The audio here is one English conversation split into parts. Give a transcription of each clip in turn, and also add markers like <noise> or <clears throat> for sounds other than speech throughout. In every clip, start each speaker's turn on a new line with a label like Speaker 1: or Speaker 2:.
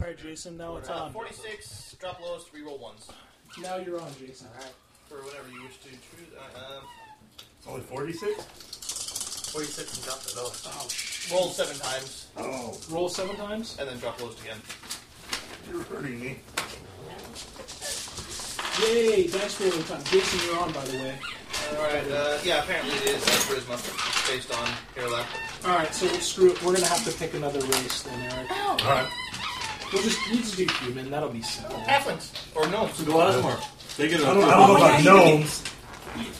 Speaker 1: Alright, Jason, now it's
Speaker 2: Uh,
Speaker 1: on.
Speaker 2: 46, drop lowest, reroll ones.
Speaker 1: Now you're on, Jason.
Speaker 2: For whatever you wish to choose. Uh, um,
Speaker 3: It's only 46?
Speaker 4: 46 and drop the lowest.
Speaker 2: roll seven times,
Speaker 3: Oh,
Speaker 1: Roll seven times.
Speaker 2: and then drop lowest again.
Speaker 3: you're hurting me.
Speaker 1: Yay, dice rolling time. Jason, you're on, by the way.
Speaker 2: Alright, uh, yeah, apparently it is uh, charisma, based on Parallel.
Speaker 1: Alright, so we'll screw it. We're gonna have to pick another race then, Eric.
Speaker 3: Alright.
Speaker 1: We'll just, we'll just do human. That'll be simple.
Speaker 2: Halflings! Or gnomes.
Speaker 5: Glasmore. They get a
Speaker 3: I don't, I don't know
Speaker 1: yeah,
Speaker 3: about
Speaker 1: you
Speaker 3: gnomes.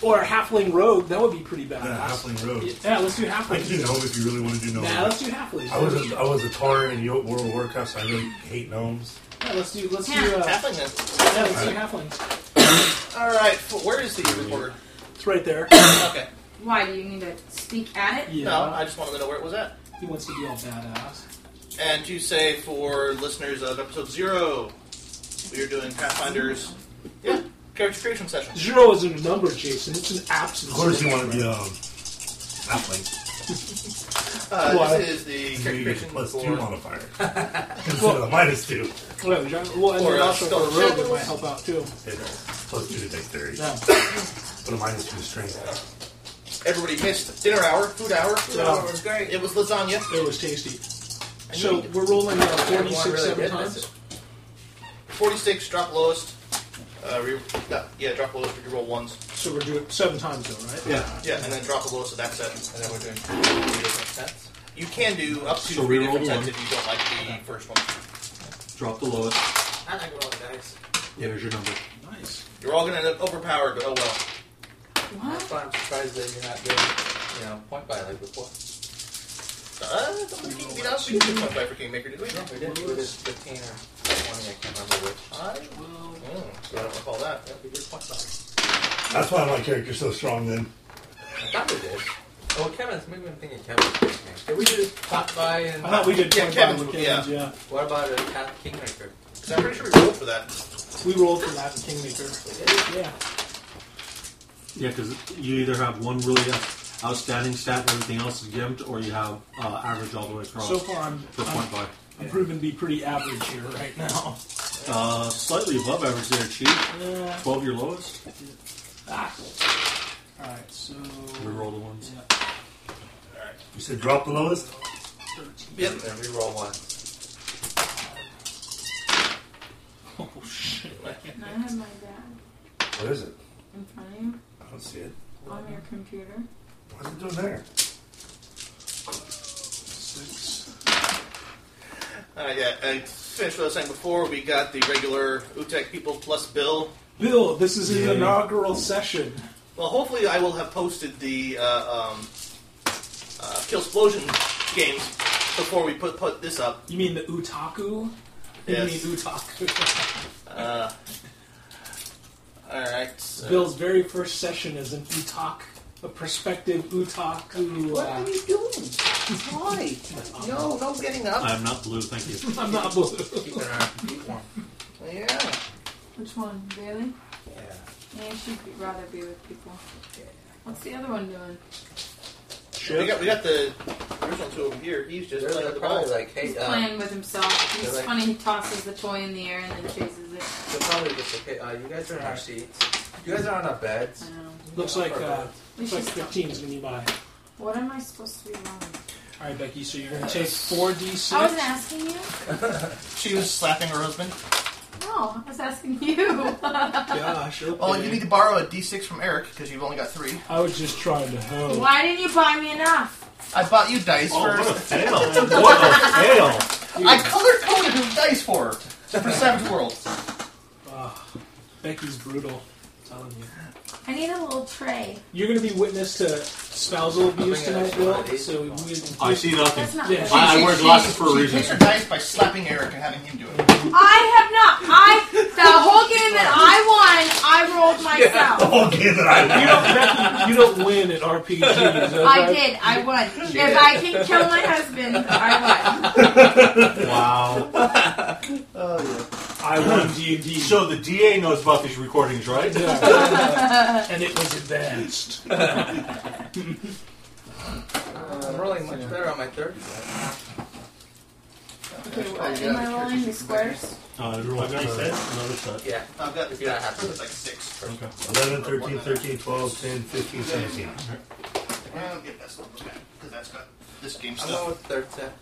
Speaker 1: Or a halfling rogue. That would be pretty bad.
Speaker 3: Yeah, Halfling Road.
Speaker 1: Yeah, let's do
Speaker 3: I do
Speaker 1: halflings.
Speaker 3: know if you really want to do
Speaker 1: Nah,
Speaker 3: gnomes.
Speaker 1: let's do halflings.
Speaker 3: I was a, I was a tar in Yo- World of Warcraft, so I really hate gnomes.
Speaker 1: yeah, let's do let's do uh,
Speaker 2: Halfling then.
Speaker 1: yeah, let's do halflings.
Speaker 2: Alright, f- where is the recorder?
Speaker 1: It's right
Speaker 3: <coughs>
Speaker 1: there.
Speaker 2: Okay.
Speaker 6: Why do you need to sneak at it?
Speaker 1: Yeah.
Speaker 2: No, I just wanted to know where it was at.
Speaker 1: He wants to be all badass.
Speaker 2: And to say for listeners of episode zero, we are doing Pathfinder's yeah, character creation session.
Speaker 1: Zero isn't a number, Jason. It's an absence.
Speaker 3: Of course, you want to be um, halfling.
Speaker 2: Uh,
Speaker 1: Why?
Speaker 2: This is the
Speaker 3: You
Speaker 2: character
Speaker 3: get
Speaker 2: creation
Speaker 3: a plus
Speaker 2: for-
Speaker 3: two <laughs> modifier instead of a minus two.
Speaker 1: Whatever, John. Well, and
Speaker 2: Or
Speaker 1: then
Speaker 2: a
Speaker 1: also
Speaker 2: skull
Speaker 1: for a rogue,
Speaker 2: shadow.
Speaker 1: it might help out too.
Speaker 3: It plus two to dexterity,
Speaker 1: Yeah.
Speaker 3: but a minus two to strength.
Speaker 2: Everybody missed dinner hour, food hour. Um,
Speaker 1: Yeah.
Speaker 4: It was great.
Speaker 2: It was lasagna.
Speaker 1: It was tasty.
Speaker 2: I
Speaker 1: So
Speaker 2: need
Speaker 1: we're rolling uh,
Speaker 4: Everyone
Speaker 1: 46
Speaker 4: really
Speaker 1: seven
Speaker 4: did miss
Speaker 1: times.
Speaker 4: it.
Speaker 2: 46, drop lowest. Uh, re- yeah, yeah, drop the lowest, roll ones.
Speaker 1: So we're doing seven times though, right?
Speaker 5: Yeah.
Speaker 2: Yeah, and then drop the lowest of that set.
Speaker 4: And then we're doing three different sets.
Speaker 2: You can do up to
Speaker 5: So
Speaker 2: three
Speaker 5: reroll
Speaker 2: different sets
Speaker 5: one.
Speaker 2: if you don't like the first one.
Speaker 5: Drop the lowest.
Speaker 4: I like rolling dice.
Speaker 5: Yeah, there's your number.
Speaker 1: Nice.
Speaker 2: You're all going to end up overpowered, but oh well.
Speaker 4: That's
Speaker 6: What?
Speaker 4: why I'm surprised that you're not doing, you know, point by like before.
Speaker 2: Uh, I don't think you can beat us. We did one by for Kingmaker, did we?
Speaker 4: Yeah, we did. We did 15 or 20, I can't remember which.
Speaker 2: I will. Mm, so I don't recall
Speaker 4: <laughs>
Speaker 2: that.
Speaker 4: Yeah, we did point by.
Speaker 3: That's why my character's so strong. Then
Speaker 4: I thought we did. Oh, Kevin's. Maybe I'm thinking Kevin's first name. Did we do Pot by and.
Speaker 1: I thought we did
Speaker 2: Yeah,
Speaker 1: 25
Speaker 2: Kevin's-
Speaker 1: with
Speaker 2: yeah.
Speaker 1: Kevin's, yeah.
Speaker 4: What about a Cat Kingmaker?
Speaker 2: Because I'm pretty sure we rolled for that.
Speaker 1: We rolled for that in Kingmaker. Yeah.
Speaker 5: Yeah, because you either have one really outstanding stat and everything else is gimped, or you have uh, average all the way across
Speaker 1: So far, I'm,
Speaker 5: for
Speaker 1: I'm,
Speaker 5: point by.
Speaker 1: I'm proven to be pretty average here right now.
Speaker 5: Uh, slightly above average there, Chief.
Speaker 1: Yeah.
Speaker 5: 12 your lowest.
Speaker 1: Ah. Alright, so.
Speaker 5: We roll the ones.
Speaker 1: Yeah,
Speaker 3: you said drop the lowest.
Speaker 1: 13.
Speaker 2: Yep.
Speaker 4: And then roll one.
Speaker 1: Oh, shit.
Speaker 6: I have my dad
Speaker 3: What is it?
Speaker 6: in front of you
Speaker 3: I don't see it.
Speaker 6: on your computer.
Speaker 3: What's it doing there?
Speaker 1: Six.
Speaker 2: Uh, yeah, I finished what I was saying before. We got the regular UTEC people plus Bill.
Speaker 1: Bill, this is his
Speaker 3: Yay.
Speaker 1: inaugural session.
Speaker 2: Well, hopefully, I will have posted the uh, um, uh, Kill Explosion games before we put put this up.
Speaker 1: You mean the Utaku?
Speaker 2: Yes.
Speaker 1: You mean Utaku.
Speaker 2: Uh, all right. so-
Speaker 1: Bill's very first session is an Utak, a prospective Utaku.
Speaker 4: What
Speaker 1: Uh,
Speaker 4: are you doing? Why? No, no getting up.
Speaker 5: I am not blue, thank you.
Speaker 1: I'm not blue.
Speaker 4: Keeping our feet warm.
Speaker 2: Yeah.
Speaker 6: Which one? Bailey?
Speaker 4: Yeah.
Speaker 6: Yeah, she'd be- rather be with people. What's the other one doing?
Speaker 2: We got we got the original two over here. He's just
Speaker 4: They're
Speaker 2: playing
Speaker 4: like,
Speaker 2: with the
Speaker 4: probably
Speaker 2: ball.
Speaker 4: like,
Speaker 6: He's
Speaker 4: hey,
Speaker 1: uh,
Speaker 4: um,
Speaker 6: playing with himself. He's
Speaker 4: they're like-
Speaker 6: funny. He tosses the toy in the air and then chases it.
Speaker 4: they're probably just like, hey, uh, you guys are in our seats. You guys are on our beds.
Speaker 6: I don't know.
Speaker 1: Looks like uh,
Speaker 6: We
Speaker 1: looks like
Speaker 6: should stop.
Speaker 1: 15 is gonna be mine.
Speaker 6: What am I supposed to be wrong?
Speaker 1: All right, Becky. So you're gonna take four
Speaker 6: I wasn't
Speaker 1: d6.
Speaker 6: asking you.
Speaker 2: She was slapping her husband.
Speaker 6: No, I was asking you. <laughs>
Speaker 1: Gosh. Okay.
Speaker 2: Oh, you need to borrow a D6 from Eric because you've only got three.
Speaker 1: I was just trying to help.
Speaker 6: Why didn't you buy me enough?
Speaker 2: I bought you dice
Speaker 5: Oh, what a
Speaker 2: first.
Speaker 5: fail! What a
Speaker 3: <laughs>
Speaker 5: fail!
Speaker 2: I color coded his dice for her for Savage World.
Speaker 1: Ugh, Ah, Becky's brutal. I'm telling you.
Speaker 6: I need a little tray.
Speaker 1: You're gonna be witness to spousal abuse
Speaker 4: think I
Speaker 1: tonight,
Speaker 4: should
Speaker 1: Bill.
Speaker 4: have these.
Speaker 1: So we.
Speaker 5: I see nothing.
Speaker 6: That's not.
Speaker 1: Yeah.
Speaker 6: good.
Speaker 5: I, I wear glasses for a
Speaker 2: She
Speaker 5: reason.
Speaker 2: takes her dice by slapping Eric and having him do
Speaker 6: uh,
Speaker 2: it.
Speaker 6: I have not. I the whole game that I won, I rolled myself.
Speaker 3: Okay, then I
Speaker 1: <laughs> You don't, Becky, you don't win at
Speaker 6: <laughs>
Speaker 1: RPGs. Okay?
Speaker 6: I did. I won. If I can kill my husband, I won.
Speaker 1: <laughs>
Speaker 5: Wow.
Speaker 1: Oh, I won D and D.
Speaker 5: So the DA knows about these recordings, right?
Speaker 1: and it was advanced.
Speaker 4: Uh, I'm rolling much better on my third set.
Speaker 6: Okay, What, am I rolling the squares?
Speaker 5: Uh, roll
Speaker 3: What
Speaker 5: another,
Speaker 3: did I say?
Speaker 5: another set.
Speaker 4: Yeah.
Speaker 2: I've got
Speaker 4: If you're not happy.
Speaker 2: It's like six.
Speaker 5: Okay.
Speaker 3: 11, 13, 13, 12, 10, 15, 17.
Speaker 2: Well, yeah, that's not bad because that's got this game
Speaker 4: I'm
Speaker 2: stuff.
Speaker 4: going with third set.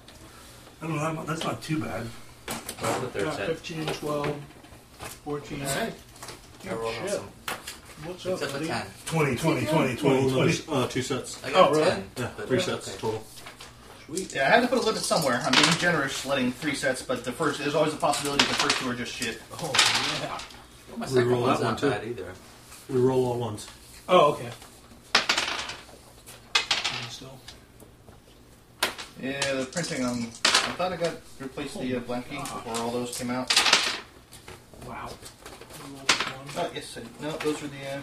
Speaker 3: I don't know, I'm- that's not too bad.
Speaker 4: I'm going with third
Speaker 1: Got
Speaker 4: set.
Speaker 1: 15, 12, 14.
Speaker 2: Alright.
Speaker 4: I rolled
Speaker 1: Shit.
Speaker 4: awesome.
Speaker 1: What's up,
Speaker 4: Except for
Speaker 1: buddy?
Speaker 4: ten.
Speaker 3: 20, 20, 20,
Speaker 5: Roll
Speaker 3: 20,
Speaker 5: another,
Speaker 3: 20.
Speaker 5: uh, two sets.
Speaker 4: I got
Speaker 2: Oh,
Speaker 4: a
Speaker 2: really?
Speaker 4: ten.
Speaker 5: Yeah,
Speaker 4: but
Speaker 5: three
Speaker 4: that's
Speaker 5: sets
Speaker 4: okay.
Speaker 5: total.
Speaker 2: Yeah, I had to put a limit somewhere. I'm being generous, letting three sets, but the first there's always a possibility the first two are just shit.
Speaker 4: Oh yeah. Well, my second
Speaker 5: Reroll
Speaker 4: one's
Speaker 5: that one,
Speaker 4: not
Speaker 5: too.
Speaker 4: bad either.
Speaker 5: We roll all ones.
Speaker 1: Oh, okay. I'm Still.
Speaker 2: Yeah, the printing. Um, I thought I got replaced the uh, blank ink before all those came out.
Speaker 1: Wow. Roll one.
Speaker 2: Oh, yes, I, no, those were the. Uh,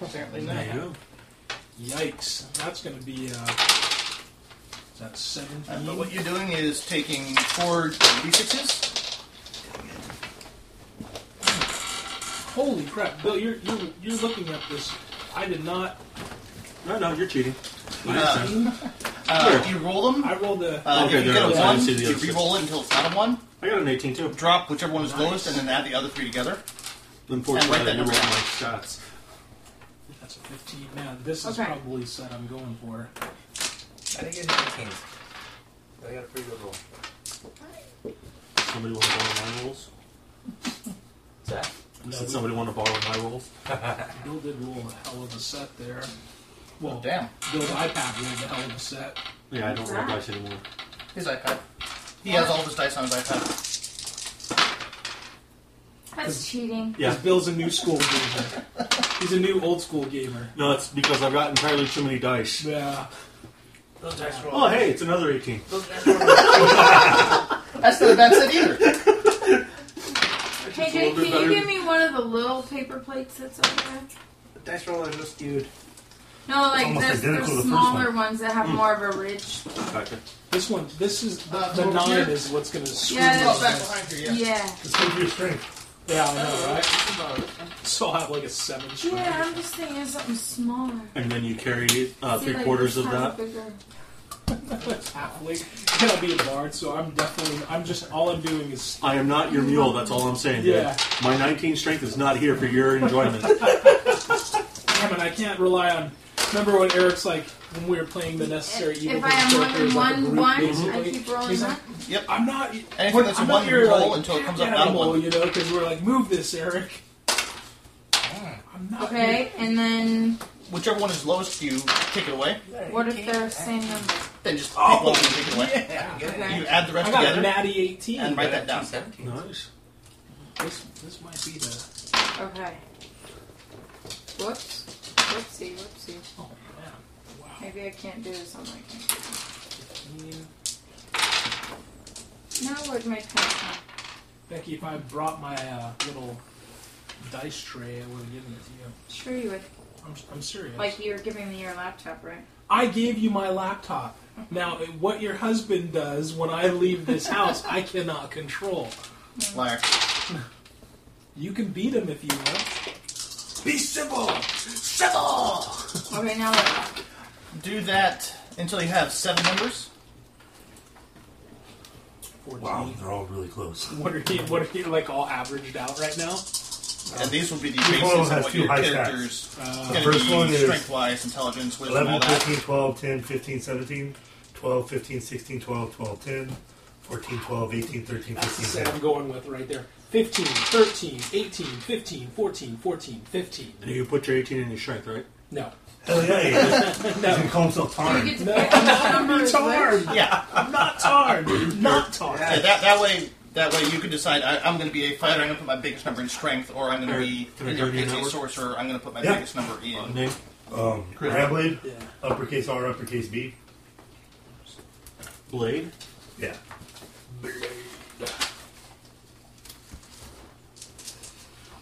Speaker 2: apparently not.
Speaker 5: There you go.
Speaker 1: Yikes. That's going to be, uh, is that
Speaker 2: Uh, but
Speaker 1: 17?
Speaker 2: what you're doing is taking four d6s.
Speaker 1: Holy crap, Bill! You're you're you're looking at this. I did not.
Speaker 5: No, no, you're cheating. I
Speaker 2: <laughs> Uh,
Speaker 5: understand.
Speaker 2: Uh, you roll them.
Speaker 1: I rolled a.
Speaker 2: Uh,
Speaker 5: Okay,
Speaker 2: if you
Speaker 5: there
Speaker 2: get a
Speaker 5: it is. I
Speaker 2: one,
Speaker 5: didn't see the
Speaker 2: you
Speaker 5: other six.
Speaker 2: re-roll it until it's not a one.
Speaker 5: I got an 18 too.
Speaker 2: Drop whichever one is
Speaker 1: Nice.
Speaker 2: lowest, and then add the other three together.
Speaker 5: Unfortunately, I
Speaker 2: And write that
Speaker 5: didn't roll
Speaker 2: number
Speaker 5: my
Speaker 2: down.
Speaker 5: stats.
Speaker 1: that's a 15. Man, this is
Speaker 6: Okay.
Speaker 1: probably set I'm going for.
Speaker 4: I didn't get any kings. I got a pretty good roll.
Speaker 5: Somebody want to borrow my rolls?
Speaker 4: Zach.
Speaker 5: I said somebody want to borrow my rolls?
Speaker 1: Bill did roll a hell of a set there. Well,
Speaker 2: Oh, damn.
Speaker 1: Bill's iPad rolled a hell of a set.
Speaker 5: Yeah, I don't roll dice anymore.
Speaker 2: His iPad. He has all of his dice on his iPad.
Speaker 6: That's cheating.
Speaker 5: Yeah.
Speaker 1: Bill's a new school gamer. He's a new old school gamer.
Speaker 5: No, it's because I've got entirely too many dice.
Speaker 1: Yeah.
Speaker 4: Those dice roll.
Speaker 5: Oh, hey, it's another 18.
Speaker 4: Those dice roll.
Speaker 2: That's not a bad set <laughs> either.
Speaker 6: Hey, Jake, can you give me one of the little paper plates that's over there?
Speaker 4: dice roll are just skewed.
Speaker 6: No, like
Speaker 3: Almost
Speaker 6: there's,
Speaker 3: identical
Speaker 6: there's
Speaker 3: to the first Hmm.
Speaker 6: smaller ones that have more of a ridge.
Speaker 5: Gotcha.
Speaker 1: This one, this is the,
Speaker 2: Uh,
Speaker 1: the
Speaker 2: over
Speaker 1: nine
Speaker 2: here?
Speaker 1: is what's gonna screw
Speaker 6: Yeah,
Speaker 1: me
Speaker 6: that's-
Speaker 1: up.
Speaker 2: back behind you,
Speaker 6: Yeah.
Speaker 2: yeah.
Speaker 6: Yeah,
Speaker 3: Just give your strength.
Speaker 1: Yeah, I know, right? So I'll have like a seven. string.
Speaker 6: I'm just thinking something smaller.
Speaker 5: And then you carry uh,
Speaker 6: See,
Speaker 5: three
Speaker 6: like,
Speaker 5: quarters
Speaker 6: this
Speaker 5: of
Speaker 6: has a
Speaker 5: that.
Speaker 6: bigger-
Speaker 1: Halfling. And I'll be a bard, so I'm definitely. I'm just. All I'm doing is.
Speaker 5: I am not your mule, that's all I'm saying. dude.
Speaker 1: Yeah.
Speaker 5: My 19 strength is not here for your enjoyment.
Speaker 1: Damn it! I can't rely on. Remember when Eric's like when we were playing the necessary
Speaker 6: If
Speaker 1: evil?
Speaker 6: I am rolling
Speaker 1: Berserkers, like a
Speaker 6: one,
Speaker 1: group,
Speaker 6: one, I
Speaker 1: basically?
Speaker 6: keep rolling
Speaker 1: He's like,
Speaker 6: that.
Speaker 2: Yep.
Speaker 1: I'm not. And
Speaker 2: Anything that's a one, you roll until it comes up not a one.
Speaker 1: you know, because we're like, move this, Eric. I'm not.
Speaker 6: Okay, and then
Speaker 2: Whichever one is lowest, you take it away.
Speaker 6: what if they're the same number?
Speaker 2: Then just pick
Speaker 5: Oh!
Speaker 2: one and take it away.
Speaker 1: Yeah.
Speaker 2: You
Speaker 6: Okay.
Speaker 2: add the rest
Speaker 1: I got a
Speaker 2: together
Speaker 1: natty 18.
Speaker 2: and write that down.
Speaker 4: Seventeen.
Speaker 5: nice.
Speaker 1: This, this might be the.
Speaker 6: Okay. Whoops. Whoopsie, whoopsie.
Speaker 1: Oh man! Wow.
Speaker 6: Maybe I can't do this on my computer.
Speaker 1: 15.
Speaker 6: Now where'd my pen
Speaker 1: Becky, if I brought my uh, little dice tray, I would have given it to you.
Speaker 6: go? Sure you would.
Speaker 1: I'm, I'm serious.
Speaker 6: Like you were giving me your laptop, right?
Speaker 1: I gave you my laptop. Now, what your husband does when I leave this house, I cannot control.
Speaker 2: Liar.
Speaker 1: You can beat him if you want.
Speaker 2: <laughs> Be civil! Civil!
Speaker 6: Okay, now what?
Speaker 2: Do that until you have seven numbers.
Speaker 1: 14.
Speaker 3: Wow, they're all really close.
Speaker 1: What are you? What are you like all averaged out right now?
Speaker 2: And these will be the
Speaker 3: one
Speaker 2: basis
Speaker 3: has
Speaker 2: of what
Speaker 3: two
Speaker 2: your
Speaker 3: high
Speaker 2: characters
Speaker 1: Uh,
Speaker 2: going to
Speaker 3: First one
Speaker 2: be
Speaker 3: is
Speaker 2: strength-wise, intelligence, wisdom, all
Speaker 3: 11,
Speaker 2: that.
Speaker 3: 13, 12, 10, 15, 17, 12, 15, 16, 12, 12, 10, 14, 12, 18, 13,
Speaker 1: that's the
Speaker 3: 15,
Speaker 1: set
Speaker 3: 10.
Speaker 1: I'm going with right there. 15, 13, 18, 15, 14, 14, 15.
Speaker 5: You put your 18 in your strength, right?
Speaker 1: No.
Speaker 3: Hell Oh, yeah, he <laughs> is. He's gonna call himself
Speaker 6: You
Speaker 3: Tarn.
Speaker 6: get to
Speaker 1: No,
Speaker 6: pick which
Speaker 1: I'm
Speaker 6: number
Speaker 1: not
Speaker 6: is which.
Speaker 1: tarred.
Speaker 2: Yeah.
Speaker 1: I'm not tarred. Not tarred.
Speaker 2: Yeah, that, that way, that way you can decide. I, I'm going to be a fighter. I'm going to put my biggest number in strength, or I'm going to be
Speaker 5: Can I
Speaker 2: in your
Speaker 5: go to your
Speaker 2: case a
Speaker 5: network?
Speaker 2: sorcerer. I'm going to put my
Speaker 3: Yeah.
Speaker 2: biggest number in.
Speaker 5: Name?
Speaker 3: Um, Ramblade,
Speaker 1: Yeah.
Speaker 3: uppercase R, uppercase B.
Speaker 5: Blade?
Speaker 3: Yeah.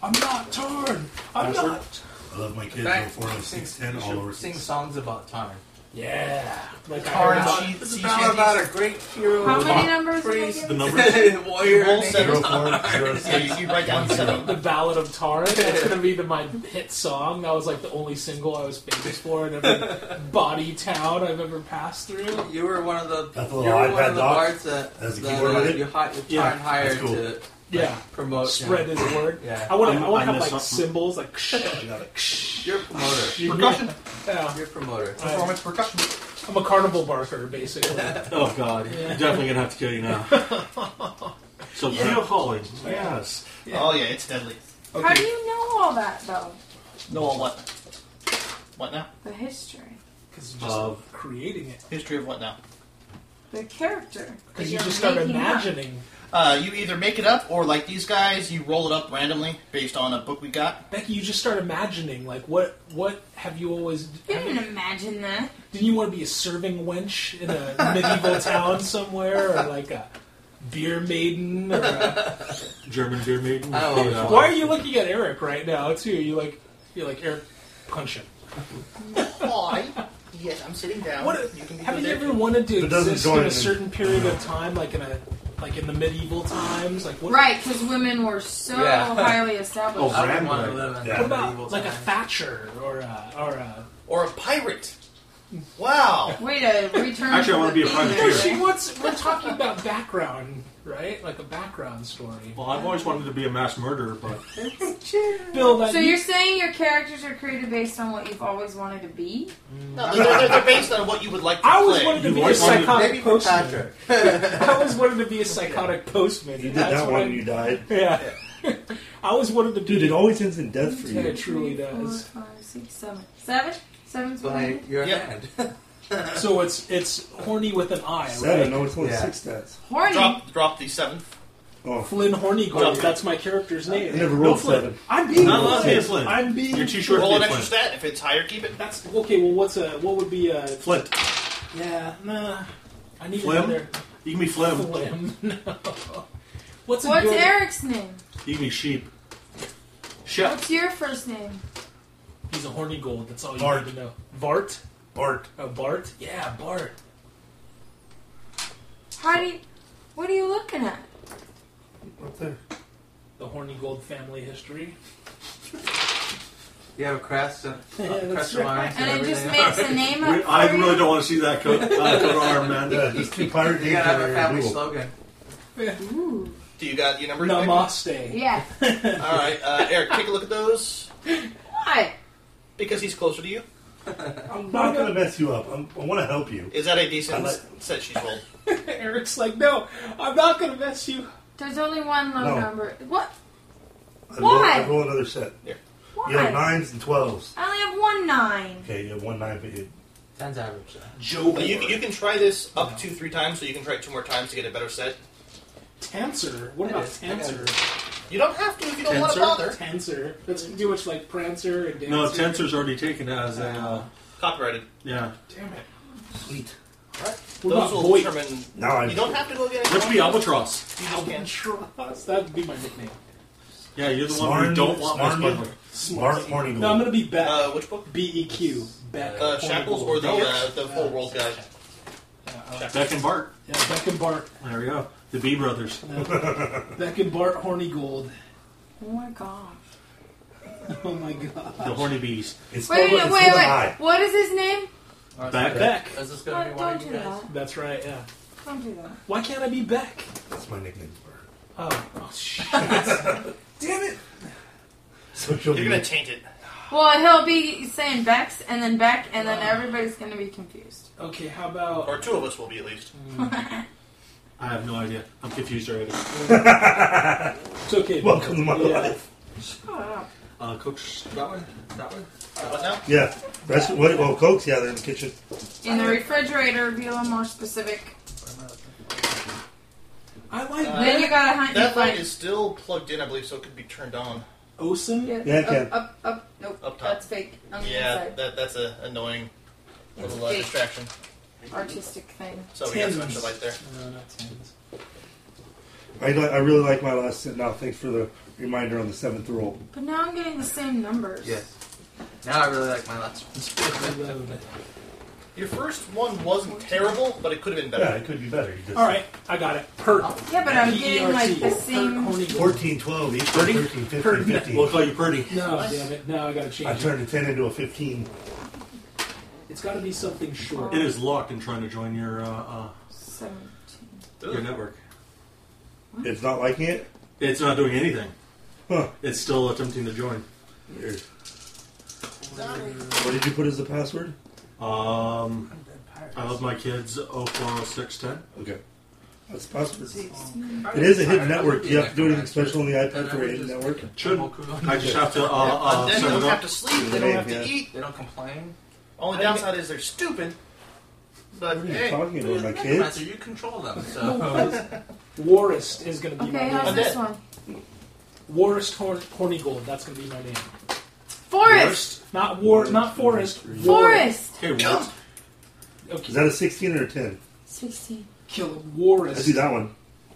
Speaker 1: I'm not tarred. I'm
Speaker 5: Password?
Speaker 1: not.
Speaker 3: I love my kids. oh,
Speaker 4: In fact,
Speaker 3: 04, 06, 10,
Speaker 4: you
Speaker 3: all
Speaker 4: should
Speaker 3: over.
Speaker 4: Sing songs about time.
Speaker 1: Yeah. Like I
Speaker 2: Tar
Speaker 1: heard
Speaker 2: and
Speaker 1: about-
Speaker 2: cheese-
Speaker 4: It's
Speaker 2: sea
Speaker 4: about,
Speaker 2: shanties.
Speaker 4: about a great hero.
Speaker 6: How many
Speaker 5: Rock
Speaker 6: numbers did I
Speaker 4: Praise
Speaker 6: give
Speaker 5: The
Speaker 6: you?
Speaker 7: <laughs>
Speaker 4: <laughs>
Speaker 5: number.
Speaker 4: warrior.
Speaker 2: Roll
Speaker 4: name.
Speaker 2: seven.
Speaker 3: Zero four
Speaker 5: <laughs>
Speaker 3: zero
Speaker 2: Yeah, you,
Speaker 3: six.
Speaker 2: you write down
Speaker 1: the
Speaker 2: seven.
Speaker 1: Ballad of Tara. That's gonna be the, my hit song. That was like the only single I was famous for in every body town I've ever passed through.
Speaker 4: You were one of the
Speaker 3: That's a
Speaker 4: you
Speaker 3: little
Speaker 4: were one
Speaker 3: iPad
Speaker 4: of the
Speaker 3: dock.
Speaker 4: bards that,
Speaker 3: Has a
Speaker 4: that,
Speaker 3: keyboard
Speaker 4: uh,
Speaker 3: on it.
Speaker 4: you, hi- you
Speaker 5: Yeah,
Speaker 4: yeah, and hired
Speaker 3: that's cool.
Speaker 4: to like,
Speaker 1: Yeah.
Speaker 4: promote.
Speaker 1: Spread
Speaker 4: yeah.
Speaker 1: his word.
Speaker 4: Yeah.
Speaker 1: I want to.
Speaker 5: I'm-
Speaker 1: I want
Speaker 5: I
Speaker 1: to have like
Speaker 5: miss something.
Speaker 1: symbols, like yeah.
Speaker 4: You're a <laughs> promoter.
Speaker 1: Percussion. Yeah.
Speaker 4: You're a promoter.
Speaker 1: Performance
Speaker 2: percussion.
Speaker 1: I'm a carnival barker, basically.
Speaker 5: Oh God,
Speaker 1: Yeah.
Speaker 5: definitely gonna have to kill you now. so yeah. calling, yes.
Speaker 2: Oh yeah, it's deadly.
Speaker 6: How do you know all that though?
Speaker 2: No, what? What now?
Speaker 6: The history,
Speaker 1: Because just
Speaker 5: Of-
Speaker 1: creating it.
Speaker 2: History of what now?
Speaker 6: the character.
Speaker 1: Because you
Speaker 6: you're
Speaker 1: just start
Speaker 6: making up.
Speaker 1: imagining.
Speaker 2: Uh, you either make it up or, like these guys, you roll it up randomly based on a book we got.
Speaker 1: Becky, you just start imagining. Like what? What have you always?
Speaker 6: You didn't imagine that.
Speaker 1: Didn't you want to be a serving wench in a
Speaker 4: <laughs>
Speaker 1: medieval town somewhere, or like a beer maiden?
Speaker 4: <laughs>
Speaker 1: Or a...
Speaker 5: German beer maiden.
Speaker 4: I don't
Speaker 5: Yeah.
Speaker 3: Oh,
Speaker 4: know.
Speaker 1: Why are you looking at Eric right now too? You like you like Eric punch him.
Speaker 2: Why? Yes, I'm sitting down.
Speaker 1: What have you ever wanted to
Speaker 3: It doesn't
Speaker 1: exist
Speaker 3: join
Speaker 1: in a
Speaker 3: in.
Speaker 1: certain period of time, like in a like in the medieval times? Like what?
Speaker 6: Right, because women were so
Speaker 4: Yeah.
Speaker 6: highly established.
Speaker 5: Oh,
Speaker 4: I wouldn't want to
Speaker 5: Brandon.
Speaker 4: live in
Speaker 3: Yeah.
Speaker 1: What
Speaker 4: that
Speaker 1: about
Speaker 4: medieval
Speaker 1: like a
Speaker 4: time.
Speaker 1: Thatcher or a or a?
Speaker 2: Or a pirate. Wow.
Speaker 6: Way to return.
Speaker 5: Actually, I
Speaker 6: to
Speaker 5: wanna be a
Speaker 6: the
Speaker 5: privateer.
Speaker 1: No,
Speaker 6: beginning.
Speaker 1: she wants. We're talking about background, right? Like a background story.
Speaker 5: Well, I've always wanted to be a mass murderer, but
Speaker 1: Bill, that
Speaker 6: So you're saying your characters are created based on what you've always wanted to be?
Speaker 2: No, they're, they're- they're based on what you would like to
Speaker 1: I always
Speaker 2: play.
Speaker 1: wanted to
Speaker 5: You
Speaker 1: be a
Speaker 5: always wanted to-
Speaker 1: psychotic
Speaker 4: Maybe for
Speaker 1: postman.
Speaker 4: Patrick.
Speaker 1: I always wanted to
Speaker 3: <laughs>
Speaker 1: be a psychotic postman.
Speaker 3: You did
Speaker 1: That's
Speaker 3: that
Speaker 1: what
Speaker 3: one
Speaker 1: I-
Speaker 3: and you died.
Speaker 1: Yeah. I always wanted to be.
Speaker 3: Dude, it always ends in death for
Speaker 1: Yeah,
Speaker 3: you.
Speaker 1: it truly
Speaker 6: Three, four,
Speaker 1: does.
Speaker 6: five, six, seven. Seven? Seven's
Speaker 4: Like your
Speaker 2: Yep.
Speaker 4: hand. <laughs>
Speaker 1: So it's it's horny with an eye,
Speaker 3: Seven.
Speaker 1: right?
Speaker 3: No, it's only
Speaker 4: Yeah.
Speaker 3: six stats.
Speaker 6: Horny.
Speaker 2: Drop, drop the seventh.
Speaker 3: Oh,
Speaker 1: Flynn Hornyglow.
Speaker 2: Yeah.
Speaker 1: That's my character's name.
Speaker 3: I never
Speaker 1: no,
Speaker 3: rolled
Speaker 1: Flynn.
Speaker 3: seven.
Speaker 1: I'm being.
Speaker 5: Not allowed to be a
Speaker 1: Flynn.
Speaker 5: Flynn.
Speaker 1: I'm being. <laughs>
Speaker 5: you're too short
Speaker 2: Roll
Speaker 5: to
Speaker 2: an
Speaker 5: be a
Speaker 2: extra
Speaker 5: Flint.
Speaker 2: stat. If it's higher, keep it.
Speaker 1: That's okay. Well, what's a what would be a?
Speaker 5: Flint.
Speaker 1: Yeah, nah. I need
Speaker 5: Flim? Um,
Speaker 1: another
Speaker 5: You can be phlegm.
Speaker 1: flim. <laughs> No. What's a
Speaker 6: What's
Speaker 1: good-
Speaker 6: Eric's name?
Speaker 5: You can be sheep. Shep.
Speaker 6: What's your first name?
Speaker 1: He's a horny gold. That's all you
Speaker 3: Bart.
Speaker 1: need to know. Bart.
Speaker 3: Bart.
Speaker 1: Oh, Bart. Yeah, Bart.
Speaker 6: How do you, what are you looking at?
Speaker 3: Up there.
Speaker 1: The horny gold family history.
Speaker 4: You have a crest <laughs> and
Speaker 1: Yeah,
Speaker 4: uh,
Speaker 1: that's
Speaker 4: crest of
Speaker 1: right.
Speaker 4: arms and,
Speaker 6: And it just
Speaker 4: everything.
Speaker 6: makes the name up.
Speaker 5: We- I
Speaker 6: for you?
Speaker 5: really don't want to see that coat, uh, coat
Speaker 2: <laughs>
Speaker 5: of arm, man.
Speaker 3: Yeah, just two
Speaker 4: <laughs>
Speaker 3: pirate
Speaker 4: You
Speaker 3: names
Speaker 4: gotta have
Speaker 3: that
Speaker 4: a
Speaker 3: are
Speaker 4: family
Speaker 3: doable.
Speaker 4: slogan.
Speaker 6: Ooh.
Speaker 2: Do you got your numbers?
Speaker 1: Namaste.
Speaker 6: Yeah.
Speaker 2: Michael? All right, uh, Eric, take a look at those
Speaker 6: Why?
Speaker 2: because he's closer to you.
Speaker 3: I'm not gonna mess you up. I'm, I want to help you.
Speaker 2: Is that a
Speaker 3: I
Speaker 2: decent
Speaker 3: like-
Speaker 2: set she's rolled?
Speaker 1: <laughs> Eric's like, no, I'm not gonna mess you.
Speaker 6: There's only one low
Speaker 3: No.
Speaker 6: number. What?
Speaker 3: I roll,
Speaker 6: Why?
Speaker 3: I roll another set.
Speaker 6: Why?
Speaker 3: You have nines and twelves.
Speaker 6: I only have one nine.
Speaker 3: Okay, you have one nine, but you
Speaker 4: Sounds average. though.
Speaker 1: Joe.
Speaker 2: Uh, you, you can try this up to three times, so you can try it two more times to get a better set.
Speaker 1: Tancer. What
Speaker 4: It
Speaker 1: about
Speaker 4: is. I got
Speaker 1: Tancer?
Speaker 4: it.
Speaker 2: You don't have to if you don't want to
Speaker 1: Tancer?
Speaker 2: bother.
Speaker 1: Tancer. That's do much like Prancer and Dancer.
Speaker 5: No, Tensor's already taken as a. Uh,
Speaker 2: Copyrighted.
Speaker 5: yeah.
Speaker 1: Damn it.
Speaker 3: sweet.
Speaker 1: What
Speaker 2: Those
Speaker 1: about
Speaker 2: will
Speaker 1: Voight?
Speaker 2: determine.
Speaker 3: Now I'm.
Speaker 2: You don't have to go get it.
Speaker 5: Let's be albatross.
Speaker 2: You just can.
Speaker 1: Albatross. That would be my nickname.
Speaker 5: Yeah, you're the one who
Speaker 3: Smarn-
Speaker 5: don't want most
Speaker 3: Smarn-
Speaker 5: public.
Speaker 3: Smart horny
Speaker 1: No, I'm gonna be Beck.
Speaker 2: Uh, which book?
Speaker 1: B E Q. Beck.
Speaker 2: Uh, Shackles or the
Speaker 1: Horny
Speaker 2: uh,
Speaker 1: Gold.
Speaker 2: the full world guy?
Speaker 1: Yeah, I like-
Speaker 5: Beck and Bart.
Speaker 1: yeah, Beck and Bart.
Speaker 5: There we go. The B brothers.
Speaker 3: <laughs>
Speaker 1: Beck and Bart Horny Gold. <laughs>
Speaker 6: Oh my gosh.
Speaker 1: Oh my god.
Speaker 5: The horny bees.
Speaker 3: It's
Speaker 6: Wait, wait,
Speaker 3: spelled with-
Speaker 6: wait,
Speaker 3: it's with
Speaker 6: wait.
Speaker 3: an I.
Speaker 6: What is his name?
Speaker 4: Or is
Speaker 5: Back.
Speaker 4: it-
Speaker 1: Beck.
Speaker 4: Is this gonna
Speaker 6: Don't,
Speaker 4: be one
Speaker 6: don't
Speaker 4: of
Speaker 6: do
Speaker 4: you guys?
Speaker 6: that.
Speaker 1: That's right. Yeah.
Speaker 6: Don't do that.
Speaker 1: Why can't I be Beck?
Speaker 3: That's my nickname. for her.
Speaker 1: Oh, oh shit. <laughs> Damn it.
Speaker 3: So she'll
Speaker 2: You're
Speaker 3: be.
Speaker 2: gonna taint it.
Speaker 6: Well, he'll be saying Bex and then Beck, and then everybody's gonna be confused.
Speaker 1: Okay, how about
Speaker 2: Or two of us will be at least.
Speaker 5: I have no idea. I'm confused
Speaker 3: <laughs>
Speaker 5: already.
Speaker 1: it's okay.
Speaker 3: Welcome to my
Speaker 1: Yeah.
Speaker 3: life.
Speaker 1: Oh,
Speaker 6: Shut up.
Speaker 5: Uh, Coach.
Speaker 4: That one? That one?
Speaker 2: What now?
Speaker 3: Yeah. That's what. Well, Cokes. Yeah, they're in the kitchen.
Speaker 6: In the refrigerator, be a little more specific.
Speaker 1: I like
Speaker 2: Uh,
Speaker 6: then you gotta hunt and
Speaker 2: That light
Speaker 6: find.
Speaker 2: is still plugged in, I believe, so it could be turned on.
Speaker 1: Osen.
Speaker 3: Yeah, I can.
Speaker 6: up, up, up. Nope,
Speaker 2: Up top.
Speaker 6: that's fake. On the
Speaker 2: Yeah,
Speaker 6: inside.
Speaker 2: that, that's a annoying little uh,
Speaker 6: Eight.
Speaker 2: distraction.
Speaker 6: artistic thing.
Speaker 2: So we got some
Speaker 1: Tens.
Speaker 2: extra light there.
Speaker 1: No, not tens.
Speaker 3: I li- I really like my last set. Now, thanks for the reminder on the seventh roll.
Speaker 6: But now I'm getting the same numbers.
Speaker 2: <laughs>
Speaker 4: Yes. Now I really like my last one.
Speaker 1: Eleven.
Speaker 2: Your first one wasn't terrible, but it could have been
Speaker 3: Yeah,
Speaker 2: better.
Speaker 3: it could be better. You just,
Speaker 1: All right, I got it. Pert.
Speaker 6: Yeah, but I'm
Speaker 1: E
Speaker 6: getting like the
Speaker 1: P-E-R-T.
Speaker 6: same.
Speaker 1: Pert Hornig.
Speaker 3: 14, 12, 18, 13, 15,
Speaker 1: Purdy.
Speaker 3: 15.
Speaker 5: We'll call you Purdy.
Speaker 1: No, damn it. Now I gotta
Speaker 3: I
Speaker 1: change it.
Speaker 3: turned a 10 into a 15.
Speaker 1: It's gotta be something short.
Speaker 5: It is locked in trying to join your uh,
Speaker 6: Seventeen.
Speaker 5: uh, your network.
Speaker 3: It's not liking it?
Speaker 5: It's not doing anything.
Speaker 3: Huh.
Speaker 5: It's still attempting to join.
Speaker 3: Weird. What did you put as the password?
Speaker 5: Um, I love my kids. oh, 040610.
Speaker 3: Okay. That's the password. It is a hidden network. Do you have to do anything special on the iPad for a hidden network?
Speaker 5: Should I just have to uh,
Speaker 2: and
Speaker 5: uh,
Speaker 2: then they
Speaker 5: set
Speaker 2: don't
Speaker 5: it
Speaker 2: have
Speaker 5: up?
Speaker 2: to sleep. They don't have
Speaker 3: Yeah.
Speaker 2: to eat.
Speaker 4: They don't complain.
Speaker 2: Only downside is they're stupid. But
Speaker 3: What are you
Speaker 2: hey,
Speaker 3: talking about? My
Speaker 4: Master,
Speaker 3: kids?
Speaker 4: you control them. So
Speaker 1: <laughs> Warist is gonna be
Speaker 6: Okay,
Speaker 2: I
Speaker 1: my
Speaker 6: how's
Speaker 1: name.
Speaker 2: did.
Speaker 6: this one?
Speaker 1: Warist Horn- Hornigold. That's gonna be my name.
Speaker 6: Forest.
Speaker 1: Not war. Not forest. Warist.
Speaker 6: Forest.
Speaker 5: Okay, what?
Speaker 3: Is
Speaker 1: Okay.
Speaker 3: that a 16 or a 10?
Speaker 6: Sixteen.
Speaker 1: Kill
Speaker 3: I
Speaker 1: Warist.
Speaker 3: see that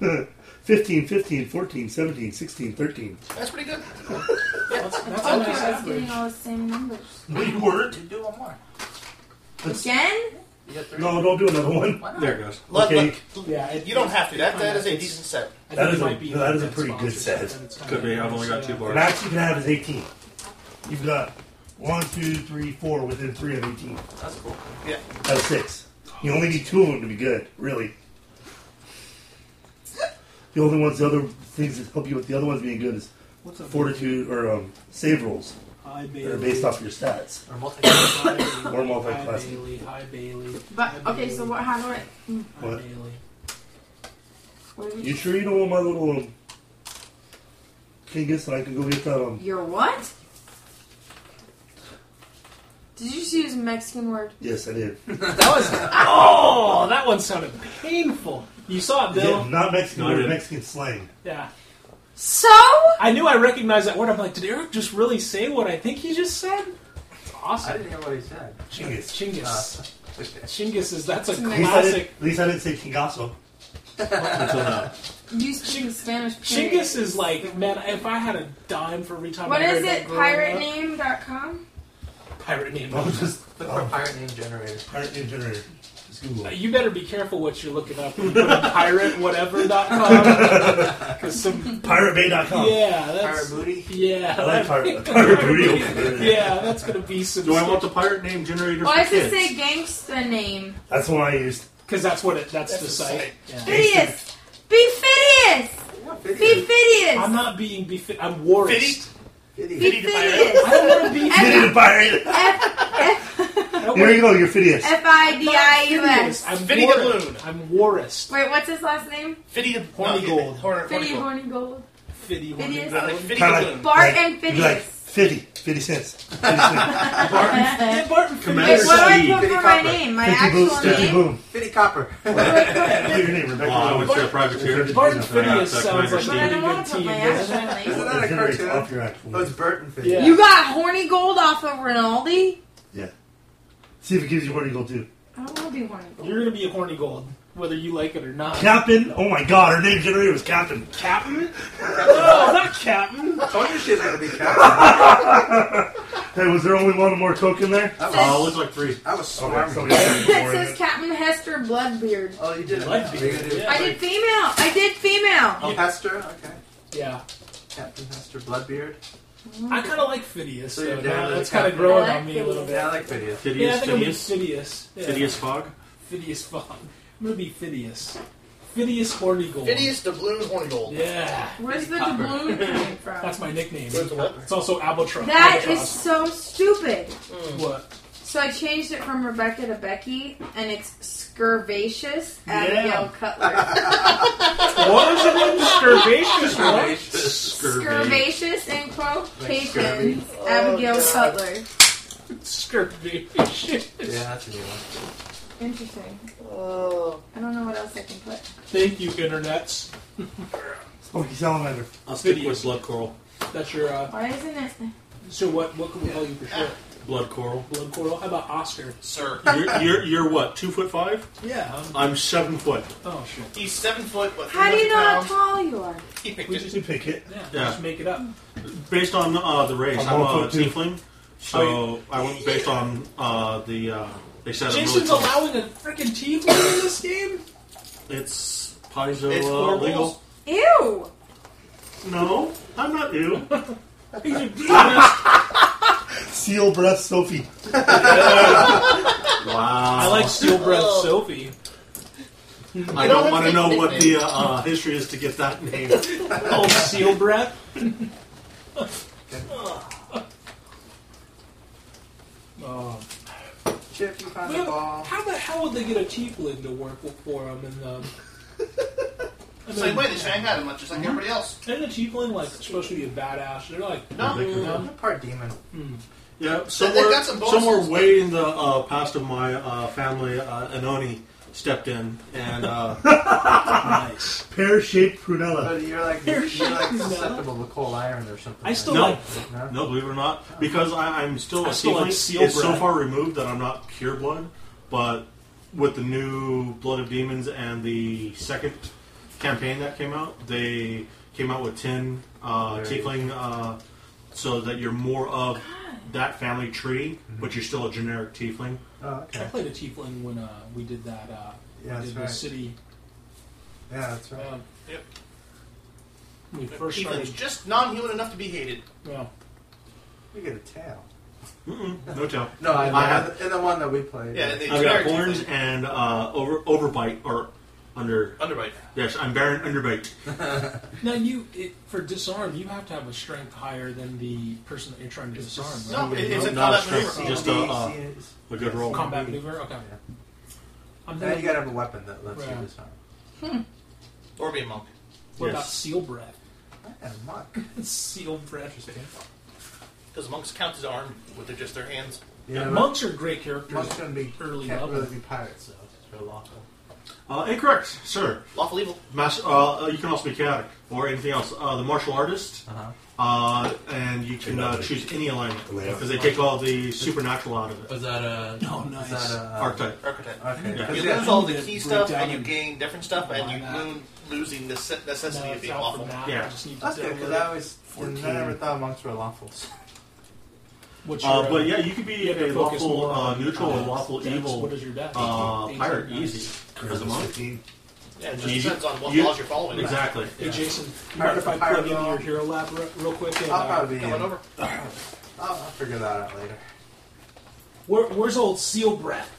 Speaker 3: one. <laughs> 15, 15, 14, 17, 16, 13.
Speaker 2: that's pretty good.
Speaker 1: That's, that's a
Speaker 6: Okay,
Speaker 1: nice
Speaker 6: I was getting
Speaker 1: average.
Speaker 6: all the same numbers.
Speaker 3: We weren't.
Speaker 4: you do one more.
Speaker 6: Again?
Speaker 4: You got three.
Speaker 3: No, don't do another one.
Speaker 4: Why not?
Speaker 5: There it goes.
Speaker 2: Look,
Speaker 3: Okay.
Speaker 2: look,
Speaker 1: Yeah, it-
Speaker 2: you don't have to. That that is a
Speaker 1: it's-
Speaker 2: decent set.
Speaker 1: I think
Speaker 3: That
Speaker 1: it
Speaker 3: is a-
Speaker 1: might be
Speaker 3: that is a
Speaker 1: that
Speaker 3: pretty good
Speaker 1: sponsorship,
Speaker 3: set.
Speaker 1: but it's
Speaker 5: Could be.
Speaker 1: kinda-
Speaker 5: I've only got two
Speaker 3: The
Speaker 5: bars.
Speaker 3: max you can have is 18. You've got one, two, three, four within 3 of 18.
Speaker 4: That's cool.
Speaker 2: Yeah.
Speaker 3: Out of 6. You only need two of them to be good, really. The only ones, the other things that help you with the other ones being good is
Speaker 1: What's a
Speaker 3: fortitude or um, save rolls
Speaker 1: Hi
Speaker 3: that are
Speaker 1: Bailey.
Speaker 3: based off your stats.
Speaker 4: Or multi.
Speaker 1: Hi Bailey.
Speaker 3: Or multi
Speaker 1: Hi
Speaker 3: class.
Speaker 1: Bailey. Hi Bailey.
Speaker 6: But okay, so what? How do I?
Speaker 1: Hi
Speaker 3: What?
Speaker 1: Bailey.
Speaker 6: What do we?
Speaker 3: You sure you don't want my little um, Kingus and I can go get that um
Speaker 6: Your what? Did you just use a Mexican word?
Speaker 3: Yes, I did.
Speaker 1: That was <laughs> oh, that one sounded painful. You saw it,
Speaker 3: Yeah,
Speaker 1: Bill.
Speaker 3: not Mexican
Speaker 5: No, I
Speaker 3: word,
Speaker 5: didn't.
Speaker 3: Mexican slang.
Speaker 1: Yeah,
Speaker 6: So?
Speaker 1: I knew I recognized that word. I'm like, did Eric just really say what I think he just said? It's
Speaker 4: I
Speaker 1: awesome.
Speaker 4: didn't hear what he said.
Speaker 3: Chingus.
Speaker 1: Chingus.
Speaker 4: Just-
Speaker 1: Chingus is that's a
Speaker 6: At
Speaker 3: At least, I
Speaker 1: classic.
Speaker 3: didn't, at least I didn't say Chingaso.
Speaker 5: Until now.
Speaker 6: You speak Spanish. period.
Speaker 1: Chingus is like, man, if I had a dime for every time
Speaker 6: What
Speaker 1: I heard
Speaker 6: is
Speaker 1: that
Speaker 6: it?
Speaker 1: growing up-
Speaker 6: Piratename.com?
Speaker 1: Pirate name.
Speaker 3: <laughs> I'm just
Speaker 4: Look for
Speaker 3: um,
Speaker 4: pirate name generator.
Speaker 3: pirate name generator. Just Google.
Speaker 1: Uh,
Speaker 3: it.
Speaker 1: You better be careful what you're looking up. When you put in pirate whatever dot com. 'Cause some
Speaker 3: PirateBay.com.
Speaker 1: yeah,
Speaker 4: Pirate
Speaker 1: that's
Speaker 4: booty.
Speaker 1: yeah,
Speaker 3: Oh. I
Speaker 1: that-
Speaker 3: like pirate, <laughs> pirate booty over there.
Speaker 1: <laughs> yeah, that's gonna be some.
Speaker 5: Do I want the pirate name generator
Speaker 6: Well,
Speaker 5: for
Speaker 6: I should
Speaker 5: kids?
Speaker 6: say gangsta name.
Speaker 3: That's what I used.
Speaker 1: Because that's what it. That's,
Speaker 2: That's
Speaker 1: the
Speaker 2: the
Speaker 1: site.
Speaker 2: site.
Speaker 1: Yeah.
Speaker 6: Phidias! Be Phidias!
Speaker 4: Yeah,
Speaker 6: Be
Speaker 4: video.
Speaker 6: Phidias!
Speaker 1: I'm not being befi- I'm Warist.
Speaker 4: Video.
Speaker 6: Be
Speaker 2: Fitty the
Speaker 6: Phidias!
Speaker 1: I don't want to be.
Speaker 6: And-
Speaker 1: I
Speaker 3: Fitted pirate.
Speaker 1: don't
Speaker 3: Here
Speaker 1: wanna-
Speaker 3: you go. You're Phidias.
Speaker 6: F I D I U
Speaker 1: Phidias.
Speaker 6: S.
Speaker 1: I'm
Speaker 2: Fitty the
Speaker 1: Warist.
Speaker 2: Loon.
Speaker 1: I'm Warist.
Speaker 6: Wait, what's his last name?
Speaker 2: Fitty of
Speaker 1: Horny gold.
Speaker 2: Horny, horny
Speaker 6: Fitty
Speaker 2: gold.
Speaker 6: Horny Gold.
Speaker 1: Fitty.
Speaker 6: Phidias.
Speaker 1: Hornigold.
Speaker 2: Like Fitty
Speaker 3: Kinda
Speaker 2: the
Speaker 3: like-
Speaker 2: Loon.
Speaker 6: Bart and
Speaker 3: You'd be like,
Speaker 6: Phidias.
Speaker 3: 50, 50 cents. 50
Speaker 6: <laughs>
Speaker 3: cents.
Speaker 6: Wait,
Speaker 1: Yeah, Barton
Speaker 5: Commander
Speaker 6: what
Speaker 5: Fitty
Speaker 6: do I
Speaker 5: Steve.
Speaker 6: put for my name? My
Speaker 3: 50 boom,
Speaker 6: actual
Speaker 3: 50
Speaker 6: name?
Speaker 3: boom.
Speaker 4: Video copper. <laughs>
Speaker 3: Put your name, Rebecca.
Speaker 5: Uh, I would say a privateer.
Speaker 1: Barton
Speaker 3: Is
Speaker 1: Phineas
Speaker 5: Yeah,
Speaker 1: sounds like
Speaker 5: that's
Speaker 1: a
Speaker 6: But I
Speaker 1: really
Speaker 6: don't
Speaker 1: good
Speaker 6: want to put
Speaker 1: team.
Speaker 6: my
Speaker 1: doesn't it?
Speaker 6: actual name.
Speaker 4: Isn't that a
Speaker 3: generates
Speaker 4: cartoon?
Speaker 3: off your actual
Speaker 4: Oh, it's
Speaker 3: name.
Speaker 4: Burton video.
Speaker 1: Yeah.
Speaker 6: You got Horny Gold off of Rinaldi?
Speaker 3: Yeah. See if it gives you what you go to.
Speaker 6: I don't want to be Horny Gold. <laughs>
Speaker 1: You're gonna be a horny gold, whether you like it or not.
Speaker 3: Captain. Oh my God, her name generator was Captain.
Speaker 1: Captain? No, not Captain.
Speaker 4: I told you she's gonna
Speaker 3: <laughs>
Speaker 4: be captain.
Speaker 3: Hey, was there only one more Coke in there?
Speaker 4: I
Speaker 5: Uh,
Speaker 4: was,
Speaker 5: looks like three.
Speaker 4: I was
Speaker 7: Oh,
Speaker 3: Okay,
Speaker 4: smarmy.
Speaker 6: <laughs>
Speaker 3: somebody else had
Speaker 6: It
Speaker 3: more in
Speaker 6: says
Speaker 3: it.
Speaker 6: Captain Hester Bloodbeard.
Speaker 4: Oh, you did it.
Speaker 1: Blood
Speaker 4: Are you
Speaker 1: beard,
Speaker 4: gonna do
Speaker 1: yeah.
Speaker 6: I did female. I did female.
Speaker 4: Oh, Hester. Okay.
Speaker 1: Yeah,
Speaker 4: Captain Hester Bloodbeard.
Speaker 1: I kind of like Phidias.
Speaker 4: So
Speaker 1: So
Speaker 4: you're down
Speaker 1: now
Speaker 4: to
Speaker 1: that's
Speaker 4: the
Speaker 1: kind of
Speaker 4: Captain.
Speaker 1: growing
Speaker 6: I like
Speaker 1: on me a little bit.
Speaker 4: Yeah, I like video.
Speaker 1: Yeah, I
Speaker 5: Phidias,
Speaker 1: think I'm gonna be
Speaker 5: Phidias,
Speaker 1: Phidias. Yeah.
Speaker 5: Phidias Fog.
Speaker 1: Phidias Fogg. I'm gonna be Phidias. Phidias Horny Gold.
Speaker 2: Phidias the Blue Horny Gold.
Speaker 1: Yeah,
Speaker 6: Where's the
Speaker 1: <laughs>
Speaker 6: doubloon coming from?
Speaker 1: that's my nickname.
Speaker 2: Where's the what?
Speaker 1: It's also Albatross.
Speaker 6: That is
Speaker 1: Albatross.
Speaker 6: so stupid.
Speaker 1: what?
Speaker 6: So I changed it from Rebecca to Becky, and it's Scurvacious Abigail
Speaker 1: Yeah.
Speaker 6: Cutler.
Speaker 1: <laughs> What is it?
Speaker 6: <laughs>
Speaker 1: Scurvacious what?
Speaker 5: Scurvy.
Speaker 6: Scurvacious
Speaker 4: scurvy.
Speaker 6: in quotations
Speaker 1: Oh,
Speaker 6: Abigail
Speaker 2: God.
Speaker 6: Cutler.
Speaker 1: <laughs> Scurvacious.
Speaker 4: Yeah, that's a new one.
Speaker 6: Interesting.
Speaker 2: Oh.
Speaker 6: I don't know what else I can put.
Speaker 1: Thank you, internets.
Speaker 3: Smoky salamander.
Speaker 5: I'll stick with blood coral.
Speaker 1: That's your. uh...
Speaker 6: Why isn't it?
Speaker 1: So what? What can we call you for short?
Speaker 6: <laughs>
Speaker 5: Blood coral.
Speaker 1: Blood coral. How about Oscar?
Speaker 2: Sir.
Speaker 5: You're, you're, you're what? Two foot five?
Speaker 1: Yeah.
Speaker 5: I'm seven foot.
Speaker 1: oh shit.
Speaker 2: He's seven foot, but
Speaker 6: How do you know how
Speaker 2: pounds.
Speaker 6: tall you are?
Speaker 2: He picked
Speaker 3: We
Speaker 2: it.
Speaker 3: just pick it.
Speaker 1: Yeah.
Speaker 5: Yeah.
Speaker 1: Just make it up.
Speaker 5: Based on uh, the race,
Speaker 3: I'm
Speaker 5: I'm a
Speaker 3: one foot two.
Speaker 5: tiefling, so I went based on uh, the uh, Except I'm really
Speaker 1: Jason's
Speaker 5: tall.
Speaker 1: allowing a freaking tea player in this game?
Speaker 5: It's piezo
Speaker 2: It's
Speaker 5: uh,
Speaker 2: four
Speaker 5: legal.
Speaker 6: Ew!
Speaker 5: No, I'm
Speaker 1: <laughs>
Speaker 5: not you.
Speaker 1: These are demons.
Speaker 3: Seal breath, Sophie.
Speaker 5: Wow.
Speaker 1: <laughs> I like Steel Breath Sophie.
Speaker 5: I don't want to know what the uh, uh, history is to get
Speaker 2: <laughs>
Speaker 5: that name.
Speaker 1: Oh, Seal <laughs> Breath? Oh.
Speaker 7: Chip, you found a
Speaker 1: Well,
Speaker 7: ball.
Speaker 1: how the hell would they get a tiefling to work for them? And, um, and
Speaker 2: Same
Speaker 1: then-
Speaker 2: way, they shanghaied him, just like everybody else.
Speaker 1: Isn't a tiefling like supposed to be a badass? They're like,
Speaker 2: No,
Speaker 7: I'm a part demon.
Speaker 5: Yeah,
Speaker 2: they've
Speaker 5: somewhere,
Speaker 2: got some bonuses.
Speaker 5: somewhere way in the uh, past of my uh, family, uh, Anoni stepped in and uh, <laughs> nice.
Speaker 3: Pear shaped prunella.
Speaker 7: But you're like you're like susceptible to cold iron or something.
Speaker 1: I
Speaker 7: like
Speaker 1: still
Speaker 5: No.
Speaker 1: like.
Speaker 7: that. No?
Speaker 5: No, believe it or not, because I, I'm still
Speaker 1: I
Speaker 5: a
Speaker 1: still like
Speaker 5: tiefling,
Speaker 1: seal
Speaker 5: It's so
Speaker 1: bread.
Speaker 5: far removed that I'm not pure blood, but with the new Blood of Demons and the second campaign that came out, they came out with ten uh,
Speaker 7: Right.
Speaker 5: tiefling, uh, so that you're more of that family tree,
Speaker 1: Mm-hmm.
Speaker 5: but you're still a generic tiefling.
Speaker 7: Oh,
Speaker 1: I
Speaker 7: okay.
Speaker 1: played a tiefling when uh, we did that. Uh,
Speaker 7: Yeah,
Speaker 1: we
Speaker 7: that's
Speaker 1: did the
Speaker 7: right.
Speaker 1: city.
Speaker 7: Yeah, that's right.
Speaker 1: Uh,
Speaker 2: Yep.
Speaker 1: when We first
Speaker 2: Tiefling's
Speaker 1: started.
Speaker 2: just non-human enough to be hated.
Speaker 1: Yeah.
Speaker 7: We get a tail.
Speaker 5: Mm-mm, no tell.
Speaker 7: No, I,
Speaker 5: I
Speaker 7: I
Speaker 5: have-
Speaker 7: in the one that we played.
Speaker 2: Yeah, they
Speaker 5: I've got
Speaker 2: generic
Speaker 5: horns
Speaker 2: tiefling.
Speaker 5: and uh, over overbite or under.
Speaker 2: underbite.
Speaker 5: Yes, I'm Baron Underbite.
Speaker 1: Now you it, for disarm, you have to have a strength higher than the person that you're trying to disarm. Right?
Speaker 2: No, it, it's a
Speaker 5: Not a
Speaker 2: combat
Speaker 5: strength,
Speaker 2: maneuver.
Speaker 5: just
Speaker 7: See,
Speaker 5: a, uh,
Speaker 7: see, it's-
Speaker 5: a good roll.
Speaker 1: Combat maneuver. Okay. I'm
Speaker 7: Now you
Speaker 1: thinking,
Speaker 7: gotta have a weapon that lets
Speaker 1: Right.
Speaker 7: you disarm.
Speaker 2: or be a monk.
Speaker 1: what about
Speaker 5: Yes.
Speaker 1: seal breath? <laughs>
Speaker 7: I had a muck.
Speaker 1: seal breath.
Speaker 2: Because monks count as armed with their, just their hands.
Speaker 7: Yeah,
Speaker 1: Monks are great characters.
Speaker 7: Monk's gonna be
Speaker 1: early
Speaker 7: can't
Speaker 1: level.
Speaker 7: really be pirates though. They're lawful.
Speaker 5: Uh, incorrect, sir.
Speaker 2: Lawful evil.
Speaker 5: Mas- uh, you can also be chaotic or anything else. Uh, the martial artist,
Speaker 7: Uh-huh.
Speaker 5: uh, and you can uh, choose any alignment because they take all the supernatural out of it.
Speaker 4: Was that a
Speaker 1: Oh, nice.
Speaker 7: Is that uh, a
Speaker 5: Archetype.
Speaker 2: Architect.
Speaker 7: Okay.
Speaker 5: Yeah.
Speaker 7: 'Cause
Speaker 2: You
Speaker 7: yeah,
Speaker 2: lose all
Speaker 1: I
Speaker 2: the
Speaker 1: need
Speaker 2: key
Speaker 1: to
Speaker 2: stuff,
Speaker 1: break
Speaker 2: and you
Speaker 1: down
Speaker 2: gain different stuff, and
Speaker 1: Why
Speaker 2: you
Speaker 1: not?
Speaker 2: lose losing the se- necessity
Speaker 1: No,
Speaker 2: of
Speaker 1: it's
Speaker 2: being
Speaker 1: out for
Speaker 2: lawful.
Speaker 1: now.
Speaker 5: Yeah.
Speaker 1: I just need to
Speaker 7: that's good
Speaker 1: download
Speaker 7: because I always I
Speaker 3: 14.
Speaker 7: never thought monks were lawful.
Speaker 1: What's
Speaker 5: Uh,
Speaker 1: your,
Speaker 5: but yeah, you could be
Speaker 1: you have to
Speaker 5: a
Speaker 1: focus
Speaker 5: lawful
Speaker 1: more
Speaker 5: uh,
Speaker 1: on,
Speaker 5: neutral or
Speaker 1: uh,
Speaker 5: lawful
Speaker 1: dex.
Speaker 5: evil
Speaker 1: What is your dex?
Speaker 5: uh,
Speaker 1: 18,
Speaker 5: pirate
Speaker 1: 19.
Speaker 5: easy as a monk.
Speaker 2: Yeah, it just
Speaker 5: You-
Speaker 2: depends on what
Speaker 5: you-
Speaker 2: laws you're following.
Speaker 5: Exactly.
Speaker 1: Hey Jason, you
Speaker 7: Pirate-
Speaker 1: mind if I
Speaker 7: pirate
Speaker 1: plug into
Speaker 7: law.
Speaker 1: your hero lab re- real quick? And,
Speaker 7: I'll
Speaker 1: uh,
Speaker 7: probably be.
Speaker 2: Come on
Speaker 7: in.
Speaker 2: over.
Speaker 7: I'll, I'll figure that out later.
Speaker 1: where, where's old seal breath?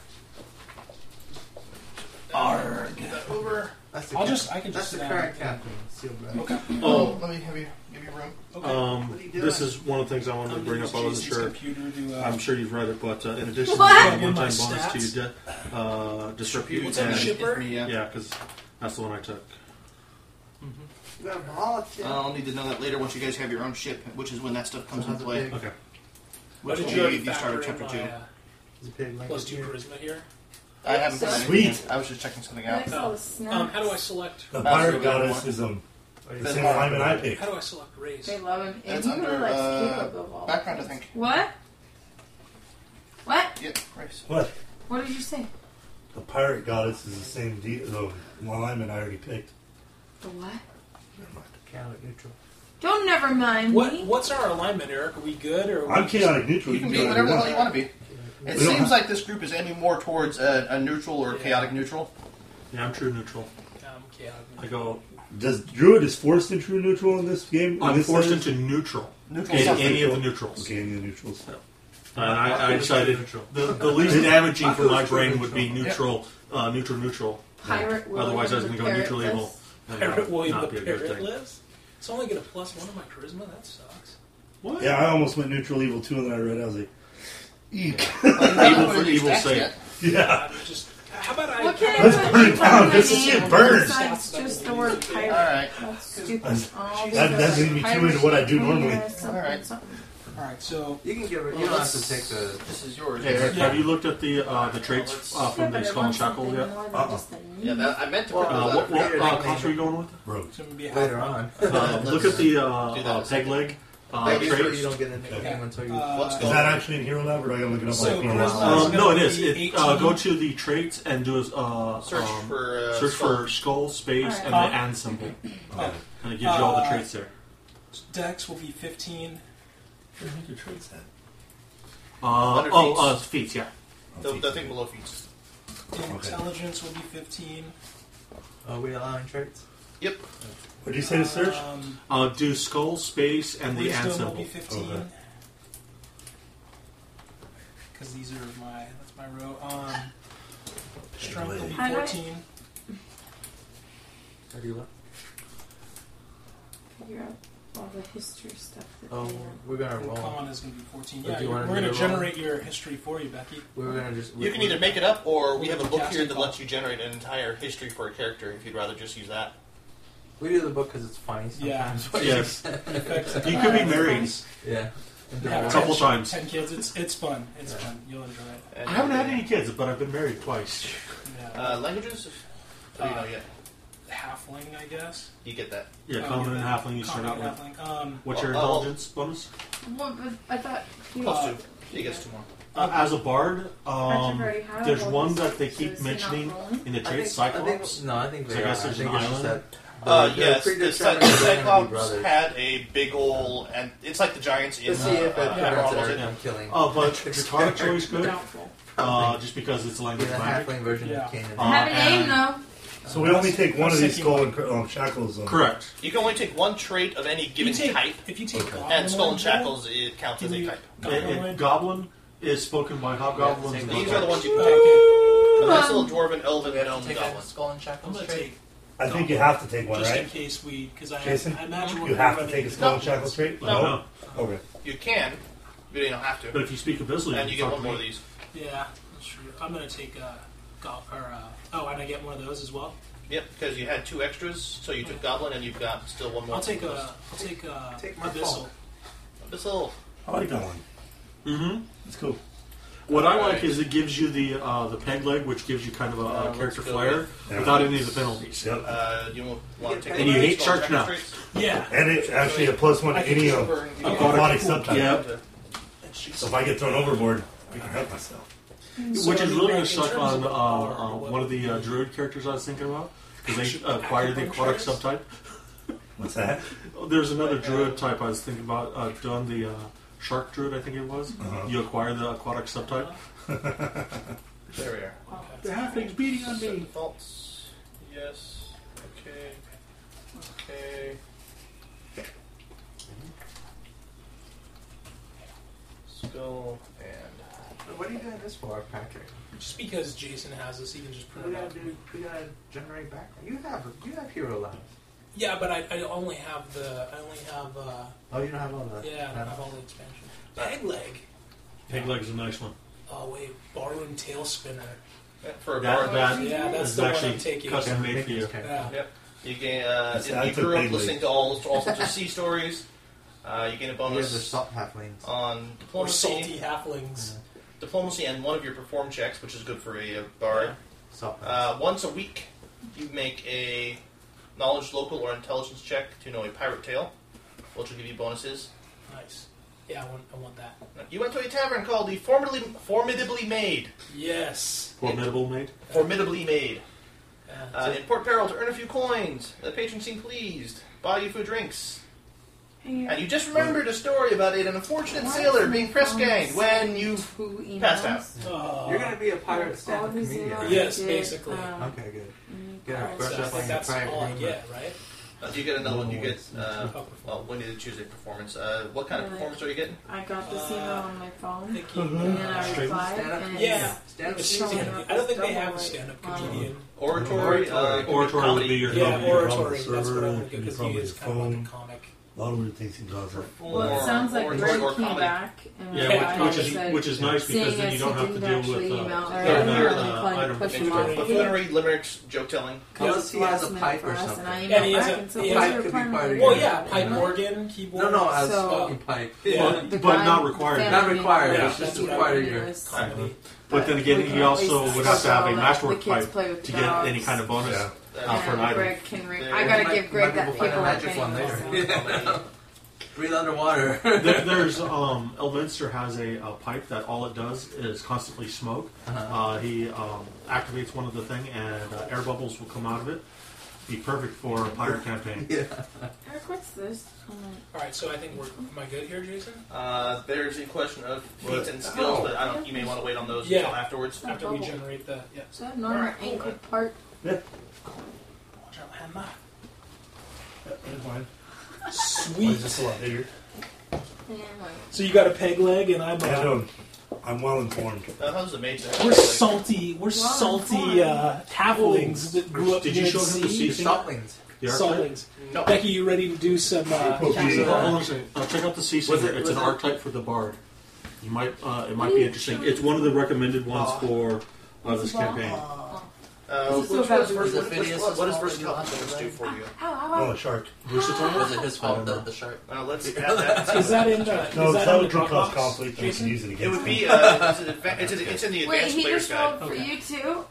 Speaker 1: Arg.
Speaker 2: Is that over?
Speaker 7: That's the
Speaker 1: I'll
Speaker 7: cap-
Speaker 1: just I can
Speaker 7: That's
Speaker 1: just
Speaker 7: the
Speaker 1: uh,
Speaker 7: current captain, Seal Brad.
Speaker 1: Okay.
Speaker 5: Oh,
Speaker 2: Let me have you give you room.
Speaker 5: um, this is one of the things I wanted to
Speaker 1: I'm
Speaker 5: bring
Speaker 1: gonna
Speaker 5: up. I
Speaker 1: use
Speaker 5: wasn't
Speaker 1: Jason's
Speaker 5: sure.
Speaker 1: Computer to, uh,
Speaker 5: I'm sure you've read it, but uh, in addition
Speaker 6: What?
Speaker 5: to the
Speaker 1: With
Speaker 5: one-time
Speaker 1: my
Speaker 5: bonus to
Speaker 1: stats?
Speaker 5: your de- uh, disrepute,
Speaker 1: What's that,
Speaker 5: and,
Speaker 1: ship? Shipper?
Speaker 2: Yeah.
Speaker 5: yeah, because that's the one I took.
Speaker 7: You got a ball of shit.
Speaker 2: I'll need to know that later once you guys have your own ship, which is when that stuff comes into play.
Speaker 5: Okay.
Speaker 1: What
Speaker 2: Which
Speaker 1: did
Speaker 2: will
Speaker 1: you
Speaker 2: be
Speaker 1: already
Speaker 2: the start
Speaker 1: factor
Speaker 2: of chapter
Speaker 1: in my,
Speaker 2: two.
Speaker 1: uh,
Speaker 7: Is it paid like
Speaker 1: plus two charisma here?
Speaker 2: I haven't.
Speaker 6: Sweet.
Speaker 2: done anything yet.
Speaker 3: Sweet.
Speaker 2: I was just checking something out.
Speaker 6: Likes all the snacks.
Speaker 1: Um, how do I select?
Speaker 3: The
Speaker 2: That's
Speaker 3: pirate
Speaker 2: the better
Speaker 3: goddess
Speaker 2: one.
Speaker 3: is um, the
Speaker 2: That's
Speaker 3: same
Speaker 2: fine.
Speaker 3: alignment I picked.
Speaker 1: How do I select race?
Speaker 6: They love him. And
Speaker 2: That's
Speaker 6: he really
Speaker 2: under,
Speaker 6: likes
Speaker 2: uh,
Speaker 6: Caleb of all.
Speaker 2: background, I think.
Speaker 6: What? What?
Speaker 2: Yeah, race.
Speaker 3: What?
Speaker 6: What did you say?
Speaker 3: The pirate goddess is the same de- the alignment I already picked.
Speaker 6: The what?
Speaker 3: Never mind.
Speaker 7: Catholic neutral.
Speaker 6: Don't never mind
Speaker 1: What
Speaker 6: me.
Speaker 1: What's our alignment, Eric? Are we good or? are
Speaker 3: I'm
Speaker 1: we
Speaker 3: chaotic neutral.
Speaker 2: You can
Speaker 3: do
Speaker 2: be whatever the hell you
Speaker 3: want.
Speaker 2: want to be. It
Speaker 3: We don't
Speaker 2: seems
Speaker 3: have-
Speaker 2: like this group is aiming more towards a, a neutral or
Speaker 1: Yeah.
Speaker 2: chaotic neutral.
Speaker 5: Yeah, I'm true neutral.
Speaker 1: just- um,
Speaker 5: I
Speaker 1: chaotic?
Speaker 5: go.
Speaker 3: Does Druid is forced into neutral in this game? In
Speaker 5: I'm
Speaker 3: this
Speaker 5: forced
Speaker 3: setting?
Speaker 5: into neutral.
Speaker 2: Neutral
Speaker 5: in
Speaker 2: something.
Speaker 5: any of the neutrals.
Speaker 3: Okay, any of the neutrals.
Speaker 5: And I, I decided
Speaker 4: Neutral.
Speaker 5: the, the least damaging for my brain would be neutral, uh, neutral, neutral.
Speaker 6: Pirate William
Speaker 5: Otherwise, I was
Speaker 6: the
Speaker 5: going to go
Speaker 6: Parrot
Speaker 5: neutral evil.
Speaker 6: Lives.
Speaker 5: and that
Speaker 1: Parrot
Speaker 5: would
Speaker 1: William
Speaker 5: not
Speaker 1: the
Speaker 5: be a good
Speaker 1: parrot
Speaker 5: thing.
Speaker 1: lives. It's only get a plus one of my charisma. That sucks.
Speaker 5: What?
Speaker 3: Yeah, I almost went neutral evil too, and then I read, I was like, eek.
Speaker 5: Evil for evil's sake.
Speaker 3: yeah.
Speaker 1: I'm just. How about I?
Speaker 6: What can I
Speaker 3: Let's
Speaker 6: put
Speaker 3: burn it
Speaker 6: in
Speaker 3: down,
Speaker 6: my
Speaker 3: this
Speaker 6: name
Speaker 3: shit burns.
Speaker 6: Besides just the word pirate.
Speaker 2: All right.
Speaker 6: That's stupid.
Speaker 3: That's-
Speaker 6: All
Speaker 3: that-
Speaker 6: the
Speaker 3: that's gonna be
Speaker 6: pirate
Speaker 3: too into what I do
Speaker 6: shit.
Speaker 3: normally.
Speaker 6: Something,
Speaker 2: All right.
Speaker 6: something.
Speaker 1: All right, so
Speaker 7: You can give it.
Speaker 2: Well,
Speaker 7: You don't have
Speaker 2: let's-
Speaker 7: to take the.
Speaker 2: This is yours.
Speaker 5: Hey, Eric,
Speaker 1: Yeah.
Speaker 5: have you looked at the uh, the traits uh,
Speaker 6: Yeah,
Speaker 5: from
Speaker 6: but I
Speaker 5: the Skull
Speaker 6: want
Speaker 5: and Shackle
Speaker 6: something
Speaker 5: yet?
Speaker 6: more than
Speaker 3: Uh-uh.
Speaker 6: just a
Speaker 2: Yeah, that, I meant to.
Speaker 7: Well,
Speaker 2: print
Speaker 5: Uh,
Speaker 2: those
Speaker 5: what
Speaker 2: out.
Speaker 5: what uh, class are you going with?
Speaker 3: Rogues.
Speaker 1: it's gonna be a
Speaker 7: Later
Speaker 1: half-
Speaker 5: <laughs>
Speaker 7: on.
Speaker 5: Uh,
Speaker 7: <laughs>
Speaker 2: Let's-
Speaker 5: look at the uh,
Speaker 2: do that in
Speaker 5: uh,
Speaker 2: a second.
Speaker 5: peg leg uh,
Speaker 7: Make sure you
Speaker 5: traits.
Speaker 7: don't get into the
Speaker 3: Okay.
Speaker 7: game until you.
Speaker 1: Uh,
Speaker 2: What's
Speaker 3: Is
Speaker 2: going
Speaker 3: that
Speaker 2: on?
Speaker 3: actually in Hero Lab, or do I gotta look it up
Speaker 1: So,
Speaker 3: like
Speaker 1: Chris-
Speaker 3: wow.
Speaker 5: Um, no, it is.
Speaker 1: It's
Speaker 5: It,
Speaker 1: gonna
Speaker 5: uh,
Speaker 1: be
Speaker 5: go to the traits and do a uh,
Speaker 2: Search
Speaker 5: um,
Speaker 2: for uh,
Speaker 5: search
Speaker 2: skull.
Speaker 5: for skull, space,
Speaker 6: Alright.
Speaker 5: and the and symbol,
Speaker 1: Oh,
Speaker 5: and it gives you all the
Speaker 1: Uh,
Speaker 5: traits there.
Speaker 1: Dex will be 15.
Speaker 5: Uh,
Speaker 2: Under
Speaker 5: oh,
Speaker 2: feats.
Speaker 5: uh, feats, yeah.
Speaker 2: The, the thing below feats.
Speaker 1: Intelligence will be 15.
Speaker 7: Are we allowing traits?
Speaker 2: Yep.
Speaker 3: What do you say to search?
Speaker 1: Um,
Speaker 5: Uh, do skull, space, and the and
Speaker 1: wisdom will be
Speaker 5: symbol.
Speaker 1: 15.
Speaker 3: Okay.
Speaker 1: Because these are my, that's my row. Um, strength will be
Speaker 6: I like-
Speaker 1: 14.
Speaker 7: Or do you want?
Speaker 6: Figure out all the history stuff. That
Speaker 7: Oh,
Speaker 6: they have.
Speaker 7: we're gonna
Speaker 1: Your
Speaker 7: roll.
Speaker 1: con is going to be 14.
Speaker 7: Or
Speaker 1: Yeah,
Speaker 7: do you
Speaker 1: you-
Speaker 7: wanna
Speaker 1: we're going
Speaker 7: do
Speaker 1: to
Speaker 7: the roll?
Speaker 1: generate your history for you,
Speaker 5: <laughs>
Speaker 1: Becky.
Speaker 7: We were gonna just.
Speaker 2: You
Speaker 7: we-
Speaker 2: can
Speaker 7: we-
Speaker 2: either make it up, or we have a book
Speaker 1: Casting
Speaker 2: here that
Speaker 1: call.
Speaker 2: lets you generate an entire history for a character. If you'd rather just use that,
Speaker 7: We do the book because it's funny
Speaker 1: Yeah.
Speaker 7: <laughs> sometimes.
Speaker 5: Yes.
Speaker 1: Affects-
Speaker 5: You could be married
Speaker 7: Yeah.
Speaker 5: a
Speaker 1: Yeah.
Speaker 5: couple
Speaker 1: <laughs>
Speaker 5: times.
Speaker 1: Ten kids. It's it's fun. It's fun. You'll enjoy it.
Speaker 2: and
Speaker 5: I haven't had any kids, but I've been married twice.
Speaker 1: Yeah.
Speaker 2: uh, languages. What do you know yet?
Speaker 1: halfling, I guess.
Speaker 2: You get that.
Speaker 5: Yeah,
Speaker 1: Um,
Speaker 5: common and halfling you start out
Speaker 1: Common
Speaker 5: with.
Speaker 1: halfling. Um,
Speaker 5: What's your
Speaker 2: Oh, oh.
Speaker 5: intelligence bonus?
Speaker 6: Well, but I thought you
Speaker 2: Plus
Speaker 6: all-
Speaker 2: two. He gets two more.
Speaker 5: Uh, as a bard,
Speaker 6: Patrick
Speaker 5: um,
Speaker 6: already had
Speaker 5: there's
Speaker 6: all
Speaker 5: one
Speaker 6: these,
Speaker 5: that they
Speaker 6: so
Speaker 5: keep
Speaker 6: is he not
Speaker 5: mentioning
Speaker 6: rolling?
Speaker 5: in the
Speaker 7: I think,
Speaker 5: traits, Cyclops.
Speaker 7: I think, no, I think they
Speaker 5: So I guess
Speaker 7: are.
Speaker 5: there's
Speaker 7: I think
Speaker 5: an
Speaker 7: it's just
Speaker 5: island?
Speaker 7: that.
Speaker 2: Uh,
Speaker 7: they're
Speaker 2: yes, the Cy-
Speaker 7: predetermined they're gonna be
Speaker 2: Cyclops
Speaker 7: brothers.
Speaker 2: had a big ol' and it's like the giants in.
Speaker 7: Let's see if it
Speaker 2: uh,
Speaker 1: yeah,
Speaker 7: turns
Speaker 2: Marvel.
Speaker 7: out
Speaker 5: yeah.
Speaker 7: I'm killing.
Speaker 5: Oh,
Speaker 7: <laughs>
Speaker 2: <laughs>
Speaker 5: but your target choice good,
Speaker 6: Doubtful.
Speaker 5: uh, just because it's
Speaker 7: Be
Speaker 5: language
Speaker 7: the
Speaker 5: magic.
Speaker 7: halfling version
Speaker 1: Yeah.
Speaker 7: of Canaan.
Speaker 5: Uh,
Speaker 6: I have a name
Speaker 5: and-
Speaker 6: though.
Speaker 3: So we only take one of these
Speaker 1: Second.
Speaker 3: skull and cr- um, shackles. Um,
Speaker 5: Correct.
Speaker 2: You can only take one trait of any
Speaker 1: if you
Speaker 2: given
Speaker 1: take
Speaker 2: type,
Speaker 1: if you take Goblin
Speaker 2: and skull and
Speaker 1: Lord,
Speaker 2: shackles it counts
Speaker 1: Can
Speaker 2: as a
Speaker 1: you
Speaker 2: type.
Speaker 5: It,
Speaker 1: Goblin
Speaker 5: it,
Speaker 1: Lord?
Speaker 5: goblin is spoken by hobgoblins.
Speaker 7: Yeah,
Speaker 5: and
Speaker 7: take
Speaker 2: These
Speaker 7: Okay.
Speaker 2: are the ones you pick.
Speaker 1: Okay.
Speaker 2: This little dwarven, elven, gnome,
Speaker 7: Take
Speaker 2: goblin.
Speaker 7: that skull and
Speaker 1: I'm
Speaker 7: shackles
Speaker 1: gonna
Speaker 7: trait.
Speaker 1: take
Speaker 3: I think you have to take one,
Speaker 1: just in
Speaker 3: right?
Speaker 1: case we because I,
Speaker 3: Jason?
Speaker 1: I imagine we're
Speaker 3: You
Speaker 1: gonna
Speaker 3: have to
Speaker 1: run
Speaker 3: take a
Speaker 1: into
Speaker 3: skull and
Speaker 1: goblins.
Speaker 3: shackles straight?
Speaker 5: No. no,
Speaker 3: Okay.
Speaker 2: You can, but you don't have to.
Speaker 5: but if you speak Abyssal,
Speaker 2: And you get
Speaker 5: can talk
Speaker 2: one
Speaker 5: to
Speaker 2: more of
Speaker 5: me.
Speaker 2: these.
Speaker 1: Yeah, that's true. I'm gonna take uh, golf or uh, oh, and I get one of those as well.
Speaker 2: Yep, because you had two extras, so you took goblin, and you've got still one more.
Speaker 1: I'll take uh, I'll take uh,
Speaker 7: Take my
Speaker 1: abyssal.
Speaker 7: fault.
Speaker 2: This little.
Speaker 3: I like that one.
Speaker 5: Mm-hmm.
Speaker 3: It's cool.
Speaker 5: What I like
Speaker 2: Alright.
Speaker 5: is it gives you the uh, the peg leg, which gives you kind of a,
Speaker 2: Uh,
Speaker 5: uh
Speaker 2: let's
Speaker 5: character
Speaker 2: go
Speaker 5: flair
Speaker 2: with-
Speaker 3: Yeah.
Speaker 5: without any of the penalties.
Speaker 3: Yep.
Speaker 2: Uh, you won't want to take.
Speaker 5: And you hate
Speaker 2: Skull
Speaker 5: shark
Speaker 2: and
Speaker 5: now.
Speaker 2: Jackets traits.
Speaker 1: Yeah,
Speaker 3: And it's actually a plus one
Speaker 1: I
Speaker 3: to
Speaker 1: can
Speaker 3: any
Speaker 1: just
Speaker 3: um,
Speaker 1: over and do
Speaker 5: Aquatic.
Speaker 3: aquatic subtype.
Speaker 5: Yeah.
Speaker 3: So if I get thrown overboard, I can help myself.
Speaker 1: So,
Speaker 5: Which
Speaker 1: I
Speaker 5: is
Speaker 1: mean,
Speaker 5: really
Speaker 1: in
Speaker 5: going to suck
Speaker 1: terms
Speaker 5: on
Speaker 1: of
Speaker 5: uh,
Speaker 1: power,
Speaker 5: uh,
Speaker 1: what-
Speaker 5: one of the uh, druid characters I was thinking about because they acquired the aquatic subtype.
Speaker 3: What's that?
Speaker 5: Oh, There's another
Speaker 1: uh,
Speaker 5: druid type I was thinking about uh, doing the uh, shark druid, I think it was. You acquire the aquatic subtype.
Speaker 1: Uh-huh.
Speaker 2: There we are.
Speaker 5: The halfling's beating on
Speaker 2: Set defaults. Yes. Okay. Okay. Skull and
Speaker 7: What are you doing this for, Patrick?
Speaker 1: Just because Jason has this, he can just print
Speaker 7: We
Speaker 1: it
Speaker 7: gotta
Speaker 1: out.
Speaker 7: do. We gotta generate back. You have. You have hero lines.
Speaker 1: Yeah, but I, I only have the I only have uh,
Speaker 7: Oh, you don't have all that.
Speaker 1: yeah I don't have all the expansion. Peg leg.
Speaker 5: Peg leg's a nice one.
Speaker 1: Oh wait, barroom tail spinner.
Speaker 2: eh, for a
Speaker 5: That,
Speaker 2: bard.
Speaker 5: that
Speaker 1: Yeah, that's
Speaker 5: is
Speaker 1: the one I'm
Speaker 5: actually
Speaker 1: taking.
Speaker 5: custom made for you.
Speaker 1: Yeah.
Speaker 2: Yep. You gain. Uh,
Speaker 3: That's- I
Speaker 2: you
Speaker 3: took
Speaker 2: grew up
Speaker 3: Bailey.
Speaker 2: listening to all all sorts of sea stories. Uh, you gain a
Speaker 7: You have the
Speaker 2: bonus
Speaker 7: salt halflings.
Speaker 2: on
Speaker 1: Or
Speaker 2: diplomacy,
Speaker 1: salty halflings.
Speaker 3: Uh,
Speaker 2: diplomacy, and one of your perform checks, which is good for a, uh bard.
Speaker 7: Salt.
Speaker 2: Uh, once a week, you make a knowledge, local, or intelligence check to know a pirate tale, which will give you bonuses.
Speaker 1: Nice. Yeah, I want I want that.
Speaker 2: You went to a tavern called the Formidably, formidably Made.
Speaker 1: Yes.
Speaker 5: Formidable made.
Speaker 2: Formidably Made.
Speaker 1: Yeah.
Speaker 2: Uh, in Port Peril to earn a few coins. The patron seemed pleased. Buy you food drinks.
Speaker 6: Hey,
Speaker 2: And Uh, you just remembered a story about an unfortunate sailor being press ganged when you.
Speaker 6: who emails?
Speaker 2: passed out.
Speaker 1: Oh.
Speaker 7: You're gonna be a pirate
Speaker 6: All
Speaker 7: stand-up
Speaker 6: these
Speaker 7: comedian.
Speaker 6: emails
Speaker 7: right?
Speaker 1: Yes.
Speaker 6: I did,
Speaker 1: basically.
Speaker 6: um,
Speaker 7: Okay, good.
Speaker 6: and
Speaker 7: Yeah,
Speaker 6: I
Speaker 7: brush
Speaker 1: So
Speaker 6: was
Speaker 1: I
Speaker 6: just-
Speaker 7: up on
Speaker 1: think
Speaker 7: your
Speaker 1: that's
Speaker 7: pirate
Speaker 1: all I
Speaker 7: humor.
Speaker 1: get,
Speaker 7: <laughs>
Speaker 1: right?
Speaker 2: Uh, you get another one. You get. Uh,
Speaker 1: Oh,
Speaker 2: well, when did you choose a performance? Uh, what kind of performance are you getting?
Speaker 6: I got this email on my phone,
Speaker 1: Thank you.
Speaker 6: and then I
Speaker 7: Straight
Speaker 6: replied,
Speaker 7: stand-up
Speaker 6: and
Speaker 7: comedian.
Speaker 1: Yeah.
Speaker 7: Stand-up
Speaker 1: It's
Speaker 7: comedian.
Speaker 1: stand-up. I don't think they have a stand-up comedian.
Speaker 2: Oratory? Uh,
Speaker 7: Oratory.
Speaker 5: Oratory would be your
Speaker 1: Yeah,
Speaker 5: yeah,
Speaker 1: oratory.
Speaker 3: Probably
Speaker 1: That's what I
Speaker 3: server,
Speaker 1: want to
Speaker 3: could
Speaker 1: go
Speaker 3: be
Speaker 1: because he
Speaker 3: probably
Speaker 1: is kind of like
Speaker 3: phone.
Speaker 1: a comic.
Speaker 3: A lot of weird things he does. Like,
Speaker 6: well, it sounds like
Speaker 2: Oratory
Speaker 6: Greg
Speaker 2: or
Speaker 6: came
Speaker 2: comedy.
Speaker 6: back, and
Speaker 5: Yeah,
Speaker 1: Yeah,
Speaker 5: which,
Speaker 6: replied,
Speaker 5: which
Speaker 6: said,
Speaker 5: is which is nice because
Speaker 6: seeing
Speaker 5: then you
Speaker 6: us,
Speaker 5: don't
Speaker 6: he
Speaker 5: have to
Speaker 6: didn't
Speaker 5: deal with
Speaker 6: actually email, or
Speaker 5: uh,
Speaker 2: yeah,
Speaker 6: I
Speaker 2: you're
Speaker 6: didn't
Speaker 5: the
Speaker 6: reply,
Speaker 5: item.
Speaker 6: push him
Speaker 2: Introduction.
Speaker 6: off.
Speaker 2: Buffoonery, limericks, joke telling.
Speaker 7: Unless he
Speaker 6: Yeah,
Speaker 7: has a
Speaker 6: last
Speaker 7: pipe
Speaker 6: minute
Speaker 7: or
Speaker 6: for us, and I
Speaker 7: something.
Speaker 1: Yeah, he
Speaker 6: emailed
Speaker 1: has
Speaker 6: back
Speaker 1: a-
Speaker 6: and so
Speaker 1: he
Speaker 6: what's
Speaker 1: has-
Speaker 6: your
Speaker 7: Pipe could be
Speaker 6: requirement
Speaker 7: part of
Speaker 1: Well,
Speaker 6: again?
Speaker 1: yeah, pipe
Speaker 6: Yeah.
Speaker 1: organ, keyboard.
Speaker 7: No, no, as
Speaker 6: So-
Speaker 7: fucking pipe.
Speaker 1: Yeah.
Speaker 5: But-
Speaker 6: The
Speaker 5: but
Speaker 6: guy
Speaker 5: not required.
Speaker 6: said
Speaker 7: Not
Speaker 6: I didn't
Speaker 7: required,
Speaker 6: know
Speaker 1: it's
Speaker 6: that
Speaker 1: just
Speaker 6: he
Speaker 7: required
Speaker 6: didn't
Speaker 7: here.
Speaker 6: notice.
Speaker 1: Comedy.
Speaker 5: But then again,
Speaker 6: we can
Speaker 5: you also
Speaker 6: always
Speaker 5: would have to have a
Speaker 6: let the
Speaker 5: matchwork
Speaker 6: kids
Speaker 5: pipe
Speaker 6: play with
Speaker 5: to get
Speaker 6: dogs.
Speaker 5: any kind of bonus.
Speaker 3: Yeah.
Speaker 5: Uh, for an
Speaker 6: And
Speaker 5: item.
Speaker 6: Greg can re-
Speaker 2: There.
Speaker 6: I
Speaker 7: You
Speaker 6: gotta
Speaker 7: might-
Speaker 6: give
Speaker 7: might
Speaker 6: Greg
Speaker 7: be
Speaker 6: that
Speaker 7: able to find a
Speaker 6: paperwork
Speaker 7: magic one later.
Speaker 6: anyway.
Speaker 7: <laughs> Breathe
Speaker 5: <laughs>
Speaker 7: underwater.
Speaker 5: there, there's um, Elminster has a, uh pipe that all it does is constantly
Speaker 7: Uh-huh.
Speaker 5: smoke. uh he um, activates one of the thing, and uh, air bubbles will come out of it. be perfect for a pirate campaign.
Speaker 6: Eric, what's this? I'm like,
Speaker 1: All right, so I think we're. Am I good here, Jason?
Speaker 2: Uh, there's a question of feet
Speaker 5: What?
Speaker 2: and
Speaker 6: Oh.
Speaker 2: skills, but I don't, you may want to wait on those until
Speaker 1: Yeah.
Speaker 2: afterwards.
Speaker 6: that
Speaker 1: After we
Speaker 6: bubble?
Speaker 1: generate the yes.
Speaker 6: Is that not our
Speaker 1: Alright, cool.
Speaker 6: ankle part?
Speaker 1: Watch out, Hammer.
Speaker 3: Never mind. Why is
Speaker 1: Sweet.
Speaker 3: this a lot bigger?
Speaker 6: Yeah, like,
Speaker 1: So you got a peg leg, and I'm.
Speaker 3: I
Speaker 1: A,
Speaker 3: don't. I'm well informed.
Speaker 2: Uh, how's the mage?
Speaker 1: we're salty. We're
Speaker 6: fine.
Speaker 1: salty uh, halflings that grew up
Speaker 5: Did you
Speaker 1: near
Speaker 5: show him the
Speaker 7: The
Speaker 5: sea?
Speaker 7: Saltlings.
Speaker 5: The archetype?
Speaker 1: Saltlings.
Speaker 2: No.
Speaker 1: Becky, you ready to do some? Uh,
Speaker 3: Well,
Speaker 5: Uh,
Speaker 3: be-
Speaker 5: hold on a second. Uh, check out the sea
Speaker 2: Was
Speaker 5: singer.
Speaker 2: it-
Speaker 5: It's
Speaker 2: was
Speaker 5: an
Speaker 2: it-
Speaker 5: archetype for the bard. You might. Uh, it might be interesting. It's one of the recommended ones for uh, this campaign.
Speaker 2: Uh,
Speaker 6: This is so
Speaker 2: which
Speaker 6: bad
Speaker 2: was
Speaker 6: to
Speaker 2: first,
Speaker 6: read.
Speaker 2: what, which,
Speaker 7: Phineas
Speaker 2: what, what does
Speaker 7: is
Speaker 2: first
Speaker 7: probably
Speaker 2: couple
Speaker 7: the last
Speaker 2: do
Speaker 7: one,
Speaker 2: for you?
Speaker 6: <laughs> Ow,
Speaker 3: Oh,
Speaker 6: ow,
Speaker 3: a
Speaker 6: ow.
Speaker 3: shark.
Speaker 7: Was <gasps> it his fault, the,
Speaker 5: know.
Speaker 7: the shark?
Speaker 2: Uh, let's add that.
Speaker 1: is that in the?
Speaker 3: No,
Speaker 1: is that
Speaker 3: if that
Speaker 1: in the
Speaker 3: would cause
Speaker 1: Dropbox?
Speaker 3: conflict. We can
Speaker 1: Jason?
Speaker 3: use it
Speaker 2: It
Speaker 3: against.
Speaker 2: would
Speaker 3: him.
Speaker 2: be uh, it's, an adva- it's, in- it's in the
Speaker 6: Wait,
Speaker 2: advanced
Speaker 6: he
Speaker 2: player's
Speaker 6: just
Speaker 2: guide.
Speaker 6: rolled for
Speaker 1: Okay.
Speaker 6: you too?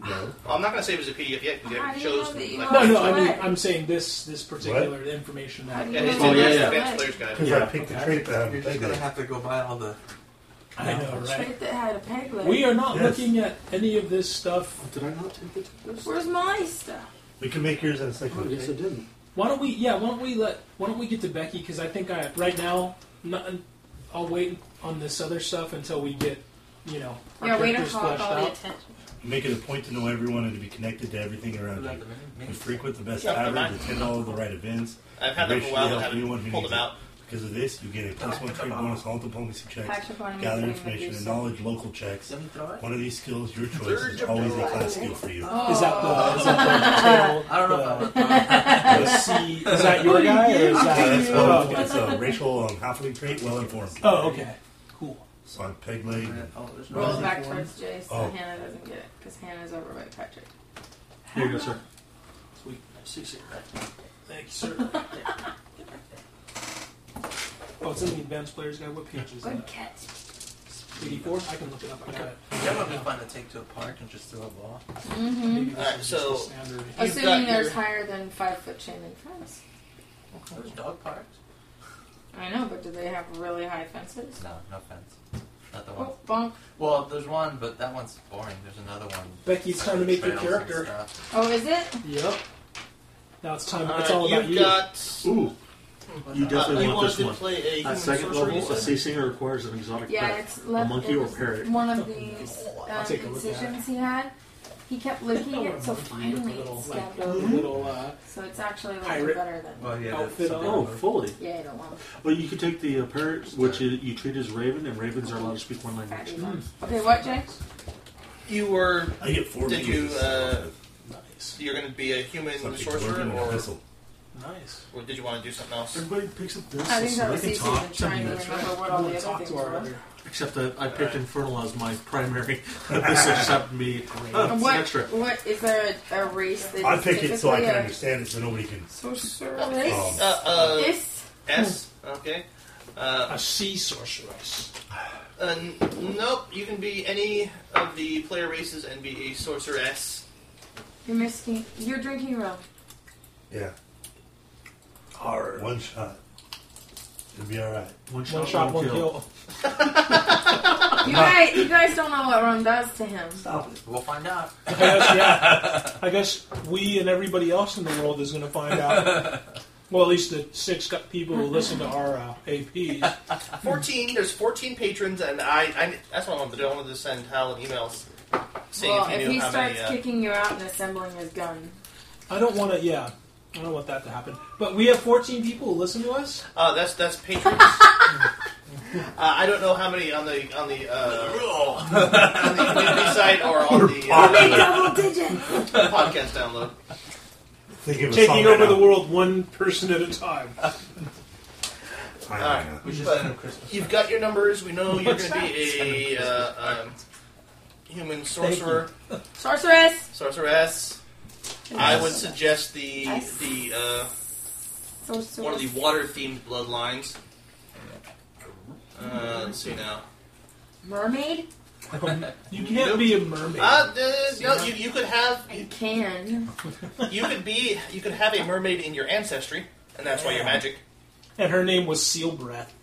Speaker 3: No.
Speaker 2: Well, I'm not going to save it as a PDF yet because you
Speaker 6: How
Speaker 2: haven't
Speaker 6: do you know
Speaker 2: chose.
Speaker 6: that you
Speaker 2: like-
Speaker 6: are?
Speaker 1: No, no. I mean,
Speaker 6: What?
Speaker 1: I'm saying this this particular information
Speaker 6: How
Speaker 1: that
Speaker 6: do
Speaker 2: Yeah,
Speaker 6: you
Speaker 2: it's in
Speaker 6: know
Speaker 5: Oh,
Speaker 2: the
Speaker 5: yeah,
Speaker 6: that's
Speaker 5: yeah.
Speaker 2: advanced
Speaker 6: what?
Speaker 2: player's guide.
Speaker 3: Because I picked the trait that had
Speaker 7: You're
Speaker 3: a
Speaker 7: just
Speaker 3: peg
Speaker 7: gonna
Speaker 3: leg.
Speaker 7: have to go buy all the.
Speaker 1: I know, right?
Speaker 6: Trait that had a peg leg.
Speaker 1: We are not
Speaker 3: Yes.
Speaker 1: looking at any of this stuff.
Speaker 5: Did I not take the test?
Speaker 6: Where's my stuff?
Speaker 3: We can make yours in a second.
Speaker 5: Oh, yes, I didn't.
Speaker 1: Why don't we? Yeah, why don't we let? Why don't we get to Becky? Because I think I right now, not, I'll wait on this other stuff until we get, you know, our
Speaker 6: Yeah, way to
Speaker 1: characters
Speaker 6: hog
Speaker 1: fleshed
Speaker 6: all the
Speaker 1: out.
Speaker 6: attention.
Speaker 3: Make it a point to know everyone and to be connected to everything around you. You frequent the best tavern, attend all of the right events.
Speaker 2: I've had them
Speaker 3: and
Speaker 2: for a
Speaker 3: graciously
Speaker 2: while, but
Speaker 3: help anyone
Speaker 2: haven't
Speaker 3: who
Speaker 2: pulled
Speaker 3: needs
Speaker 2: them out.
Speaker 3: it. Because of this, you get a plus one trait bonus on all diplomacy checks,
Speaker 6: Action point, I'm
Speaker 3: gather
Speaker 6: gonna
Speaker 3: information
Speaker 6: do
Speaker 3: and
Speaker 6: some-
Speaker 3: knowledge local checks.
Speaker 7: Let me throw it.
Speaker 3: One of these skills, your choice, is always a class skill for you.
Speaker 1: Is that the?
Speaker 6: <laughs>
Speaker 1: Is that the table,
Speaker 7: I don't know if I
Speaker 1: The,
Speaker 7: want to throw
Speaker 1: the
Speaker 7: it.
Speaker 1: C, is that your guy? Or is
Speaker 3: Uh,
Speaker 1: that?
Speaker 3: that's
Speaker 1: Oh,
Speaker 3: all.
Speaker 1: okay.
Speaker 3: It's a racial um, halfling trait, well informed.
Speaker 1: Oh, okay. Cool.
Speaker 3: So I'm peg leg.
Speaker 7: Oh, there's no
Speaker 6: Rolls
Speaker 7: reason
Speaker 6: back
Speaker 7: for it.
Speaker 6: towards Jay so
Speaker 3: Oh.
Speaker 6: Hannah doesn't get it because Hannah's over by Patrick.
Speaker 5: Here you go, sir.
Speaker 1: Sweet. See you, sir. Thank
Speaker 6: <laughs>
Speaker 1: you, sir. Oh, it's in the advanced players guide. What page is
Speaker 6: Good
Speaker 1: that?
Speaker 6: catch.
Speaker 1: 84? I can look it up. I got it.
Speaker 7: That would be fun to take to a park and just throw a ball.
Speaker 6: Mm-hmm.
Speaker 1: Maybe this
Speaker 2: Alright,
Speaker 1: is just
Speaker 2: so-
Speaker 1: the standard.
Speaker 2: You've
Speaker 6: Assuming
Speaker 2: got your-
Speaker 6: there's higher than five foot chain link fence.
Speaker 7: There's dog parks.
Speaker 6: I know, but do they have really high fences?
Speaker 7: No, no offense. Not the one.
Speaker 6: Oh, bonk.
Speaker 7: Well, there's one, but that one's boring. There's another one.
Speaker 1: Becky, it's time to make your
Speaker 7: Trails and
Speaker 1: character.
Speaker 7: stuff.
Speaker 6: Oh, is it?
Speaker 1: Yep. Now it's time. It's all
Speaker 2: Uh,
Speaker 1: about
Speaker 2: you've
Speaker 1: you.
Speaker 2: got.
Speaker 5: Ooh, you
Speaker 2: Uh,
Speaker 5: definitely
Speaker 2: you
Speaker 5: want
Speaker 2: wanted
Speaker 5: this
Speaker 2: to
Speaker 5: one.
Speaker 2: play a human
Speaker 5: At second
Speaker 2: sorcerer,
Speaker 5: level,
Speaker 2: you
Speaker 5: a
Speaker 2: said?
Speaker 5: sea singer requires an exotic
Speaker 6: Yeah,
Speaker 5: pet,
Speaker 6: it's
Speaker 5: a
Speaker 6: left.
Speaker 5: monkey
Speaker 6: it
Speaker 5: or
Speaker 6: was
Speaker 5: parrot.
Speaker 6: One of these
Speaker 1: I'll
Speaker 6: um,
Speaker 1: take a look at that.
Speaker 6: incisions he had. He kept licking it, so finally it
Speaker 1: like,
Speaker 6: scabbed
Speaker 1: the
Speaker 6: over.
Speaker 1: little, uh,
Speaker 6: So it's actually a little
Speaker 1: Pirate.
Speaker 6: bit better than.
Speaker 7: Well, yeah,
Speaker 1: Outfit
Speaker 7: that's
Speaker 1: on.
Speaker 5: Oh, fully.
Speaker 6: Yeah, I don't want
Speaker 5: Well, you could take the uh, parrot, which you, you treat as raven, and ravens are allowed to speak one language.
Speaker 6: fatty ones. Okay, what, Jay?
Speaker 2: You were.
Speaker 3: I get four.
Speaker 2: Did you?
Speaker 3: pieces.
Speaker 2: Uh,
Speaker 1: nice,
Speaker 2: you're going to be a human
Speaker 3: Something
Speaker 2: sorcerer,
Speaker 3: working with
Speaker 2: or,
Speaker 3: thistle.
Speaker 1: nice.
Speaker 2: or did you want to do something else?
Speaker 5: Everybody picks up this.
Speaker 6: I think
Speaker 5: so
Speaker 6: that
Speaker 5: they
Speaker 6: was
Speaker 5: can
Speaker 6: easy
Speaker 5: talk
Speaker 6: than trying to
Speaker 5: me.
Speaker 6: remember what all
Speaker 1: I'm
Speaker 6: the
Speaker 1: gonna
Speaker 6: other
Speaker 1: talk
Speaker 6: things
Speaker 1: to our
Speaker 6: were.
Speaker 1: other.
Speaker 5: Except that I picked Infernal as my primary. <laughs> this just happened to be oh,
Speaker 6: And
Speaker 5: it's
Speaker 6: what?
Speaker 5: an extra.
Speaker 6: What is there a, a race that
Speaker 3: I
Speaker 6: is
Speaker 3: pick it so I
Speaker 6: typically
Speaker 3: can
Speaker 6: a
Speaker 3: understand it, so nobody can.
Speaker 6: Sorcerer race.
Speaker 3: Um,
Speaker 2: Uh, uh,
Speaker 6: this
Speaker 2: S. Okay. Uh,
Speaker 1: A sea sorceress.
Speaker 2: uh, n- nope. You can be any of the player races and be a sorceress.
Speaker 6: you're missing. You're drinking rum.
Speaker 3: Yeah,
Speaker 1: Hard.
Speaker 3: one shot. It'll be all right.
Speaker 5: One
Speaker 1: One shot, one kill.
Speaker 6: You guys, you guys don't know what rum does to him.
Speaker 3: Stop it.
Speaker 7: We'll find <laughs> out.
Speaker 1: I guess, yeah. I guess we and everybody else in the world is going to find out. Well, at least the six got people who listen to our uh, APs.
Speaker 5: Hmm.
Speaker 2: Fourteen. There's fourteen patrons, and I. I that's what I wanted to do. I wanted to send Hal an email s- saying
Speaker 6: well,
Speaker 2: if
Speaker 6: if
Speaker 2: you knew
Speaker 6: he
Speaker 2: how
Speaker 6: starts
Speaker 2: many. Uh,
Speaker 6: kicking you out and assembling his gun,
Speaker 1: I don't want to. Yeah, I don't want that to happen. But we have 14 people who listen to us.
Speaker 2: Uh, that's that's patrons. uh, I don't know how many on the on the uh, on the community site or on the uh,
Speaker 6: double digits.
Speaker 2: podcast download.
Speaker 3: Think of a song
Speaker 1: Taking
Speaker 3: right
Speaker 1: over the
Speaker 3: now.
Speaker 1: world one person at a time.
Speaker 3: Fine,
Speaker 2: All right.
Speaker 3: yeah.
Speaker 7: We should
Speaker 2: But-
Speaker 7: send him Christmas.
Speaker 2: You've got your numbers. We know you're
Speaker 1: What's
Speaker 2: going to be a uh, um, human sorcerer,
Speaker 6: Sorceress.
Speaker 2: sorceress. I would suggest the
Speaker 6: Nice.
Speaker 2: the uh,
Speaker 6: Sorceress.
Speaker 2: one of the water themed bloodlines. Uh, let's see now.
Speaker 6: Mermaid.
Speaker 1: You can't be a mermaid.
Speaker 2: Uh, uh, no, you, you could have
Speaker 6: I can.
Speaker 2: you could be you could have a mermaid in your ancestry, and that's why you're magic.
Speaker 1: And her name was Seal Breath.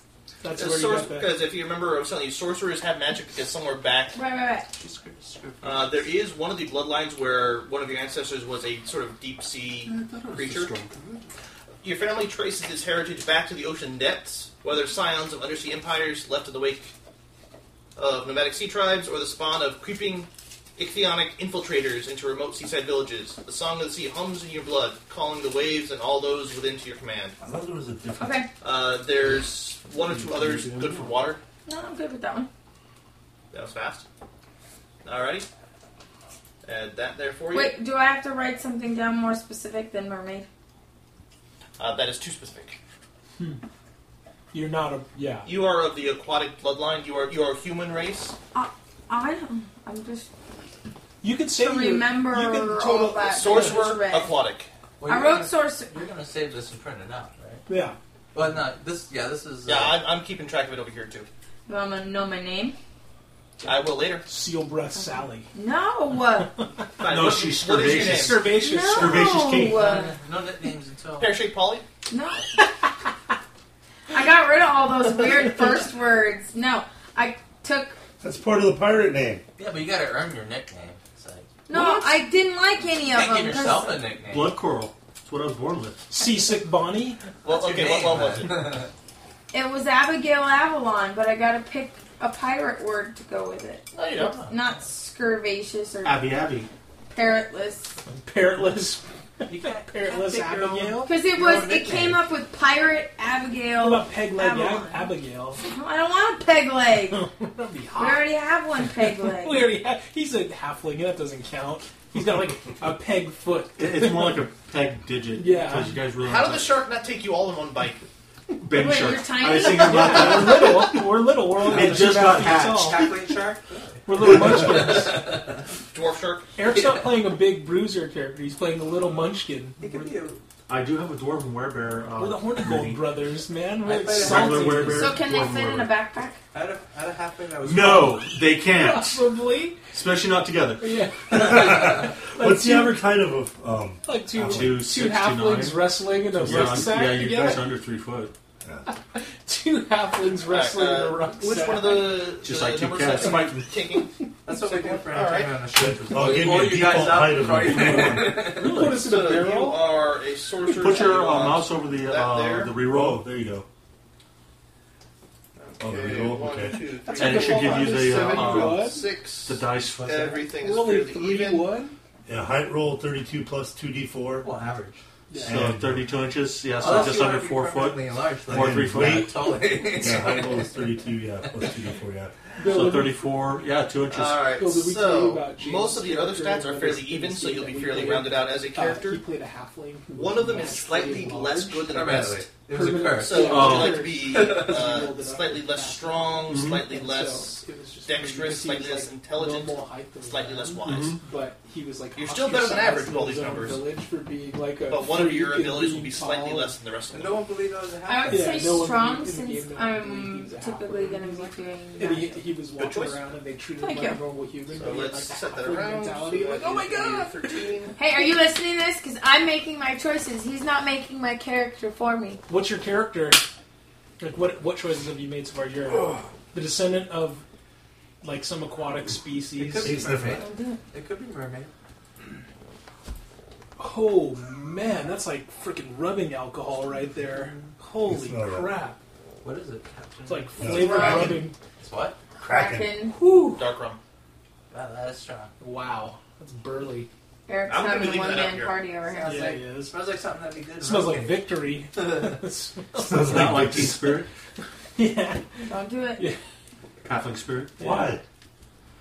Speaker 1: That's
Speaker 2: Because
Speaker 1: where you got that.
Speaker 2: if you remember, I was telling you, sorcerers have magic because somewhere back
Speaker 6: Right, right, right.
Speaker 2: Uh, there is one of the bloodlines where one of your ancestors was a sort of deep sea creature. Your family traces its heritage back to the ocean depths, whether scions of undersea empires left in the wake of nomadic sea tribes or the spawn of creeping ichthyonic infiltrators into remote seaside villages. The song of the sea hums in your blood, calling the waves and all those within to your command.
Speaker 3: I thought there was a different.
Speaker 6: Okay.
Speaker 2: Uh, there's one or two others good for water.
Speaker 6: No, I'm good with that one.
Speaker 2: That was fast. Alrighty. Add that there for you.
Speaker 6: Wait, do I have to write something down more specific than mermaid?
Speaker 2: Uh, that is too specific.
Speaker 1: You're not a yeah.
Speaker 2: You are of the aquatic bloodline. You are you are a human race.
Speaker 6: I don't. I'm just
Speaker 1: You could say
Speaker 6: to
Speaker 1: you
Speaker 6: remember
Speaker 1: you can
Speaker 6: all
Speaker 1: total-
Speaker 6: that. that I just
Speaker 2: Sorcerer,
Speaker 6: read.
Speaker 2: aquatic.
Speaker 7: Well,
Speaker 6: I
Speaker 7: you're
Speaker 6: wrote
Speaker 7: gonna-
Speaker 6: sorcerer.
Speaker 7: You're gonna save this and print it out, right?
Speaker 1: yeah.
Speaker 7: Well, no. This, yeah, this is. Uh,
Speaker 2: Yeah, I'm, I'm keeping track of it over here too.
Speaker 6: You want to know my name?
Speaker 2: I will later.
Speaker 1: Seal breath, Sally.
Speaker 6: No.
Speaker 2: <laughs>
Speaker 6: no.
Speaker 2: Fine,
Speaker 5: No,
Speaker 2: what-
Speaker 5: she's
Speaker 2: what is your
Speaker 5: curvaceous.
Speaker 2: name?
Speaker 1: Curvaceous.
Speaker 5: Curvaceous king.
Speaker 6: No.
Speaker 7: no nicknames until.
Speaker 2: Pear-shaped Polly. <laughs>
Speaker 6: <laughs> I got rid of all those weird
Speaker 2: <laughs>
Speaker 6: first words. No, I took.
Speaker 3: That's part of the pirate name.
Speaker 7: Yeah, but you gotta earn your nickname. It's like,
Speaker 6: No, I didn't like any
Speaker 7: you
Speaker 6: of
Speaker 7: can't give
Speaker 6: them. Um, 'cause-
Speaker 7: yourself a nickname.
Speaker 5: Blood coral. That's what I was born with.
Speaker 1: Seasick Bonnie.
Speaker 2: Well,
Speaker 7: That's
Speaker 2: okay,
Speaker 7: your name,
Speaker 2: what one was it?
Speaker 7: man. <laughs>
Speaker 6: It was Abigail Avalon, but I gotta pick a pirate word to go with it.
Speaker 2: No, you don't.
Speaker 6: Not scurvaceous or
Speaker 5: Abby Abby.
Speaker 6: parrotless.
Speaker 1: Parrotless. <laughs>
Speaker 7: You can't,
Speaker 1: Parrotless
Speaker 7: can't pick your own-
Speaker 1: Abigail.
Speaker 6: Because it
Speaker 7: Your own
Speaker 6: was, it
Speaker 7: nickname.
Speaker 6: came up with pirate
Speaker 1: How
Speaker 6: Abigail.
Speaker 1: about peg leg
Speaker 6: Avalon.
Speaker 1: Ab-
Speaker 7: <laughs>
Speaker 1: Abigail?
Speaker 6: I don't want a peg leg. we
Speaker 1: That'd be hot.
Speaker 6: already have one peg leg.
Speaker 1: We already ha- he's a halfling. That doesn't count. He's got like a peg foot.
Speaker 5: It- <laughs> It's more like a peg digit.
Speaker 1: Yeah.
Speaker 5: Because you guys really
Speaker 2: How
Speaker 5: like
Speaker 2: did the shark not take you all in one bite?
Speaker 5: that. baby
Speaker 6: Wait,
Speaker 5: shark.
Speaker 6: you're tiny?
Speaker 5: I was thinking about
Speaker 1: Yeah,
Speaker 5: that.
Speaker 1: we're little. We're little. We're only
Speaker 5: It
Speaker 1: like
Speaker 5: just
Speaker 1: two
Speaker 5: got
Speaker 1: and a half
Speaker 5: hatched.
Speaker 1: feet tall.
Speaker 7: Chocolate shark?
Speaker 1: We're little munchkins.
Speaker 2: Dwarf shark.
Speaker 1: Eric's not playing a big bruiser character. He's playing a little munchkin.
Speaker 7: It could be a.
Speaker 5: I do have a dwarf and werebear. Uh,
Speaker 1: We're the Hornigold
Speaker 5: mini.
Speaker 1: brothers, man.
Speaker 7: I
Speaker 1: We're
Speaker 7: played a
Speaker 1: salty.
Speaker 5: regular werebear.
Speaker 6: so can they
Speaker 5: dwarf and
Speaker 6: fit in a
Speaker 5: werebear.
Speaker 6: backpack?
Speaker 7: I had a, I had a halfling that was.
Speaker 5: No, they can't.
Speaker 1: Probably.
Speaker 5: Especially not together.
Speaker 1: Yeah.
Speaker 5: <laughs>
Speaker 3: What's the
Speaker 1: two-
Speaker 3: average height of a. Um,
Speaker 1: Like two,
Speaker 5: Two
Speaker 1: two,
Speaker 5: six to
Speaker 1: halflings
Speaker 5: nine.
Speaker 1: wrestling in a
Speaker 5: Yeah, I'm-
Speaker 1: rucksack
Speaker 5: yeah, you
Speaker 1: together.
Speaker 5: guys are under three foot.
Speaker 1: Two halflings wrestling in a
Speaker 2: Uh,
Speaker 1: rucksack.
Speaker 2: which one of the
Speaker 5: Just
Speaker 2: the
Speaker 5: like two
Speaker 2: numbers
Speaker 5: cats
Speaker 2: that-
Speaker 5: fighting. <laughs>
Speaker 2: taking?
Speaker 7: That's what we do for
Speaker 2: All right.
Speaker 7: entertainment on the show.
Speaker 3: oh, give me
Speaker 7: Roll
Speaker 3: a
Speaker 7: you guys
Speaker 3: default
Speaker 7: up,
Speaker 3: height of
Speaker 7: throw you- <laughs>
Speaker 3: a.
Speaker 1: Put us in a
Speaker 2: So you
Speaker 1: barrel.
Speaker 2: are a sorcerer.
Speaker 5: Put your
Speaker 2: You
Speaker 5: uh,
Speaker 2: are-
Speaker 5: mouse over the
Speaker 2: that there.
Speaker 5: uh, the
Speaker 3: Roll.
Speaker 5: reroll,
Speaker 3: There you go. Oh, the
Speaker 2: Okay,
Speaker 3: reroll?
Speaker 2: one,
Speaker 3: Okay.
Speaker 2: two,
Speaker 1: That's
Speaker 2: three,
Speaker 5: and it should give you the
Speaker 2: seven,
Speaker 5: uh, uh,
Speaker 1: What?
Speaker 2: six.
Speaker 5: the dice.
Speaker 2: Everything is
Speaker 1: We're only
Speaker 2: fairly
Speaker 1: three
Speaker 2: even.
Speaker 1: one.
Speaker 3: Yeah, height roll 32 plus 2d4.
Speaker 8: Well, average.
Speaker 5: So thirty-two inches. Yeah, so
Speaker 7: Unless
Speaker 5: just
Speaker 7: you
Speaker 5: under
Speaker 7: wanna be
Speaker 5: four foot.
Speaker 7: perfectly Large, like
Speaker 5: Four
Speaker 3: And
Speaker 5: three foot.
Speaker 3: weight,
Speaker 7: <laughs> Yeah, totally.
Speaker 3: Yeah, height roll is 32, yeah, plus 2d4, yeah.
Speaker 5: So thirty-four. Yeah, two inches.
Speaker 2: All right.
Speaker 1: Well, did we tell you
Speaker 2: So
Speaker 1: about James
Speaker 2: most of the other
Speaker 1: Character
Speaker 2: stats are
Speaker 1: when
Speaker 2: fairly
Speaker 1: it's
Speaker 2: even,
Speaker 1: in the
Speaker 2: so
Speaker 1: scene
Speaker 2: you'll
Speaker 1: that
Speaker 2: be
Speaker 1: we
Speaker 2: fairly
Speaker 1: played?
Speaker 2: rounded out as a
Speaker 1: Uh, he
Speaker 2: character.
Speaker 1: played a halfling. who
Speaker 2: One
Speaker 1: was
Speaker 2: of them is slightly
Speaker 1: naturally
Speaker 2: less
Speaker 1: large.
Speaker 2: good than the
Speaker 7: Permanently.
Speaker 2: rest.
Speaker 7: It was a curse.
Speaker 2: So would you
Speaker 5: Oh. Mm-hmm.
Speaker 2: like to
Speaker 1: <laughs>
Speaker 2: be uh, slightly less strong, slightly
Speaker 1: And
Speaker 2: less
Speaker 1: so it was just funny
Speaker 2: dexterous,
Speaker 1: because he was,
Speaker 2: slightly less
Speaker 1: like,
Speaker 2: intelligent,
Speaker 1: normal height than
Speaker 2: slightly
Speaker 1: I
Speaker 2: less
Speaker 5: Mm-hmm.
Speaker 1: am,
Speaker 2: wise?
Speaker 1: But he was like
Speaker 2: You're still better than average with all
Speaker 1: ostracized
Speaker 2: these
Speaker 1: in
Speaker 2: numbers.
Speaker 1: his own Village for being like a
Speaker 2: But one of your
Speaker 1: freak and
Speaker 2: abilities will
Speaker 1: being
Speaker 2: be slightly
Speaker 1: tall.
Speaker 2: less than the rest of
Speaker 7: And
Speaker 2: them.
Speaker 7: no one believed I was a
Speaker 6: I
Speaker 7: halfling.
Speaker 6: would
Speaker 1: Yeah,
Speaker 6: say
Speaker 1: no one
Speaker 6: strong
Speaker 1: in the
Speaker 6: since
Speaker 1: game that
Speaker 6: I'm
Speaker 1: believes a
Speaker 6: typically
Speaker 1: halfling.
Speaker 6: going to be doing
Speaker 1: And he,
Speaker 6: that.
Speaker 1: he was
Speaker 2: Good
Speaker 1: walking
Speaker 2: choice.
Speaker 1: around and they treated
Speaker 6: Thank
Speaker 1: him like
Speaker 6: you.
Speaker 1: a normal human.
Speaker 2: So
Speaker 1: but he had,
Speaker 2: let's
Speaker 1: like, a
Speaker 2: set that
Speaker 1: halfling
Speaker 2: around. So
Speaker 1: mentality, like,
Speaker 2: that
Speaker 1: oh my
Speaker 2: is a
Speaker 1: god!
Speaker 2: 13.
Speaker 6: Hey, are you listening to this? Because I'm making my choices. He's not making my character for me.
Speaker 1: What's your character? Like, what what choices have you made so far? You're the descendant of like some aquatic
Speaker 7: It could
Speaker 1: species.
Speaker 7: be
Speaker 3: He's
Speaker 7: mermaid.
Speaker 6: I'm doing-
Speaker 7: It could be mermaid.
Speaker 1: Oh man, that's like freaking rubbing alcohol right there. Holy
Speaker 3: It's not right.
Speaker 1: crap!
Speaker 7: What is it?
Speaker 1: It's like
Speaker 3: Yeah.
Speaker 1: flavor
Speaker 6: Kraken.
Speaker 1: rubbing.
Speaker 7: It's what?
Speaker 3: Kraken.
Speaker 1: Whew.
Speaker 2: Dark rum.
Speaker 7: Wow, that is strong.
Speaker 1: Wow, that's burly.
Speaker 6: Eric's
Speaker 2: I'm gonna
Speaker 6: having a
Speaker 2: leave that
Speaker 6: one
Speaker 2: up
Speaker 6: man
Speaker 2: here.
Speaker 6: party over here.
Speaker 7: Sounds
Speaker 1: Yeah,
Speaker 7: like,
Speaker 1: it is.
Speaker 7: Smells like something that'd be good. in
Speaker 1: It smells like <laughs>
Speaker 7: Rocket.
Speaker 1: victory. <laughs>
Speaker 3: Sounds
Speaker 5: Not like
Speaker 3: like
Speaker 5: Teen
Speaker 3: this.
Speaker 5: Spirit,
Speaker 1: yeah,
Speaker 6: Don't do it.
Speaker 1: Yeah.
Speaker 5: Halfling Spirit.
Speaker 3: Why?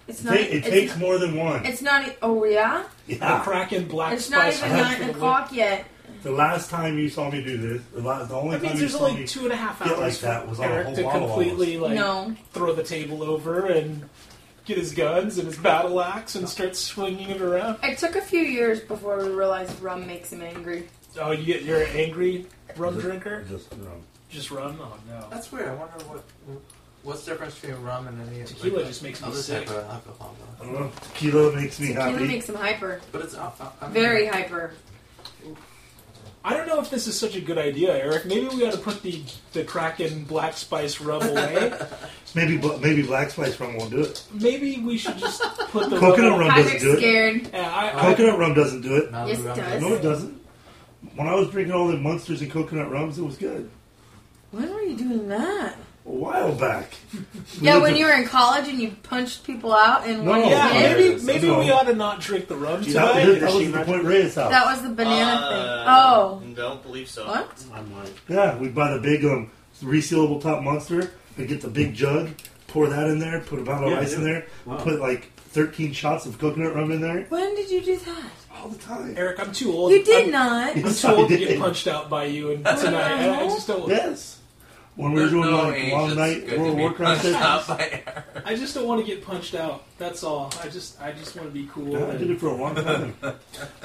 Speaker 6: It's
Speaker 3: It,
Speaker 6: not.
Speaker 3: ta- it
Speaker 6: it's,
Speaker 3: takes more than one.
Speaker 6: it's not. e- Oh yeah.
Speaker 1: the
Speaker 3: Yeah.
Speaker 1: Kraken black
Speaker 6: It's not
Speaker 1: spice.
Speaker 6: even
Speaker 1: honey
Speaker 6: nine
Speaker 1: for the
Speaker 6: o'clock yet.
Speaker 3: The last time you saw me do this, the, last, the only
Speaker 1: That means
Speaker 3: time you
Speaker 1: there's
Speaker 3: saw
Speaker 1: only
Speaker 3: me
Speaker 1: two and a half
Speaker 3: get
Speaker 1: hours
Speaker 3: like
Speaker 1: for
Speaker 3: that was on a
Speaker 1: Eric
Speaker 3: whole
Speaker 1: to
Speaker 3: bottle of
Speaker 1: completely like
Speaker 6: no.
Speaker 1: throw the table over and get his guns and his battle axe and start swinging it around.
Speaker 6: It took a few years before we realized rum makes him angry.
Speaker 1: Oh, you get you're an angry rum drinker?
Speaker 3: <laughs> Just rum.
Speaker 1: Just rum? Oh no.
Speaker 7: That's weird. I wonder what what's the difference between rum and any
Speaker 1: Tequila
Speaker 7: like,
Speaker 1: just makes me
Speaker 7: other
Speaker 1: sick.
Speaker 7: type of alcohol. Though.
Speaker 3: I don't know. Tequila makes me
Speaker 6: Tequila
Speaker 3: happy.
Speaker 6: makes him hyper,
Speaker 7: But it's uh, uh, I mean,
Speaker 6: very hyper.
Speaker 1: I don't know know if this is such a good idea, Eric. Maybe we ought to put the the Kraken Black Spice rub <laughs> away.
Speaker 3: Maybe bl- maybe black spice rum won't do it.
Speaker 1: Maybe we should just put the
Speaker 3: Coconut rum
Speaker 6: I'm
Speaker 3: doesn't do it.
Speaker 6: scared.
Speaker 1: Yeah, I, I,
Speaker 3: Coconut rum doesn't do it.
Speaker 7: Now
Speaker 6: Yes,
Speaker 7: we
Speaker 6: it
Speaker 7: have to-
Speaker 6: does.
Speaker 3: No, it doesn't. When I was drinking all the monsters and coconut rums, it was good.
Speaker 6: When were you doing that?
Speaker 3: A while back.
Speaker 6: <laughs> Yeah, when you
Speaker 3: you
Speaker 6: were in college and you punched people out and
Speaker 3: No,
Speaker 6: one
Speaker 1: yeah,
Speaker 3: Yeah,
Speaker 6: kid.
Speaker 3: it
Speaker 1: maybe
Speaker 3: is.
Speaker 1: maybe
Speaker 3: No.
Speaker 1: we ought to not drink the rum
Speaker 3: that, was-
Speaker 1: tonight.
Speaker 3: that was the point Reyes house.
Speaker 6: That was the banana thing.
Speaker 2: Uh,
Speaker 6: Oh,
Speaker 2: Don't believe so.
Speaker 6: what?
Speaker 5: I'm like,
Speaker 3: yeah, we'd buy the big um, resealable top monster and get the big jug, pour that in there, put a bottle
Speaker 5: Yeah,
Speaker 3: of ice in
Speaker 5: yeah.
Speaker 3: there,
Speaker 5: Wow.
Speaker 3: put like 13 shots of coconut rum in there
Speaker 6: When did you do that?
Speaker 3: all the time.
Speaker 1: Eric, I'm too old.
Speaker 6: You did
Speaker 1: I'm,
Speaker 6: not.
Speaker 1: I'm too old to
Speaker 3: <laughs>
Speaker 1: get punched out by you and tonight. I, I just don't.
Speaker 3: Yes. When we were
Speaker 9: There's
Speaker 3: doing
Speaker 9: no
Speaker 3: like
Speaker 9: age
Speaker 3: long
Speaker 9: that's
Speaker 3: night
Speaker 9: good
Speaker 3: World
Speaker 9: to
Speaker 3: of
Speaker 9: be
Speaker 7: <laughs>
Speaker 9: punched
Speaker 3: Warcraft, sessions,
Speaker 9: out by air.
Speaker 1: I just don't want to get punched out. That's all. I just I just want to be cool.
Speaker 3: yeah, I did
Speaker 1: and-
Speaker 3: it for a long time.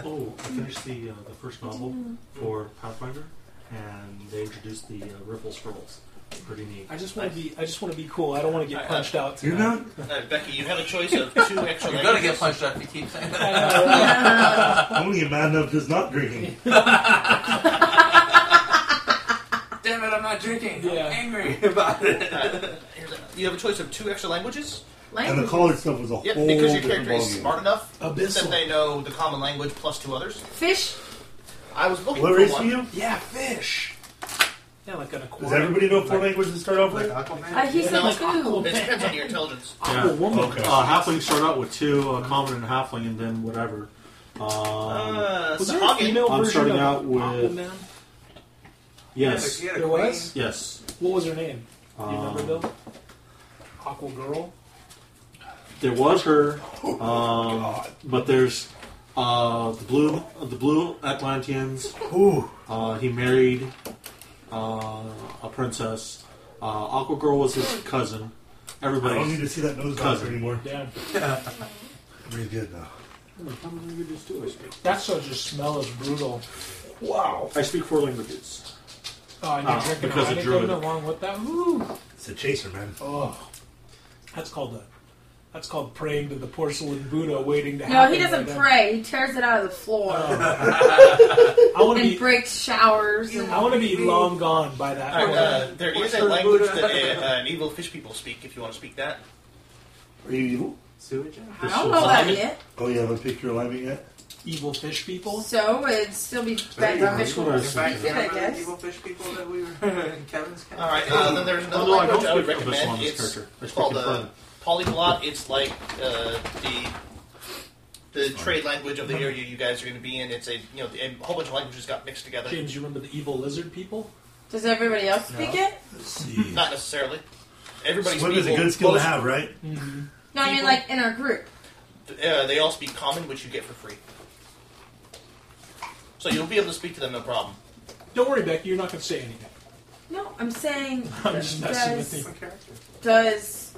Speaker 5: oh, I finished the uh, the first novel for Pathfinder, and they introduced the uh, Riffle Scrolls. Pretty neat.
Speaker 1: I just want to be. I just want to be cool. I don't want to get punched out.
Speaker 3: You're
Speaker 1: Tonight.
Speaker 3: not.
Speaker 2: Uh, Becky, you have a choice of
Speaker 5: <laughs>
Speaker 2: two extra
Speaker 9: You're gonna
Speaker 2: languages.
Speaker 9: get punched up if you keep saying that.
Speaker 7: <laughs>
Speaker 3: I'm gonna get mad enough just not drinking.
Speaker 9: Damn it, I'm not drinking.
Speaker 1: Yeah.
Speaker 9: I'm angry about it.
Speaker 2: Here's a- Uh, <laughs> You have a choice of two extra languages.
Speaker 3: And the
Speaker 6: Language.
Speaker 3: college stuff was a
Speaker 2: Yep,
Speaker 3: whole
Speaker 2: because your
Speaker 3: different
Speaker 2: character is
Speaker 3: ballgame.
Speaker 2: smart enough
Speaker 1: Abyssal.
Speaker 2: that they know the common language plus two others.
Speaker 6: Fish.
Speaker 2: I was looking
Speaker 3: What
Speaker 2: for
Speaker 3: race were
Speaker 2: one.
Speaker 3: you?
Speaker 1: Yeah, fish. Yeah, like an aquarium.
Speaker 3: Does everybody know four languages to start off
Speaker 7: <laughs> Like
Speaker 3: with?
Speaker 7: Aquaman?
Speaker 6: Uh, he said
Speaker 1: like
Speaker 6: two.
Speaker 2: It depends on your
Speaker 1: <laughs>
Speaker 2: intelligence.
Speaker 1: Yeah.
Speaker 5: Yeah.
Speaker 1: woman.
Speaker 3: Okay.
Speaker 5: Uh, halflings start out with two, uh, common and halfling, and then whatever. Um,
Speaker 2: Uh,
Speaker 1: Was
Speaker 2: so
Speaker 1: there a
Speaker 2: Hagen-
Speaker 1: female
Speaker 5: I'm
Speaker 1: version
Speaker 5: starting
Speaker 1: of
Speaker 5: out with-
Speaker 1: Aquaman?
Speaker 5: yes,
Speaker 9: Yeah,
Speaker 1: There was.
Speaker 5: yes.
Speaker 1: What was her name? Do you remember,
Speaker 5: Um,
Speaker 1: Bill? Aqua Girl.
Speaker 5: There was her, um, but there's uh, the blue, the blue Atlanteans.
Speaker 3: Ooh,
Speaker 5: Uh, he married uh, a princess. Uh, Aqua Girl was his cousin.
Speaker 3: I don't need
Speaker 5: Everybody.
Speaker 3: to see that nose doctor
Speaker 5: Cousin.
Speaker 3: anymore.
Speaker 1: Yeah.
Speaker 3: Really good though.
Speaker 1: That sort of just smell is brutal.
Speaker 3: Wow.
Speaker 5: I speak four languages.
Speaker 1: Oh, and you're
Speaker 5: Ah,
Speaker 1: drinking
Speaker 5: because
Speaker 1: a
Speaker 5: of
Speaker 1: Heineken
Speaker 5: druid.
Speaker 1: along with that. Ooh.
Speaker 3: It's a chaser, man.
Speaker 1: Oh, that's called a. That's called praying to the porcelain Buddha waiting to
Speaker 6: No,
Speaker 1: happen.
Speaker 6: he doesn't
Speaker 1: right now.
Speaker 6: pray. He tears it out of the floor
Speaker 1: Oh. <laughs> I want to
Speaker 6: and
Speaker 1: be.
Speaker 6: breaks showers. And
Speaker 1: I want to be long gone by that
Speaker 2: All right,
Speaker 1: point.
Speaker 2: uh, there is a
Speaker 9: Buddha?
Speaker 2: language that uh, uh, an evil fish people speak. If you want to speak that,
Speaker 3: Are you evil?
Speaker 7: Sewage?
Speaker 6: I don't know that yet.
Speaker 3: Oh, you haven't picked your alive yet?
Speaker 1: Evil fish people.
Speaker 6: So it'd still be
Speaker 7: Hey,
Speaker 6: back to
Speaker 5: that's
Speaker 6: fish.
Speaker 5: what I was
Speaker 7: In fact,
Speaker 6: Yeah, I
Speaker 7: remember
Speaker 6: guess.
Speaker 7: the evil fish people that we were <laughs> in Kevin's house?
Speaker 2: all right. Uh, then there's another
Speaker 5: Oh, no, I
Speaker 2: language
Speaker 5: don't
Speaker 2: I, would
Speaker 5: speak Abyssal on
Speaker 2: recommend.
Speaker 5: this
Speaker 2: It's
Speaker 5: character. I speak
Speaker 2: called uh,
Speaker 5: Inferno.
Speaker 2: polyglot. It's like uh, the the trade language of the area you guys are going to be in. It's a you know a whole bunch of languages got mixed together.
Speaker 1: James, you remember the evil lizard people?
Speaker 6: Does everybody else speak it?
Speaker 3: Let's <laughs> see.
Speaker 2: Not necessarily. Everybody's
Speaker 3: Swim is a
Speaker 2: people-
Speaker 3: good skill to
Speaker 2: most-
Speaker 3: have, right?
Speaker 1: Mm-hmm.
Speaker 6: No, I mean
Speaker 2: People.
Speaker 6: like in our group.
Speaker 2: Uh, they all speak common, which you get for free. So you'll be able to speak to them no problem.
Speaker 1: Don't worry, Becky. You're not going to say anything.
Speaker 6: No, I'm saying.
Speaker 1: <laughs> I'm just messing with
Speaker 6: does,
Speaker 1: you.
Speaker 7: character.
Speaker 6: does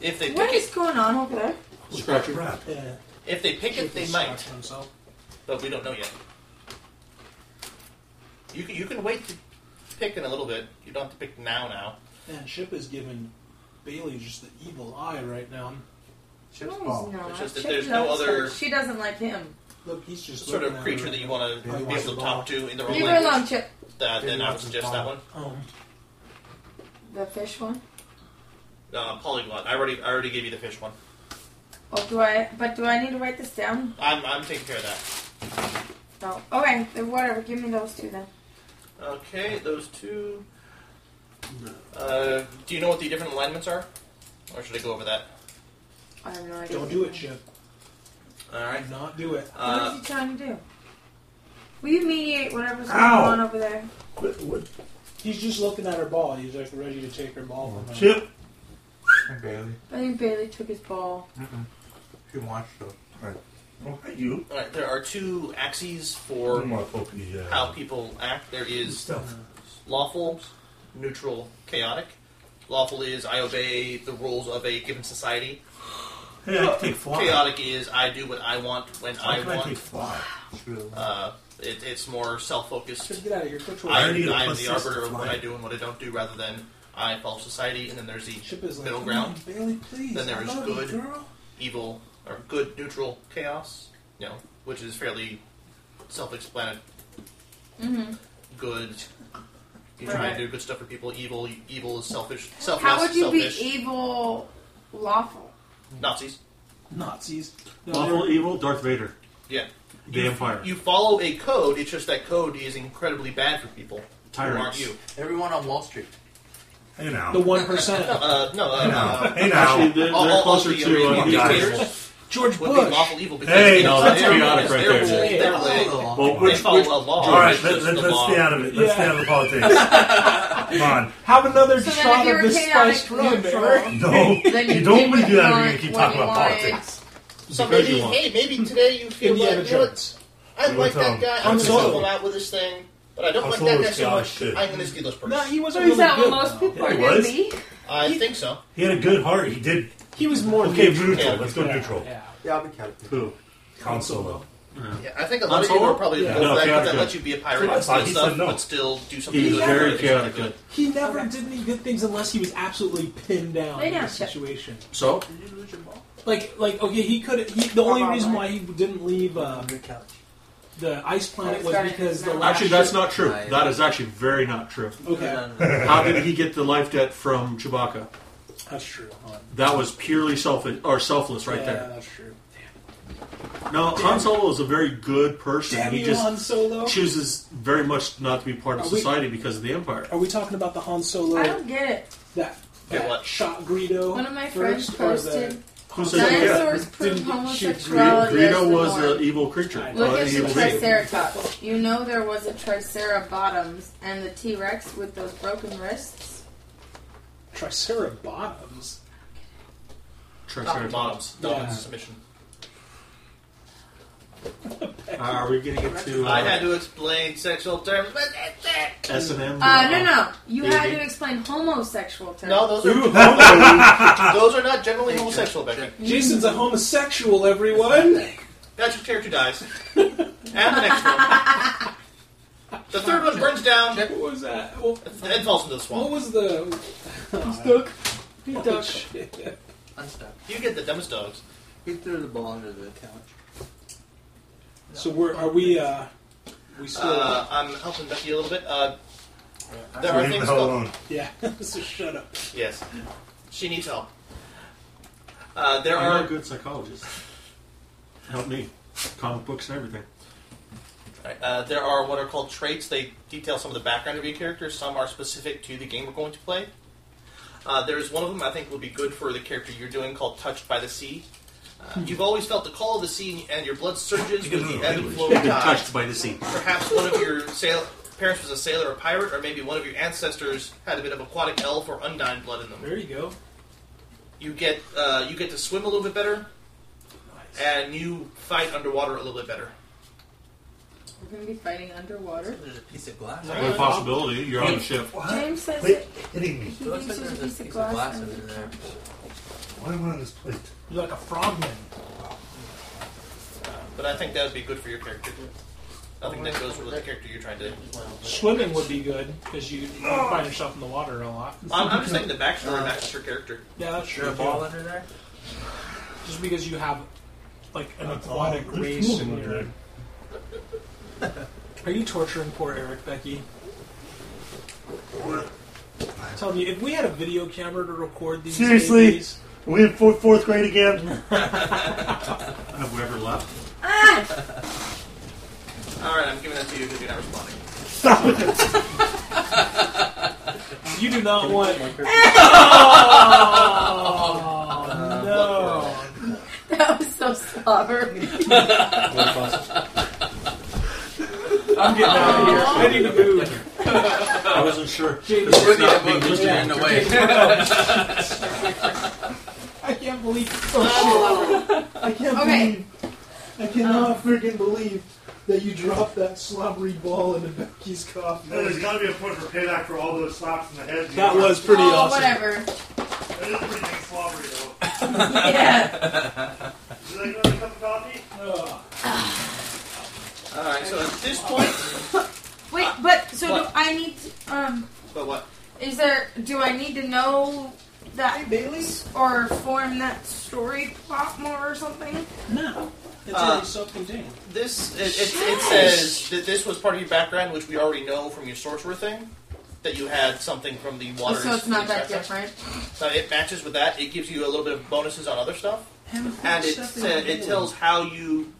Speaker 2: If they
Speaker 6: what
Speaker 2: pick
Speaker 6: is
Speaker 2: it,
Speaker 6: going on over there?
Speaker 5: Scratcher.
Speaker 3: Crap.
Speaker 1: Yeah.
Speaker 2: if they pick it, they might, but we don't know yet. You can, you can wait to pick in a little bit. You don't have to pick now. Now
Speaker 1: Man, Ship is giving Bailey just the evil eye right now.
Speaker 7: Chips
Speaker 6: No,
Speaker 7: ball.
Speaker 6: he's not.
Speaker 2: It's just that
Speaker 6: She
Speaker 2: there's no
Speaker 6: loves
Speaker 2: other-
Speaker 6: her. She doesn't like him.
Speaker 1: Look, he's just
Speaker 2: the sort of
Speaker 1: looking at
Speaker 2: creature
Speaker 1: her.
Speaker 2: that you want to
Speaker 1: Yeah, he
Speaker 2: be
Speaker 1: wants
Speaker 2: able to
Speaker 1: the
Speaker 2: talk to in their own
Speaker 6: Leave her
Speaker 2: language,
Speaker 6: alone, Chip.
Speaker 2: uh, then I would
Speaker 7: wants his
Speaker 2: suggest that
Speaker 7: ball.
Speaker 2: one.
Speaker 1: Um,
Speaker 6: The fish one.
Speaker 2: Uh, polyglot. I already I already gave you the fish one.
Speaker 6: Oh, do I? But do I need to write this down?
Speaker 2: I'm, I'm taking care of that.
Speaker 6: No. Okay. Then whatever. Give me those two then.
Speaker 2: Okay, those two. Uh, do you know what the different alignments are, or should I go over that?
Speaker 6: I have no idea.
Speaker 1: don't do it, Ship.
Speaker 2: All right.
Speaker 1: Do not do it.
Speaker 2: Uh,
Speaker 6: what is he trying to do? Will you mediate whatever's going
Speaker 3: Ow.
Speaker 6: on over there?
Speaker 3: Quit- what-
Speaker 1: He's just looking at her ball. He's like ready to take her ball from her.
Speaker 3: Chip.
Speaker 7: Barely.
Speaker 6: I think Bailey took his ball.
Speaker 7: She watched though.
Speaker 3: Oh, hi, you.
Speaker 2: All right, there are two axes
Speaker 3: Or
Speaker 2: for
Speaker 3: more poking you. yeah.
Speaker 2: how people act. There is
Speaker 3: Stuff.
Speaker 2: lawful, neutral, chaotic. Lawful is I obey the rules of a given society.
Speaker 3: Hey, I can take fly.
Speaker 2: Chaotic is I do what I want when
Speaker 3: Why
Speaker 2: I
Speaker 3: can I take
Speaker 2: want.
Speaker 3: fly?
Speaker 7: True.
Speaker 2: Uh, it, it's more
Speaker 1: Ship,
Speaker 2: self-focused.
Speaker 1: get out of here. Quit
Speaker 2: I,
Speaker 3: I
Speaker 1: trying.
Speaker 3: already get a
Speaker 2: I am
Speaker 3: plus
Speaker 2: the
Speaker 3: six
Speaker 2: arbiter
Speaker 3: to
Speaker 2: of what
Speaker 3: fly.
Speaker 2: I do and what I don't do, rather than I follow society. And then there's the
Speaker 1: Ship is like,
Speaker 2: middle
Speaker 1: "Come
Speaker 2: ground,
Speaker 1: on, Bailey, please.
Speaker 2: Then there
Speaker 1: I
Speaker 2: is
Speaker 1: love you,
Speaker 2: good.
Speaker 1: girl."
Speaker 2: evil or good, neutral, chaos. You know, which is fairly self-explanatory.
Speaker 6: Mm-hmm.
Speaker 2: good. You
Speaker 6: Right.
Speaker 2: try and do good stuff for people. Evil, evil is selfish. Selfless,
Speaker 6: How would you
Speaker 2: selfish.
Speaker 6: be e- evil lawful?
Speaker 2: Nazis?
Speaker 1: Nazis. No,
Speaker 5: Lawful
Speaker 1: they're-
Speaker 5: evil, Darth Vader,
Speaker 2: Yeah.
Speaker 5: the Empire,
Speaker 2: You follow a code. It's just that code is incredibly bad for people. Who aren't
Speaker 5: tyrants.
Speaker 2: you?
Speaker 7: Everyone on Wall Street.
Speaker 3: Hey now.
Speaker 1: the one percent.
Speaker 2: Uh, no. Uh,
Speaker 3: Hey
Speaker 2: <laughs>
Speaker 3: now.
Speaker 2: uh,
Speaker 3: Hey
Speaker 5: Actually,
Speaker 3: now.
Speaker 5: they're, they're
Speaker 2: all- all- all
Speaker 5: closer
Speaker 2: the
Speaker 5: to uh,
Speaker 2: Iranian
Speaker 5: dictators.
Speaker 2: dictators
Speaker 1: George
Speaker 2: would be
Speaker 1: Bush.
Speaker 2: lawful evil because
Speaker 3: Hey,
Speaker 2: they
Speaker 5: no,
Speaker 2: follow
Speaker 5: that's
Speaker 2: their
Speaker 5: chaotic
Speaker 2: rules,
Speaker 5: right
Speaker 2: their
Speaker 5: there.
Speaker 2: rules,
Speaker 1: Hey,
Speaker 2: their
Speaker 1: I'm
Speaker 2: way.
Speaker 3: Well,
Speaker 6: Oh.
Speaker 2: They
Speaker 3: which,
Speaker 2: follow a law.
Speaker 3: all right,
Speaker 2: It's
Speaker 3: let,
Speaker 2: just
Speaker 3: let,
Speaker 2: the
Speaker 3: let's
Speaker 2: law.
Speaker 3: stay out of it. Let's
Speaker 1: Yeah.
Speaker 3: stay out of the politics. Come on.
Speaker 1: Have another
Speaker 6: So then
Speaker 1: shot
Speaker 6: if you
Speaker 1: of
Speaker 6: were
Speaker 1: this
Speaker 6: chaotic
Speaker 1: spiced rum,
Speaker 6: neutral,
Speaker 1: Eric.
Speaker 3: No,
Speaker 6: Then
Speaker 3: you
Speaker 6: you
Speaker 3: don't
Speaker 6: can
Speaker 3: want to do that. We're going
Speaker 6: want
Speaker 3: to keep
Speaker 6: what
Speaker 3: talking
Speaker 6: you
Speaker 3: about
Speaker 6: want.
Speaker 3: politics.
Speaker 2: So
Speaker 5: Because
Speaker 2: maybe,
Speaker 5: you want-
Speaker 2: hey, maybe today you feel
Speaker 1: Indiana
Speaker 2: like, you know what,
Speaker 1: Jones.
Speaker 2: I
Speaker 3: You
Speaker 2: like
Speaker 3: wanna tell
Speaker 2: that guy.
Speaker 3: him.
Speaker 2: I'm
Speaker 1: Han
Speaker 2: going to
Speaker 1: Solo.
Speaker 2: help him out with this thing, but I don't
Speaker 3: Han
Speaker 2: like
Speaker 3: Solo
Speaker 2: that guy
Speaker 3: is
Speaker 2: so much.
Speaker 3: chaotic, too.
Speaker 2: I'm going to steal this person.
Speaker 1: No, he was
Speaker 6: So
Speaker 1: really
Speaker 6: is that what
Speaker 1: good.
Speaker 6: most people
Speaker 3: Yeah,
Speaker 6: are
Speaker 3: he
Speaker 6: going to
Speaker 3: was.
Speaker 6: be?
Speaker 2: I think so.
Speaker 3: He had a good heart. He did.
Speaker 1: He was more
Speaker 3: Okay,
Speaker 1: neutral.
Speaker 3: neutral. Let's go
Speaker 1: Yeah,
Speaker 3: neutral.
Speaker 1: Yeah.
Speaker 10: Yeah, I'll be counted.
Speaker 5: Who?
Speaker 3: Han <laughs> Solo.
Speaker 2: Yeah, I think a lot of people
Speaker 5: Han Solo?
Speaker 2: are probably
Speaker 1: Yeah.
Speaker 2: both
Speaker 5: No,
Speaker 2: that,
Speaker 5: chaotic
Speaker 2: that
Speaker 5: good.
Speaker 2: lets you be a pirate and
Speaker 3: thought
Speaker 2: steal
Speaker 3: he
Speaker 2: stuff,
Speaker 3: said no.
Speaker 2: but still do something.
Speaker 5: He was
Speaker 2: good.
Speaker 5: very
Speaker 2: It's
Speaker 5: chaotic.
Speaker 2: good.
Speaker 1: He never
Speaker 6: Okay.
Speaker 1: did any good things unless he was absolutely pinned down
Speaker 6: Lay
Speaker 1: in
Speaker 6: down,
Speaker 1: a
Speaker 6: shit.
Speaker 1: situation.
Speaker 5: So
Speaker 1: Like, like, okay, he could. He, the only reason why he didn't leave uh,
Speaker 10: Good couch.
Speaker 1: the ice planet
Speaker 6: Oh,
Speaker 1: was
Speaker 6: sorry.
Speaker 1: because the
Speaker 6: No.
Speaker 1: last
Speaker 5: actually, that's not true.
Speaker 7: I-
Speaker 5: That is actually very not true.
Speaker 1: okay.
Speaker 5: How did he get the life debt from Chewbacca?
Speaker 1: That's true. Huh?
Speaker 5: That was purely selfish or selfless, right
Speaker 1: yeah,
Speaker 5: there.
Speaker 1: That's true.
Speaker 5: Now Han Solo is a very good person.
Speaker 1: Damn
Speaker 5: he
Speaker 1: you,
Speaker 5: just
Speaker 1: Han Solo.
Speaker 5: chooses very much not to be part of
Speaker 1: Are we-
Speaker 5: society because of the Empire.
Speaker 1: Are we talking about the Han
Speaker 6: I
Speaker 1: Solo
Speaker 6: don't get it.
Speaker 1: that,
Speaker 2: Wait,
Speaker 1: that
Speaker 2: what?
Speaker 1: shot Greedo?
Speaker 6: One of my friends
Speaker 1: first, or the-
Speaker 6: posted
Speaker 5: Who says
Speaker 1: Dinosaur-
Speaker 5: yeah?
Speaker 6: dinosaurs prove
Speaker 1: Didn't she-
Speaker 5: Greedo,
Speaker 6: homosexuality is
Speaker 5: Greedo
Speaker 6: the
Speaker 5: was
Speaker 6: norm."
Speaker 5: an evil creature.
Speaker 1: I know.
Speaker 5: uh,
Speaker 6: Look
Speaker 5: an
Speaker 6: at the
Speaker 5: evil being.
Speaker 6: Triceratops. You know there was a Triceratops and the T Rex with those broken wrists.
Speaker 1: Triceratops.
Speaker 5: Triceratops.
Speaker 2: Dominant
Speaker 1: Yeah.
Speaker 2: submission.
Speaker 5: Uh, are we going to get to
Speaker 2: I had
Speaker 5: uh,
Speaker 2: to explain sexual terms, but that's it.
Speaker 5: S and M?
Speaker 6: Uh, no, no. You had
Speaker 5: baby.
Speaker 6: to explain homosexual terms.
Speaker 2: No, those are those are not generally homosexual, Becky.
Speaker 1: Jason's a homosexual, everyone.
Speaker 2: That's your character dies. and the next one. <laughs> The third one burns down
Speaker 1: What was that? Well,
Speaker 2: and falls into the
Speaker 1: what
Speaker 2: swamp.
Speaker 1: was the?
Speaker 6: He's stuck. He's
Speaker 1: Oh,
Speaker 6: stuck.
Speaker 1: shit.
Speaker 7: Unstuck.
Speaker 2: You get the dumbest dogs.
Speaker 7: <laughs> He threw the ball under the couch.
Speaker 1: So we're are we? Uh, we still?
Speaker 2: Uh, I'm helping Becky a little bit. Uh, there are
Speaker 3: Leave the
Speaker 2: things
Speaker 3: hell
Speaker 2: called
Speaker 3: alone.
Speaker 1: yeah. <laughs> so shut up.
Speaker 2: Yes. She needs help. Uh, there
Speaker 5: I'm not
Speaker 2: are.
Speaker 5: a good psychologist. Help me. Comic books and everything.
Speaker 2: Uh, there are what are called traits. They detail some of the background of your character. Some are specific to the game we're going to play. Uh, there's one of them I think will be good for the character you're doing called Touched by the Sea. Uh, you've always felt the call of the sea, and your blood surges with the ebb and flow of
Speaker 5: Been
Speaker 2: <laughs> tide.
Speaker 5: touched by the sea.
Speaker 2: Perhaps one of your sail- parents was a sailor or pirate, or maybe one of your ancestors had a bit of aquatic elf or undyne blood in them.
Speaker 1: There you go.
Speaker 2: You get uh, you get to swim a little bit better,
Speaker 1: Nice.
Speaker 2: and you fight underwater a little bit better.
Speaker 6: We're going to be fighting underwater.
Speaker 7: There's a piece of glass.
Speaker 2: Sorry.
Speaker 5: One possibility, you're on the ship.
Speaker 3: What?
Speaker 6: James says
Speaker 3: Wait,
Speaker 6: it.
Speaker 3: hitting me.
Speaker 6: He
Speaker 7: It looks
Speaker 6: thinks
Speaker 7: like
Speaker 6: there's a piece of
Speaker 7: glass
Speaker 6: glass
Speaker 7: under
Speaker 6: under <laughs>
Speaker 7: there.
Speaker 3: Why am I on this plate?
Speaker 1: You're like a frogman.
Speaker 2: But I think that would be good for your character. I think that goes with the character you're trying to.
Speaker 1: Swimming would be good because you, you find yourself in the water a lot.
Speaker 2: I'm, I'm just saying the backstory matches your character.
Speaker 1: Yeah, that's
Speaker 7: Is there
Speaker 1: true.
Speaker 7: a ball
Speaker 1: too.
Speaker 7: under there?
Speaker 1: Just because you have like an
Speaker 3: That's
Speaker 1: aquatic
Speaker 3: all.
Speaker 1: race in
Speaker 3: Look
Speaker 1: your.
Speaker 3: there.
Speaker 1: Are you torturing poor Eric Becky? I'm telling you, if we had a video camera to record these
Speaker 3: Seriously?
Speaker 1: babies-
Speaker 3: Are we in fourth, fourth grade again?
Speaker 5: Have we ever
Speaker 2: <laughs>
Speaker 5: left?
Speaker 6: Ah,
Speaker 2: All right, I'm giving that to you because you're not responding.
Speaker 3: Stop it!
Speaker 1: you do not want. <laughs>
Speaker 2: Blood
Speaker 1: Oh, no.
Speaker 6: That was so sorry.
Speaker 1: I'm getting out of here. I need to move.
Speaker 5: I wasn't sure.
Speaker 1: James,
Speaker 7: Looking at
Speaker 5: not being
Speaker 7: both, just
Speaker 1: yeah.
Speaker 7: in the way.
Speaker 1: I can't believe. Oh, shit. I can't
Speaker 6: Okay. Um,
Speaker 1: believe. I cannot freaking believe that you dropped that slobbery ball into Becky's coffee.
Speaker 3: There's got to be a point for payback for all those slaps in the head.
Speaker 1: That was pretty
Speaker 6: oh,
Speaker 1: awesome.
Speaker 6: whatever.
Speaker 3: That is pretty big slobbery, though.
Speaker 6: Yeah.
Speaker 3: Is that another cup of coffee?
Speaker 1: Ugh.
Speaker 2: All right, so at this point,
Speaker 6: Wait, but so do
Speaker 2: What?
Speaker 6: I need to, um,
Speaker 2: but what?
Speaker 6: is there, do I need to know that
Speaker 1: Bailey?
Speaker 6: or form that story plot more or something?
Speaker 1: No. It's
Speaker 2: Uh,
Speaker 1: already self-contained.
Speaker 2: This it, it, it says that this was part of your background, which we already know from your sorcerer thing, that you had something from the
Speaker 6: Oh,
Speaker 2: water.
Speaker 6: so it's not that different.
Speaker 2: So it matches with that. It gives you a little bit of bonuses on other stuff, and it sa- it tells how you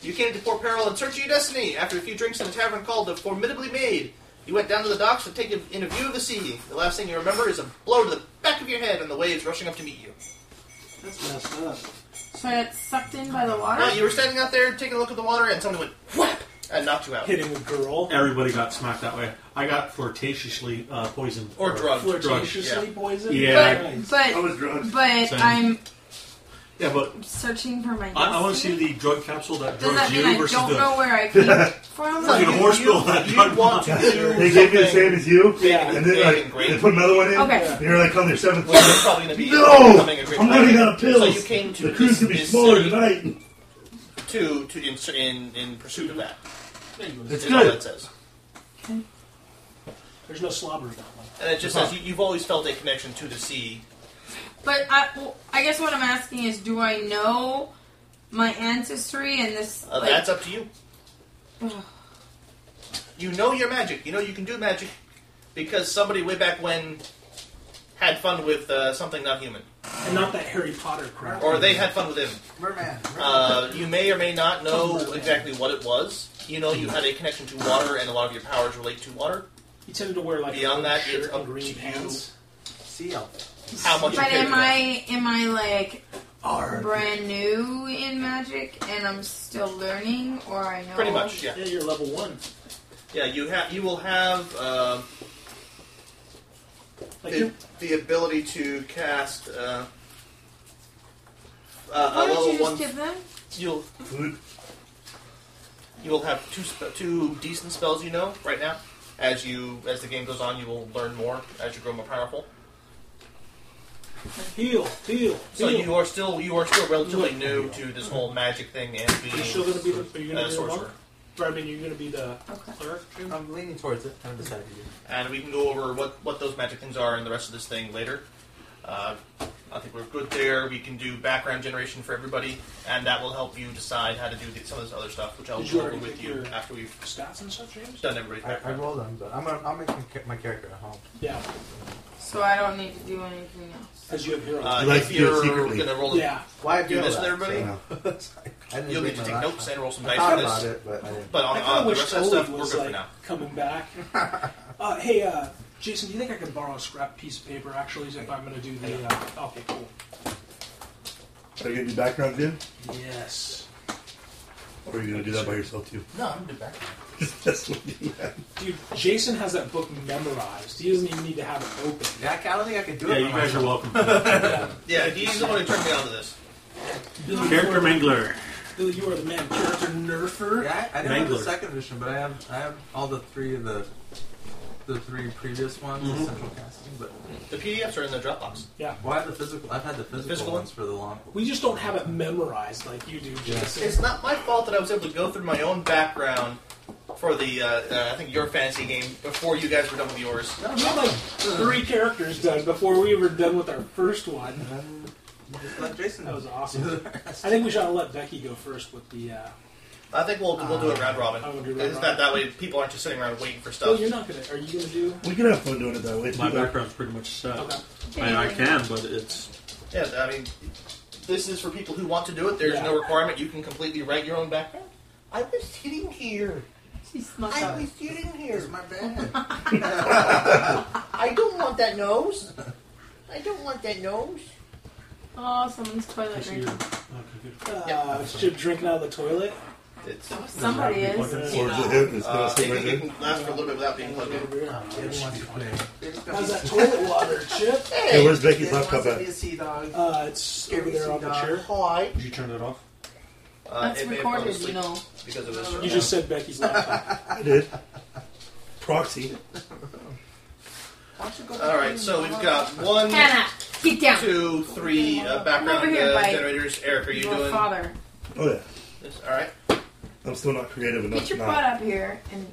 Speaker 2: you came to Port Peril in search of your destiny. After a few drinks in a tavern called the Formidably Made, you went down to the docks to take a, in a view of the sea. The last thing you remember is a blow to the back of your head and the waves rushing up to meet you.
Speaker 11: That's messed up.
Speaker 6: So I got sucked in by the water.
Speaker 2: No, you were standing out there taking a look at the water, and someone went whap and knocked you out.
Speaker 1: Hitting a girl.
Speaker 5: Everybody got smacked that way. I got flirtatiously uh, poisoned.
Speaker 2: Or drugged.
Speaker 1: Flirtatiously poisoned.
Speaker 5: Yeah.
Speaker 6: But
Speaker 3: I
Speaker 6: but
Speaker 3: was drugged.
Speaker 6: but
Speaker 5: Same.
Speaker 6: I'm
Speaker 5: Yeah, but
Speaker 6: searching for my destiny.
Speaker 5: I, I want to see the drug capsule that
Speaker 6: Does
Speaker 5: drugs
Speaker 6: that mean
Speaker 5: you
Speaker 6: I
Speaker 5: versus
Speaker 6: don't
Speaker 5: the.
Speaker 6: know where I came from?
Speaker 5: Dude, a horse bill that
Speaker 2: you
Speaker 5: drug
Speaker 2: want to do
Speaker 3: They gave me the
Speaker 2: something-
Speaker 3: same as you,
Speaker 1: Yeah.
Speaker 3: and then like, they put another one in.
Speaker 6: Okay.
Speaker 3: And you're like on their seventh.
Speaker 2: Well, you're probably gonna be
Speaker 3: No!
Speaker 2: becoming a great
Speaker 3: I'm running
Speaker 2: pilot.
Speaker 3: out of pills.
Speaker 2: So you came to
Speaker 3: the cruise
Speaker 2: this,
Speaker 3: could be
Speaker 2: this
Speaker 3: smaller
Speaker 2: city
Speaker 3: tonight.
Speaker 2: to to in, in in pursuit of that.
Speaker 3: It's
Speaker 2: is all
Speaker 3: good.
Speaker 2: it says,
Speaker 1: There's no slobbers that one.
Speaker 2: and it just says you, you've always felt a connection to the sea.
Speaker 6: But I, well, I guess what I'm asking is, do I know my ancestry and this?
Speaker 2: Uh,
Speaker 6: like,
Speaker 2: that's up to you. you know your magic. You know you can do magic because somebody way back when had fun with uh, something not human,
Speaker 1: And not that Harry Potter crap.
Speaker 2: or they had fun with him.
Speaker 7: Merman.
Speaker 2: Uh, you may or may not know exactly what it was. You know you had a connection to water, and a lot of your powers relate to water.
Speaker 1: He tended to wear like
Speaker 2: Beyond
Speaker 1: a
Speaker 2: that,
Speaker 1: shirt
Speaker 2: it's
Speaker 1: and
Speaker 2: up to
Speaker 1: green
Speaker 2: you.
Speaker 1: pants.
Speaker 7: Sea elf.
Speaker 2: How much? you
Speaker 6: but
Speaker 2: care
Speaker 6: am
Speaker 2: about.
Speaker 6: I am I like brand new in magic and I'm still learning, or I know
Speaker 2: Pretty much, yeah.
Speaker 1: Yeah, you're level one.
Speaker 2: Yeah, you have. You will have uh,
Speaker 1: Like
Speaker 2: the,
Speaker 1: you
Speaker 2: the ability to cast uh, uh, a
Speaker 6: Why don't
Speaker 2: level
Speaker 6: you
Speaker 2: one.
Speaker 6: just give them?
Speaker 2: You'll
Speaker 3: Food.
Speaker 2: you will have two spe- two decent spells. You know, right now, as you as the game goes on, you will learn more as you grow more powerful.
Speaker 1: heal, heal,
Speaker 2: So
Speaker 1: heal.
Speaker 2: you are still you are still relatively new to this whole magic thing and
Speaker 1: You're still
Speaker 2: being
Speaker 1: gonna be the. Are you gonna
Speaker 2: uh,
Speaker 1: be the monk?
Speaker 2: sorcerer.
Speaker 1: Or, I mean, you're gonna be the
Speaker 6: Okay.
Speaker 1: cleric. too?
Speaker 7: I'm leaning towards it. I haven't decided yet.
Speaker 2: And we can go over what what those magic things are and the rest of this thing later. Uh, I think we're good there. We can do background generation for everybody, and that will help you decide how to do the, some of this other stuff, which I'll
Speaker 1: Did you
Speaker 2: go over
Speaker 1: already
Speaker 2: with
Speaker 1: pick
Speaker 2: you
Speaker 1: your-
Speaker 2: after we've
Speaker 1: Stats and stuff, James.
Speaker 2: done everybody's
Speaker 7: I, I
Speaker 2: background.
Speaker 7: rolled them, but I'm gonna, I'll make my cha- my character at home.
Speaker 1: Yeah,
Speaker 6: So I don't need to do anything else.
Speaker 1: because you have heroes.
Speaker 2: Uh,
Speaker 3: You like
Speaker 2: if
Speaker 3: to do it
Speaker 2: you're
Speaker 3: secretly.
Speaker 2: gonna roll,
Speaker 1: yeah,
Speaker 7: Why I
Speaker 2: do this with everybody,
Speaker 7: I didn't
Speaker 2: you'll
Speaker 7: read
Speaker 2: get to
Speaker 7: my
Speaker 2: take
Speaker 7: last
Speaker 2: notes
Speaker 7: time.
Speaker 2: and roll some
Speaker 7: I
Speaker 2: dice
Speaker 7: thought
Speaker 2: for
Speaker 7: about
Speaker 2: this.
Speaker 7: it, but I didn't.
Speaker 2: But on
Speaker 1: I
Speaker 2: uh,
Speaker 1: kind
Speaker 2: the
Speaker 1: of wish
Speaker 2: rest of that stuff,
Speaker 1: Toad
Speaker 2: we're good
Speaker 1: was
Speaker 2: for
Speaker 1: like
Speaker 2: now. <laughs>
Speaker 1: coming back. uh, hey, uh, Jason, do you think I could borrow a scrap piece of paper? Actually, if I'm gonna do the. Uh, okay, cool.
Speaker 3: Are you gonna do background in?
Speaker 1: Yes.
Speaker 3: Or are you gonna do that by yourself too? <laughs>
Speaker 7: No, I'm the back.
Speaker 3: That's what you have.
Speaker 1: Dude, Jason has that book memorized. He doesn't even need to have it open.
Speaker 7: Yeah, I don't think I could do
Speaker 5: Yeah,
Speaker 7: it.
Speaker 5: you
Speaker 7: by
Speaker 5: guys are
Speaker 1: <laughs>
Speaker 7: myself.
Speaker 5: welcome. Character
Speaker 2: Yeah, he's the one who turned me on to this.
Speaker 1: Billy, you are,
Speaker 5: mangler.
Speaker 1: Billy, you are the man. Character nerfer.
Speaker 7: Yeah, I, I didn't have the
Speaker 5: Mangler.
Speaker 7: second edition, but I have I have all the three of the the three previous ones, the central casting. But
Speaker 2: The PDFs are in the Dropbox.
Speaker 7: well, I have the physical. I've had the physical,
Speaker 2: physical
Speaker 7: ones for the long.
Speaker 1: We just don't have it memorized like you do, Jason.
Speaker 2: It's not my fault that I was able to go through my own background for the uh, uh, I think your fantasy game before you guys were done with yours.
Speaker 1: We had like three characters done before we were done with our first one.
Speaker 7: Uh-huh. Just let Jason.
Speaker 1: That was
Speaker 7: do
Speaker 1: awesome.
Speaker 7: <laughs> the rest.
Speaker 1: I think we should let Becky go first with the. Uh,
Speaker 2: I think we'll we'll do it round robin.
Speaker 1: I will do round
Speaker 2: It's
Speaker 1: robin.
Speaker 2: not that way people aren't just sitting around waiting for
Speaker 1: oh,
Speaker 2: stuff.
Speaker 1: you're not gonna. Are you gonna do?
Speaker 3: We can have fun doing it that way.
Speaker 5: My
Speaker 3: too.
Speaker 5: background's pretty much set.
Speaker 1: Okay.
Speaker 5: I, I can, but it's
Speaker 2: yeah, I mean, this is for people who want to do it. There's
Speaker 1: Yeah.
Speaker 2: no requirement. You can completely write your own background. I was sitting here.
Speaker 6: She's smart.
Speaker 2: I was sitting here.
Speaker 7: It's my bad.
Speaker 2: I don't want that nose. I don't want that nose.
Speaker 6: Oh, someone's toilet Oh, drinking.
Speaker 1: Uh, should drinking out of the toilet.
Speaker 2: It's,
Speaker 6: Somebody is.
Speaker 3: Or is it him? Is
Speaker 2: uh,
Speaker 3: it
Speaker 2: it,
Speaker 3: him
Speaker 2: it
Speaker 3: right there?
Speaker 2: can last for a little bit without being plugged in.
Speaker 7: Oh,
Speaker 1: How's that toilet water, Chip?
Speaker 3: Hey, where's Becky's laptop at?
Speaker 1: Uh, it's over there on the chair.
Speaker 2: Hi.
Speaker 5: Did you turn it off?
Speaker 2: Uh,
Speaker 6: That's
Speaker 2: it may have gone to
Speaker 6: recorded, you
Speaker 2: sleep
Speaker 6: know.
Speaker 2: Because of this.
Speaker 1: You just said Becky's laptop.
Speaker 3: I did. Proxy.
Speaker 2: All right, so we've got one,
Speaker 6: Hannah, get down.
Speaker 2: two, three uh,
Speaker 6: Over
Speaker 2: background
Speaker 6: here,
Speaker 2: uh,
Speaker 6: bye.
Speaker 2: generators. Eric, are you
Speaker 6: Your
Speaker 2: doing
Speaker 6: father.
Speaker 3: Oh yeah.
Speaker 2: this? All right.
Speaker 3: I'm still not creative enough.
Speaker 6: Get your
Speaker 3: not.
Speaker 6: butt up here and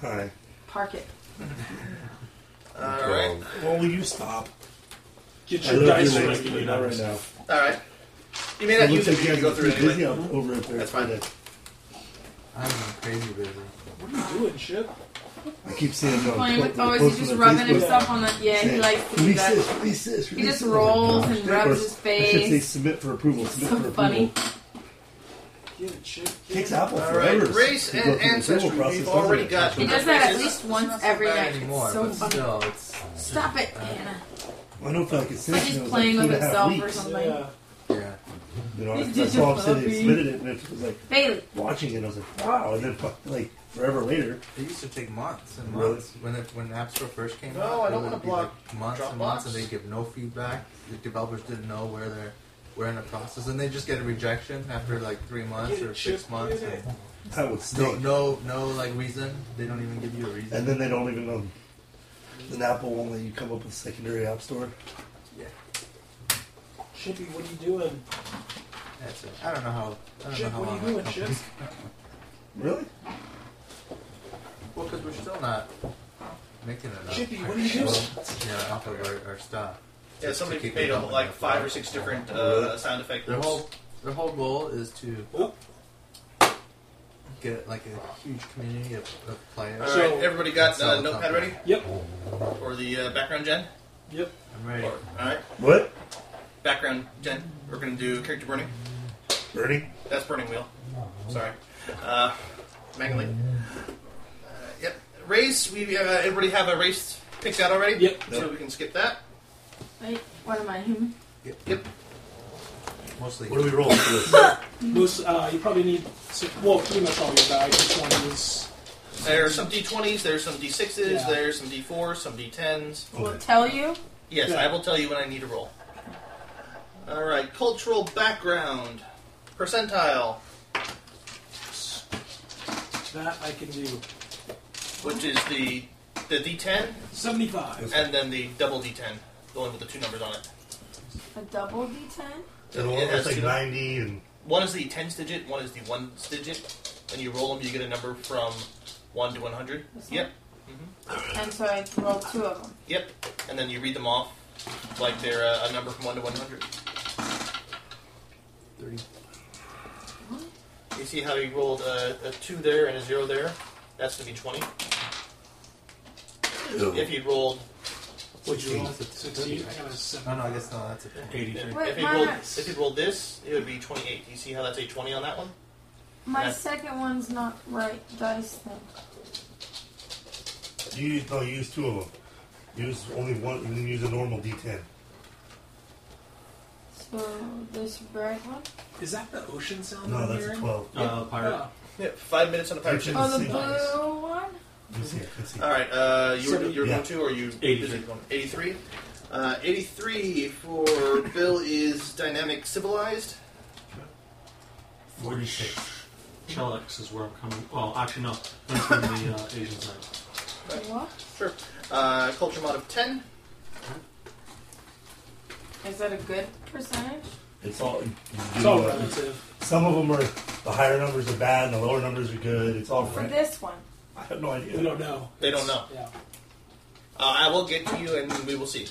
Speaker 3: Hi.
Speaker 6: park it.
Speaker 2: All right.
Speaker 3: Well, will you stop?
Speaker 1: Get
Speaker 3: I
Speaker 1: your
Speaker 3: love
Speaker 1: dice
Speaker 3: you,
Speaker 1: right.
Speaker 3: Lexi, but not right now.
Speaker 2: All right. You may
Speaker 3: It
Speaker 2: not use
Speaker 3: looks
Speaker 2: it,
Speaker 3: like
Speaker 2: but
Speaker 3: you
Speaker 2: you can
Speaker 3: guys
Speaker 2: go
Speaker 3: are
Speaker 2: through it
Speaker 3: pretty busy
Speaker 2: anyway.
Speaker 3: out over at there.
Speaker 2: That's fine.
Speaker 3: but
Speaker 7: I'm crazy busy.
Speaker 12: What are you doing, shit?
Speaker 3: I keep seeing them.
Speaker 6: Playing with, oh, is he just rubbing himself on the? Yeah, he likes to do
Speaker 3: Release
Speaker 6: that.
Speaker 3: this, release this.
Speaker 6: He just
Speaker 3: release this."
Speaker 6: rolls and
Speaker 3: Of
Speaker 6: rubs
Speaker 3: course,
Speaker 6: his
Speaker 3: I should say
Speaker 6: face.
Speaker 3: submit for approval. Submit
Speaker 6: So
Speaker 3: for
Speaker 6: funny.
Speaker 3: approval.
Speaker 12: Get it, shit.
Speaker 3: Takes Apple
Speaker 2: All right,
Speaker 3: forever.
Speaker 2: race
Speaker 3: to go
Speaker 2: and
Speaker 3: through the
Speaker 2: ancestry,
Speaker 3: approval
Speaker 2: we've
Speaker 3: process, doesn't
Speaker 2: already
Speaker 3: it?
Speaker 2: got-
Speaker 6: He does that at least once every
Speaker 7: Not
Speaker 6: night.
Speaker 7: anymore,
Speaker 6: It's so
Speaker 7: but
Speaker 6: funny.
Speaker 7: still, it's
Speaker 6: Stop it, Anna.
Speaker 3: I know for like a
Speaker 6: It's like he's playing with himself or something.
Speaker 12: Yeah.
Speaker 1: uh,
Speaker 7: yeah.
Speaker 3: You know,
Speaker 6: He's
Speaker 3: that's
Speaker 6: just a
Speaker 3: all I'm saying. They
Speaker 6: puppy.
Speaker 3: submitted it, and it was like
Speaker 6: Bailey,
Speaker 3: watching it. and I was like, wow. And then fuck, like forever later,
Speaker 7: It used to take months and
Speaker 3: Really?
Speaker 7: months when it, when App Store first came
Speaker 2: No,
Speaker 7: out.
Speaker 2: I
Speaker 7: it
Speaker 2: don't
Speaker 7: would
Speaker 2: wanna
Speaker 7: be
Speaker 2: block
Speaker 7: like months and months, and
Speaker 2: Dropbox.
Speaker 7: they give no feedback. The developers didn't know where they're where in the process, and they just get a rejection after like three months
Speaker 12: Get
Speaker 7: or
Speaker 12: it,
Speaker 7: six
Speaker 12: Chip,
Speaker 7: months.
Speaker 12: get it.
Speaker 7: and
Speaker 3: that would
Speaker 7: No,
Speaker 3: stink.
Speaker 7: no, no, like reason. They don't even give you a reason.
Speaker 3: And then they don't even know. Then Apple won't let you come up with a secondary app store.
Speaker 12: Chippy, what are you doing?
Speaker 7: That's it. I don't know how. I don't know
Speaker 12: Chip,
Speaker 7: how
Speaker 12: what are
Speaker 7: long
Speaker 12: you
Speaker 7: that
Speaker 12: doing, Chip?
Speaker 7: company's-
Speaker 3: Really?
Speaker 7: Well, because we're still not making it up.
Speaker 12: Chippy, what are you doing?
Speaker 7: Yeah, off of our, our stuff.
Speaker 2: Yeah,
Speaker 7: Just to
Speaker 2: somebody
Speaker 7: keep
Speaker 2: made
Speaker 7: it
Speaker 2: up
Speaker 7: going.
Speaker 2: like five or six different uh, sound effects.
Speaker 7: Their whole their whole goal is to get like a huge community of, of
Speaker 2: All
Speaker 7: players.
Speaker 2: right, everybody got
Speaker 7: Solid
Speaker 2: uh, notepad
Speaker 7: company.
Speaker 2: ready
Speaker 12: Yep.
Speaker 2: for the uh, background gen?
Speaker 12: Yep.
Speaker 7: I'm ready.
Speaker 2: Or, all right,
Speaker 3: What?
Speaker 2: background gen. We're gonna do character burning.
Speaker 3: Bernie?
Speaker 2: That's burning wheel. Sorry, uh, manually. Uh, yep. Race. We uh, everybody have a race picked out already.
Speaker 12: Yep.
Speaker 2: So we can skip that.
Speaker 6: wait, what am I, human?
Speaker 2: Yep.
Speaker 7: Mostly.
Speaker 3: What are we rolling for this?
Speaker 12: Moose, uh, you probably need. si well, pretty much all your dice. Each one is.
Speaker 2: There are some D20s. There's some D6s.
Speaker 12: Yeah.
Speaker 2: There's some D4s. Some D10s.
Speaker 6: Will tell you.
Speaker 2: Yes,
Speaker 12: Yeah.
Speaker 2: I will tell you when I need to roll. All right. Cultural background. Percentile.
Speaker 12: That I can do.
Speaker 2: which is the the D10
Speaker 12: 75.
Speaker 2: and then the double D10, the one with the two numbers on it.
Speaker 6: A double D10?
Speaker 3: And
Speaker 2: It has
Speaker 3: it's like
Speaker 2: two-
Speaker 3: 90 and
Speaker 2: one is the tens digit, one is the one digit. When you roll them, you get a number from one to one hundred.
Speaker 6: This one?
Speaker 2: Yep,
Speaker 6: And so I rolled two of them.
Speaker 2: yep. And then you read them off like they're a, a number from one to one hundred. You see how he rolled a, a two there and a zero there. That's gonna be twenty. If he rolled,
Speaker 12: What'd you roll?
Speaker 7: Sixteen.
Speaker 12: 16. I got a
Speaker 7: Oh
Speaker 12: 7.
Speaker 7: no, I guess no. That's a
Speaker 5: Eighty-three.
Speaker 6: Wait,
Speaker 2: if he
Speaker 6: my-
Speaker 2: rolled, if he rolled this, it would be twenty-eight. You see how that's a twenty on that one?
Speaker 6: My
Speaker 2: Yeah.
Speaker 6: second one's not right dice then.
Speaker 3: you use, no, you use two of them. Use only one and then use a normal D10.
Speaker 6: So this red one?
Speaker 12: Is that the ocean sound
Speaker 3: No,
Speaker 12: I'm
Speaker 3: that's a
Speaker 12: hearing?
Speaker 3: 12.
Speaker 5: Uh, pirate.
Speaker 12: Oh.
Speaker 2: Yeah, five minutes on a pirate ship.
Speaker 3: Didn't
Speaker 6: Oh, the
Speaker 3: see
Speaker 12: dice.
Speaker 6: blue one?
Speaker 3: Let me see. Let me see.
Speaker 2: All right, uh, you were, you were
Speaker 3: Yeah.
Speaker 2: going to, or you
Speaker 5: 83.
Speaker 2: Eighty-three. Uh, Eighty-three for Bill is dynamic civilized.
Speaker 5: Forty-six. Chelex is where I'm coming. Well, actually, no. That's from the uh, Asian side.
Speaker 6: What?
Speaker 2: Sure. Uh, culture mod of ten.
Speaker 6: Is that a good percentage?
Speaker 3: It's all. you
Speaker 12: It's
Speaker 3: do,
Speaker 12: all
Speaker 3: uh,
Speaker 12: relative.
Speaker 3: Some of them are the higher numbers are bad and the lower numbers are good. It's all
Speaker 6: For
Speaker 3: right.
Speaker 6: this one.
Speaker 3: I have no idea.
Speaker 12: We don't know.
Speaker 2: They don't know.
Speaker 12: Yeah.
Speaker 2: Uh, I will get to you, and we will see.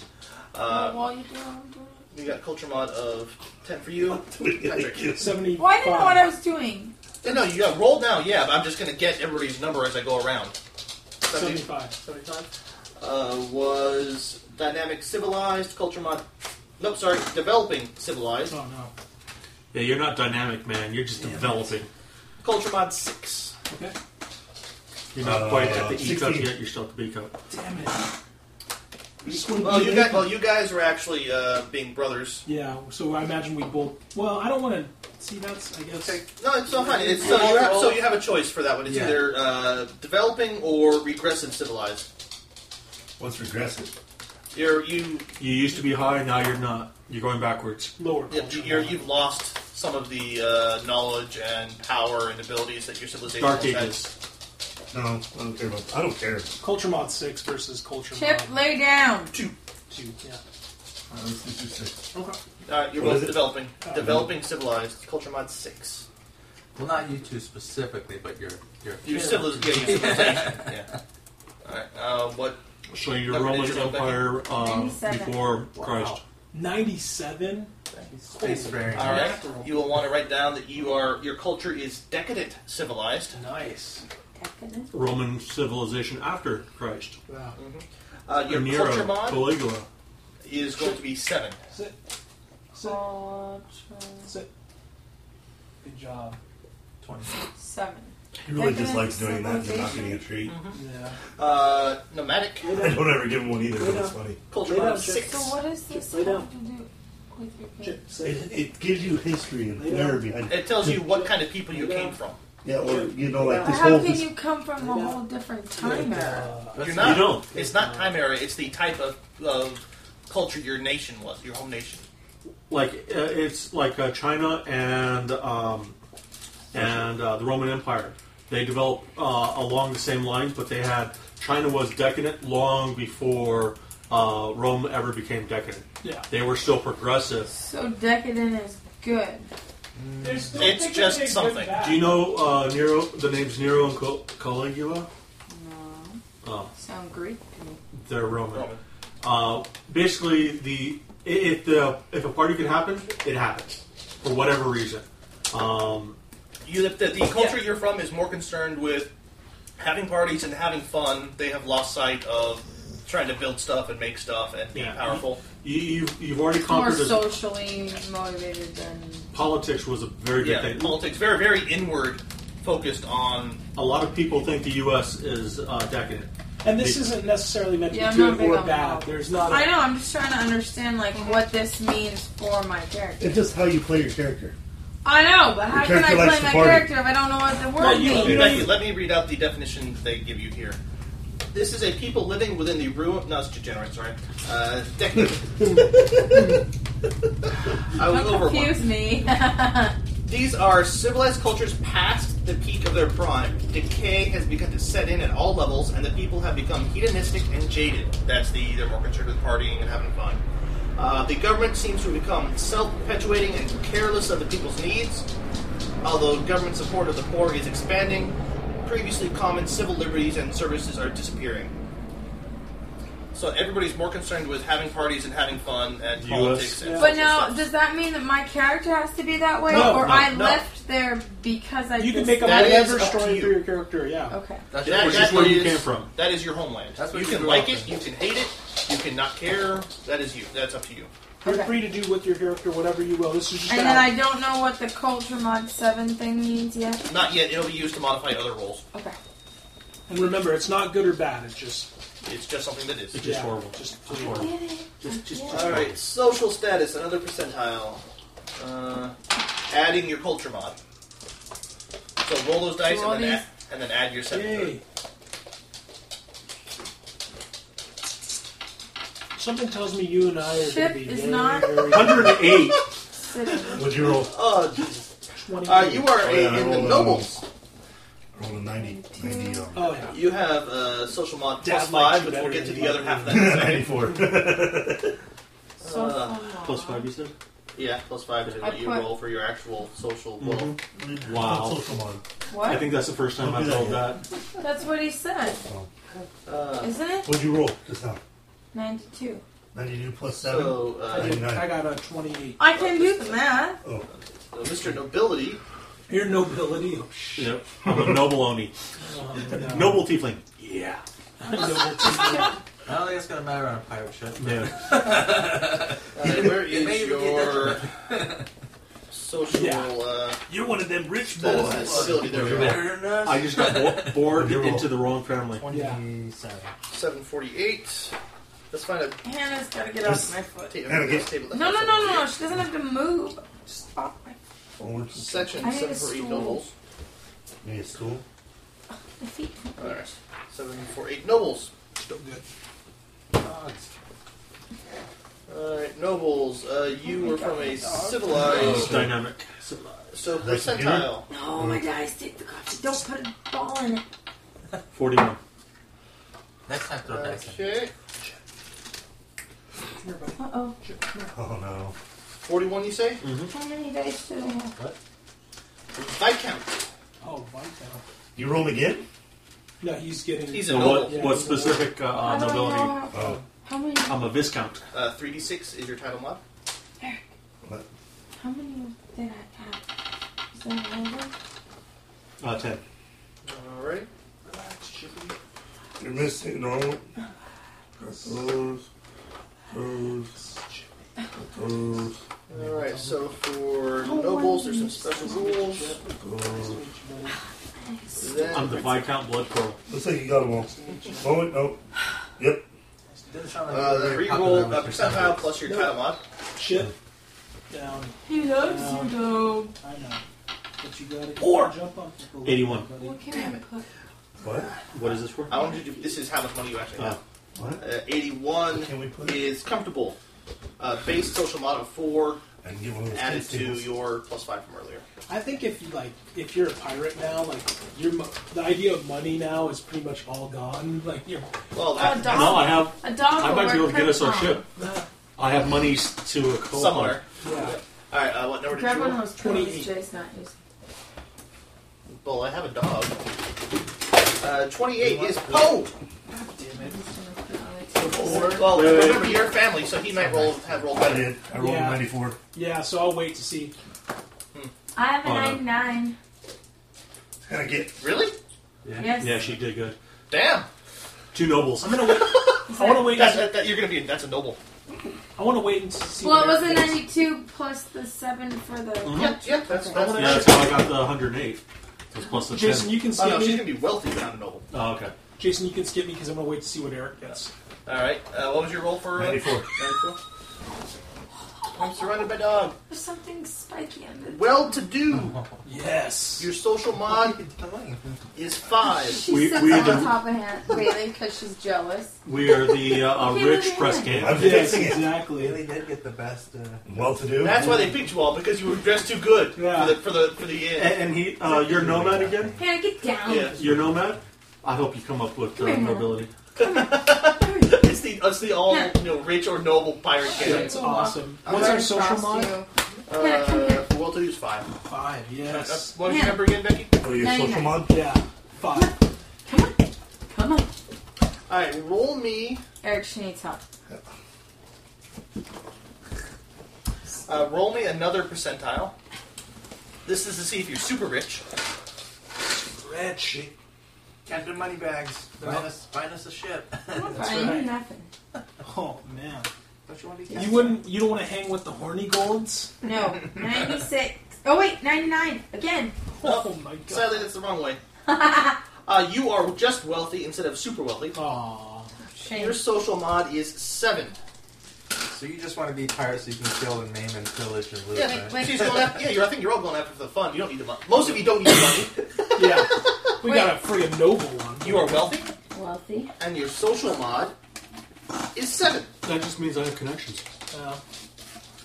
Speaker 6: Well,
Speaker 2: Uh,
Speaker 6: while you do it, I'm doing it.
Speaker 2: we got culture mod of ten for <laughs> you. Patrick.
Speaker 12: Seventy.
Speaker 6: Well, I didn't know what I was doing.
Speaker 2: Yeah, no, you got roll now. Yeah, but I'm just going to get everybody's number as I go around. 70,
Speaker 12: 75.
Speaker 2: 75. Uh, was dynamic civilized culture mod? Nope, sorry, developing civilized
Speaker 12: Oh, no.
Speaker 5: Yeah, you're not dynamic, man. You're just developing.
Speaker 2: culture mod six.
Speaker 12: Okay.
Speaker 5: You're not
Speaker 3: Uh,
Speaker 5: quite at the E cup
Speaker 3: 16.
Speaker 5: yet. You're still at the B cup.
Speaker 12: Damn it. Just wouldn't
Speaker 2: Well,
Speaker 12: be
Speaker 2: you
Speaker 12: there.
Speaker 2: guys, well, you guys were actually uh, being brothers.
Speaker 12: Yeah, so I imagine we both. Well, I don't want to. See, that's, I guess.
Speaker 2: No, it's all fine. It's, so, you have, so you have a choice for that one. It's
Speaker 7: Yeah.
Speaker 2: either uh, developing or regressive civilized.
Speaker 3: What's regressive?
Speaker 2: You're you
Speaker 5: You used to be high. Now you're not. You're going backwards.
Speaker 12: Lower. culture.
Speaker 2: you're, you've lost some of the uh, knowledge and power and abilities that your civilization
Speaker 5: Dark
Speaker 2: has had.
Speaker 5: Ages.
Speaker 3: No, I don't care about. I don't care.
Speaker 12: Culture mod 6 versus culture
Speaker 6: Chip,
Speaker 12: mod
Speaker 6: lay down.
Speaker 12: 2. Yeah.
Speaker 3: Uh, let's do six.
Speaker 12: Okay.
Speaker 2: Uh, you're
Speaker 3: What
Speaker 2: both
Speaker 3: is it?
Speaker 2: developing,
Speaker 12: Oh.
Speaker 2: developing civilized culture mod six.
Speaker 7: well, not you two specifically, but your your.
Speaker 2: You
Speaker 12: Yeah.
Speaker 2: civiliz- yeah, you <laughs> civilization. yeah. All right. Uh, what?
Speaker 5: So your
Speaker 2: Number
Speaker 5: Roman um,
Speaker 2: digital
Speaker 5: Empire uh,
Speaker 6: 97.
Speaker 5: before Christ.
Speaker 12: 97?
Speaker 7: Space faring.
Speaker 2: All right. You will want to write down that you are your culture is decadent civilized.
Speaker 1: Nice.
Speaker 6: Decadent.
Speaker 5: Roman civilization after Christ.
Speaker 1: Wow.
Speaker 2: Uh, your
Speaker 5: Nero,
Speaker 2: culture mod
Speaker 5: Caligula.
Speaker 2: is going to be seven.
Speaker 1: Sit. Sit. Sit. Good job.
Speaker 6: Seven.
Speaker 3: He really just likes doing that and not getting a treat.
Speaker 1: Yeah.
Speaker 2: Uh, nomadic
Speaker 3: I don't ever give him one either, but it's funny.
Speaker 2: culture
Speaker 1: Lay
Speaker 2: mod
Speaker 1: down,
Speaker 2: is
Speaker 1: Jim.
Speaker 2: six.
Speaker 6: So what does this
Speaker 1: lay
Speaker 6: have
Speaker 1: down.
Speaker 6: to do with your
Speaker 1: Sit.
Speaker 6: kid?
Speaker 1: Sit.
Speaker 3: It, it gives you history and there behind
Speaker 2: It tells you what kind of people you
Speaker 1: Yeah.
Speaker 2: came from.
Speaker 3: Yeah, or, you know, like this
Speaker 6: How
Speaker 3: whole.
Speaker 6: can
Speaker 3: This,
Speaker 6: you come from a whole different time era?
Speaker 1: Uh,
Speaker 2: You're
Speaker 5: you
Speaker 2: not.
Speaker 5: don't.
Speaker 2: It's not time era. It's the type of, of culture your nation was, your home nation.
Speaker 5: Like uh, it's like uh, China and um, and uh, the Roman Empire. They developed uh, along the same lines, but they had China was decadent long before uh, Rome ever became decadent.
Speaker 1: yeah.
Speaker 5: They were still progressive.
Speaker 6: So decadent is good.
Speaker 2: It's just something.
Speaker 5: Do you know uh, Nero? The names Nero and Cal- Caligula.
Speaker 6: No.
Speaker 5: Oh.
Speaker 6: Sound Greek to me.
Speaker 5: They're Roman.
Speaker 2: Roman.
Speaker 5: Uh, basically, the i- if the if a party can happen, it happens for whatever reason. Um,
Speaker 2: You, the, the culture you're from is more concerned with having parties and having fun. They have lost sight of trying to build stuff and make stuff and being
Speaker 5: Yeah.
Speaker 2: powerful.
Speaker 5: you, you've, you've already
Speaker 6: More
Speaker 5: conquered. A,
Speaker 6: socially motivated than.
Speaker 5: politics was a very good
Speaker 2: Yeah,
Speaker 5: thing.
Speaker 2: politics very very inward, focused on
Speaker 5: A lot of people think the U.S. is uh, decadent.
Speaker 1: And this isn't necessarily meant to
Speaker 6: Yeah, I'm
Speaker 1: be
Speaker 6: not
Speaker 1: good
Speaker 6: big
Speaker 1: or
Speaker 6: on
Speaker 1: bad.
Speaker 6: that.
Speaker 1: There's not.
Speaker 6: I
Speaker 1: A,
Speaker 6: know. I'm just trying to understand like what this means for my character.
Speaker 3: it's just how you play your character.
Speaker 6: I know, but how
Speaker 3: Your
Speaker 6: can I
Speaker 3: character
Speaker 6: play
Speaker 3: likes to
Speaker 6: my
Speaker 3: party.
Speaker 6: character if I don't know what the word
Speaker 1: you-
Speaker 6: means?
Speaker 2: Let me- let me read out the definition they give you here. This is a people living within the ruin. No, it's degenerate. Sorry. Uh, <laughs> decadent. I was
Speaker 6: Don't
Speaker 2: over one.
Speaker 6: confuse me. <laughs>
Speaker 2: These are civilized cultures past the peak of their prime. Decay has begun to set in at all levels, and the people have become hedonistic and jaded. That's the they're more concerned with partying and having fun. Uh, the government seems to have become self-perpetuating and careless of the people's needs. Although government support of the poor is expanding, previously common civil liberties and services are disappearing. So everybody's more concerned with having parties and having fun and politics. And
Speaker 6: But
Speaker 2: social
Speaker 6: now,
Speaker 2: stuff.
Speaker 6: does that mean that my character has to be that way,
Speaker 1: No,
Speaker 6: or
Speaker 5: no,
Speaker 6: I
Speaker 2: no.
Speaker 6: left there because I?
Speaker 1: you can
Speaker 6: just-
Speaker 1: make up
Speaker 2: That is up
Speaker 1: whatever
Speaker 2: to
Speaker 1: story
Speaker 2: you.
Speaker 1: for your character. Yeah.
Speaker 6: Okay.
Speaker 7: That's
Speaker 2: That-
Speaker 5: Which
Speaker 2: that
Speaker 5: is where you
Speaker 2: is-
Speaker 5: came from.
Speaker 2: That is your homeland.
Speaker 7: That's what
Speaker 2: you
Speaker 7: you
Speaker 2: can
Speaker 7: grew
Speaker 2: like
Speaker 7: up
Speaker 2: it,
Speaker 7: in.
Speaker 2: you can hate it, you can not care. That is you. That's up to you.
Speaker 1: You're
Speaker 6: Okay.
Speaker 1: free to do with your character whatever you will. This is just
Speaker 6: And
Speaker 1: how-
Speaker 6: then I don't know what the culture mod seven thing means yet.
Speaker 2: Not yet. It'll be used to modify other roles.
Speaker 6: Okay.
Speaker 1: and remember, it's not good or bad. It's just
Speaker 2: It's just something that is.
Speaker 5: It's just
Speaker 1: yeah,
Speaker 5: horrible.
Speaker 1: Just
Speaker 5: horrible.
Speaker 6: Just, just,
Speaker 2: All right. Social status, another percentile. Uh, adding your culture mod. So roll those dice
Speaker 6: So all
Speaker 2: and then
Speaker 6: these-
Speaker 2: add, and then add your seven.
Speaker 1: Yay. Something tells me you and I are going
Speaker 6: Ship
Speaker 1: to be
Speaker 6: is
Speaker 1: very,
Speaker 6: not- <laughs>
Speaker 1: very
Speaker 5: 108.
Speaker 6: sitting.
Speaker 3: What'd you roll?
Speaker 2: Oh, Jesus.
Speaker 1: 20.
Speaker 2: Uh, you are
Speaker 3: Oh,
Speaker 2: a-
Speaker 3: yeah, I
Speaker 2: in the
Speaker 3: rolled a-
Speaker 2: nobles.
Speaker 3: I rolled a 90. 90 um,
Speaker 1: Oh yeah.
Speaker 2: You have uh, social mod plus
Speaker 1: Dad likes
Speaker 2: five,
Speaker 1: you
Speaker 2: but we'll
Speaker 1: better
Speaker 2: get to
Speaker 1: than
Speaker 2: the
Speaker 1: you.
Speaker 2: other half of that.
Speaker 3: Oh.
Speaker 2: in
Speaker 3: <laughs>
Speaker 2: a second.
Speaker 3: 94.
Speaker 6: <laughs> So
Speaker 2: Uh,
Speaker 6: fun.
Speaker 5: Plus five, you said?
Speaker 2: yeah, plus five is
Speaker 6: I
Speaker 2: what you
Speaker 6: put-
Speaker 2: roll for your actual social
Speaker 3: Mm-hmm.
Speaker 2: roll.
Speaker 5: Wow.
Speaker 3: Social mod.
Speaker 5: I
Speaker 6: What?
Speaker 5: think that's the first time I've told that.
Speaker 6: That's what he said,
Speaker 2: Uh,
Speaker 6: isn't it?
Speaker 3: What'd you roll just now?
Speaker 6: Ninety-two.
Speaker 3: 92 plus 7?
Speaker 2: So, uh,
Speaker 1: I,
Speaker 3: 99.
Speaker 1: got a 28.
Speaker 6: I can do the math.
Speaker 3: oh.
Speaker 2: uh, Mr. Nobility,
Speaker 1: Your nobility. Oh shit. Um,
Speaker 5: Yep. I'm a noble <laughs> oni. Noble tiefling.
Speaker 1: Yeah.
Speaker 7: I don't think it's gonna matter on a pirate ship.
Speaker 5: Yeah.
Speaker 7: <laughs>
Speaker 2: uh, where
Speaker 7: It may
Speaker 2: is
Speaker 7: even get
Speaker 2: your social
Speaker 1: Yeah.
Speaker 2: uh,
Speaker 3: You're one of them rich
Speaker 2: status ability? There we are.
Speaker 7: Better than us.
Speaker 5: I just got bo- bored
Speaker 3: You're
Speaker 5: into the wrong family.
Speaker 1: Yeah.
Speaker 7: 27.
Speaker 2: 748. Let's find a
Speaker 6: Hannah's gotta get off my foot.
Speaker 2: table.
Speaker 3: Hannah, get-
Speaker 2: table.
Speaker 6: No, no, no, no, no. She doesn't have to move. Just off my
Speaker 3: Orange.
Speaker 2: Section
Speaker 6: I need a
Speaker 2: 748
Speaker 6: stool.
Speaker 2: nobles.
Speaker 3: Maybe it's cool.
Speaker 6: feet.
Speaker 2: Alright. 748 nobles.
Speaker 1: Still good.
Speaker 2: Alright, nobles. Uh, you
Speaker 6: Oh my
Speaker 2: were from
Speaker 6: God,
Speaker 2: a
Speaker 6: my dog.
Speaker 5: It's
Speaker 2: civilized.
Speaker 5: dynamic.
Speaker 2: So,
Speaker 3: That's a
Speaker 2: percentile.
Speaker 6: No, my guys, take the coffee. Don't put a ball in it.
Speaker 5: 41.
Speaker 7: Next time, throw dice. in.
Speaker 2: Okay.
Speaker 6: Uh oh.
Speaker 3: Oh no.
Speaker 2: 41, you say?
Speaker 6: How many dice did I have?
Speaker 2: Viscount.
Speaker 1: Oh, Viscount.
Speaker 3: You rolled again?
Speaker 1: No, he's getting.
Speaker 2: He's a
Speaker 5: So what,
Speaker 2: noble.
Speaker 1: Yeah.
Speaker 5: what specific uh,
Speaker 6: I don't
Speaker 5: uh,
Speaker 6: know
Speaker 5: nobility?
Speaker 6: how,
Speaker 3: Oh.
Speaker 6: how many.
Speaker 5: I'm a viscount.
Speaker 2: Uh, 3d6 is your title mod.
Speaker 3: What?
Speaker 6: How many did I have? Is that over?
Speaker 5: Uh, ten.
Speaker 2: All right.
Speaker 3: You're missing normal. Got those. Those. Got those.
Speaker 2: All right. So for nobles, there's some special rules.
Speaker 3: Those.
Speaker 5: I'm the
Speaker 2: Then,
Speaker 5: Viscount Blood Pearl.
Speaker 3: Looks like you got them all. Oh, wait, no. Yep.
Speaker 2: uh, the reroll uh, percentile plus your title mod.
Speaker 1: Shit. Down.
Speaker 6: He loves you, though.
Speaker 1: I know. But you gotta
Speaker 5: Or-
Speaker 1: jump up.
Speaker 5: 81.
Speaker 6: What can I put?
Speaker 3: What?
Speaker 5: What is this for?
Speaker 2: I want you to. This is how much money you actually have.
Speaker 3: What?
Speaker 2: Uh, 81
Speaker 3: Can we put it?
Speaker 2: is comfortable. Uh, base social mod of four
Speaker 3: I can get one of those
Speaker 2: added
Speaker 3: kids
Speaker 2: to
Speaker 3: tables.
Speaker 2: your plus five from earlier.
Speaker 1: I think if you like, if you're a pirate now, like your mo- the idea of money now is pretty much all gone. Like you're
Speaker 2: Well,
Speaker 6: A
Speaker 2: that,
Speaker 6: dog.
Speaker 5: No, I have.
Speaker 6: a dog.
Speaker 5: I
Speaker 6: will
Speaker 5: might be able
Speaker 6: work
Speaker 5: to get us our
Speaker 6: perfect
Speaker 5: ship. I have money s- to a co-op.
Speaker 2: somewhere.
Speaker 1: yeah.
Speaker 2: All right. Uh, what number
Speaker 6: on.
Speaker 2: did
Speaker 6: Grab
Speaker 2: you
Speaker 6: one of
Speaker 2: roll?
Speaker 6: those twenties
Speaker 1: 28.
Speaker 6: Jay's not using.
Speaker 2: Well, I have a dog. Uh, 28 is Poe.
Speaker 6: He's gonna put
Speaker 2: Well, remember your family, so he might roll have rolled
Speaker 3: I
Speaker 2: better.
Speaker 3: did. I rolled
Speaker 1: Yeah.
Speaker 3: a 94.
Speaker 1: Yeah, so I'll wait to see.
Speaker 6: I have a
Speaker 5: Oh, no.
Speaker 6: 99.
Speaker 3: And I get
Speaker 2: Really?
Speaker 6: Yes.
Speaker 5: Yeah, she did good.
Speaker 2: Damn.
Speaker 5: Two nobles.
Speaker 1: I'm gonna wait. I want to wait.
Speaker 2: That, that, that, you're gonna be. That's a noble.
Speaker 1: I want to wait and see.
Speaker 6: Well, it
Speaker 1: what
Speaker 6: was a
Speaker 1: everything is.
Speaker 6: 92 plus the 7 for the.
Speaker 2: Yep. Yep. That's
Speaker 6: Okay.
Speaker 2: that's.
Speaker 5: Mm-hmm. Yeah, that's how I got the 108. That's plus the 10.
Speaker 1: Jason, you can skip
Speaker 2: Oh, no, she's
Speaker 1: me.
Speaker 2: gonna be wealthy, but not a noble.
Speaker 5: Oh, okay.
Speaker 1: Jason, you can skip me because I'm gonna wait to see what Eric gets.
Speaker 2: All right. Uh, what was your roll for? uh,
Speaker 3: <laughs> 94.
Speaker 2: 94. I'm surrounded by dog.
Speaker 6: There's something spiky under the
Speaker 1: <laughs>
Speaker 2: Well-to-do.
Speaker 1: Yes.
Speaker 2: Your social
Speaker 7: Oh,
Speaker 2: mod is five.
Speaker 6: She
Speaker 5: We-
Speaker 6: sits
Speaker 5: we
Speaker 6: on
Speaker 5: didn't-
Speaker 6: top of him, really, because she's jealous.
Speaker 5: We are the uh,
Speaker 1: <laughs>
Speaker 5: uh,
Speaker 6: Okay,
Speaker 5: rich
Speaker 6: look at
Speaker 5: press
Speaker 6: that.
Speaker 5: gang.
Speaker 3: I'm
Speaker 1: Yes,
Speaker 3: fixing it.
Speaker 1: exactly.
Speaker 7: Really did get the best. Uh,
Speaker 3: Well to do.
Speaker 2: That's why they picked you all because you were dressed too good for
Speaker 1: Yeah.
Speaker 2: the for the for the
Speaker 5: And,
Speaker 2: end.
Speaker 5: and he, uh, you're nomad again.
Speaker 6: Hannah, get down.
Speaker 2: Yeah.
Speaker 5: You're nomad. I hope you come up with uh,
Speaker 6: Come here.
Speaker 5: nobility.
Speaker 2: It's the it's the all you know rich or noble pirate gang.
Speaker 1: That's awesome.
Speaker 6: I'm
Speaker 1: What's our
Speaker 6: gonna
Speaker 1: social
Speaker 6: cross
Speaker 1: mod?
Speaker 6: you. Hannah, come
Speaker 2: Uh,
Speaker 6: here.
Speaker 2: well to do is five.
Speaker 1: Five.
Speaker 2: Uh,
Speaker 1: Yes.
Speaker 2: what was your
Speaker 6: Yeah.
Speaker 2: number again, Becky?
Speaker 3: Oh, your social
Speaker 6: 99.
Speaker 3: mod?
Speaker 1: Yeah. Five.
Speaker 6: Come on. Come on.
Speaker 2: All right, roll me.
Speaker 6: Eric, she needs help.
Speaker 2: Uh, roll me another percentile. This is to see if you're super rich.
Speaker 1: Rich.
Speaker 7: Captain Moneybags, find us, find us a ship.
Speaker 6: I'm not
Speaker 1: That's
Speaker 6: buying you
Speaker 1: right.
Speaker 6: nothing.
Speaker 1: Oh man.
Speaker 7: Don't you want to be
Speaker 1: You wouldn't. You don't want to hang with the horny golds.
Speaker 6: No. 96. Oh, wait, 99. Again.
Speaker 1: Oh my
Speaker 2: Sadly, that's the wrong
Speaker 6: <laughs>
Speaker 2: way. uh, you are just wealthy instead of super wealthy.
Speaker 1: Aw.
Speaker 6: Shame.
Speaker 2: Your social mod is seven.
Speaker 7: So you just want to be pirate so you can kill and maim and pillage and loot,
Speaker 2: Yeah,
Speaker 7: right?
Speaker 6: wait.
Speaker 2: she's going after, yeah you're, I think you're all going after the fun. You don't need the money. Most of you don't need the money.
Speaker 1: Yeah. <laughs> We
Speaker 6: Wait.
Speaker 1: got a free and noble one.
Speaker 2: You are wealthy,
Speaker 6: Wealthy.
Speaker 2: and your social mod is seven.
Speaker 5: That just means I have connections.
Speaker 1: Uh,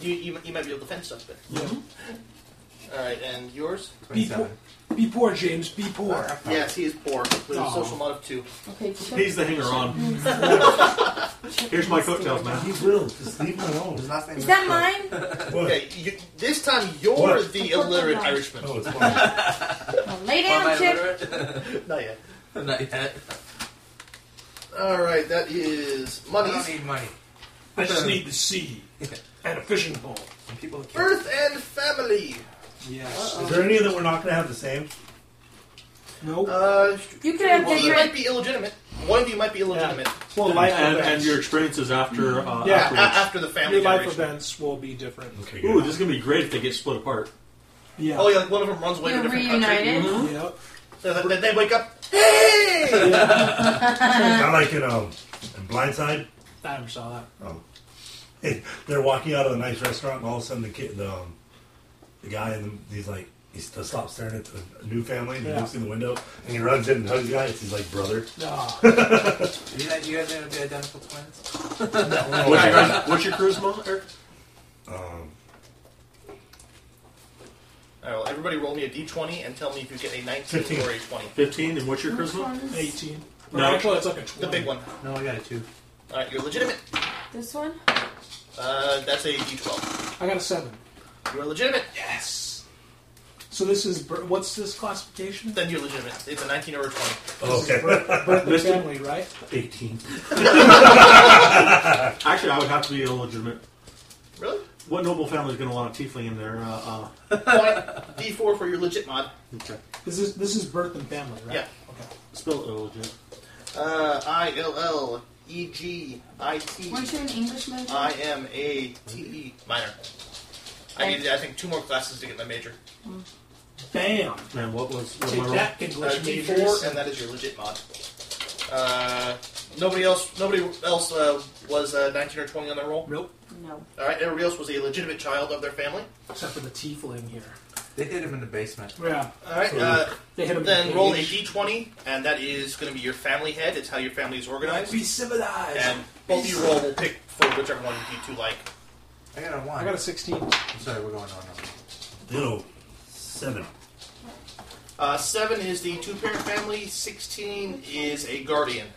Speaker 2: You, you, you might be able to fend stuff with it.
Speaker 1: yeah.
Speaker 2: All right, and yours?
Speaker 1: Be, poor,
Speaker 7: 27.
Speaker 1: be poor, James. Be poor.
Speaker 2: Yes, he is poor with a
Speaker 1: Aw.
Speaker 2: social mod of two.
Speaker 6: Okay, check.
Speaker 5: He's the hanger on.
Speaker 1: Mm-hmm.
Speaker 5: Here's my cocktails, man.
Speaker 3: You will. Just leave him alone.
Speaker 7: His last name
Speaker 6: Is that <laughs> mine?
Speaker 3: What?
Speaker 2: Okay, you, this time you're
Speaker 3: What?
Speaker 2: the illiterate Irishman.
Speaker 3: Oh, it's fine.
Speaker 6: Well, lay
Speaker 7: Am
Speaker 6: down,
Speaker 7: I
Speaker 6: Chip.
Speaker 7: illiterate?
Speaker 2: Not yet.
Speaker 7: <laughs> Not yet.
Speaker 2: All right, that is
Speaker 7: I
Speaker 2: money,
Speaker 7: don't need money.
Speaker 1: I just need the sea and a fishing pole.
Speaker 7: And people that care.
Speaker 2: birth and family.
Speaker 1: Yes.
Speaker 3: <laughs> Is there any that we're not going to have the same?
Speaker 1: No.
Speaker 2: Uh,
Speaker 6: You could have
Speaker 2: one of you
Speaker 6: different.
Speaker 2: might be illegitimate. One of you might be illegitimate.
Speaker 1: well,
Speaker 5: And,
Speaker 1: life
Speaker 5: and,
Speaker 1: events.
Speaker 5: and your experiences after. Uh,
Speaker 1: Yeah,
Speaker 2: A-
Speaker 5: afterwards.
Speaker 2: after the family
Speaker 1: Your life
Speaker 2: generation.
Speaker 1: events will be different.
Speaker 3: Okay,
Speaker 5: Ooh, this is gonna be great if they get split apart.
Speaker 1: Yeah.
Speaker 2: Oh yeah, like one of them runs away to a
Speaker 6: You're
Speaker 2: different
Speaker 6: reunited.
Speaker 2: country.
Speaker 1: Yep.
Speaker 2: So that- that they wake up. Hey!
Speaker 3: Not like in, um, in Blindside.
Speaker 1: I never saw that.
Speaker 3: Um, they're walking out of a nice restaurant, and all of a sudden the kid, the, um, the guy, in the, he's like, he st- stops staring at the new family, and he
Speaker 1: Yeah.
Speaker 3: looks in the window, and he runs in and hugs the guy. It's his like brother.
Speaker 1: Oh,
Speaker 7: You guys, you guys are going to be identical twins?
Speaker 5: What's your, what's your charisma, Eric?
Speaker 3: Um,
Speaker 2: All right, well, everybody roll me a d20 and tell me if you get a 19
Speaker 3: 15.
Speaker 2: or a 20.
Speaker 5: Fifteen. And what's your charisma?
Speaker 1: Eighteen.
Speaker 5: No.
Speaker 1: No, actually, that's like a twenty.
Speaker 2: The big one.
Speaker 7: No, I got a two.
Speaker 2: All right, you're legitimate.
Speaker 6: This one?
Speaker 2: Uh, that's a d12.
Speaker 1: I got a seven.
Speaker 2: You're legitimate.
Speaker 1: Yes. So this is bir- what's this classification?
Speaker 2: Then you're legitimate. It's a 19 or a 20.
Speaker 3: oh, okay.
Speaker 1: Birth and
Speaker 5: Listed.
Speaker 1: family, right?
Speaker 5: <laughs> Eighteen. Actually, I would have to be illegitimate.
Speaker 2: Really?
Speaker 5: What noble family is going to want a tiefling in there? Uh, uh,
Speaker 2: D4 for your legit mod.
Speaker 5: okay.
Speaker 1: This is this is birth and family, right?
Speaker 2: Yeah.
Speaker 5: Spell it illegit.
Speaker 2: Uh, I L L E G I T
Speaker 6: Weren't you an English major?
Speaker 2: I M A T E minor. I needed, I think, two more classes to get my major.
Speaker 1: Bam.
Speaker 5: And what was what
Speaker 1: Take
Speaker 5: am I wrong?
Speaker 1: that,
Speaker 2: Uh,
Speaker 1: English majors.
Speaker 2: D4, and that is your legit mod. Uh, nobody else, nobody else uh, was uh, 19 or 20 on the roll.
Speaker 1: Nope.
Speaker 6: No.
Speaker 2: All right, everybody else was a legitimate child of their family.
Speaker 1: Except for the tiefling here.
Speaker 7: They hid him in the basement.
Speaker 1: Yeah.
Speaker 2: All right, uh,
Speaker 1: They hit him.
Speaker 2: then roll a d20, and that is going to be your family head. It's how your family is organized.
Speaker 7: Be civilized.
Speaker 2: And both of you roll will pick for whichever one you two like.
Speaker 7: I got a one.
Speaker 1: I got a 16.
Speaker 7: I'm sorry, we're going on. now.
Speaker 3: Ditto. Seven.
Speaker 2: Uh, seven is the two parent family. Sixteen is a guardian.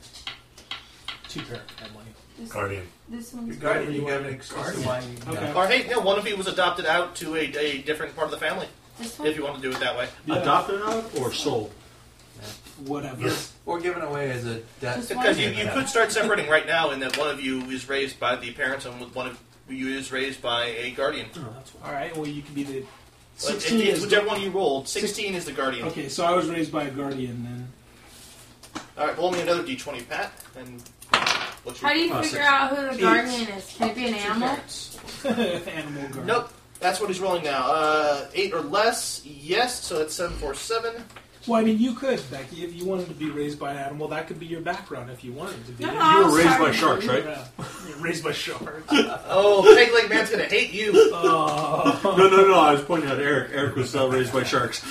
Speaker 1: Two parent family.
Speaker 6: This,
Speaker 3: Guardian.
Speaker 6: this one's.
Speaker 7: Your guardian, you got an excuse
Speaker 1: Guardian.
Speaker 7: why you
Speaker 1: Okay.
Speaker 2: Or hey, no, one of you was adopted out to a, a different part of the family.
Speaker 6: This one?
Speaker 2: If you want to do it that way.
Speaker 1: Yeah.
Speaker 5: Adopted out or sold?
Speaker 1: Whatever.
Speaker 3: Yes.
Speaker 7: Or given away as a debt.
Speaker 6: Just
Speaker 2: Because you, you could start separating right now, in that one of you is raised by the parents, and one of you is raised by a guardian.
Speaker 5: No, that's fine.
Speaker 1: All right. Well, you could be the.
Speaker 2: But it-
Speaker 1: 16
Speaker 2: it-
Speaker 1: is.
Speaker 2: whichever one you rolled, sixteen is the guardian.
Speaker 1: <laughs> Okay, so I was raised by a guardian then.
Speaker 2: All right, roll me another d20, Pat, and what's your
Speaker 6: How do you
Speaker 5: Oh,
Speaker 6: figure
Speaker 5: six.
Speaker 6: out who the
Speaker 1: Eight.
Speaker 6: guardian is? Can it be an animal?
Speaker 2: <laughs>
Speaker 1: Animal guardian.
Speaker 2: Nope. That's what he's rolling now. Uh, eight or less, yes. So that's seven four seven.
Speaker 1: Well, I mean, you could, Becky, if you wanted to be raised by an animal, that could be your background if you wanted to be.
Speaker 6: No, no,
Speaker 5: You
Speaker 6: I was
Speaker 5: were raised
Speaker 6: sorry.
Speaker 5: by sharks, right?
Speaker 1: Yeah.
Speaker 2: <laughs>
Speaker 1: You're raised by sharks.
Speaker 2: Oh, <laughs> Peg Leg Man's gonna hate you.
Speaker 1: Oh.
Speaker 2: <laughs>
Speaker 5: No, no, no. I was pointing out Eric. Eric was uh, raised by sharks.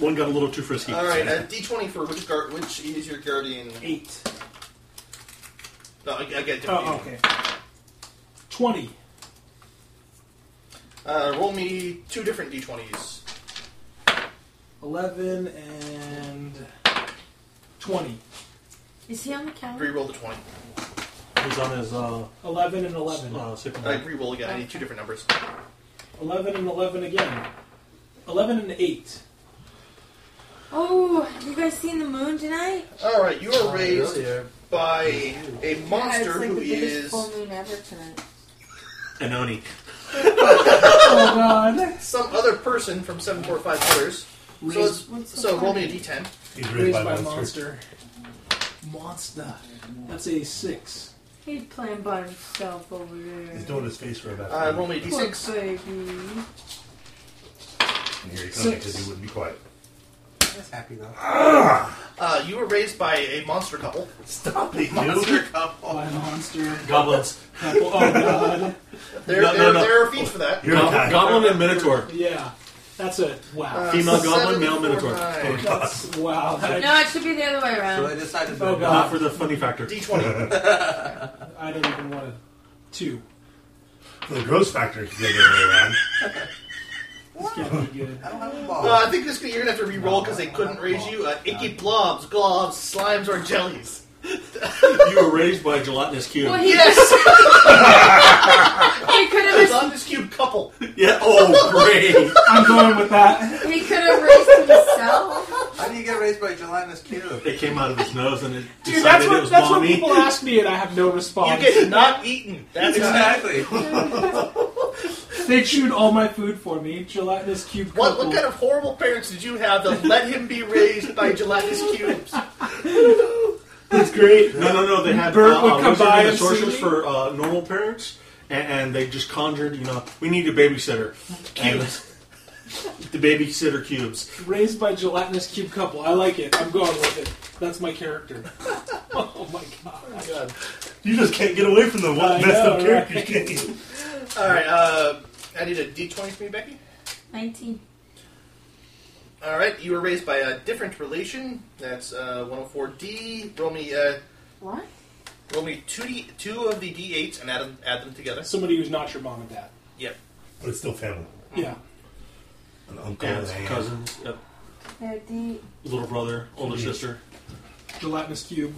Speaker 5: One got a little too frisky.
Speaker 2: All right, uh, d20 for which guard? Which is your guardian?
Speaker 1: Eight.
Speaker 2: No, I, I get different.
Speaker 1: Oh, okay. Twenty.
Speaker 2: Uh, roll me two different d20s.
Speaker 1: 11 and 20.
Speaker 6: Is he on the counter?
Speaker 2: Reroll the twenty.
Speaker 5: He's on his uh,
Speaker 1: 11 and 11.
Speaker 5: uh, second.
Speaker 2: I reroll again. I need two different numbers.
Speaker 1: 11 and 11 again. 11 and 8.
Speaker 6: Oh, have you guys seen the moon tonight?
Speaker 2: All right, you
Speaker 7: Oh,
Speaker 5: Oh,
Speaker 2: are raised
Speaker 7: Earlier,
Speaker 2: by a
Speaker 6: yeah, it's
Speaker 2: monster
Speaker 6: like
Speaker 2: who
Speaker 6: the biggest
Speaker 2: is
Speaker 6: full moon ever tonight.
Speaker 5: Anoni.
Speaker 1: Oh, God.
Speaker 2: some other person from seven four five quarters. So, it's,
Speaker 6: What's so
Speaker 2: so roll me a
Speaker 6: funny?
Speaker 2: d10.
Speaker 3: He's raised,
Speaker 1: Raised
Speaker 3: by,
Speaker 1: by
Speaker 3: monsters.
Speaker 1: monster. Monster. That's a 6.
Speaker 6: He's playing by himself over there.
Speaker 3: He's doing his face rub after.
Speaker 2: Uh, roll me a
Speaker 6: Poor
Speaker 2: d6.
Speaker 6: baby.
Speaker 3: And here he comes
Speaker 1: Six.
Speaker 3: because he wouldn't be quiet.
Speaker 7: that's happy though.
Speaker 2: Uh, you were raised by a monster couple.
Speaker 3: Stop it,
Speaker 7: Monster
Speaker 3: dude.
Speaker 7: couple.
Speaker 1: By monster.
Speaker 5: Goblins.
Speaker 1: Apple. Oh, God.
Speaker 2: There,
Speaker 5: No, no,
Speaker 2: there,
Speaker 5: no.
Speaker 2: there are feats for that.
Speaker 3: You're a guy. <laughs>
Speaker 5: Goblin and Minotaur.
Speaker 1: Yeah. That's a. Wow.
Speaker 2: Uh,
Speaker 5: Female
Speaker 2: seven,
Speaker 5: goblin, male
Speaker 2: four,
Speaker 5: minotaur.
Speaker 2: nine.
Speaker 1: That's. Wow. I,
Speaker 6: No, it should be the other way
Speaker 7: So I
Speaker 6: around.
Speaker 7: decided
Speaker 1: Oh,
Speaker 7: to
Speaker 1: God.
Speaker 5: Not for the funny factor. <laughs>
Speaker 2: D20.
Speaker 1: I don't even want to. 2.
Speaker 3: For the gross factor, it could go the other way around.
Speaker 1: This can't be good.
Speaker 7: I don't have a ball.
Speaker 2: Uh, I think this you're gonna have to re-roll because they couldn't raise you. Uh, icky blobs, globs, slimes, or jellies. <laughs>
Speaker 5: You were raised by a gelatinous cube.
Speaker 6: Well, he,
Speaker 2: Yes,
Speaker 6: he could
Speaker 2: it's
Speaker 6: have
Speaker 2: on this cube couple.
Speaker 5: Yeah. Oh, great.
Speaker 1: I'm going with that.
Speaker 6: he could have raised himself.
Speaker 7: How do you get raised by Jelinas Q?
Speaker 5: It came out of his nose and it
Speaker 1: Dude, that's
Speaker 5: decided it
Speaker 1: what,
Speaker 5: was
Speaker 1: that's what
Speaker 5: mommy.
Speaker 1: people ask me, and I have no response.
Speaker 2: You get not eaten. That's not.
Speaker 7: Exactly.
Speaker 1: They chewed all my food for me. Gelatinous cube.
Speaker 2: What,
Speaker 1: couple.
Speaker 2: what kind of horrible parents did you have that let him be raised by gelatinous cubes? <laughs>
Speaker 1: It's great.
Speaker 5: No, no, no. They had
Speaker 1: Bert
Speaker 5: uh,
Speaker 1: would
Speaker 5: uh,
Speaker 1: come
Speaker 5: wizard
Speaker 1: by
Speaker 5: and
Speaker 1: and see
Speaker 5: sorcerers
Speaker 1: me.
Speaker 5: for uh, normal parents, and, and they just conjured. You know, we need a babysitter. Cubes. <laughs> the babysitter cubes.
Speaker 1: Raised by gelatinous cube couple. I like it. I'm going with it. That's my character.
Speaker 2: <laughs>
Speaker 1: oh my god.
Speaker 2: God.
Speaker 3: You just can't get away from the
Speaker 1: I
Speaker 3: one messed up
Speaker 1: know,
Speaker 3: characters,
Speaker 1: right?
Speaker 3: can you?
Speaker 2: All right. Uh, I need a D20 from you, Becky.
Speaker 6: 19.
Speaker 2: All right. You were raised by a different relation. That's uh, 104D. Roll me. Uh,
Speaker 6: What?
Speaker 2: roll me two D two of the D8s and add them add them together.
Speaker 1: Somebody who's not your mom and dad.
Speaker 2: Yep.
Speaker 3: But it's still family.
Speaker 1: Yeah.
Speaker 3: An uncle,
Speaker 5: Aunts,
Speaker 3: an aunt.
Speaker 5: cousins, yep.
Speaker 6: Yeah, D.
Speaker 5: little brother, older sister,
Speaker 1: Gelatinous cube.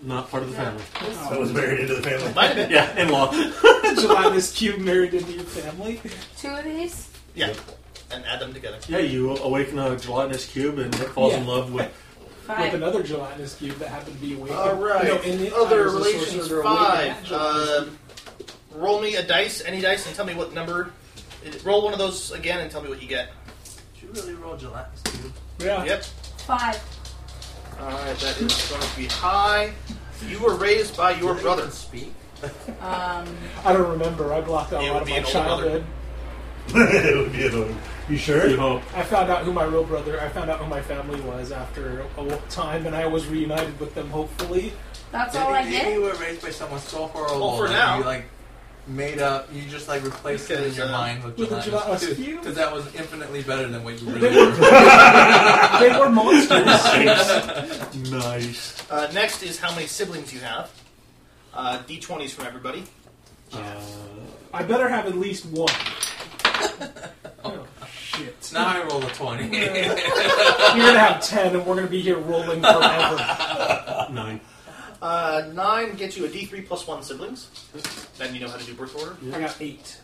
Speaker 5: not part of the family. <laughs>
Speaker 3: That was married into the family.
Speaker 2: Might have been.
Speaker 5: Yeah, in law.
Speaker 1: <laughs> gelatinous cube married into your family.
Speaker 6: Two of these?
Speaker 2: Yeah. And add them together.
Speaker 5: Yeah, you awaken a gelatinous cube and it falls in
Speaker 1: Yeah.
Speaker 5: love with.
Speaker 1: With
Speaker 6: Five.
Speaker 1: another gelatinous cube that happened to be awake.
Speaker 2: All right.
Speaker 1: No, in the
Speaker 2: Other
Speaker 1: I was a
Speaker 2: relations
Speaker 1: sorcerer awakened
Speaker 2: five.
Speaker 1: at gelatinous
Speaker 2: Um, roll me a dice, any dice, and tell me what number. it- Roll one of those again and tell me what you get.
Speaker 7: Should we really roll gelatinous too?
Speaker 1: Yeah.
Speaker 2: Yep.
Speaker 6: Five.
Speaker 2: Alright, that is going to be high. You were raised by your brother.
Speaker 7: Speak.
Speaker 6: Um,
Speaker 1: I don't remember. I blocked out
Speaker 2: It
Speaker 1: a
Speaker 2: would
Speaker 1: lot of
Speaker 2: be
Speaker 1: my
Speaker 2: an older brother.
Speaker 1: childhood.
Speaker 3: it would be annoying. You
Speaker 5: You
Speaker 3: sure?
Speaker 5: know,
Speaker 1: I found out who my real brother. I found out who my family was after a lo- time, and I was reunited with them. Hopefully,
Speaker 6: that's
Speaker 7: Maybe,
Speaker 6: all I
Speaker 7: maybe
Speaker 6: get.
Speaker 7: you were raised by someone so horrible.
Speaker 2: Well, for
Speaker 7: that
Speaker 2: now.
Speaker 7: you like made up. You just like replaced it in
Speaker 2: Because,
Speaker 7: your
Speaker 2: uh,
Speaker 7: mind with
Speaker 1: with a
Speaker 7: gelatinous
Speaker 1: gelatinous
Speaker 7: too,
Speaker 1: cube?
Speaker 7: because that was infinitely better than what you
Speaker 1: They
Speaker 7: really
Speaker 1: were-
Speaker 7: were.
Speaker 1: they
Speaker 2: <laughs>
Speaker 1: were monsters.
Speaker 5: nice.
Speaker 2: Uh, next is how many siblings you have. Uh, D20s from everybody.
Speaker 5: Uh,
Speaker 1: I better have at least one. <laughs> Oh, shit.
Speaker 7: now I roll a twenty. <laughs>
Speaker 1: You're gonna have ten, and we're gonna be here rolling forever.
Speaker 5: nine.
Speaker 2: Uh, 9 gets you a D3 plus 1 siblings. Then you know how to do birth order.
Speaker 1: I got eight.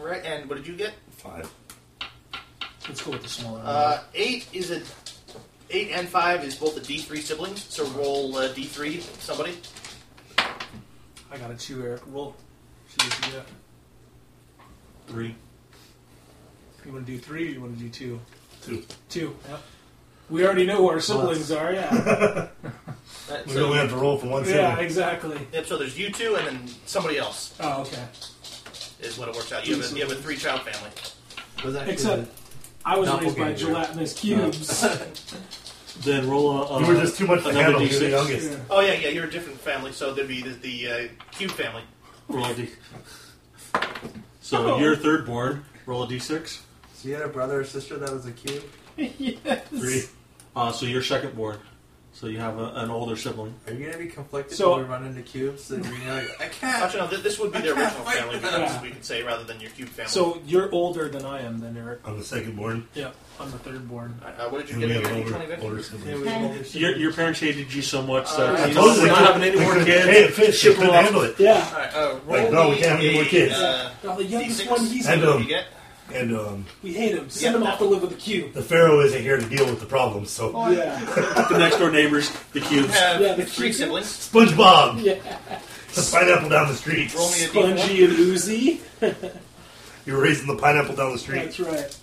Speaker 2: Alright, and what did you get?
Speaker 3: Five.
Speaker 1: Let's go with the smaller one.
Speaker 2: Uh, 8 is a. 8 and 5 is both a D3 siblings, so roll uh, D3, somebody.
Speaker 1: I got a two, Eric. Roll. Should we do that?
Speaker 5: Three.
Speaker 1: You want to do three? or You want to do two?
Speaker 3: Two.
Speaker 1: Two. Yep. We already know who our siblings are.
Speaker 3: <laughs>
Speaker 1: Yeah.
Speaker 2: That-
Speaker 3: We
Speaker 2: so,
Speaker 3: only have to roll for one
Speaker 1: yeah.
Speaker 3: sibling.
Speaker 1: Exactly.
Speaker 2: yep, so there's you two and then somebody else
Speaker 1: Oh, okay.
Speaker 2: is what it works out. You have a, you have a three child family.
Speaker 7: Was actually
Speaker 1: Except I was raised by
Speaker 7: Doppelganger.
Speaker 1: gelatinous cubes.
Speaker 5: Then roll a. a
Speaker 3: You were just too much to
Speaker 5: another
Speaker 3: handle. You're the
Speaker 5: D6.
Speaker 3: youngest.
Speaker 1: <laughs> Yeah.
Speaker 2: Oh, yeah, yeah, you're a different family, so there'd be the, the uh, cube family.
Speaker 5: Roll a D. So you're third born. Roll a D6.
Speaker 7: So you had a brother or sister that was a cube.
Speaker 3: Three.
Speaker 5: Uh, so you're second born. So you have a, an older sibling.
Speaker 7: Are you gonna be conflicted
Speaker 1: So-
Speaker 7: when we run into cubes? And you're like, I can't.
Speaker 2: Actually, no, th- this would be their <laughs> original family,
Speaker 1: Yeah.
Speaker 2: we could say, rather than your cube family.
Speaker 1: so you're older than I am, then Eric.
Speaker 3: I'm the second born.
Speaker 1: Yeah. I'm the third born.
Speaker 2: uh, what did you
Speaker 3: And we
Speaker 2: get in
Speaker 3: have
Speaker 2: your
Speaker 3: an
Speaker 2: D20
Speaker 3: older,
Speaker 2: Vic?
Speaker 3: older
Speaker 1: Yeah,
Speaker 3: sibling.
Speaker 1: we have older
Speaker 5: Your,
Speaker 1: siblings.
Speaker 5: your parents hated you so much that
Speaker 2: Uh,
Speaker 5: you
Speaker 2: totally.
Speaker 5: we're not having any
Speaker 1: <laughs>
Speaker 5: more
Speaker 3: Hey,
Speaker 5: kids.
Speaker 3: it fits. You
Speaker 5: Ship 'em
Speaker 3: couldn't
Speaker 5: off.
Speaker 3: handle it.
Speaker 1: yeah.
Speaker 2: Alright, uh, roll
Speaker 3: Wait, no, we
Speaker 2: me
Speaker 3: can't have any
Speaker 2: a,
Speaker 3: more kids.
Speaker 2: Uh,
Speaker 1: Oh, the youngest
Speaker 2: D6.
Speaker 1: one. He's
Speaker 3: And,
Speaker 2: what
Speaker 3: um,
Speaker 2: you get?
Speaker 3: And um,
Speaker 1: we hate him.
Speaker 2: yeah,
Speaker 1: Send him
Speaker 2: that
Speaker 1: off to live with the cube.
Speaker 3: the Pharaoh isn't here to deal with the problem, so.
Speaker 2: Oh,
Speaker 1: Yeah.
Speaker 5: the next door neighbors, the
Speaker 2: You
Speaker 5: cubes.
Speaker 2: have
Speaker 1: Yeah, the
Speaker 2: three
Speaker 1: cube.
Speaker 2: siblings.
Speaker 3: SpongeBob!
Speaker 1: <laughs> yeah.
Speaker 3: The pineapple down the street.
Speaker 2: Roll me a D4.
Speaker 1: Spongy and oozy.
Speaker 3: You're raising the pineapple down
Speaker 1: That's
Speaker 3: the street.
Speaker 1: right.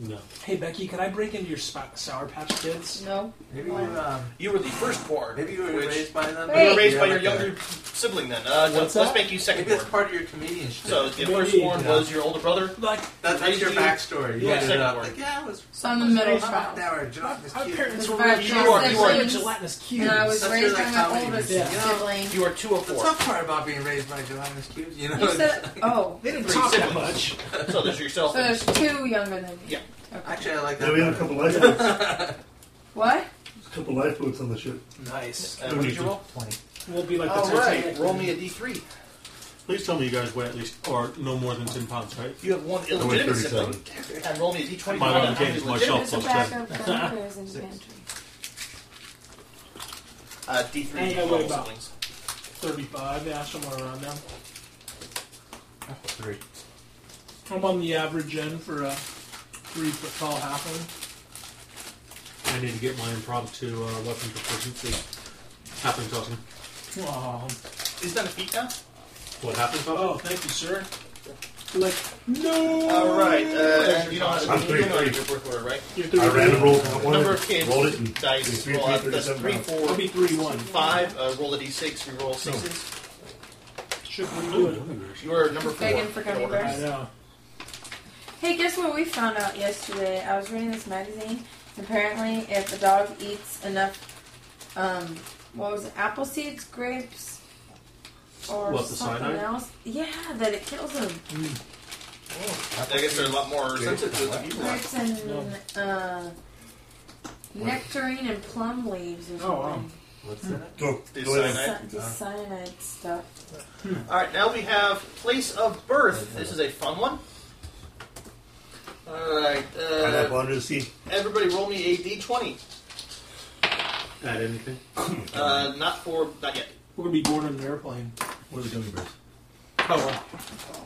Speaker 5: No.
Speaker 1: Hey Becky, can I break into your spa- Sour Patch Kids?
Speaker 6: No.
Speaker 7: Maybe you, um,
Speaker 2: You were the first born.
Speaker 7: maybe you were
Speaker 2: which-
Speaker 7: raised by them.
Speaker 2: You were
Speaker 6: Wait.
Speaker 2: raised
Speaker 7: Yeah,
Speaker 2: by
Speaker 7: like
Speaker 2: your
Speaker 7: a-
Speaker 2: younger sibling then. Uh, let's,
Speaker 1: What's
Speaker 2: let's
Speaker 1: that?
Speaker 2: make you second
Speaker 7: Maybe that's
Speaker 2: born.
Speaker 7: part of your comedian shit.
Speaker 2: So the
Speaker 1: Maybe,
Speaker 2: first born
Speaker 7: yeah.
Speaker 2: was your older brother.
Speaker 1: Like
Speaker 7: That, that's your
Speaker 2: Raised you-
Speaker 7: backstory. You
Speaker 2: Yeah.
Speaker 7: ended up
Speaker 2: Second
Speaker 7: like, yeah, I was.
Speaker 6: So I'm the middle
Speaker 7: half
Speaker 6: child.
Speaker 7: an hour. Gelatinous
Speaker 1: our
Speaker 7: cube.
Speaker 1: parents were
Speaker 6: Five
Speaker 1: really
Speaker 6: child
Speaker 1: short. They were
Speaker 6: siblings.
Speaker 1: gelatinous cubes.
Speaker 6: And I was
Speaker 7: That's
Speaker 6: raised
Speaker 7: like
Speaker 6: by
Speaker 7: how
Speaker 6: my
Speaker 7: many
Speaker 6: oldest
Speaker 1: years?
Speaker 7: Yeah.
Speaker 6: sibling.
Speaker 2: You are two of
Speaker 7: The
Speaker 2: four.
Speaker 7: tough part about being raised by gelatinous cubes, you know.
Speaker 6: You
Speaker 7: it's
Speaker 6: said,
Speaker 7: like-
Speaker 6: oh,
Speaker 1: They didn't
Speaker 2: Three
Speaker 1: talk that
Speaker 2: siblings.
Speaker 1: much.
Speaker 2: So there's yourself.
Speaker 6: so
Speaker 2: and-
Speaker 6: there's two younger than me.
Speaker 2: Yeah.
Speaker 6: Okay.
Speaker 7: Actually, I like that.
Speaker 3: Yeah, we have a
Speaker 7: better.
Speaker 3: couple
Speaker 2: <laughs>
Speaker 3: lifeboats. a
Speaker 6: What?
Speaker 3: couple lifeboats on the ship.
Speaker 1: Nice.
Speaker 2: Uh, what did you roll?
Speaker 7: Twenty.
Speaker 1: We'll be like the
Speaker 2: Alright,
Speaker 1: Titanic.
Speaker 2: roll me a D3.
Speaker 5: Please tell me you guys weigh at least, or no more than 10 pounds, right?
Speaker 2: You have one
Speaker 3: I weigh
Speaker 2: illegitimate sibling.
Speaker 3: 37.
Speaker 2: And roll me a D20.
Speaker 5: My
Speaker 2: to find
Speaker 5: mom
Speaker 2: out how
Speaker 5: gave
Speaker 2: many
Speaker 5: my
Speaker 2: legitimate-
Speaker 5: shelf.
Speaker 6: There's a bag of crackers in the pantry.
Speaker 2: Uh, D3
Speaker 1: Ain't no
Speaker 2: equal
Speaker 1: way about.
Speaker 2: siblings.
Speaker 1: 35, yeah, somewhere around now.
Speaker 7: Three.
Speaker 1: I'm on the average end for a three foot tall halfling.
Speaker 5: I need to get my impromptu uh, weapon proficiency. Happen tossing.
Speaker 1: Oh,
Speaker 2: Is that a feat now?
Speaker 5: What happen tossing?
Speaker 1: oh, thank you, sir. Like, no!
Speaker 2: Alright, uh, you know how
Speaker 3: I'm
Speaker 2: to do
Speaker 3: three,
Speaker 2: you know how to
Speaker 3: three.
Speaker 2: do birth order, right?
Speaker 1: You're three,
Speaker 3: I ran and rolled one
Speaker 2: Number of kids,
Speaker 3: Rolled it and
Speaker 2: dice,
Speaker 3: three,
Speaker 2: roll
Speaker 3: three,
Speaker 2: out, that's
Speaker 3: thirty-seven
Speaker 2: three,
Speaker 3: rounds.
Speaker 2: four,
Speaker 1: It'll be 3 1.
Speaker 2: five, uh, roll a d6, we roll sixes.
Speaker 1: Should we do it?
Speaker 2: You are number four.
Speaker 6: Begging for
Speaker 2: in
Speaker 6: gummy
Speaker 2: order.
Speaker 1: I
Speaker 6: bears.
Speaker 1: know.
Speaker 6: Hey, guess what we found out yesterday? I was reading this magazine. Apparently, if a dog eats enough, um, what was it? Apple seeds, grapes, or
Speaker 5: What, the
Speaker 6: something
Speaker 5: cyanide?
Speaker 6: else? Yeah, that it kills them.
Speaker 2: Oh, I guess they're a lot more sensitive to the people.
Speaker 6: Grapes and
Speaker 1: No.
Speaker 6: uh, nectarine and plum leaves or something.
Speaker 1: Oh, wow. Uh.
Speaker 7: What's in it?
Speaker 3: Go,
Speaker 2: This
Speaker 3: go
Speaker 2: side.
Speaker 3: ahead.
Speaker 6: Cy-
Speaker 2: Cyanide?
Speaker 6: the cyanide stuff.
Speaker 2: Alright, now we have place of birth. This is a fun one. Alright,
Speaker 3: Pineapple
Speaker 2: uh,
Speaker 3: under the sea.
Speaker 2: everybody roll me a d20.
Speaker 5: Add anything?
Speaker 2: Uh, not for, not yet.
Speaker 1: We're going to be born on an airplane.
Speaker 3: Where's the gummy bears?
Speaker 1: Oh, wow.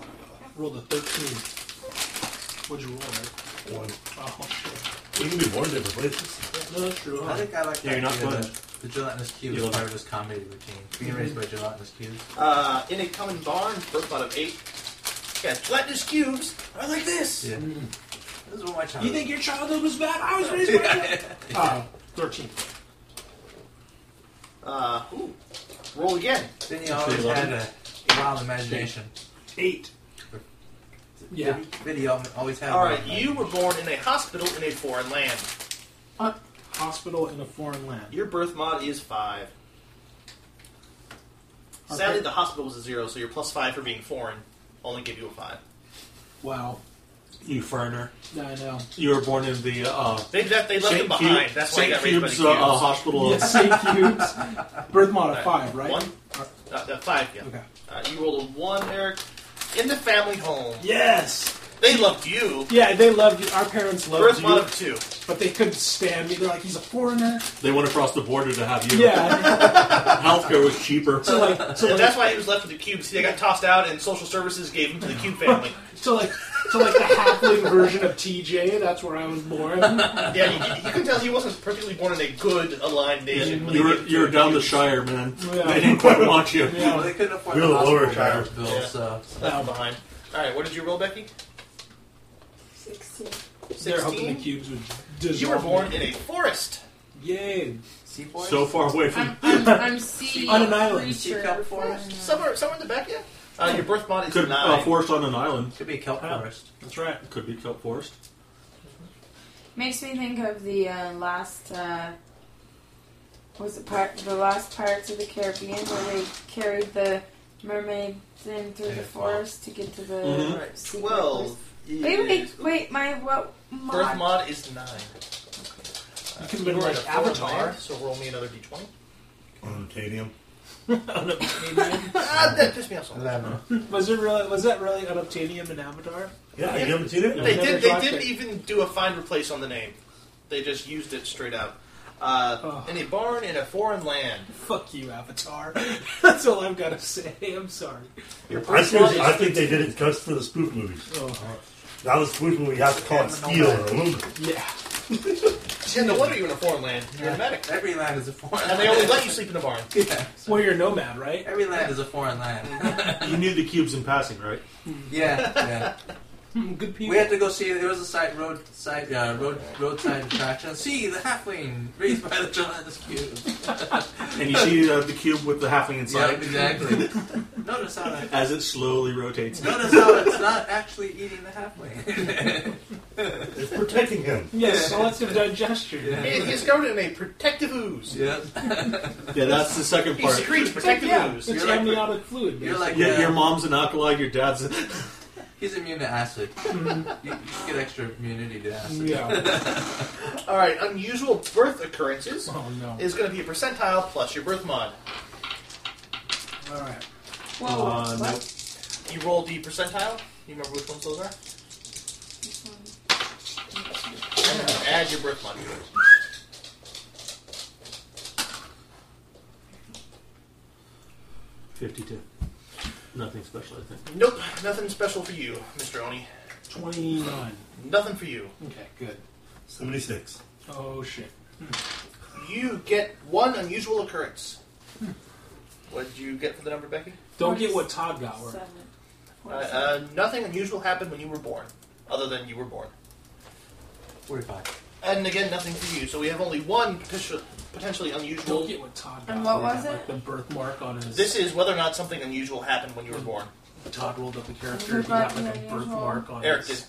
Speaker 1: Rolled a 13. What'd you roll, Eric?
Speaker 3: One.
Speaker 1: Oh, shit.
Speaker 3: We can be born different places.
Speaker 1: No, that's true.
Speaker 7: I think I like
Speaker 5: Yeah, you're
Speaker 7: that
Speaker 5: not
Speaker 7: idea
Speaker 5: fun.
Speaker 7: that The gelatinous cube
Speaker 5: You
Speaker 7: is
Speaker 5: love
Speaker 7: part of his comedy routine. Being raised by gelatinous cubes.
Speaker 2: Uh, in a common barn, birth out of eight. Yeah, gelatinous cubes are like this.
Speaker 7: Yeah.
Speaker 3: Mm.
Speaker 7: This is what my child.
Speaker 1: You think your childhood was bad? I was raised by uh, 13.
Speaker 2: Uh, ooh. Roll again.
Speaker 7: <laughs> Then you always
Speaker 5: love
Speaker 7: had a wild imagination.
Speaker 1: Eight.
Speaker 13: Yeah.
Speaker 7: Then you al- always had. a
Speaker 2: All
Speaker 7: wild
Speaker 2: right, you were born in a hospital in a foreign land.
Speaker 1: Hospital in a foreign land.
Speaker 2: Your birth mod is five. Sadly,
Speaker 1: Okay.
Speaker 2: the hospital was a zero, so your plus five for being foreign only give you a five.
Speaker 1: Wow.
Speaker 5: You foreigner.
Speaker 1: I know.
Speaker 5: You were born in the uh,
Speaker 2: They left, they left
Speaker 5: Saint
Speaker 2: him behind.
Speaker 5: Cube-
Speaker 2: That's why
Speaker 5: Saint
Speaker 2: he got raised by the
Speaker 5: Cube's
Speaker 2: cubes.
Speaker 5: uh, uh, hospital.
Speaker 1: Yeah, St. Hugh's. Birth mod of five, right?
Speaker 2: One, uh, uh, five. Yeah.
Speaker 1: Okay.
Speaker 2: Uh, you rolled a one, Eric. In the family home,
Speaker 1: Yes.
Speaker 2: they loved you.
Speaker 1: Yeah, they loved you. Our parents loved
Speaker 2: Birth mod
Speaker 1: you,
Speaker 2: of two.
Speaker 1: but they couldn't stand me. They're like, he's a foreigner.
Speaker 5: They went across the border to have you.
Speaker 1: <laughs> Yeah.
Speaker 5: Healthcare was cheaper.
Speaker 1: so like, so
Speaker 2: And
Speaker 1: like,
Speaker 2: that's why he was left with the cubes. They got tossed out, and social services gave him to the cube family.
Speaker 1: so like, so like the halfling version of TJ. That's where I was born.
Speaker 2: yeah, you, you can tell he wasn't particularly born in a good aligned nation. when they
Speaker 5: You were,
Speaker 2: gave him
Speaker 5: you were
Speaker 2: to
Speaker 5: down the
Speaker 2: cubes.
Speaker 5: shire, man.
Speaker 1: Yeah.
Speaker 5: They didn't quite want you.
Speaker 7: imagination. Well, they couldn't afford
Speaker 3: You're
Speaker 7: the
Speaker 3: the lower
Speaker 7: hospital
Speaker 3: child.
Speaker 7: bill,
Speaker 2: Yeah.
Speaker 7: so
Speaker 2: Left behind. All right, what did you roll, Becky?
Speaker 6: 16.
Speaker 1: They're hoping the
Speaker 2: Sixteen.
Speaker 1: cubes would dissolve.
Speaker 2: You were born
Speaker 1: me.
Speaker 2: in a forest.
Speaker 1: Yay.
Speaker 7: seaboard.
Speaker 5: So far away from.
Speaker 6: I'm, I'm,
Speaker 1: <laughs>
Speaker 6: I'm sea
Speaker 1: On an island.
Speaker 6: creature.
Speaker 7: Sea kelp forest?
Speaker 2: Somewhere, somewhere in the back, yeah. Uh, your birth mod is
Speaker 5: Could
Speaker 2: nine.
Speaker 5: uh, forest on an island.
Speaker 7: could be a kelp
Speaker 1: Yeah.
Speaker 7: forest.
Speaker 1: That's right.
Speaker 5: Could be kelp forest.
Speaker 6: Makes me think of the uh, last. Uh, was it part the last Pirates of the Caribbean where they carried the mermaids in through the
Speaker 7: Yeah.
Speaker 6: forest to get to the
Speaker 5: Mhm.
Speaker 2: All right,
Speaker 6: secret
Speaker 2: twelve.
Speaker 6: place?
Speaker 2: Is,
Speaker 6: Wait, wait, wait! My what? Mod.
Speaker 2: Birth mod is nine.
Speaker 1: You could
Speaker 2: You
Speaker 1: been
Speaker 2: were
Speaker 1: like
Speaker 2: in a foreign
Speaker 1: Avatar.
Speaker 2: land, so roll me another d20.
Speaker 1: <laughs>
Speaker 3: On titanium.
Speaker 1: Unobtainium.
Speaker 2: Ah, that pissed me off. so much.
Speaker 7: Eleven.
Speaker 1: was it really? Was that really unobtainium in Avatar?
Speaker 3: Yeah, you haven't seen it?
Speaker 2: They
Speaker 1: Never
Speaker 2: did. They
Speaker 1: dropped
Speaker 2: didn't
Speaker 1: it.
Speaker 2: even do a find replace on the name. They just used it straight out. Uh,
Speaker 1: Oh.
Speaker 2: In a barn in a foreign
Speaker 1: <laughs>
Speaker 2: land.
Speaker 1: Fuck you, Avatar. That's all I've got to say. I'm sorry.
Speaker 2: Your
Speaker 3: I,
Speaker 2: birth mod
Speaker 3: seriously, I
Speaker 2: is
Speaker 3: think they did it just for the spoof movies.
Speaker 1: Oh,
Speaker 3: Now the spoof movie has to call it steel or aluminum.
Speaker 1: yeah.
Speaker 2: Yeah, no wonder you're in a foreign land. You're a nomadic.
Speaker 7: Every land is a foreign.
Speaker 2: And they only let you sleep in a barn.
Speaker 7: Yeah.
Speaker 1: Well, you're a nomad, right?
Speaker 7: Every land is a foreign land. <laughs>
Speaker 5: You knew the cubes in passing, right?
Speaker 7: yeah, yeah.
Speaker 1: Hmm, Good people.
Speaker 7: We had to go see. There was a side road side uh, road roadside attraction. See the halfling raised by the gelatinous cube.
Speaker 5: And you see uh, the cube with the halfling
Speaker 7: Yeah,
Speaker 5: inside
Speaker 7: exactly. Notice how that.
Speaker 5: as it slowly rotates.
Speaker 7: Notice how it's not actually eating the halfling.
Speaker 3: It's protecting him.
Speaker 1: Yes, selective digestion.
Speaker 7: Yeah.
Speaker 2: He- He's covered in a protective ooze.
Speaker 7: yeah.
Speaker 5: Yeah, that's the second
Speaker 2: He
Speaker 5: part.
Speaker 2: secretes
Speaker 1: It's like,
Speaker 2: protective
Speaker 1: yeah,
Speaker 2: ooze.
Speaker 1: it's
Speaker 7: You're like-
Speaker 1: amniotic fluid.
Speaker 7: You're like
Speaker 5: Yeah,
Speaker 7: uh,
Speaker 5: your mom's an alkali, your dad's. A... <laughs>
Speaker 7: He's immune to acid. you, you get extra immunity to
Speaker 1: basically.
Speaker 7: acid.
Speaker 1: yeah.
Speaker 2: All right, unusual birth occurrences
Speaker 1: Oh no.
Speaker 2: is going to be a percentile plus your birth mod.
Speaker 1: All right.
Speaker 6: Whoa!
Speaker 5: Uh,
Speaker 6: what?
Speaker 5: nope.
Speaker 2: You roll the percentile. You remember which ones those are? And then add your birth mod. to it.
Speaker 5: Fifty-two. Nothing special, I think.
Speaker 2: Nope, nothing special for you, Mr. Oni.
Speaker 1: Twenty-nine.
Speaker 2: Nothing for you.
Speaker 1: Okay, good.
Speaker 3: 76.
Speaker 1: Oh shit.
Speaker 2: You get one unusual occurrence. What did you get for the number, Becky?
Speaker 1: Don't get what Todd got. We're-
Speaker 6: Seven.
Speaker 2: Uh, uh, nothing unusual happened when you were born, other than you were born.
Speaker 7: Forty-five.
Speaker 2: And again, nothing for you. So we have only one potential- potentially
Speaker 1: Don't
Speaker 2: unusual.
Speaker 1: get what Todd got.
Speaker 6: And what
Speaker 1: We're
Speaker 6: was
Speaker 1: like
Speaker 6: it?
Speaker 1: The birthmark on his.
Speaker 2: This is whether or not something unusual happened when you were born.
Speaker 1: Todd rolled up a character.
Speaker 6: You're
Speaker 1: He got
Speaker 6: about
Speaker 1: like a
Speaker 6: to know
Speaker 1: birthmark on
Speaker 2: Eric
Speaker 1: his.
Speaker 2: did.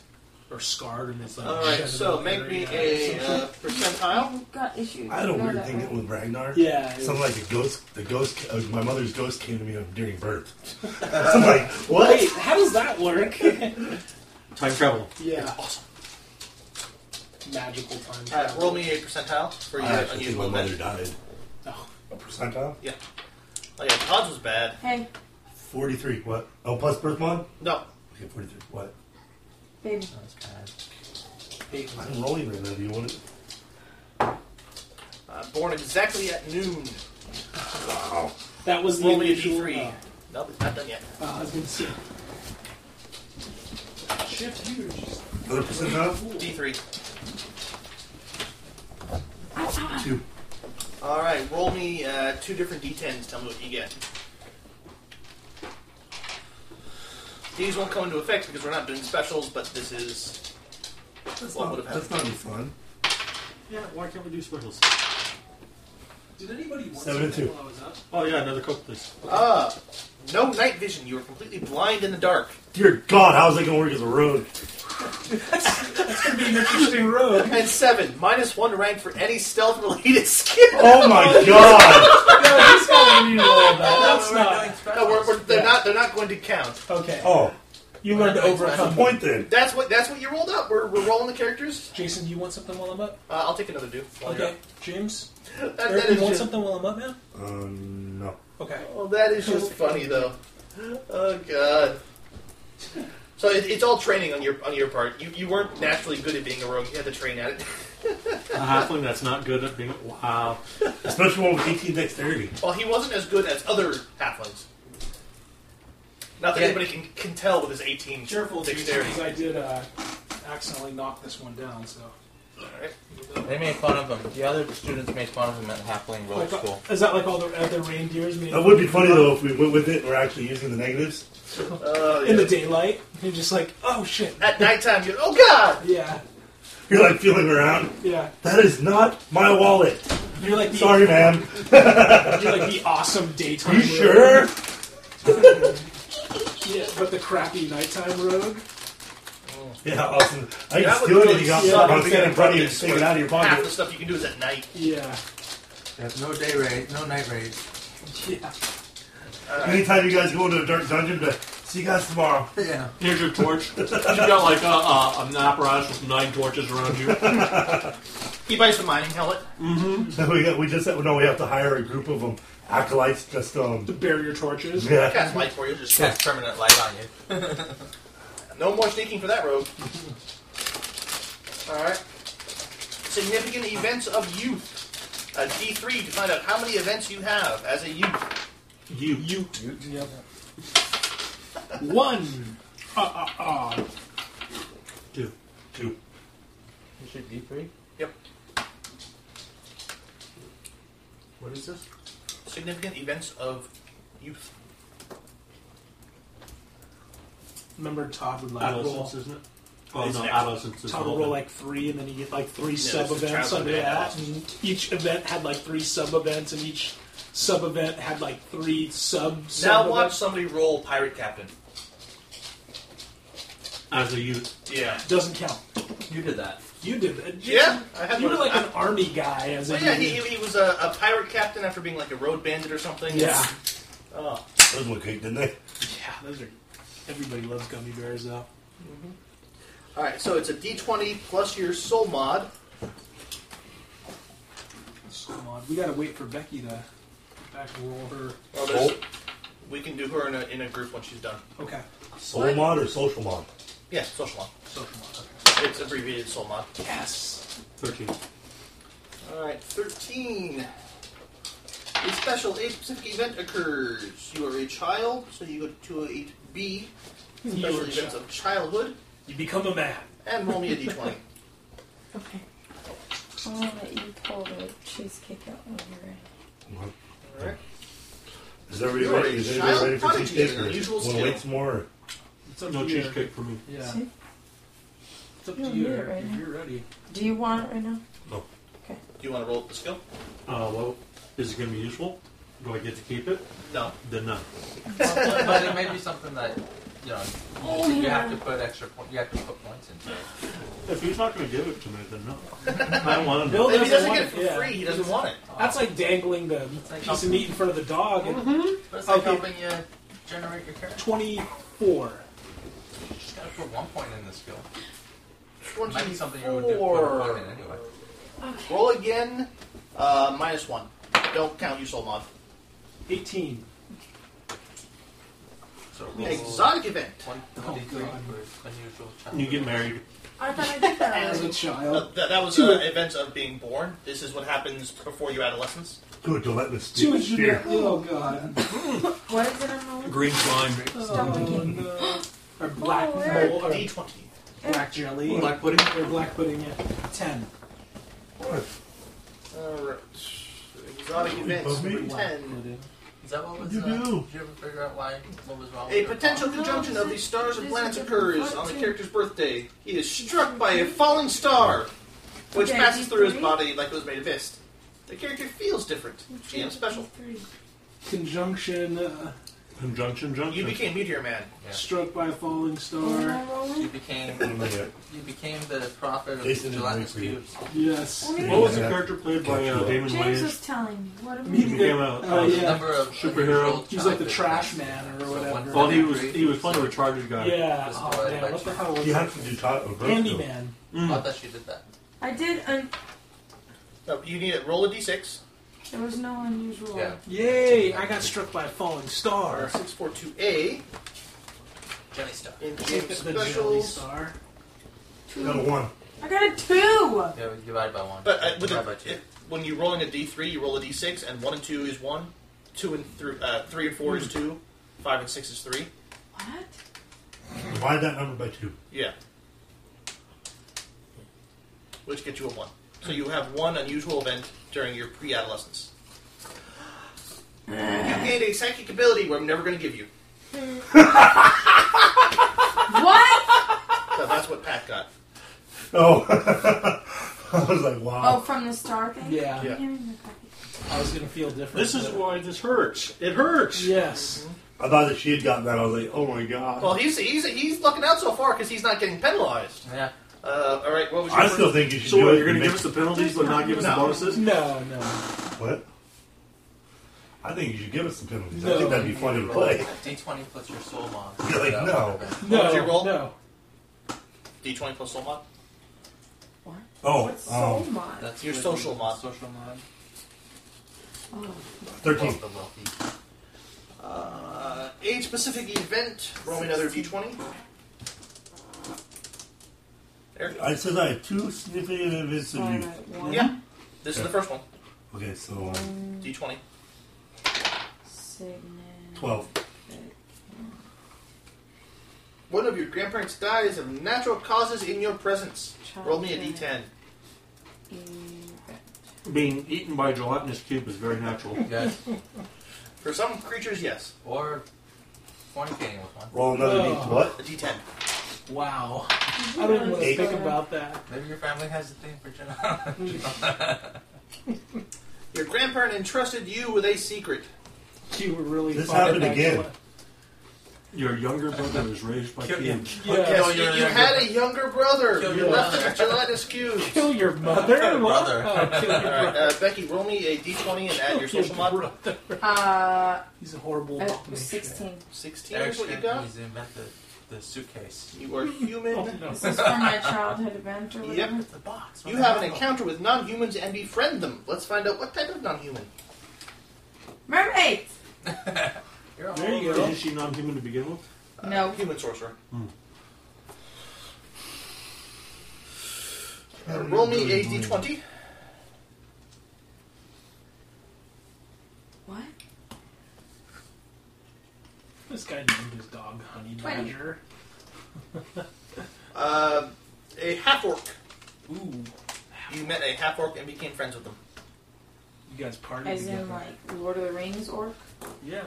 Speaker 1: Or scarred in his. Like,
Speaker 2: All right,
Speaker 1: shed
Speaker 2: so
Speaker 1: of
Speaker 2: make me
Speaker 1: area.
Speaker 2: a uh, percentile.
Speaker 6: You've got issues.
Speaker 3: I had a
Speaker 6: You know
Speaker 3: weird
Speaker 6: that,
Speaker 3: thing
Speaker 6: right?
Speaker 3: with Ragnar.
Speaker 1: Yeah. it
Speaker 3: Something
Speaker 1: was-
Speaker 3: like the ghost, the ghost, uh, my mother's ghost came to me during birth. <laughs> I'm like, what?
Speaker 1: Wait, how does that
Speaker 6: <laughs>
Speaker 1: work?
Speaker 5: Time travel.
Speaker 1: yeah. awesome. Magical time.
Speaker 2: Uh,
Speaker 1: travel.
Speaker 2: roll me a percentile for your
Speaker 3: I actually think my
Speaker 2: unusual
Speaker 3: mother
Speaker 2: event.
Speaker 3: died.
Speaker 1: Oh.
Speaker 3: A percentile?
Speaker 2: Oh, yeah, Todd's was bad.
Speaker 6: Hey,
Speaker 3: 43. What? Oh, plus birth mod?
Speaker 2: No,
Speaker 3: Okay, 43. What?
Speaker 6: baby.
Speaker 2: Uh,
Speaker 7: That's kind
Speaker 1: Eight.
Speaker 3: I'm rolling right now. Do you want it?
Speaker 2: uh, born exactly at noon.
Speaker 3: Wow.
Speaker 1: That was the
Speaker 2: Roll me a
Speaker 1: unusual.
Speaker 2: d3.
Speaker 1: uh,
Speaker 2: No, it's not done yet.
Speaker 1: Uh, I was gonna say. Shift gears.
Speaker 3: Another percentile?
Speaker 6: Ah,
Speaker 2: D3.
Speaker 3: Two.
Speaker 2: All right, roll me uh, two different d10s. Tell me what you get. These won't come into effect because we're not doing specials, but this is
Speaker 3: That's
Speaker 2: Well,
Speaker 3: not,
Speaker 2: what if-
Speaker 3: that's not any fun.
Speaker 5: Yeah, why can't we do specials?
Speaker 14: Did anybody want
Speaker 3: Seven and
Speaker 14: something
Speaker 3: two.
Speaker 14: while I was up?
Speaker 5: Oh yeah, another coke, please.
Speaker 2: ah no night vision. You are completely blind in the dark.
Speaker 3: Dear God, how's it gonna work as a road?
Speaker 1: Interesting road.
Speaker 2: And seven minus one rank for any stealth related <laughs> skill.
Speaker 3: <laughs> Oh my God!
Speaker 1: no, he's got to reroll that. That's
Speaker 7: We're
Speaker 1: not
Speaker 7: doing special.
Speaker 2: No, we're, we're, they're
Speaker 1: Yeah.
Speaker 2: not. They're not going to count.
Speaker 1: okay.
Speaker 3: Oh,
Speaker 1: You learned to
Speaker 3: the
Speaker 1: overcome.
Speaker 3: point then.
Speaker 2: That's what. That's what you rolled up. We're, we're rolling the characters.
Speaker 1: Jason, do you want something while I'm up?
Speaker 2: Uh, I'll take another do. while you're
Speaker 1: Okay, James.
Speaker 2: up. <laughs> That, that
Speaker 1: Eric, do
Speaker 2: is
Speaker 1: you want
Speaker 2: just,
Speaker 1: something while I'm up, man?
Speaker 3: Um, no.
Speaker 1: Okay.
Speaker 2: oh, that is just funny though. Oh god. So it, it's all training on your on your part. You, you weren't naturally good at being a rogue. You had to train at it.
Speaker 5: A halfling that's not good at being. Wow.
Speaker 3: Especially one with 18 dexterity.
Speaker 2: Well, he wasn't as good as other halflings. Not that
Speaker 7: Yeah.
Speaker 2: anybody can, can tell with his 18
Speaker 1: Careful, Jason,
Speaker 2: dexterity.
Speaker 1: because I did uh, accidentally knock this one down. So,
Speaker 2: Alright.
Speaker 7: They made fun of him. The other students made fun of him at Halfling
Speaker 2: Oh,
Speaker 7: Road
Speaker 1: Like, uh,
Speaker 7: School.
Speaker 1: is that like all the other reindeers? made-
Speaker 3: That would be funny though if we went with it and we're actually using the negatives. <laughs>
Speaker 2: Uh,
Speaker 1: in the
Speaker 2: yeah.
Speaker 1: daylight. You're just like, oh shit.
Speaker 2: At nighttime, you oh god!
Speaker 1: Yeah,
Speaker 3: You're like feeling around.
Speaker 1: yeah.
Speaker 3: That is not my wallet.
Speaker 1: You're like the
Speaker 3: Sorry, ma'am.
Speaker 1: you're like the awesome daytime.
Speaker 3: You
Speaker 1: rogue.
Speaker 3: sure?
Speaker 1: Yeah, but the crappy nighttime rogue.
Speaker 3: Yeah, awesome. I
Speaker 2: That
Speaker 3: can
Speaker 2: would
Speaker 3: steal
Speaker 2: really
Speaker 3: anything you got.
Speaker 2: suck
Speaker 3: I'm
Speaker 2: if we
Speaker 3: standing in front of
Speaker 2: had
Speaker 3: you and stick it out of your
Speaker 2: Half the
Speaker 3: pocket.
Speaker 2: stuff you can do is at night.
Speaker 1: Yeah,
Speaker 15: There's no day raid, no night raid.
Speaker 1: yeah.
Speaker 3: Anytime you guys go into a dark dungeon, but see you guys tomorrow. <laughs>
Speaker 15: Yeah.
Speaker 5: Here's your torch. you got like a, a, an apparatus with nine torches around you.
Speaker 2: He buys a mining helmet.
Speaker 3: No, we, got, we just no. We have to hire a group of them acolytes. Just um, <laughs>
Speaker 1: To bury your torches.
Speaker 3: yeah.
Speaker 2: Cast light for you. Just
Speaker 7: Cast permanent light on you.
Speaker 2: <laughs> No more sneaking for that rogue. Alright. Significant events of youth. A D3 to find out how many events you have as a youth.
Speaker 5: You. You.
Speaker 1: Yep. One. Ah, ah, ah.
Speaker 5: Two.
Speaker 3: Two.
Speaker 7: You should D three.
Speaker 2: Yep.
Speaker 5: What is this?
Speaker 2: Significant events of youth.
Speaker 1: Remember, Todd would like roll.
Speaker 5: Adolescence, isn't it? Oh
Speaker 2: It's
Speaker 5: no,
Speaker 2: next.
Speaker 5: adolescence is the
Speaker 1: Todd would
Speaker 5: whole
Speaker 1: roll
Speaker 5: thing.
Speaker 1: like three, and then you get like three
Speaker 2: it's
Speaker 1: sub events
Speaker 2: Travis
Speaker 1: under
Speaker 2: and
Speaker 1: that.
Speaker 2: Adolescence.
Speaker 1: And each event had like three sub events, and each sub event had like three sub.
Speaker 2: Now watch somebody roll pirate captain.
Speaker 5: As a youth.
Speaker 2: Yeah.
Speaker 1: Doesn't count.
Speaker 7: You did that.
Speaker 1: You did that.
Speaker 2: Yeah, I had
Speaker 1: you were
Speaker 2: one of
Speaker 1: like an army guy as
Speaker 2: Well,
Speaker 1: a
Speaker 2: yeah, he, he he was a, a pirate captain after being like a road bandit or something.
Speaker 1: yeah.
Speaker 2: Oh,
Speaker 3: Those look good, didn't they?
Speaker 1: Yeah, those are. Everybody loves gummy bears, though.
Speaker 2: all right. So it's a D20 plus your soul mod.
Speaker 1: Come on, we gotta wait for Becky to back roll her.
Speaker 2: Well, there's- We can do her in a, in a group when she's done.
Speaker 1: Okay,
Speaker 3: Soul mod or social mod?
Speaker 2: Yeah, social mod.
Speaker 1: social mod. Okay.
Speaker 2: It's abbreviated soul mod.
Speaker 1: Yes.
Speaker 5: Thirteen.
Speaker 2: All right, thirteen. A special, a specific event occurs. You are a child, so you go to two hundred eight B.
Speaker 7: Hmm.
Speaker 2: Special
Speaker 1: a
Speaker 2: events of childhood,
Speaker 1: You become a man.
Speaker 2: and roll me a D20.
Speaker 6: Okay. I'll let you pull the cheesecake out when you're ready.
Speaker 2: <laughs> All right.
Speaker 3: Is everybody
Speaker 2: You're
Speaker 3: ready?
Speaker 2: a
Speaker 3: Is
Speaker 2: child
Speaker 3: anybody ready for
Speaker 2: prodigy,
Speaker 3: cheesecake?
Speaker 2: an unusual
Speaker 3: Want to
Speaker 2: skill.
Speaker 3: wait some more? or-
Speaker 1: It's up
Speaker 5: No
Speaker 1: to you.
Speaker 5: cheesecake for me.
Speaker 1: Yeah.
Speaker 6: See?
Speaker 1: It's up
Speaker 6: You
Speaker 1: to
Speaker 6: don't
Speaker 1: you.
Speaker 6: need it
Speaker 1: Eric,
Speaker 6: right
Speaker 1: if
Speaker 6: now.
Speaker 1: you're ready.
Speaker 6: Do you want it right now?
Speaker 2: Do you want to roll up the skill?
Speaker 5: Uh, well, is it going to be useful? Do I get to keep it?
Speaker 2: No.
Speaker 5: Then no.
Speaker 7: but, but it may be something that you know
Speaker 6: Oh,
Speaker 7: you
Speaker 6: yeah.
Speaker 7: have to put extra point. You have to put points into. it.
Speaker 5: If he's not going to give it to me, then no. <laughs> I don't want to
Speaker 1: Bill
Speaker 7: Oh,
Speaker 5: know.
Speaker 2: If he doesn't
Speaker 1: doesn't
Speaker 2: get
Speaker 1: want
Speaker 2: it for
Speaker 1: yeah.
Speaker 2: free, he doesn't want it.
Speaker 1: That's like dangling the
Speaker 7: like
Speaker 1: piece of meat in front of the dog. and
Speaker 7: But it's like
Speaker 1: Okay.
Speaker 7: helping you generate your character.
Speaker 1: Twenty-four.
Speaker 7: You just gotta put one point in the skill. It might be something you would do, put
Speaker 2: Twenty-four.
Speaker 7: one in anyway.
Speaker 2: Roll again, uh, minus one. Don't count your soul mod.
Speaker 1: Eighteen.
Speaker 7: So
Speaker 2: Exotic event.
Speaker 7: One,
Speaker 1: Oh, God.
Speaker 7: for unusual child.
Speaker 5: You get married.
Speaker 6: I thought I did <laughs>
Speaker 1: As a
Speaker 6: that.
Speaker 1: child.
Speaker 2: that, that was uh, events of being born. This is what happens before your adolescence.
Speaker 3: Good, don't let this
Speaker 1: Two
Speaker 3: be-
Speaker 1: generic.
Speaker 3: fear.
Speaker 1: Oh <laughs> god. Oh,
Speaker 6: what is it on the list?
Speaker 5: Green slime.
Speaker 6: Stop again.
Speaker 1: no. Or black
Speaker 6: Oh,
Speaker 1: mold,
Speaker 6: Eric.
Speaker 1: or
Speaker 2: D twenty.
Speaker 1: black jelly.
Speaker 5: Black pudding.
Speaker 1: or black pudding. Yeah. Ten.
Speaker 2: Alright. Exotic events.
Speaker 3: Above me?
Speaker 2: Number 10.
Speaker 7: Is that what was?
Speaker 3: You
Speaker 7: uh,
Speaker 3: do.
Speaker 7: Did you ever figure out why what was
Speaker 2: A
Speaker 7: wrong? with your
Speaker 2: potential conjunction of the stars and planets occurs on the character's birthday. He is struck by a falling star, which
Speaker 6: Okay,
Speaker 2: passes through his
Speaker 6: D3?
Speaker 2: body like it was made of mist. The character feels different. GM special.
Speaker 1: Conjunction uh,
Speaker 5: Conjunction
Speaker 2: You
Speaker 5: junction.
Speaker 2: became Meteor Man.
Speaker 7: Yeah.
Speaker 1: struck by a falling star.
Speaker 7: problem? You became you became the prophet of
Speaker 3: Jason didn't
Speaker 7: gelatinous
Speaker 3: wait for you.
Speaker 7: cubes.
Speaker 1: Yes.
Speaker 5: what was the character played by uh, Damon
Speaker 6: James was
Speaker 5: Wayans?
Speaker 6: telling me. What
Speaker 5: He
Speaker 6: about
Speaker 1: Me-
Speaker 5: became a.
Speaker 1: Oh,
Speaker 5: a-
Speaker 7: The
Speaker 1: yeah.
Speaker 7: number of
Speaker 5: Superhero.
Speaker 7: unusual
Speaker 1: He's like the
Speaker 7: childhood
Speaker 1: trash
Speaker 7: events.
Speaker 1: man or
Speaker 7: So
Speaker 1: whatever.
Speaker 7: one
Speaker 5: Well, he
Speaker 7: family
Speaker 5: was he was playing a retarded guy.
Speaker 1: Yeah.
Speaker 7: Just
Speaker 1: Oh,
Speaker 7: destroyed
Speaker 1: man,
Speaker 7: by
Speaker 1: what the
Speaker 7: tree.
Speaker 1: hell was
Speaker 3: You
Speaker 1: that?
Speaker 3: have to do top of both, though.
Speaker 1: Handyman.
Speaker 5: Mm.
Speaker 7: I thought she did that.
Speaker 6: I did. Un-
Speaker 2: No, you need to roll a d6.
Speaker 6: there was no unusual.
Speaker 7: Yeah.
Speaker 1: Yay! I got struck by a falling star.
Speaker 2: 642A
Speaker 7: Jenny Star.
Speaker 2: in GM
Speaker 1: The jelly
Speaker 2: special.
Speaker 1: star.
Speaker 3: Got a one.
Speaker 6: I got a two.
Speaker 7: Yeah, we divided by one.
Speaker 2: But uh, with
Speaker 7: divided
Speaker 2: a,
Speaker 7: by two.
Speaker 2: if- when you're rolling a d3, you roll a d6, and 1 and 2 is 1, 2 and thr uh, 3 and 4 is
Speaker 3: Hmm.
Speaker 2: 2, 5 and 6 is 3.
Speaker 6: What?
Speaker 3: Divide that number by two.
Speaker 2: Yeah. Which gets you a 1. So you have one unusual event during your pre adolescence. You gained a psychic ability where I'm never going to give you.
Speaker 6: what?
Speaker 2: So that's what Pat got.
Speaker 3: Oh, <laughs> I was like,
Speaker 6: Oh,
Speaker 3: wow.
Speaker 6: from the star thing.
Speaker 1: Yeah.
Speaker 2: Yeah.
Speaker 1: I was gonna feel different.
Speaker 5: This is
Speaker 1: but-
Speaker 5: why this hurts. It hurts.
Speaker 1: Yes.
Speaker 3: I thought that she had gotten that. I was like, oh my god.
Speaker 2: Well, he's he's he's lucking out so far because he's not getting penalized.
Speaker 7: yeah.
Speaker 2: Uh, all right, what was your
Speaker 3: I
Speaker 2: first?
Speaker 3: still think you should
Speaker 5: So
Speaker 3: do
Speaker 5: what,
Speaker 3: it.
Speaker 5: you're going
Speaker 3: and
Speaker 5: to give us
Speaker 3: make-
Speaker 5: the penalties but not give us the
Speaker 2: No.
Speaker 5: bonuses?
Speaker 1: No. No.
Speaker 3: what? I think you should give us the penalties. I
Speaker 1: No.
Speaker 3: think that'd be fun to play.
Speaker 7: D20 plus your soul mod.
Speaker 3: You're like, no.
Speaker 1: No.
Speaker 2: was your roll?
Speaker 1: No.
Speaker 2: D20 plus soul mod?
Speaker 3: <laughs> Oh,
Speaker 6: What's soul
Speaker 3: um,
Speaker 6: mod?
Speaker 7: That's
Speaker 2: Your
Speaker 7: with
Speaker 2: social
Speaker 7: the
Speaker 2: mod.
Speaker 7: Social mod.
Speaker 6: Oh.
Speaker 3: 13.
Speaker 7: The wealthy.
Speaker 2: Uh, age specific event. Roll me another D20. Eric?
Speaker 3: I says I have two significant events of
Speaker 6: Alright,
Speaker 3: you.
Speaker 6: one,
Speaker 2: Yeah. This is the first one.
Speaker 3: Okay, so um,
Speaker 2: D20.
Speaker 6: significant.
Speaker 3: 12.
Speaker 2: One of your grandparents dies of natural causes in your presence. Roll me a D10.
Speaker 6: event.
Speaker 5: Being eaten by a gelatinous cube is very natural.
Speaker 7: Yes.
Speaker 2: For some creatures, yes.
Speaker 7: Or fornicating with one.
Speaker 3: Roll another
Speaker 1: Oh.
Speaker 3: D. What?
Speaker 2: A D10.
Speaker 1: Wow. I don't even want to
Speaker 3: Eight.
Speaker 1: think about that.
Speaker 7: Maybe your family has a thing
Speaker 2: <laughs>
Speaker 7: for Jenna. <laughs>
Speaker 2: Your grandparent entrusted you with a secret.
Speaker 1: You were really.
Speaker 3: This
Speaker 1: fucking
Speaker 3: happened
Speaker 1: back to
Speaker 3: again.
Speaker 1: what-
Speaker 5: Your younger brother was raised by
Speaker 7: Kill him.
Speaker 5: cubes.
Speaker 1: Yeah.
Speaker 2: Yes,
Speaker 7: Kill
Speaker 2: you,
Speaker 7: your
Speaker 2: you
Speaker 7: younger
Speaker 2: had a younger brother.
Speaker 7: Kill
Speaker 2: you
Speaker 7: your
Speaker 2: left
Speaker 7: brother.
Speaker 2: him gelatinous cubes.
Speaker 1: Kill your mother. What?
Speaker 7: Brother.
Speaker 1: Oh, kill
Speaker 2: <laughs>
Speaker 1: your
Speaker 2: All right,
Speaker 1: brother.
Speaker 2: uh, Becky, roll me a d20 and add your social mod.
Speaker 6: Uh,
Speaker 1: He's a horrible.
Speaker 6: uh,
Speaker 1: fucking shit.
Speaker 6: 16.
Speaker 2: 16
Speaker 7: Eric
Speaker 2: is what you got.
Speaker 7: He's invented the suitcase.
Speaker 2: You <laughs> are
Speaker 1: Oh,
Speaker 2: human.
Speaker 1: no.
Speaker 6: This is from my childhood event or whatever.
Speaker 2: Yep.
Speaker 7: The box.
Speaker 2: You have an encounter with non humans and befriend them. Let's find out what type of non human.
Speaker 6: Mermaids!
Speaker 7: You're
Speaker 1: There you go.
Speaker 5: Is she non-human to begin with?
Speaker 6: No.
Speaker 2: Human sorcerer.
Speaker 1: Hmm.
Speaker 2: Uh, roll me a d20.
Speaker 6: What?
Speaker 1: This guy named his dog Honey
Speaker 6: Twenty.
Speaker 1: Badger.
Speaker 2: Uh, a half orc.
Speaker 1: Ooh.
Speaker 2: You met a half orc and became friends with them.
Speaker 1: You guys partied
Speaker 6: As
Speaker 1: together.
Speaker 6: in, like, Lord of the Rings orc?
Speaker 1: yeah.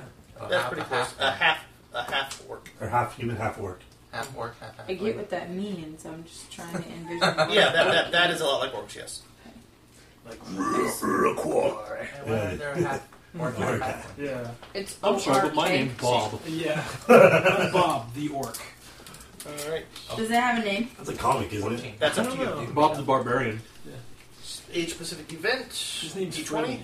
Speaker 2: That's pretty close. A half, a half orc.
Speaker 3: Or half human, half orc.
Speaker 7: Half work, half half.
Speaker 6: I get what that means. I'm just trying to envision.
Speaker 2: <laughs>
Speaker 6: what
Speaker 2: Yeah, that, that, that is a lot like orcs. Yes.
Speaker 7: Why are there
Speaker 3: <laughs>
Speaker 7: half work, half half?
Speaker 1: Yeah.
Speaker 6: It's
Speaker 5: I'm sorry, but my
Speaker 6: ORK.
Speaker 5: name's Bob.
Speaker 1: Yeah. <laughs> I'm Bob the Orc.
Speaker 2: All right.
Speaker 6: Does it have a name?
Speaker 3: That's a comic, isn't it?
Speaker 2: That's
Speaker 1: I
Speaker 2: up to
Speaker 1: don't
Speaker 2: you.
Speaker 1: know.
Speaker 5: Bob the Barbarian.
Speaker 2: Age specific event.
Speaker 1: His name's
Speaker 2: D20.
Speaker 1: Freddy.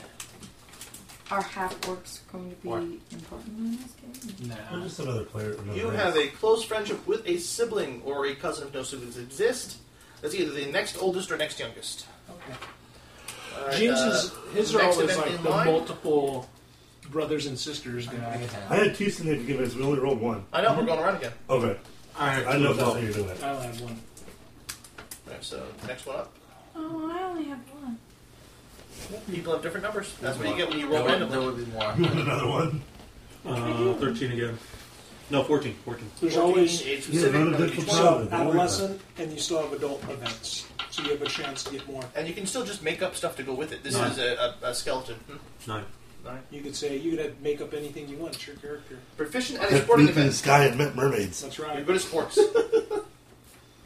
Speaker 6: Are half orcs going to be
Speaker 7: Orc.
Speaker 6: important in this game?
Speaker 3: I'm
Speaker 1: Nah.
Speaker 3: just another player. Another
Speaker 2: You
Speaker 3: race.
Speaker 2: have a close friendship with a sibling or a cousin if no siblings exist. That's either the next oldest or next youngest. All right,
Speaker 1: James
Speaker 2: uh,
Speaker 1: is his are
Speaker 2: next
Speaker 1: always
Speaker 2: event
Speaker 1: like
Speaker 2: in
Speaker 1: the
Speaker 2: line.
Speaker 1: multiple brothers and sisters guy.
Speaker 3: I had two significant events. We only rolled one.
Speaker 2: I know
Speaker 1: Hmm?
Speaker 2: we're going around again.
Speaker 3: Okay. I know that's how you're doing it. <laughs>
Speaker 1: I'll have one.
Speaker 2: All right, so next one up.
Speaker 6: Oh, I only have one.
Speaker 2: People have different numbers. That's what you get when you
Speaker 7: There
Speaker 2: roll
Speaker 7: would, there
Speaker 2: randomly.
Speaker 7: would be more.
Speaker 3: You <laughs> want another one?
Speaker 5: Uh, 13 again. No, 14. 14.
Speaker 1: There's
Speaker 2: 14,
Speaker 1: always
Speaker 2: age
Speaker 3: Yeah,
Speaker 2: specific,
Speaker 3: another
Speaker 2: number
Speaker 3: different
Speaker 2: D20.
Speaker 3: job.
Speaker 1: adolescent and you still have adult events. so you have a chance to get more.
Speaker 2: And you can still just make up stuff to go with it. This
Speaker 5: Nine.
Speaker 2: is a, a, a skeleton. Hmm.
Speaker 5: Nine.
Speaker 2: Nine.
Speaker 1: You could say you could have- make up anything you want. It's your character.
Speaker 2: Proficient at a sporting
Speaker 3: This
Speaker 2: event.
Speaker 3: guy had met mermaids.
Speaker 1: That's
Speaker 2: You're
Speaker 1: right.
Speaker 2: good at
Speaker 6: <laughs>
Speaker 2: sports.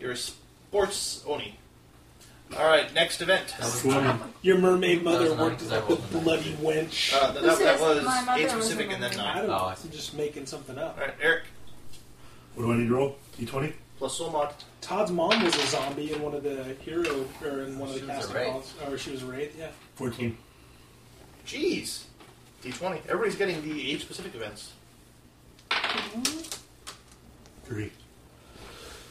Speaker 2: You're a sports oni. All right, next event. Uh,
Speaker 7: That was
Speaker 5: Swimming.
Speaker 7: nine.
Speaker 1: Your mermaid mother
Speaker 7: That's not-
Speaker 1: worked
Speaker 7: that
Speaker 1: like the
Speaker 7: wasn't-
Speaker 1: bloody wench.
Speaker 2: Uh, th- that,
Speaker 6: Who
Speaker 2: that
Speaker 6: says my
Speaker 2: was
Speaker 6: mother
Speaker 2: eight
Speaker 6: was
Speaker 2: specific
Speaker 6: a
Speaker 2: and then
Speaker 6: woman?
Speaker 1: I
Speaker 2: nine.
Speaker 1: don't know.
Speaker 7: Oh, I see.
Speaker 1: I'm just making something up.
Speaker 2: All right, Eric
Speaker 3: What do I need to roll? D20?
Speaker 2: plus soul mod.
Speaker 1: Todd's mom was a zombie in one of the hero or in one of
Speaker 7: She
Speaker 1: the
Speaker 7: was a
Speaker 1: casting
Speaker 7: wraith.
Speaker 1: calls, or she was a wraith. Yeah. <laughs>
Speaker 3: 14.
Speaker 2: Jeez, d20. Everybody's getting the eight specific events.
Speaker 3: 3.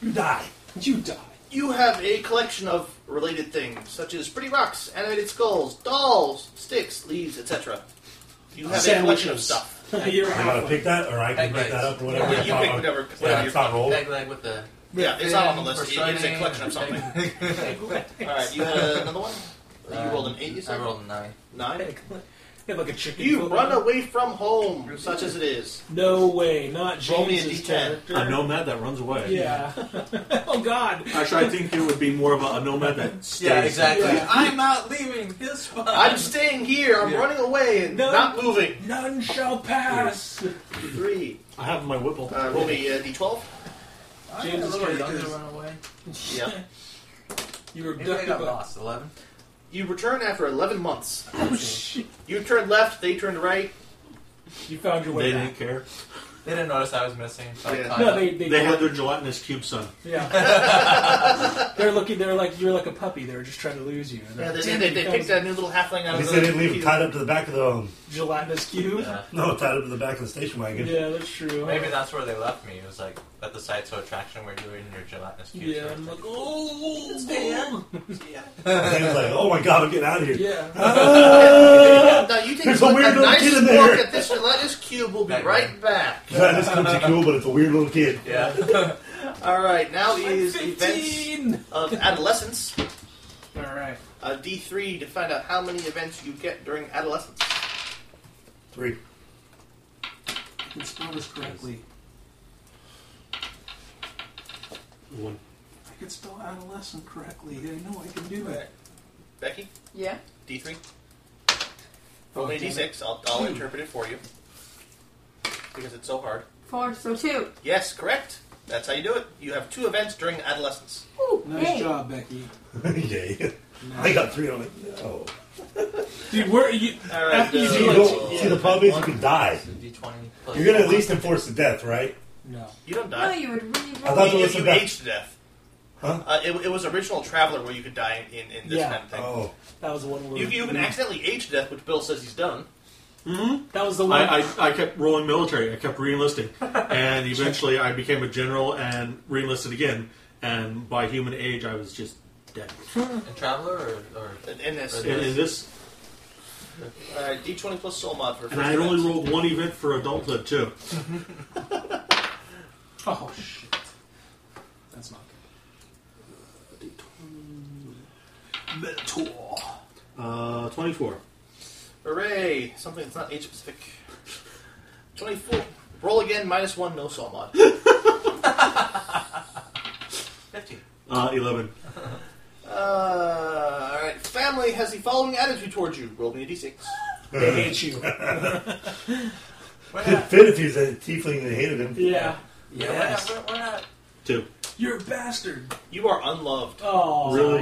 Speaker 3: You die.
Speaker 1: You die. <laughs>
Speaker 2: You have a collection of related things, such as pretty rocks, animated skulls, dolls, sticks, leaves, etc. You have a collection of
Speaker 1: Sandwiches.
Speaker 2: stuff.
Speaker 1: You're
Speaker 3: I gotta pick that, or I can
Speaker 7: Heck,
Speaker 3: pick that up, or
Speaker 2: You
Speaker 3: whatever.
Speaker 2: pick
Speaker 3: It's not-
Speaker 2: whatever.
Speaker 3: Yeah,
Speaker 2: whatever
Speaker 3: it's
Speaker 2: you're-
Speaker 3: not roll.
Speaker 7: Peg leg with the.
Speaker 2: yeah, it's not on the list.
Speaker 7: fin for
Speaker 2: It's a
Speaker 7: sunny.
Speaker 2: collection of
Speaker 7: <laughs>
Speaker 2: something. <laughs>
Speaker 7: Peg-
Speaker 2: All right, you had another one. You rolled an eight. You
Speaker 7: Um, I
Speaker 2: said
Speaker 7: rolled a nine.
Speaker 2: nine.
Speaker 1: <laughs>
Speaker 16: Yeah, like a chicken.
Speaker 2: You
Speaker 16: foot.
Speaker 2: run away from home, such as it is.
Speaker 1: No way. Not
Speaker 2: Roll me a
Speaker 1: James's
Speaker 2: D10.
Speaker 1: character.
Speaker 5: A nomad that runs away.
Speaker 1: Yeah. <laughs> oh God.
Speaker 5: Actually, I think it would be more of a, a nomad that stays.
Speaker 7: Yeah, exactly.
Speaker 1: Yeah.
Speaker 7: I'm not leaving this one.
Speaker 2: I'm staying here. I'm
Speaker 7: Yeah.
Speaker 2: running away and
Speaker 1: No.
Speaker 2: not moving.
Speaker 1: None shall pass.
Speaker 2: Three.
Speaker 5: I have my whipple.
Speaker 2: Uh, roll me uh,
Speaker 7: <laughs>
Speaker 2: d12.
Speaker 1: James is
Speaker 7: little
Speaker 1: crazy.
Speaker 7: younger to run away.
Speaker 2: Yeah.
Speaker 1: <laughs> You were
Speaker 7: Maybe I
Speaker 1: abducted
Speaker 7: got
Speaker 1: by.
Speaker 7: lost. Eleven.
Speaker 2: You return after 11 months.
Speaker 1: Oh shit!
Speaker 2: You turned left. They turned right.
Speaker 1: You found your way
Speaker 5: They
Speaker 1: back.
Speaker 5: didn't care.
Speaker 7: They didn't notice I was missing. So
Speaker 2: Yeah.
Speaker 7: I caught
Speaker 1: No,
Speaker 7: up.
Speaker 1: they they,
Speaker 5: They had their gelatinous cube son.
Speaker 1: yeah. <laughs> they're looking. They're like you're like a puppy. They were just trying to lose you. And
Speaker 2: Yeah, they,
Speaker 1: that
Speaker 2: they, they,
Speaker 1: becomes
Speaker 2: picked that new little halfling out
Speaker 3: At
Speaker 2: of
Speaker 3: least
Speaker 2: the.
Speaker 3: they didn't leave it tied up to the back of the, um, <laughs>
Speaker 1: gelatinous cube.
Speaker 7: Yeah.
Speaker 3: no, tied up to the back of the station wagon.
Speaker 1: Yeah, that's true.
Speaker 7: Maybe that's where they left me. It was like at the sideshow attraction where you were in your gelatinous cube.
Speaker 1: Yeah, I'm like, oh, oh.
Speaker 3: And he was like, oh my god, I'm getting out of here. <laughs> Ah!
Speaker 1: yeah.
Speaker 2: now you take
Speaker 3: There's
Speaker 2: a,
Speaker 3: a
Speaker 2: look-
Speaker 3: weird
Speaker 2: a
Speaker 3: little kid
Speaker 2: nice
Speaker 3: in
Speaker 2: look
Speaker 3: there.
Speaker 2: at this lettuce cube. We'll be
Speaker 7: That
Speaker 2: right back.
Speaker 3: Yeah, this comes to cool, but it's a weird little kid.
Speaker 7: yeah.
Speaker 2: All right, now is events
Speaker 1: Fifteen.
Speaker 2: of adolescence.
Speaker 1: All right.
Speaker 2: Uh, D3 to find out how many events you get during adolescence.
Speaker 3: Three.
Speaker 1: I can spell this correctly.
Speaker 5: One.
Speaker 1: I can spell adolescent correctly. I know I can do it.
Speaker 2: Becky,
Speaker 6: Yeah.
Speaker 2: D3. Roll me a
Speaker 1: damn
Speaker 2: D6. I'll, I'll interpret it for you. Because it's so hard.
Speaker 6: Four. So two.
Speaker 2: Yes, correct. That's how you do it. You have two events during adolescence.
Speaker 6: Ooh,
Speaker 1: Nice
Speaker 6: hey.
Speaker 1: job, Becky.
Speaker 3: <laughs> yeah. I got three on it. No.
Speaker 1: Dude, where are you?
Speaker 2: All right.
Speaker 1: After you
Speaker 2: uh,
Speaker 3: See, you
Speaker 1: Yeah.
Speaker 3: don't- see, the problem is you can die.
Speaker 7: <laughs> D twenty. plus-
Speaker 3: You're gonna at least enforce the death, right?
Speaker 1: No.
Speaker 2: you don't
Speaker 6: No,
Speaker 2: die.
Speaker 6: you would really.
Speaker 3: I thought
Speaker 2: you
Speaker 3: there
Speaker 2: you,
Speaker 3: was some
Speaker 2: you
Speaker 3: death.
Speaker 2: age to death.
Speaker 3: Huh?
Speaker 2: Uh, it, it was original Traveler where you could die in, in this
Speaker 1: Yeah.
Speaker 2: kind of thing.
Speaker 3: Oh.
Speaker 1: That was the one where
Speaker 2: You, you can accidentally age to death, which Bill says he's done.
Speaker 1: That was the one.
Speaker 5: I, I, I kept rolling military. I kept reenlisting, and eventually I became a general and reenlisted again. And by human age, I was just dead.
Speaker 7: A traveler or, or
Speaker 2: In, in this.
Speaker 5: And, and this,
Speaker 2: All right, D20 plus soul mod for
Speaker 5: and
Speaker 2: first
Speaker 5: I had only
Speaker 2: event.
Speaker 5: rolled one event for adulthood too.
Speaker 1: oh shit. That's not good. Mentor.
Speaker 5: Uh, Twenty-four.
Speaker 2: Hooray! Something that's not age specific. 24. Roll again, minus one, no soul mod.
Speaker 7: fifty.
Speaker 5: Uh, Eleven.
Speaker 2: Uh, all right. Family has the following attitude towards you. Roll me a d6.
Speaker 5: <laughs>
Speaker 1: They hate you.
Speaker 7: We're
Speaker 3: It
Speaker 7: not.
Speaker 3: fit if he was a tiefling and they hated him.
Speaker 1: Yeah.
Speaker 7: Yeah,
Speaker 1: Yes.
Speaker 7: we're not. We're, we're not.
Speaker 5: Two.
Speaker 1: You're a bastard.
Speaker 2: You are unloved.
Speaker 1: Oh.
Speaker 5: Really?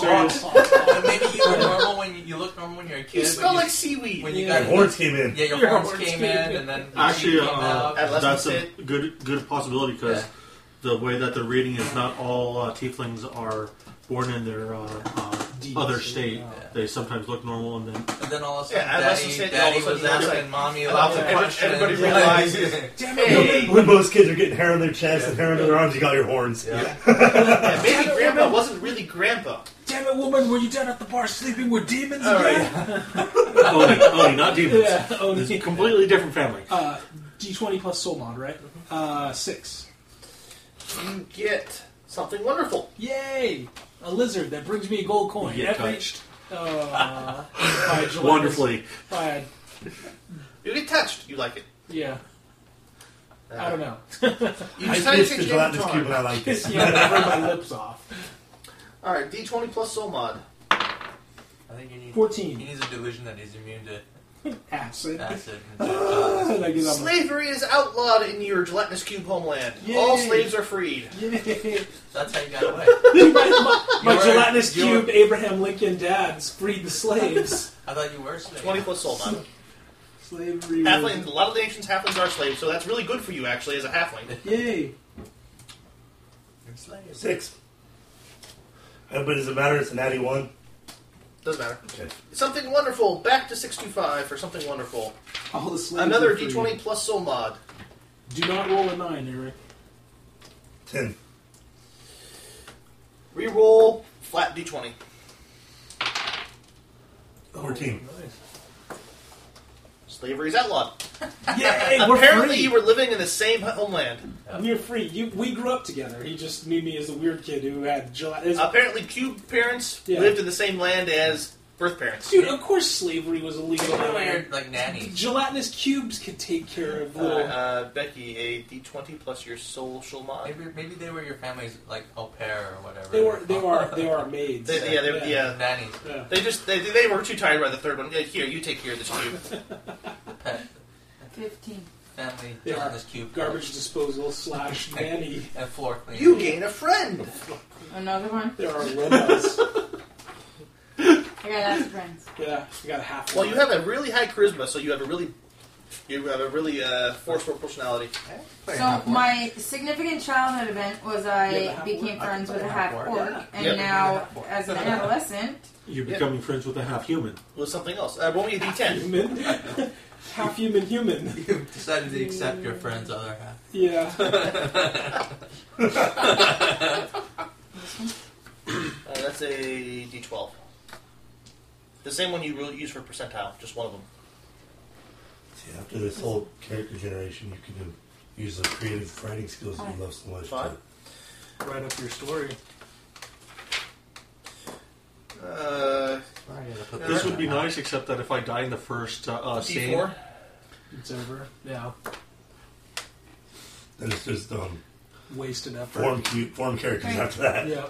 Speaker 1: <laughs>
Speaker 5: Serious?
Speaker 7: But maybe you were normal when you, you look normal when you're a kid.
Speaker 2: You
Speaker 7: but
Speaker 2: smell
Speaker 7: you-
Speaker 2: like seaweed.
Speaker 7: when you
Speaker 1: Yeah.
Speaker 3: The
Speaker 7: got
Speaker 3: hordes came in.
Speaker 7: Yeah, your,
Speaker 1: Your
Speaker 7: horns,
Speaker 1: horns
Speaker 7: came,
Speaker 1: came
Speaker 7: in,
Speaker 1: in.
Speaker 7: and then your
Speaker 5: Actually,
Speaker 7: chin came
Speaker 5: uh,
Speaker 7: out.
Speaker 5: that's
Speaker 2: Adolescence
Speaker 5: a
Speaker 2: hit.
Speaker 5: good good possibility because
Speaker 7: Yeah.
Speaker 5: the way that they're reading is not all uh, tieflings are born in their uh, uh,
Speaker 1: Deep
Speaker 5: other
Speaker 1: sea.
Speaker 5: state.
Speaker 1: Yeah.
Speaker 5: They sometimes look normal and
Speaker 7: <laughs>
Speaker 5: then
Speaker 7: and then all of a sudden,
Speaker 2: Yeah, adolescence
Speaker 7: daddy,
Speaker 2: hit, and all of a
Speaker 7: daddy was
Speaker 2: sudden
Speaker 7: out
Speaker 2: you're
Speaker 7: and mommy allowed
Speaker 2: Allows
Speaker 7: to
Speaker 2: every-
Speaker 7: punch him.
Speaker 2: everybody
Speaker 7: Yeah. <laughs>
Speaker 2: realizes.
Speaker 1: Damn it.
Speaker 2: Hey,
Speaker 3: When most kids are getting hair on their chest and hair under their arms, you got your horns.
Speaker 2: yeah, maybe Grandpa wasn't really Grandpa.
Speaker 1: Damn it, woman! Were you down at the bar sleeping with demons
Speaker 2: All
Speaker 1: again?
Speaker 5: <laughs>
Speaker 2: right.
Speaker 5: Oni, Oni, not demons.
Speaker 1: Yeah. <laughs> Oh,
Speaker 5: It's a
Speaker 1: yeah.
Speaker 5: completely different family.
Speaker 1: Uh, D20 plus soul mod, right?
Speaker 5: Mm-hmm.
Speaker 1: Uh, six.
Speaker 2: You get something wonderful.
Speaker 1: Yay! A lizard that brings me a gold coin.
Speaker 5: You get
Speaker 1: That reached,
Speaker 5: touched.
Speaker 1: uh, <laughs> by a gelatinous-
Speaker 5: Wonderfully.
Speaker 1: By a,
Speaker 2: You get touched. You like it.
Speaker 1: yeah, I don't know. <laughs>
Speaker 2: You
Speaker 3: I
Speaker 2: decide to
Speaker 3: missed
Speaker 2: take
Speaker 3: the
Speaker 2: your
Speaker 3: gelatinous
Speaker 2: time.
Speaker 3: cube and I like it.
Speaker 1: Kiss you and I burn my lips off.
Speaker 2: All right, D20 plus soul mod.
Speaker 7: I think you need.
Speaker 1: 14.
Speaker 7: He needs a delusion that he's
Speaker 2: <laughs>
Speaker 7: immune to
Speaker 1: Acid.
Speaker 7: acid.
Speaker 5: Uh,
Speaker 7: and
Speaker 1: <laughs> And I get on
Speaker 5: <laughs>
Speaker 1: my-
Speaker 2: Slavery is outlawed in your gelatinous cube homeland. All
Speaker 1: Yay.
Speaker 2: slaves are freed.
Speaker 1: Yeah.
Speaker 7: That's how you
Speaker 2: <laughs>
Speaker 7: got away.
Speaker 1: my <laughs> my- my
Speaker 7: You're-
Speaker 1: gelatinous
Speaker 7: you're-
Speaker 1: cube Abraham Lincoln dads freed the slaves.
Speaker 7: I thought you were slave.
Speaker 2: 20 plus soul mod.
Speaker 1: Slavery. was-
Speaker 2: Halfling, a lot of the nations halflings are slaves, so that's really good for you actually as a halfling.
Speaker 1: Yay.
Speaker 7: You're slave.
Speaker 3: Six. Uh, But does it matter? It's an Natty one.
Speaker 2: Doesn't matter.
Speaker 3: Okay.
Speaker 2: Something wonderful. Back to 625 for something wonderful.
Speaker 1: All the slaves.
Speaker 2: Another
Speaker 1: were freed.
Speaker 2: D20 plus soul mod.
Speaker 1: Do not roll a nine,
Speaker 2: <laughs>
Speaker 1: Eric.
Speaker 3: Ten.
Speaker 2: Reroll flat D20.
Speaker 3: Fourteen.
Speaker 2: Slavery is outlawed.
Speaker 1: Yay! We're
Speaker 2: Apparently,
Speaker 1: free.
Speaker 2: you were living in the same homeland.
Speaker 1: We're free. You, we grew up together. He just knew me as a weird kid who had gelatinous.
Speaker 2: Apparently, cube parents
Speaker 1: Yeah.
Speaker 2: lived in the same land as birth parents.
Speaker 1: Dude, of course slavery was illegal.
Speaker 7: You're weird, like nanny.
Speaker 1: Gelatinous cubes could take care of
Speaker 2: Uh,
Speaker 1: little.
Speaker 2: uh, Becky, a D20 plus your social mod.
Speaker 7: Maybe maybe they were your family's like au pair or whatever.
Speaker 1: they were, they are, they are maids.
Speaker 2: uh, They, yeah, they, yeah.
Speaker 7: nannies.
Speaker 1: Yeah.
Speaker 2: They just they, they were too tired by the third one. Yeah, Here, you take care of this cube.
Speaker 7: Pet,
Speaker 6: 15.
Speaker 7: family.
Speaker 1: They
Speaker 7: on
Speaker 1: are
Speaker 7: this cube.
Speaker 1: Garbage disposal slash nanny.
Speaker 7: <laughs> And floor cleaner.
Speaker 2: you gain a friend.
Speaker 6: Another one?
Speaker 1: There are lemons.
Speaker 2: <laughs>
Speaker 6: I got lots of friends.
Speaker 1: yeah, we got a half.
Speaker 2: Well, you have a really high charisma, so you have a really you have a really uh, forceful personality.
Speaker 6: So, my significant childhood event was
Speaker 1: You
Speaker 6: I
Speaker 1: have a half
Speaker 6: became
Speaker 7: orc?
Speaker 6: friends
Speaker 7: I
Speaker 6: with a
Speaker 7: play
Speaker 6: half
Speaker 7: half
Speaker 6: orc,
Speaker 7: orc, yeah.
Speaker 6: and
Speaker 2: Yeah.
Speaker 6: now, as an adolescent,
Speaker 5: You're
Speaker 2: Yeah.
Speaker 5: becoming friends with a half human.
Speaker 2: With something else. Uh, roll me a D10.
Speaker 1: human. <laughs> half human, human.
Speaker 7: You decided to accept your friend's other half.
Speaker 1: Yeah.
Speaker 2: <laughs> Uh, that's a D12. The same one you really use for percentile, just one of them.
Speaker 3: See, after this whole character generation, you can do, use the creative writing skills that you love so much.
Speaker 2: Fine.
Speaker 3: to-
Speaker 17: Write up your story.
Speaker 2: Uh,
Speaker 5: This would be nice, except that if I die in the first uh, uh, scene,
Speaker 2: D4.
Speaker 17: It's over. Yeah.
Speaker 3: Then it's just um,
Speaker 17: Wasted effort.
Speaker 3: form cu- form characters after that.
Speaker 17: Yeah.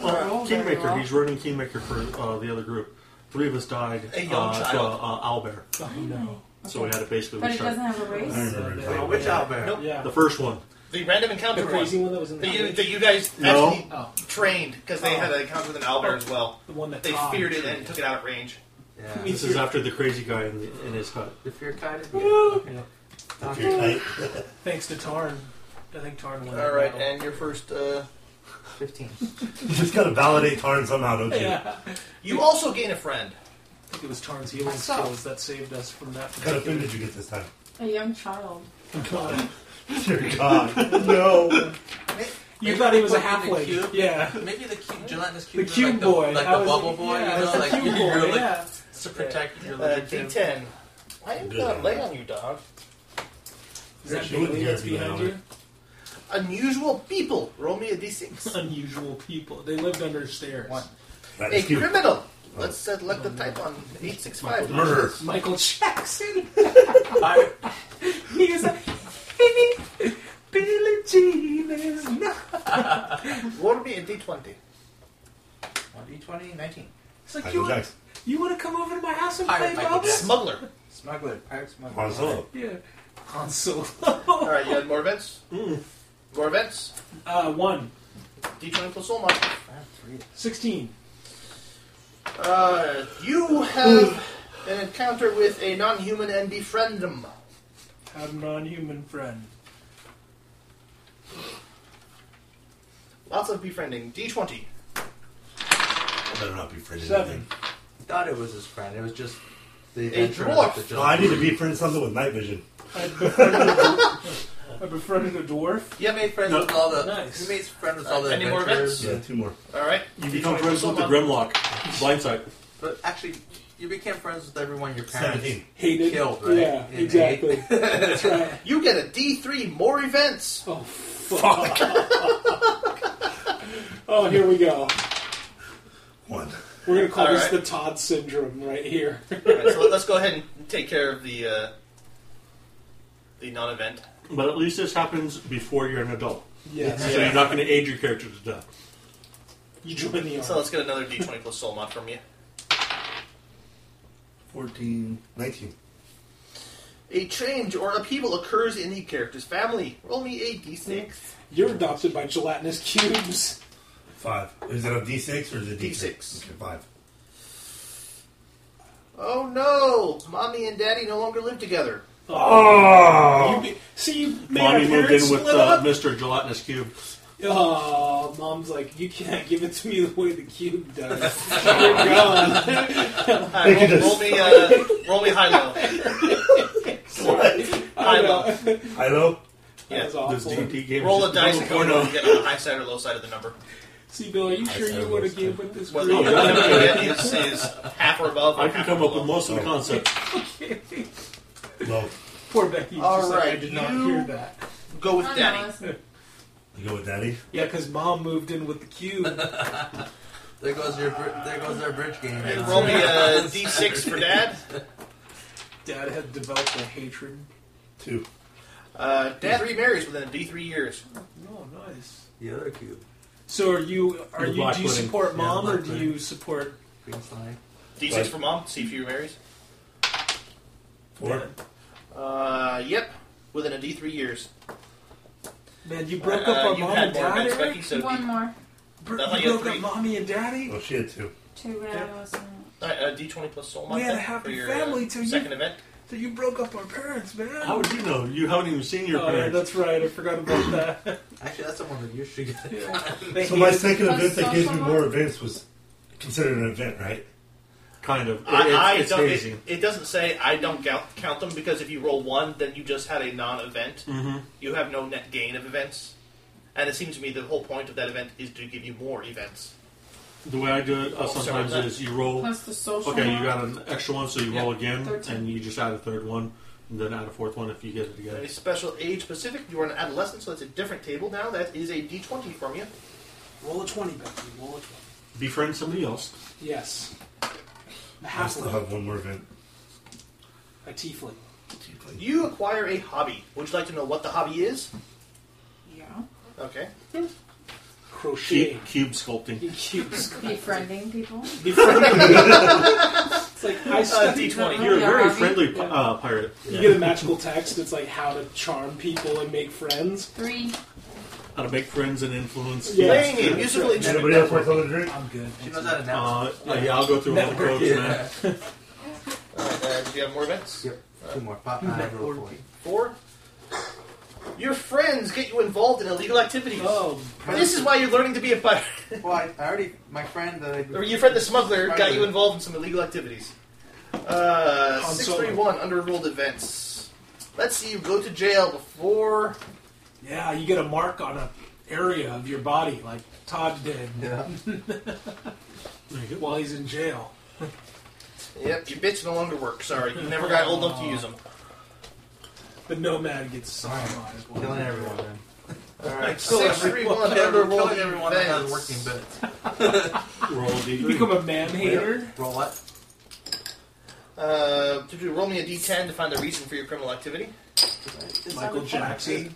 Speaker 5: Uh, Kingmaker, he's running Kingmaker for uh, the other group. Three of us died
Speaker 2: A young
Speaker 5: uh, to
Speaker 2: child.
Speaker 5: uh, Owlbear,
Speaker 17: Oh, no. Uh,
Speaker 5: so we had to basically
Speaker 6: but it
Speaker 5: restart.
Speaker 6: doesn't have a race.
Speaker 3: I remember.
Speaker 17: Yeah.
Speaker 3: playing
Speaker 7: Which
Speaker 3: that.
Speaker 7: owlbear?
Speaker 2: Nope.
Speaker 1: Yeah.
Speaker 5: The first one.
Speaker 2: The random encounter
Speaker 1: The crazy
Speaker 2: one.
Speaker 1: one that was in the
Speaker 2: That you,
Speaker 1: village?
Speaker 2: that you guys
Speaker 5: No.
Speaker 2: actually
Speaker 17: Oh,
Speaker 2: trained because they had an encounter with an owlbear as well.
Speaker 17: the one that
Speaker 2: They
Speaker 17: Tom
Speaker 2: feared it
Speaker 17: treated.
Speaker 2: and took it out of range. <laughs>
Speaker 7: Yeah.
Speaker 5: This is after the crazy guy in, the, in his hut.
Speaker 7: If you're kind of. Yeah. Okay.
Speaker 17: Yeah.
Speaker 3: If you're tight,
Speaker 17: Thanks to Tarn. I think Tarn won. that
Speaker 2: All right,
Speaker 17: battle.
Speaker 2: and your first. Uh,
Speaker 7: 15.
Speaker 3: you just gotta validate Tarn somehow, don't you?
Speaker 17: Yeah.
Speaker 2: you also gain a friend.
Speaker 17: I think it was Tarn's healing
Speaker 6: What's up?
Speaker 17: skills that saved us from that.
Speaker 3: What kind of fin
Speaker 17: particular-
Speaker 3: did you get this time?
Speaker 6: A young child.
Speaker 17: God.
Speaker 3: Dear God, no.
Speaker 17: You thought he was a
Speaker 7: Put in the
Speaker 17: halfling.
Speaker 7: cube?
Speaker 17: Yeah.
Speaker 7: Maybe the cube, gelatinous
Speaker 17: The
Speaker 7: cube.
Speaker 17: cube
Speaker 7: like
Speaker 17: boy.
Speaker 7: The, like
Speaker 17: I
Speaker 7: the
Speaker 17: was-
Speaker 7: bubble boy,
Speaker 17: yeah,
Speaker 7: you
Speaker 17: it
Speaker 7: know,
Speaker 17: was
Speaker 7: like
Speaker 17: the cube
Speaker 7: you
Speaker 17: boy,
Speaker 7: really <laughs>
Speaker 17: yeah.
Speaker 7: to protect your
Speaker 2: Uh,
Speaker 7: little kid.
Speaker 2: D10. I am
Speaker 3: Good.
Speaker 2: gonna lay on you, dog.
Speaker 17: Is that
Speaker 3: She wouldn't
Speaker 17: Bailey that's
Speaker 3: get me
Speaker 17: behind
Speaker 3: that
Speaker 17: you?
Speaker 2: Unusual people. Roll me <laughs> a D6.
Speaker 17: Unusual people. They lived under stairs.
Speaker 2: One.
Speaker 3: That
Speaker 2: a
Speaker 3: is cute.
Speaker 2: criminal. Let's select the type on 865.
Speaker 3: <laughs> Murder.
Speaker 17: Michael Jackson.
Speaker 7: I,
Speaker 17: He was like, hey, Billy Jean is not.
Speaker 2: Roll me a D20.
Speaker 7: 1d20, 19.
Speaker 17: It's like, you
Speaker 3: Michael
Speaker 17: want,
Speaker 3: Jackson.
Speaker 17: you want to come over to my house and
Speaker 7: Pirate
Speaker 17: play
Speaker 7: Michael
Speaker 17: bubbles?
Speaker 2: Smuggler.
Speaker 7: Smuggler, pirate smuggler.
Speaker 3: Han Solo.
Speaker 17: Yeah. Han Solo.
Speaker 2: All right, you had more events? More events?
Speaker 1: <laughs> Uh, one.
Speaker 2: D20 plus soul mod.
Speaker 7: I have three.
Speaker 1: Sixteen.
Speaker 2: Uh, you have an encounter with a non human and befriend them.
Speaker 1: Have non human friend.
Speaker 2: Lots of befriending. D20.
Speaker 3: Better not be friendly.
Speaker 1: Seven.
Speaker 7: thought it was his friend. It was just the
Speaker 2: A
Speaker 7: intro
Speaker 2: dwarf.
Speaker 7: of the
Speaker 3: No, I need to be friends something with night vision.
Speaker 1: I befriended a dwarf. I befriended a dwarf.
Speaker 7: You made friends with all the.
Speaker 1: Nice.
Speaker 7: You made friends with all the
Speaker 2: Any more
Speaker 7: adventurers.
Speaker 3: Yeah, two more.
Speaker 2: All right.
Speaker 5: You become
Speaker 2: D20
Speaker 5: friends
Speaker 2: plus
Speaker 5: with the
Speaker 2: soul mod.
Speaker 5: Grimlock. Blindside.
Speaker 7: But actually, you became friends with everyone your parents
Speaker 3: Seventeen.
Speaker 1: Hated.
Speaker 7: killed, right?
Speaker 1: Yeah,
Speaker 7: In
Speaker 1: exactly. That's right.
Speaker 2: You get a D3 more events.
Speaker 1: Oh,
Speaker 7: <laughs>
Speaker 1: fuck. <laughs> oh, here we go.
Speaker 3: One.
Speaker 1: We're going to call
Speaker 2: All
Speaker 1: this
Speaker 2: right.
Speaker 1: the Todd syndrome right
Speaker 7: <laughs>
Speaker 1: here.
Speaker 2: All right, so let's go ahead and take care of the uh, the non event.
Speaker 5: But at least this happens before you're an adult.
Speaker 1: yes.
Speaker 5: So you're not going to age your character to death.
Speaker 1: You join the
Speaker 2: So
Speaker 1: army.
Speaker 2: let's get another d20 plus soul mod from you.
Speaker 3: 14, 19.
Speaker 2: A change or upheaval occurs in the character's family. Roll me a d6.
Speaker 1: You're adopted by gelatinous cubes.
Speaker 3: Five. Is it a D6 or is it D3?
Speaker 2: D6.
Speaker 3: Okay, five.
Speaker 2: Oh no! Mommy and daddy no longer live together.
Speaker 1: You be, see, you made
Speaker 5: Mommy
Speaker 1: our
Speaker 5: Oh. moved
Speaker 1: parents
Speaker 5: in with
Speaker 1: split
Speaker 5: uh,
Speaker 1: up.
Speaker 5: Mr. Gelatinous Cube.
Speaker 1: Oh, mom's like, you can't give it to me the way the cube does.
Speaker 2: <laughs>
Speaker 1: You're gone.
Speaker 2: Alright, roll,
Speaker 3: They can
Speaker 2: roll me, uh, roll me high
Speaker 5: <laughs>
Speaker 2: low.
Speaker 1: I
Speaker 2: High
Speaker 1: know.
Speaker 2: low.
Speaker 3: Hello?
Speaker 1: That's
Speaker 2: Yeah.
Speaker 5: This
Speaker 1: awful.
Speaker 5: D&D game
Speaker 2: Roll a
Speaker 5: is just
Speaker 2: dice
Speaker 5: a
Speaker 2: and
Speaker 5: little
Speaker 2: go roll and get on the high side or low side of the number.
Speaker 1: See, Bill, are you sure you
Speaker 3: said
Speaker 1: would
Speaker 3: most
Speaker 1: have gave with this
Speaker 2: Whether the
Speaker 1: group?
Speaker 2: number you get is, is half or above. Or
Speaker 5: I can
Speaker 2: half
Speaker 5: come
Speaker 2: or
Speaker 5: up with
Speaker 2: below.
Speaker 5: most of the concepts.
Speaker 3: Low.
Speaker 1: <laughs> Poor Becky.
Speaker 2: All
Speaker 1: just like, I
Speaker 2: right,
Speaker 1: did not
Speaker 2: you-
Speaker 1: hear that.
Speaker 2: Go with
Speaker 6: Oh, no,
Speaker 2: daddy.
Speaker 6: it's-
Speaker 3: You go with daddy?
Speaker 1: Yeah, because mom moved in with the cube.
Speaker 2: <laughs>
Speaker 7: There goes your br- there goes our bridge game.
Speaker 2: And roll me
Speaker 7: <laughs>
Speaker 2: a d6 for dad.
Speaker 1: Dad had developed a hatred.
Speaker 3: Two.
Speaker 2: Uh, dad remarries within d3 years.
Speaker 1: Oh, nice.
Speaker 7: the other cube.
Speaker 1: So are you? Are
Speaker 5: The
Speaker 1: you?
Speaker 5: black
Speaker 1: Do you
Speaker 5: pudding.
Speaker 1: support
Speaker 7: Yeah,
Speaker 1: mom or
Speaker 7: black
Speaker 1: do
Speaker 7: pudding.
Speaker 1: you support?
Speaker 7: Green slide.
Speaker 2: d6
Speaker 3: Right.
Speaker 2: for mom, see if he remarries.
Speaker 3: Four.
Speaker 2: Uh, yep, within a d3 years.
Speaker 1: Man, you broke
Speaker 2: uh,
Speaker 1: up our
Speaker 2: you
Speaker 1: mom
Speaker 2: had
Speaker 1: and
Speaker 2: more
Speaker 1: dad.
Speaker 2: events,
Speaker 1: Eric?
Speaker 2: Becky, so
Speaker 6: One more.
Speaker 1: Bro-
Speaker 2: That's like
Speaker 1: you
Speaker 2: a
Speaker 1: broke
Speaker 2: three.
Speaker 1: up mommy and daddy.
Speaker 3: Oh, she had two.
Speaker 6: Two rounds. and-
Speaker 2: Alright, uh, D20 plus soul mod.
Speaker 1: We had a
Speaker 2: then
Speaker 1: happy
Speaker 2: for your,
Speaker 1: family
Speaker 2: uh,
Speaker 1: till you-
Speaker 2: Second event.
Speaker 1: So you broke up our parents, man.
Speaker 5: How would you know? You haven't even seen your
Speaker 1: Oh, yeah,
Speaker 5: parents.
Speaker 1: that's right. I forgot
Speaker 5: <laughs>
Speaker 1: about that.
Speaker 7: Actually, that's the one that you should get.
Speaker 1: They
Speaker 3: So my
Speaker 1: hated-
Speaker 3: second
Speaker 6: Plus
Speaker 3: event that gives me
Speaker 6: social
Speaker 3: more
Speaker 6: life?
Speaker 3: events was considered an event, right?
Speaker 5: kind of. It, it's,
Speaker 2: I, I
Speaker 5: it's
Speaker 2: don't,
Speaker 5: hazy.
Speaker 2: it, it doesn't say I don't count, count them because if you roll one, then you just had a non-event.
Speaker 1: Mm-hmm.
Speaker 5: Mhm.
Speaker 2: You have no net gain of events, and it seems to me the whole point of that event is to give you more events.
Speaker 5: The way I do it uh,
Speaker 2: Oh, sorry,
Speaker 5: sometimes
Speaker 2: that-
Speaker 5: is you roll.
Speaker 6: Plus the social.
Speaker 5: Okay, you
Speaker 6: mod.
Speaker 5: got an extra one, so you roll again,
Speaker 6: Thirteen.
Speaker 5: and you just add a third one, and then add a fourth one if you get it together.
Speaker 2: A special age specific. You are an adolescent, so that's a different table now. That is a D20 from you.
Speaker 1: Roll a twenty, Becky. Roll a twenty.
Speaker 5: Befriend somebody else.
Speaker 1: Yes. A
Speaker 3: I still
Speaker 1: halfling.
Speaker 3: have one more event.
Speaker 1: A tiefling.
Speaker 2: You acquire a hobby. Would you like to know what the hobby is?
Speaker 6: Yeah.
Speaker 2: Okay.
Speaker 1: Crochet.
Speaker 5: Cube, cube sculpting.
Speaker 1: Cubes. <laughs>
Speaker 6: Befriending people.
Speaker 1: It's like I
Speaker 2: Uh,
Speaker 1: studied
Speaker 2: D20.
Speaker 5: You're a
Speaker 6: Yeah,
Speaker 5: very
Speaker 6: Robbie.
Speaker 5: friendly pi- uh, pirate.
Speaker 1: You get a magical text that's like how to charm people and make friends.
Speaker 6: Three.
Speaker 5: How to make friends and influence.
Speaker 1: Yeah.
Speaker 5: Yes.
Speaker 2: Playing a musical instrument.
Speaker 3: Anybody else want something to drink?
Speaker 1: I'm good.
Speaker 7: <laughs> She knows how to now.
Speaker 5: Uh, yeah, yeah, I'll go through all the
Speaker 1: Network,
Speaker 5: codes, man.
Speaker 2: Alright, uh, do you have more events?
Speaker 7: Yep. Two more. Pop. I roll for you.
Speaker 2: Four. Your friends get you involved in illegal activities.
Speaker 1: Oh,
Speaker 2: This is why you're learning to be a pirate.
Speaker 7: Well, I, I already my friend uh, that I
Speaker 2: <laughs> Or your friend the smuggler got you involved in some illegal activities. Uh,
Speaker 1: Han Solo.
Speaker 2: 631, underworld events. Let's see, you go to jail before.
Speaker 1: yeah. You get a mark on a area of your body, like Todd did
Speaker 7: Yeah.
Speaker 5: There you go.
Speaker 1: while he's in jail.
Speaker 2: Yep, your bits no longer work. Sorry, you never got old enough to use them.
Speaker 1: The nomad gets sodomized.
Speaker 7: Killing everyone. Man.
Speaker 2: Alright,
Speaker 1: everyone.
Speaker 2: 631, underworld
Speaker 7: Killing everyone that has working
Speaker 2: events.
Speaker 7: bits.
Speaker 5: Roll a D3.
Speaker 1: You become a man hater.
Speaker 7: Roll what?
Speaker 2: Uh, to do, roll me a d10 to find the reason for your criminal activity.
Speaker 1: Michael Jackson.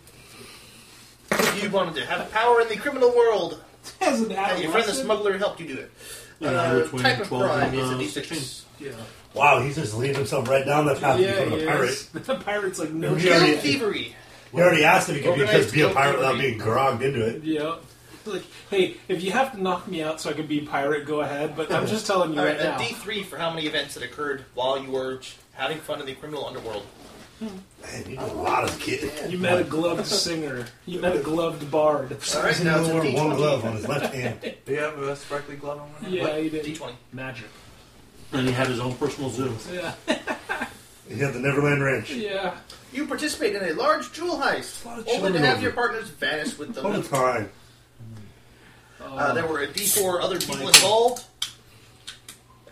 Speaker 2: You wanted to have power in the criminal world.
Speaker 1: <laughs> As
Speaker 2: And
Speaker 1: an
Speaker 2: your friend the
Speaker 1: adolescent.
Speaker 2: smuggler helped you do it.
Speaker 5: Yeah,
Speaker 2: Uh,
Speaker 5: you were 20,
Speaker 2: type of
Speaker 5: 12,
Speaker 2: crime
Speaker 5: and,
Speaker 2: is a
Speaker 5: uh,
Speaker 2: d6.
Speaker 5: 16.
Speaker 1: Yeah.
Speaker 3: Wow, he's just leading himself right down the path to
Speaker 1: Yeah,
Speaker 3: becoming
Speaker 1: he
Speaker 3: Ah, a pirate.
Speaker 1: is. <laughs> The pirate's like no.
Speaker 3: Yeah.
Speaker 2: Guild
Speaker 3: yeah.
Speaker 2: thievery.
Speaker 3: He already asked if he could be,
Speaker 2: Organized
Speaker 3: just be a pirate without
Speaker 2: delivery.
Speaker 3: being grogged into it.
Speaker 1: Yeah. Like, hey, if you have to knock me out so I can be a pirate, go ahead. But I'm just telling you
Speaker 2: All right,
Speaker 1: right
Speaker 2: a
Speaker 1: now.
Speaker 2: d3 for how many events that occurred while you were having fun in the criminal underworld.
Speaker 3: Man, you know a lot of kids.
Speaker 1: You met a gloved singer. You met a gloved bard.
Speaker 2: All right, now it's a
Speaker 3: He wore one
Speaker 2: d20.
Speaker 3: glove on his left hand.
Speaker 7: Do you have a sparkly glove on one? hand?
Speaker 1: Yeah, he did.
Speaker 2: D20.
Speaker 1: Magic.
Speaker 5: And he had his own personal zoo.
Speaker 1: Yeah. <laughs>
Speaker 3: He had the Neverland Ranch.
Speaker 1: Yeah.
Speaker 2: You participate in a large jewel heist,
Speaker 3: A lot
Speaker 2: only
Speaker 3: of
Speaker 2: to
Speaker 3: children
Speaker 2: have
Speaker 3: over.
Speaker 2: your partners vanish with
Speaker 3: All the
Speaker 2: them.
Speaker 3: time.
Speaker 2: Uh, there were a d4 other people involved,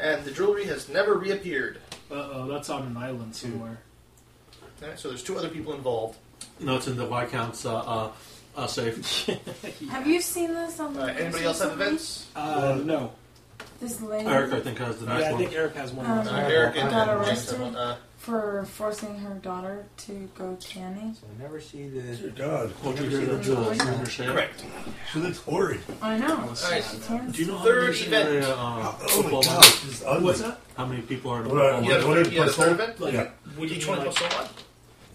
Speaker 2: and the jewelry has never reappeared.
Speaker 1: Uh oh, that's on an island somewhere.
Speaker 2: All right, so there's two other people involved.
Speaker 5: No, it's in the Viscount's uh, uh, uh, safe.
Speaker 6: Have you seen this on?
Speaker 2: Uh, anybody else have events?
Speaker 1: Uh, no.
Speaker 6: This lady
Speaker 5: Eric, I think, has the next
Speaker 1: yeah, I
Speaker 5: one.
Speaker 1: think Eric has one.
Speaker 6: Um,
Speaker 1: more.
Speaker 2: Uh, Eric and
Speaker 6: Got
Speaker 2: and
Speaker 6: arrested?
Speaker 2: Jason, uh,
Speaker 6: for forcing her daughter to go tanning.
Speaker 7: So I never see the.
Speaker 3: Dear God,
Speaker 5: Well, do you
Speaker 7: Never
Speaker 5: hear uh,
Speaker 7: see
Speaker 5: the
Speaker 7: the
Speaker 5: jewels?
Speaker 6: jewels.
Speaker 5: You understand?
Speaker 2: Correct.
Speaker 3: she looks horrid.
Speaker 6: I know.
Speaker 2: All right.
Speaker 6: It's horrible.
Speaker 5: Do you know how
Speaker 2: Third
Speaker 5: many is in
Speaker 2: event.
Speaker 5: the, uh,
Speaker 3: Oh my
Speaker 5: football
Speaker 3: God,
Speaker 5: match?
Speaker 3: she's ugly.
Speaker 1: What's that?
Speaker 5: How many people are in the
Speaker 3: What are-
Speaker 5: football
Speaker 2: Yeah,
Speaker 5: match?
Speaker 2: the
Speaker 3: what are
Speaker 2: third- yeah, the
Speaker 3: plus
Speaker 2: third
Speaker 3: four?
Speaker 2: event?
Speaker 1: Like,
Speaker 3: Yeah.
Speaker 1: what do you
Speaker 2: Each
Speaker 1: mean,
Speaker 2: one
Speaker 1: like,
Speaker 2: plus one.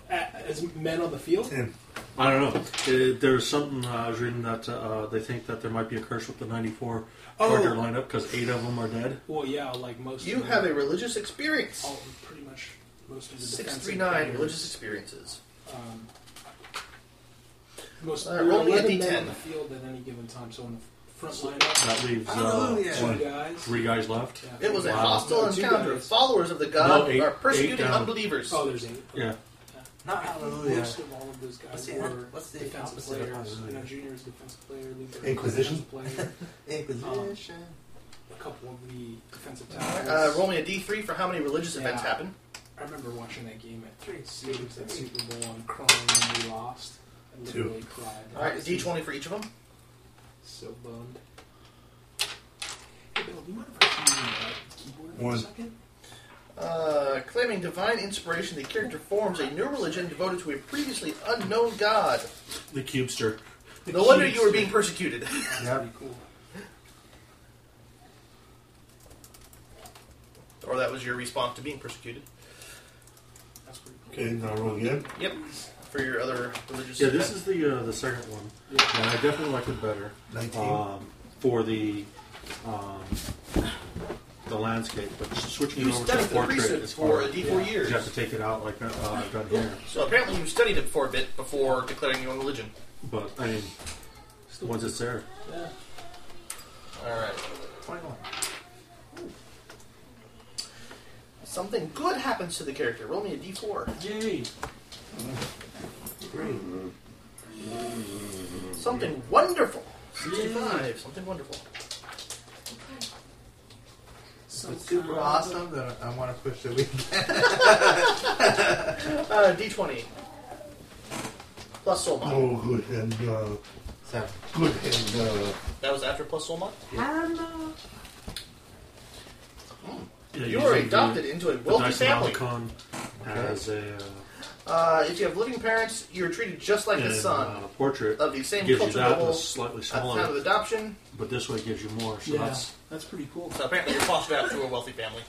Speaker 1: a- as men on the field?
Speaker 3: Ten.
Speaker 5: I don't know. Uh, There's something uh, I was reading that uh, they think that there might be a curse with the '94 Charger
Speaker 1: Oh.
Speaker 5: lineup because eight of them are dead.
Speaker 1: Well, yeah, like most.
Speaker 2: You
Speaker 1: of the-
Speaker 2: have a religious experience.
Speaker 1: all, pretty much most of the
Speaker 2: Six
Speaker 1: defensive
Speaker 2: three nine
Speaker 1: players,
Speaker 2: religious experiences.
Speaker 1: Um, most
Speaker 2: Uh,
Speaker 1: there are
Speaker 2: roll me a
Speaker 1: 11 men
Speaker 2: D10.
Speaker 1: on the field at any given time, so in the front lineup,
Speaker 5: That leaves
Speaker 7: Oh
Speaker 5: uh,
Speaker 7: yeah.
Speaker 1: two guys.
Speaker 5: three guys left.
Speaker 1: Yeah.
Speaker 2: It was a
Speaker 5: Wow.
Speaker 2: hostile
Speaker 1: No, two
Speaker 2: encounter.
Speaker 1: guys.
Speaker 2: Followers of the god
Speaker 5: No, eight-
Speaker 2: are persecuting
Speaker 5: eight down.
Speaker 2: unbelievers.
Speaker 1: Oh, there's eight.
Speaker 5: Yeah.
Speaker 7: Not hallelujah.
Speaker 1: Most of all of those guys
Speaker 7: What's the-
Speaker 1: were
Speaker 7: what's the
Speaker 1: defensive
Speaker 7: opposite of
Speaker 1: players. You know,
Speaker 7: hallelujah?
Speaker 1: Junior is a defensive player, Luther is a
Speaker 3: Inquisition?
Speaker 1: defensive player.
Speaker 7: Inquisition.
Speaker 1: A couple of the defensive tackles.
Speaker 2: Uh, roll me a D3 for how many religious
Speaker 1: Yeah.
Speaker 2: events happen.
Speaker 1: I remember watching that game at three. It was that Super Bowl and crying when we lost. I
Speaker 3: Two.
Speaker 1: literally cried.
Speaker 2: All right,
Speaker 1: I
Speaker 2: a
Speaker 1: was
Speaker 2: D20 for each of them.
Speaker 1: So bummed. Hey, Bill, do you mind if I see your keyboard for
Speaker 3: One.
Speaker 1: a second?
Speaker 2: Uh, claiming divine inspiration, the character forms a new religion devoted to a previously unknown god.
Speaker 5: The cubester.
Speaker 2: <laughs> No wonder you were being persecuted. <laughs>
Speaker 1: That's
Speaker 7: Yep.
Speaker 1: pretty cool.
Speaker 2: or that was your response to being persecuted.
Speaker 1: That's pretty cool.
Speaker 3: Okay, now roll again.
Speaker 2: Yep. For your other religious
Speaker 5: Yeah, this
Speaker 2: event.
Speaker 5: is the uh, the second one,
Speaker 1: Yeah.
Speaker 5: and I definitely liked it better.
Speaker 3: Nineteen.
Speaker 5: Um, for the um, the landscape, but switching
Speaker 2: You
Speaker 5: it over to the
Speaker 2: studied the
Speaker 5: portrait
Speaker 2: priesthood
Speaker 5: is
Speaker 2: for a
Speaker 5: hard.
Speaker 2: D4
Speaker 1: Yeah.
Speaker 5: You
Speaker 2: years.
Speaker 5: have to take it out like uh, I've done here.
Speaker 2: So apparently you studied it for a bit before declaring your own religion.
Speaker 5: But I mean,
Speaker 1: Still
Speaker 5: once it's there,
Speaker 1: Yeah.
Speaker 2: All right.
Speaker 7: Twenty-one.
Speaker 2: Something good happens to the character. Roll me a D4.
Speaker 1: Yay!
Speaker 5: Hmm,
Speaker 2: Something wonderful. 65. Something wonderful.
Speaker 1: So
Speaker 7: It's super awesome that I want to push the weekend.
Speaker 2: Uh, D20. Plus soul mod.
Speaker 3: Oh, good and uh,
Speaker 7: Seven.
Speaker 3: good and uh,
Speaker 2: That was after plus soul mod?
Speaker 6: Hello.
Speaker 5: yeah,
Speaker 2: You are
Speaker 5: using the-
Speaker 2: adopted into a
Speaker 5: The
Speaker 2: wealthy family.
Speaker 5: Dysnomicon has a uh,
Speaker 2: Uh, if you have living parents, you're treated just like
Speaker 5: and,
Speaker 2: the son
Speaker 5: uh, portrait.
Speaker 2: of the same
Speaker 5: Gives you
Speaker 2: culture
Speaker 5: that and
Speaker 2: level
Speaker 5: it's
Speaker 2: at
Speaker 5: slightly
Speaker 2: the time of
Speaker 5: smaller,
Speaker 2: adoption.
Speaker 5: but this way gives you more. So
Speaker 1: Yeah.
Speaker 5: that's
Speaker 1: That's pretty cool.
Speaker 2: So apparently you're fostered out to a wealthy family.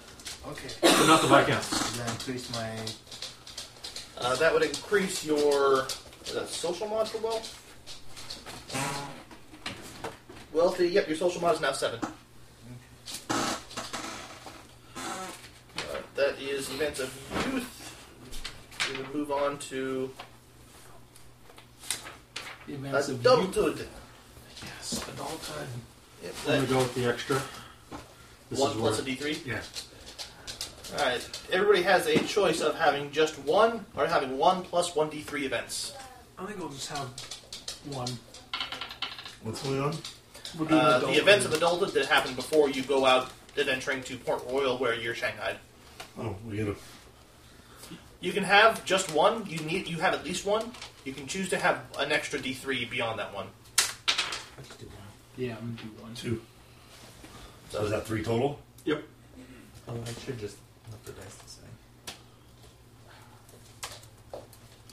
Speaker 7: Okay.
Speaker 5: but not the Viscount.
Speaker 7: Does that increase my?
Speaker 2: Uh, that would increase your is that social mod for wealth. Wealthy, yep, your social mod is now seven. Alright, that is events of youth. We would move on to
Speaker 1: The events of youth.
Speaker 2: adulthood.
Speaker 1: Yes, adulthood.
Speaker 2: Yep,
Speaker 5: I'm gonna
Speaker 2: that-
Speaker 5: go with the extra. This
Speaker 2: one
Speaker 5: is
Speaker 2: plus a
Speaker 5: where,
Speaker 2: d3.
Speaker 5: yeah.
Speaker 2: Alright, everybody has a choice of having just one or having one plus one d3 events.
Speaker 1: I think I'll just have one.
Speaker 3: what's going on?
Speaker 1: We're doing
Speaker 2: Uh,
Speaker 1: adulthood.
Speaker 2: the events of adulthood that happen before you go out adventuring to Port Royal where you're Shanghai.
Speaker 3: Oh, we get a
Speaker 2: You can have just one. You need. You have at least one. You can choose to have an extra D three beyond that one.
Speaker 1: Yeah, I'm gonna do one.
Speaker 3: two. So is that three total?
Speaker 5: Yep.
Speaker 7: Oh, I should just let the dice decide.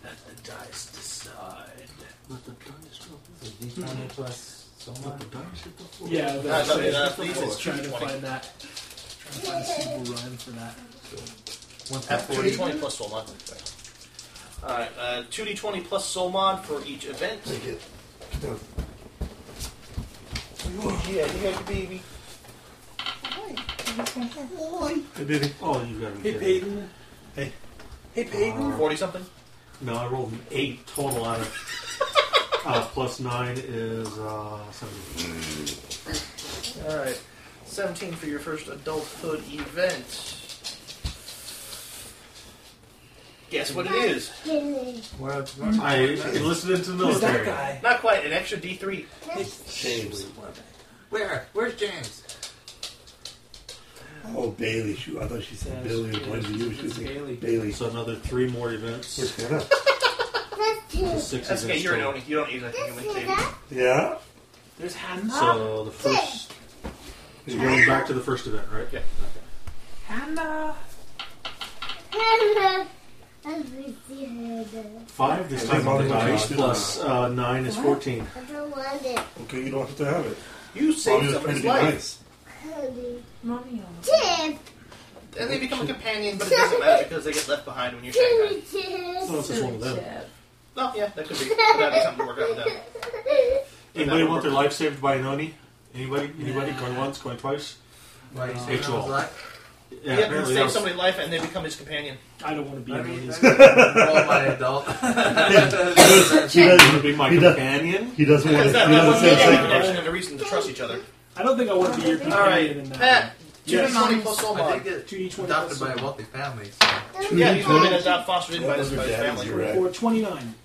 Speaker 1: Let the dice decide.
Speaker 5: Let the dice roll.
Speaker 7: So D20 plus so
Speaker 5: Let
Speaker 7: much.
Speaker 5: the dice hit the floor.
Speaker 1: Yeah,
Speaker 2: that's
Speaker 1: that's
Speaker 2: no, it.
Speaker 1: it.
Speaker 2: no, no, please,
Speaker 1: It's
Speaker 2: it's
Speaker 1: trying to
Speaker 2: 20.
Speaker 1: find that. Trying to find a suitable rhyme for that.
Speaker 7: One
Speaker 2: At
Speaker 7: plus
Speaker 2: forty
Speaker 7: forty.
Speaker 2: twenty plus soul mod. All right, uh, two D twenty plus soul mod for each event.
Speaker 3: Take it.
Speaker 2: Yeah, you have to be.
Speaker 3: I did it.
Speaker 5: Oh, you got to
Speaker 1: Hey, Peyton.
Speaker 3: Hey.
Speaker 1: Hey, Peyton.
Speaker 2: Forty something.
Speaker 5: No, I rolled an eight total out of.
Speaker 2: <laughs>
Speaker 5: Uh, plus nine is uh, seventeen.
Speaker 2: All right, seventeen for your first adulthood event. Guess what it is?
Speaker 7: What?
Speaker 5: I enlisted into the
Speaker 1: Who's that
Speaker 5: military.
Speaker 1: guy?
Speaker 2: Not quite an extra D three.
Speaker 3: James.
Speaker 7: Where? Where's James?
Speaker 3: Oh, Bailey. Shoot, I thought she said
Speaker 1: Yes,
Speaker 3: Billy.
Speaker 1: yes,
Speaker 3: What did you?
Speaker 1: it's
Speaker 3: She said
Speaker 1: Bailey.
Speaker 3: Bailey.
Speaker 5: So another three more events.
Speaker 3: Where's Hannah?
Speaker 5: Six
Speaker 2: That's okay.
Speaker 5: events
Speaker 2: You're an
Speaker 5: total.
Speaker 2: Oni. You don't need anything.
Speaker 3: Yeah.
Speaker 1: There's Hannah.
Speaker 5: So the first You're going back to the first event, right?
Speaker 2: Yeah.
Speaker 6: Panda.
Speaker 5: Five this time on the dice plus uh, nine is
Speaker 6: What?
Speaker 5: fourteen.
Speaker 3: Okay, you don't have to have it.
Speaker 2: You
Speaker 3: I'm
Speaker 2: save
Speaker 3: Oh, just trying to
Speaker 2: somebody's
Speaker 3: be
Speaker 2: life.
Speaker 5: <laughs>
Speaker 3: nice.
Speaker 6: Mommy.
Speaker 2: And they become a companion, but it doesn't matter because they get left behind when you're Shanghai.
Speaker 5: So it's just one of them.
Speaker 2: Oh, yeah, that could be. That'd be something to work out with them.
Speaker 5: Anybody want their life saved by an oni? Anybody? Anybody? Going once? Going twice?
Speaker 7: Why you
Speaker 5: Hey,
Speaker 7: say
Speaker 5: Joel. Yeah,
Speaker 2: Yeah,
Speaker 5: apparently
Speaker 2: you save
Speaker 5: that was-
Speaker 2: somebody's life and they become his companion.
Speaker 12: I don't want to be
Speaker 7: I
Speaker 12: in
Speaker 7: mean,
Speaker 12: these.
Speaker 7: all my adult. <laughs>
Speaker 3: He
Speaker 5: You
Speaker 3: doesn't,
Speaker 5: wanna be Oh, my
Speaker 3: He does-
Speaker 5: companion?
Speaker 3: he doesn't want to.
Speaker 2: Because that,
Speaker 3: He
Speaker 2: that
Speaker 3: doesn't
Speaker 2: wasn't
Speaker 3: say
Speaker 2: a
Speaker 3: like,
Speaker 2: connection and a reason to trust each other.
Speaker 12: I don't think I want to be your
Speaker 2: All right,
Speaker 12: companion in that.
Speaker 2: Pat,
Speaker 12: Yes.
Speaker 2: 220 plus soul
Speaker 7: I
Speaker 2: mod.
Speaker 7: did get
Speaker 12: Two each one
Speaker 7: adopted
Speaker 12: plus
Speaker 7: by
Speaker 12: soul.
Speaker 7: a wealthy family. So.
Speaker 2: Yeah, he's been adopted, fostered in by his,
Speaker 3: Your
Speaker 2: by his
Speaker 3: dad is
Speaker 2: family.
Speaker 3: your right.
Speaker 12: For 29.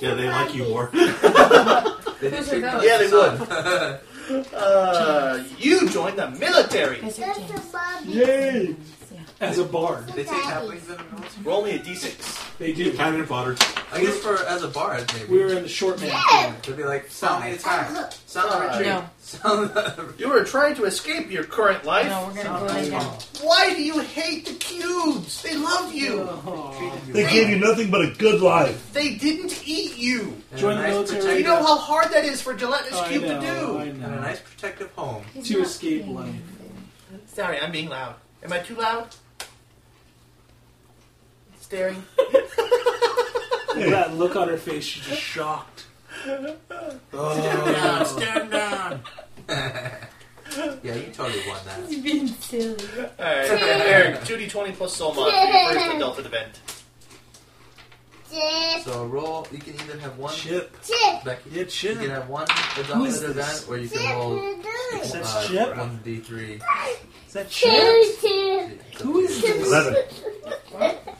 Speaker 5: Yeah, they like
Speaker 7: <laughs>
Speaker 5: you more.
Speaker 7: They
Speaker 6: Those
Speaker 7: just
Speaker 6: are
Speaker 7: treat me
Speaker 6: those.
Speaker 7: like
Speaker 2: Yeah, they
Speaker 7: a son.
Speaker 2: Uh, you joined the military.
Speaker 12: Yay! As a
Speaker 7: <laughs>
Speaker 12: bard.
Speaker 7: They take halflings in the military.
Speaker 2: Roll me a d6.
Speaker 12: They
Speaker 5: You
Speaker 12: do.
Speaker 5: kind of fodder.
Speaker 7: I guess for as a bard, maybe.
Speaker 12: We were in the short man. corner.
Speaker 7: They'd be like, sound the attack, sound the
Speaker 2: Uh,
Speaker 7: retreat,
Speaker 6: No.
Speaker 7: sound the.
Speaker 2: You were trying to escape your current life.
Speaker 6: No, we're gonna go lay down.
Speaker 2: Why do you hate the cubes? They love you.
Speaker 12: Aw.
Speaker 3: They gave you nothing but a good life.
Speaker 2: They didn't eat you.
Speaker 7: and
Speaker 12: Join
Speaker 7: a
Speaker 12: the
Speaker 7: nice
Speaker 12: military.
Speaker 2: Do
Speaker 7: protective-
Speaker 2: you know how hard that is for gelatinous
Speaker 12: I
Speaker 2: cube to
Speaker 12: know, I
Speaker 2: do?
Speaker 7: And a
Speaker 12: know.
Speaker 7: nice protective home.
Speaker 12: To escape life.
Speaker 2: Sorry, I'm being loud. Am I too loud?
Speaker 12: <laughs>
Speaker 2: Staring.
Speaker 12: That look on her face, she's just shocked.
Speaker 2: down, staring down.
Speaker 7: Oh. <laughs> Yeah, you totally won that.
Speaker 6: He's <laughs> being silly.
Speaker 2: All right, Eric, 2d20 plus soul mod for your first adult event.
Speaker 7: So roll. You can either have one.
Speaker 12: Chip.
Speaker 7: Becky,
Speaker 12: Yeah,
Speaker 7: you
Speaker 12: chip.
Speaker 7: can have one
Speaker 12: Who is
Speaker 7: adult event,
Speaker 12: this?
Speaker 7: or you can roll
Speaker 12: Is that
Speaker 7: uh,
Speaker 12: Chip?
Speaker 7: one d3.
Speaker 12: Is that chip? Who is this?
Speaker 3: Eleven.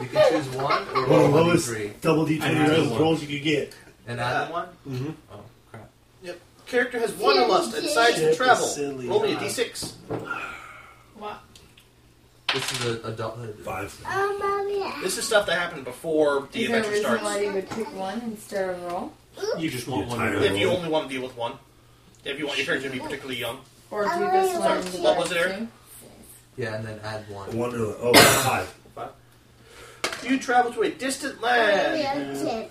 Speaker 7: You can choose one or
Speaker 3: One
Speaker 7: roll
Speaker 3: of the
Speaker 7: one
Speaker 3: lowest
Speaker 7: d3
Speaker 3: double
Speaker 5: I have
Speaker 3: D20
Speaker 5: one.
Speaker 3: rolls you could get.
Speaker 7: and
Speaker 12: Uh,
Speaker 7: add one.
Speaker 12: mm-hmm.
Speaker 5: Mhm.
Speaker 7: Oh crap!
Speaker 2: Character has wanderlust and decides to
Speaker 12: Shit,
Speaker 2: travel.
Speaker 12: silly. Uh,
Speaker 2: Roll me a d6.
Speaker 6: What?
Speaker 7: This is an adulthood.
Speaker 3: Five.
Speaker 2: This is stuff that happened before the
Speaker 6: Is there a
Speaker 2: adventure
Speaker 6: reason
Speaker 2: starts.
Speaker 6: why you would pick one instead of roll?
Speaker 5: You just want
Speaker 3: You're
Speaker 5: one.
Speaker 3: tired of
Speaker 5: of them.
Speaker 2: If you only want to deal with one. If you want your character to be particularly young.
Speaker 6: Or do you just want to
Speaker 2: What was it, Eric?
Speaker 7: Yeah, and then add one.
Speaker 3: Wonderland. Oh, five.
Speaker 2: You travel to a distant land.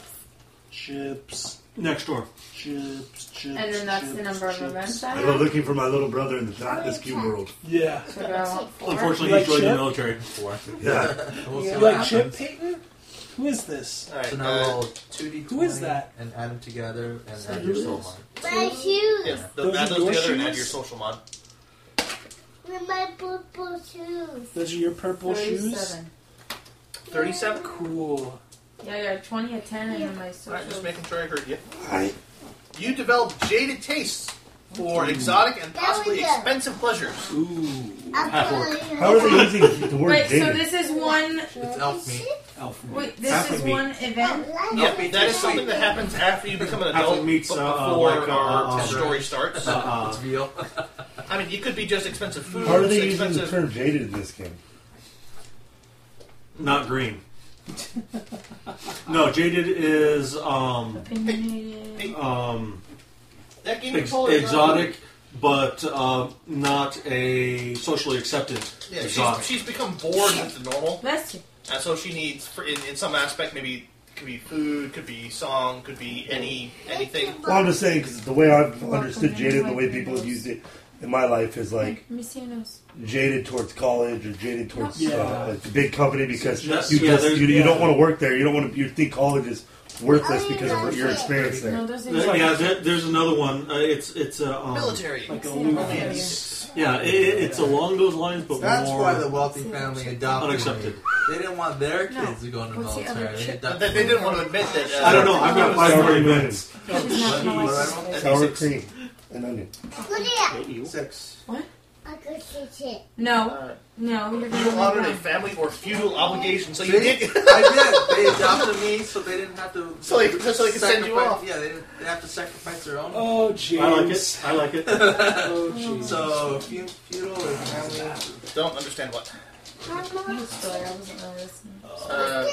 Speaker 12: Chips.
Speaker 5: Next door.
Speaker 12: Chips. Chips.
Speaker 6: And then that's the
Speaker 12: chips,
Speaker 6: number of
Speaker 12: chips.
Speaker 6: events I
Speaker 3: I go
Speaker 6: have?
Speaker 3: looking for my little brother in the not this cube world.
Speaker 12: Yeah.
Speaker 6: So do I want four?
Speaker 5: Unfortunately,
Speaker 12: You like
Speaker 5: he joined the
Speaker 12: chip?
Speaker 5: military.
Speaker 7: Four.
Speaker 3: Yeah.
Speaker 7: We'll
Speaker 5: <laughs>
Speaker 6: Yeah.
Speaker 7: see
Speaker 12: You
Speaker 7: what
Speaker 12: like chip,
Speaker 7: happens.
Speaker 12: Peyton? Who is this?
Speaker 2: Alright,
Speaker 7: So
Speaker 2: uh,
Speaker 7: now roll two d20
Speaker 12: Who is that?
Speaker 7: and add them together and
Speaker 12: So
Speaker 7: add your
Speaker 12: who
Speaker 7: soul
Speaker 12: is-
Speaker 7: mark.
Speaker 2: yes,
Speaker 12: Those
Speaker 2: those,
Speaker 12: are
Speaker 2: add those
Speaker 12: your
Speaker 2: together and add
Speaker 12: shoes?
Speaker 2: your social mod.
Speaker 12: Those are your purple shoes?
Speaker 6: 37.
Speaker 2: 37?
Speaker 12: Cool.
Speaker 6: Yeah, yeah, 20, a 10, and then my
Speaker 2: Alright, just
Speaker 6: social.
Speaker 2: making sure I heard you.
Speaker 3: I,
Speaker 2: You develop jaded tastes for exotic and possibly expensive pleasures.
Speaker 12: Ooh.
Speaker 5: Half orc.
Speaker 3: how are they using the word
Speaker 6: Wait, so
Speaker 3: dated?
Speaker 6: this is one.
Speaker 7: It's elf meat.
Speaker 12: Elf.
Speaker 6: Wait, this
Speaker 5: Half
Speaker 6: is
Speaker 5: of me.
Speaker 6: one event.
Speaker 2: Yeah, that is something that happens after you become an
Speaker 5: Half
Speaker 2: adult,
Speaker 5: of meat's,
Speaker 2: but
Speaker 5: uh,
Speaker 2: before
Speaker 5: like, uh,
Speaker 2: our
Speaker 5: uh,
Speaker 2: story starts.
Speaker 5: Uh,
Speaker 7: It's veal.
Speaker 2: I mean, it could be just expensive food,
Speaker 3: how are they using the
Speaker 2: expensive
Speaker 3: term jaded in this game?
Speaker 5: not green. no, jaded is um
Speaker 6: Opinionated.
Speaker 5: um
Speaker 2: That game
Speaker 5: ex-
Speaker 2: controller is not-
Speaker 5: exotic, but um not a socially accepted
Speaker 2: Yeah,
Speaker 5: exotic.
Speaker 2: she's, she's become bored with the normal,
Speaker 6: Bless you.
Speaker 2: and so she needs, for, in, in some aspect, maybe could be food, could be song, could be any anything.
Speaker 3: Well, I'm just saying because the way I've understood jaded, the way people have used it in my life is like
Speaker 6: Let me see your nose.
Speaker 3: jaded towards college or jaded towards
Speaker 12: Yeah.
Speaker 3: uh, like the big company because
Speaker 5: Yes,
Speaker 3: you
Speaker 5: yeah,
Speaker 3: just
Speaker 5: there's-
Speaker 3: you, you
Speaker 12: yeah.
Speaker 3: don't want to work there. You don't want to. You think college is worthless because of your experience
Speaker 6: No,
Speaker 3: there.
Speaker 6: those are
Speaker 5: Uh, yeah, there, there's another one. Uh, it's it's a um,
Speaker 2: Military.
Speaker 12: Like a
Speaker 6: Only
Speaker 12: loop.
Speaker 6: an
Speaker 12: Yes.
Speaker 5: Yeah, it, it- it's along those lines, but
Speaker 7: That's
Speaker 5: more.
Speaker 7: why the wealthy family adopted
Speaker 5: Unaccepted.
Speaker 7: me. They didn't want their
Speaker 6: No.
Speaker 7: kids to go into the
Speaker 6: What's the other
Speaker 7: military. They
Speaker 6: chip?
Speaker 2: But
Speaker 7: adopted
Speaker 2: They, they didn't want to admit that. Uh,
Speaker 5: I don't know. I've got five more
Speaker 3: Sour
Speaker 5: minutes.
Speaker 3: cream,
Speaker 6: She's not
Speaker 7: What-
Speaker 6: my
Speaker 7: what
Speaker 6: wife.
Speaker 7: do I roll?
Speaker 3: sour cream, and onion.
Speaker 5: You.
Speaker 7: Six.
Speaker 6: No,
Speaker 2: Uh,
Speaker 6: no, you're
Speaker 2: you
Speaker 6: gonna
Speaker 2: honored
Speaker 6: leave
Speaker 2: a
Speaker 6: one.
Speaker 2: family or feudal obligation, so
Speaker 7: See?
Speaker 2: you did.
Speaker 7: I did. They adopted me, so they didn't have to.
Speaker 2: So they- so they could send you
Speaker 7: sacrifice-
Speaker 2: off.
Speaker 7: Yeah, they didn't they have to sacrifice
Speaker 2: <laughs>
Speaker 7: their own.
Speaker 12: Oh, James.
Speaker 5: I like it. I like it.
Speaker 12: Oh, James.
Speaker 7: <laughs> So fe- feudal and family.
Speaker 2: Don't understand what.
Speaker 6: I'm sorry, I wasn't really listening.
Speaker 2: Uh,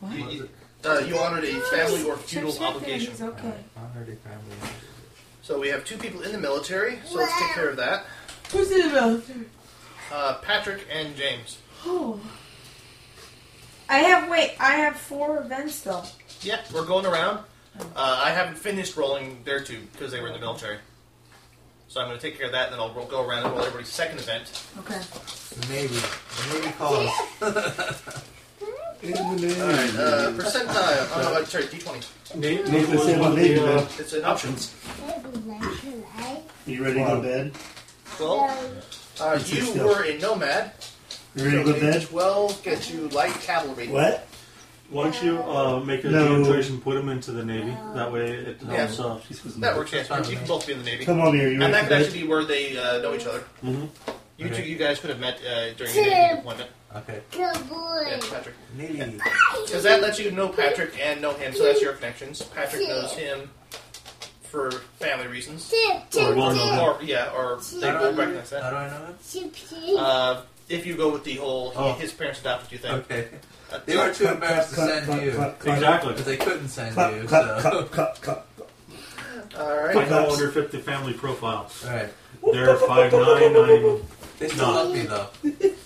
Speaker 6: What?
Speaker 2: you, you- uh, you honored a family or feudal
Speaker 6: Chip's right there,
Speaker 2: obligation.
Speaker 6: he's okay.
Speaker 7: I heard a family.
Speaker 2: So we have two people in the military, so let's take care of that.
Speaker 6: Who's the developer?
Speaker 2: Uh, Patrick and James.
Speaker 6: Oh. I have wait. I have four events still.
Speaker 2: Yeah, we're going around. Uh, I haven't finished rolling their two because they were in the military. So I'm going to take care of that, and then I'll ro- go around and roll everybody's second event.
Speaker 6: Okay.
Speaker 7: The Navy. The Navy calls.
Speaker 3: In the name.
Speaker 2: All right, uh, percentile. Oh no, sorry, D20.
Speaker 5: Nate,
Speaker 3: Nate was one of the, uh,
Speaker 2: It's an option.
Speaker 3: You
Speaker 5: uh,
Speaker 3: ready to go to bed?
Speaker 2: Well, uh,
Speaker 3: It's
Speaker 2: you
Speaker 3: yourself.
Speaker 2: were a nomad.
Speaker 3: You ready to go to bed?
Speaker 2: Twelve gets you light cavalry.
Speaker 3: What?
Speaker 5: Why don't you uh, make a
Speaker 3: No.
Speaker 5: no. and put him into the Navy? That way it
Speaker 2: Yeah.
Speaker 5: helps. Uh,
Speaker 3: This was
Speaker 2: That works. Yes, you can both be in the navy,
Speaker 3: Come on here. You
Speaker 2: and
Speaker 3: ready
Speaker 2: that
Speaker 3: for
Speaker 2: could
Speaker 3: bed?
Speaker 2: actually be where they uh, know each other.
Speaker 3: Mm-hmm.
Speaker 5: mhm.
Speaker 2: You
Speaker 7: Okay.
Speaker 2: two, you guys could have met uh, during your navy deployment.
Speaker 7: Okay.
Speaker 18: Good boy.
Speaker 2: Yeah, Patrick.
Speaker 7: Navy.
Speaker 2: Because that lets you know Patrick and know him, so that's your connections. Patrick knows him for family reasons.
Speaker 18: Tip,
Speaker 5: Or
Speaker 18: tip,
Speaker 5: one of
Speaker 18: tip,
Speaker 5: them.
Speaker 2: Or, yeah, or they will
Speaker 7: How do I know
Speaker 2: recognize
Speaker 7: that?
Speaker 2: that.
Speaker 7: How do I know
Speaker 18: tip, tip.
Speaker 2: Uh, if you go with the whole he,
Speaker 7: Oh.
Speaker 2: his parents adopted you
Speaker 7: that?
Speaker 2: thing.
Speaker 7: Okay.
Speaker 2: Uh,
Speaker 7: They were too
Speaker 3: Clap,
Speaker 7: embarrassed to
Speaker 3: clap,
Speaker 7: send
Speaker 3: clap,
Speaker 7: you
Speaker 3: clap, clap,
Speaker 5: Exactly.
Speaker 7: because they couldn't send
Speaker 3: Clap,
Speaker 7: you.
Speaker 3: clap,
Speaker 7: <laughs> So.
Speaker 3: clap, clap, clap.
Speaker 2: All
Speaker 5: I
Speaker 2: right.
Speaker 5: no longer fit the family profile.
Speaker 7: All right.
Speaker 5: They're five nine nine.
Speaker 7: They still
Speaker 5: No.
Speaker 7: love me though.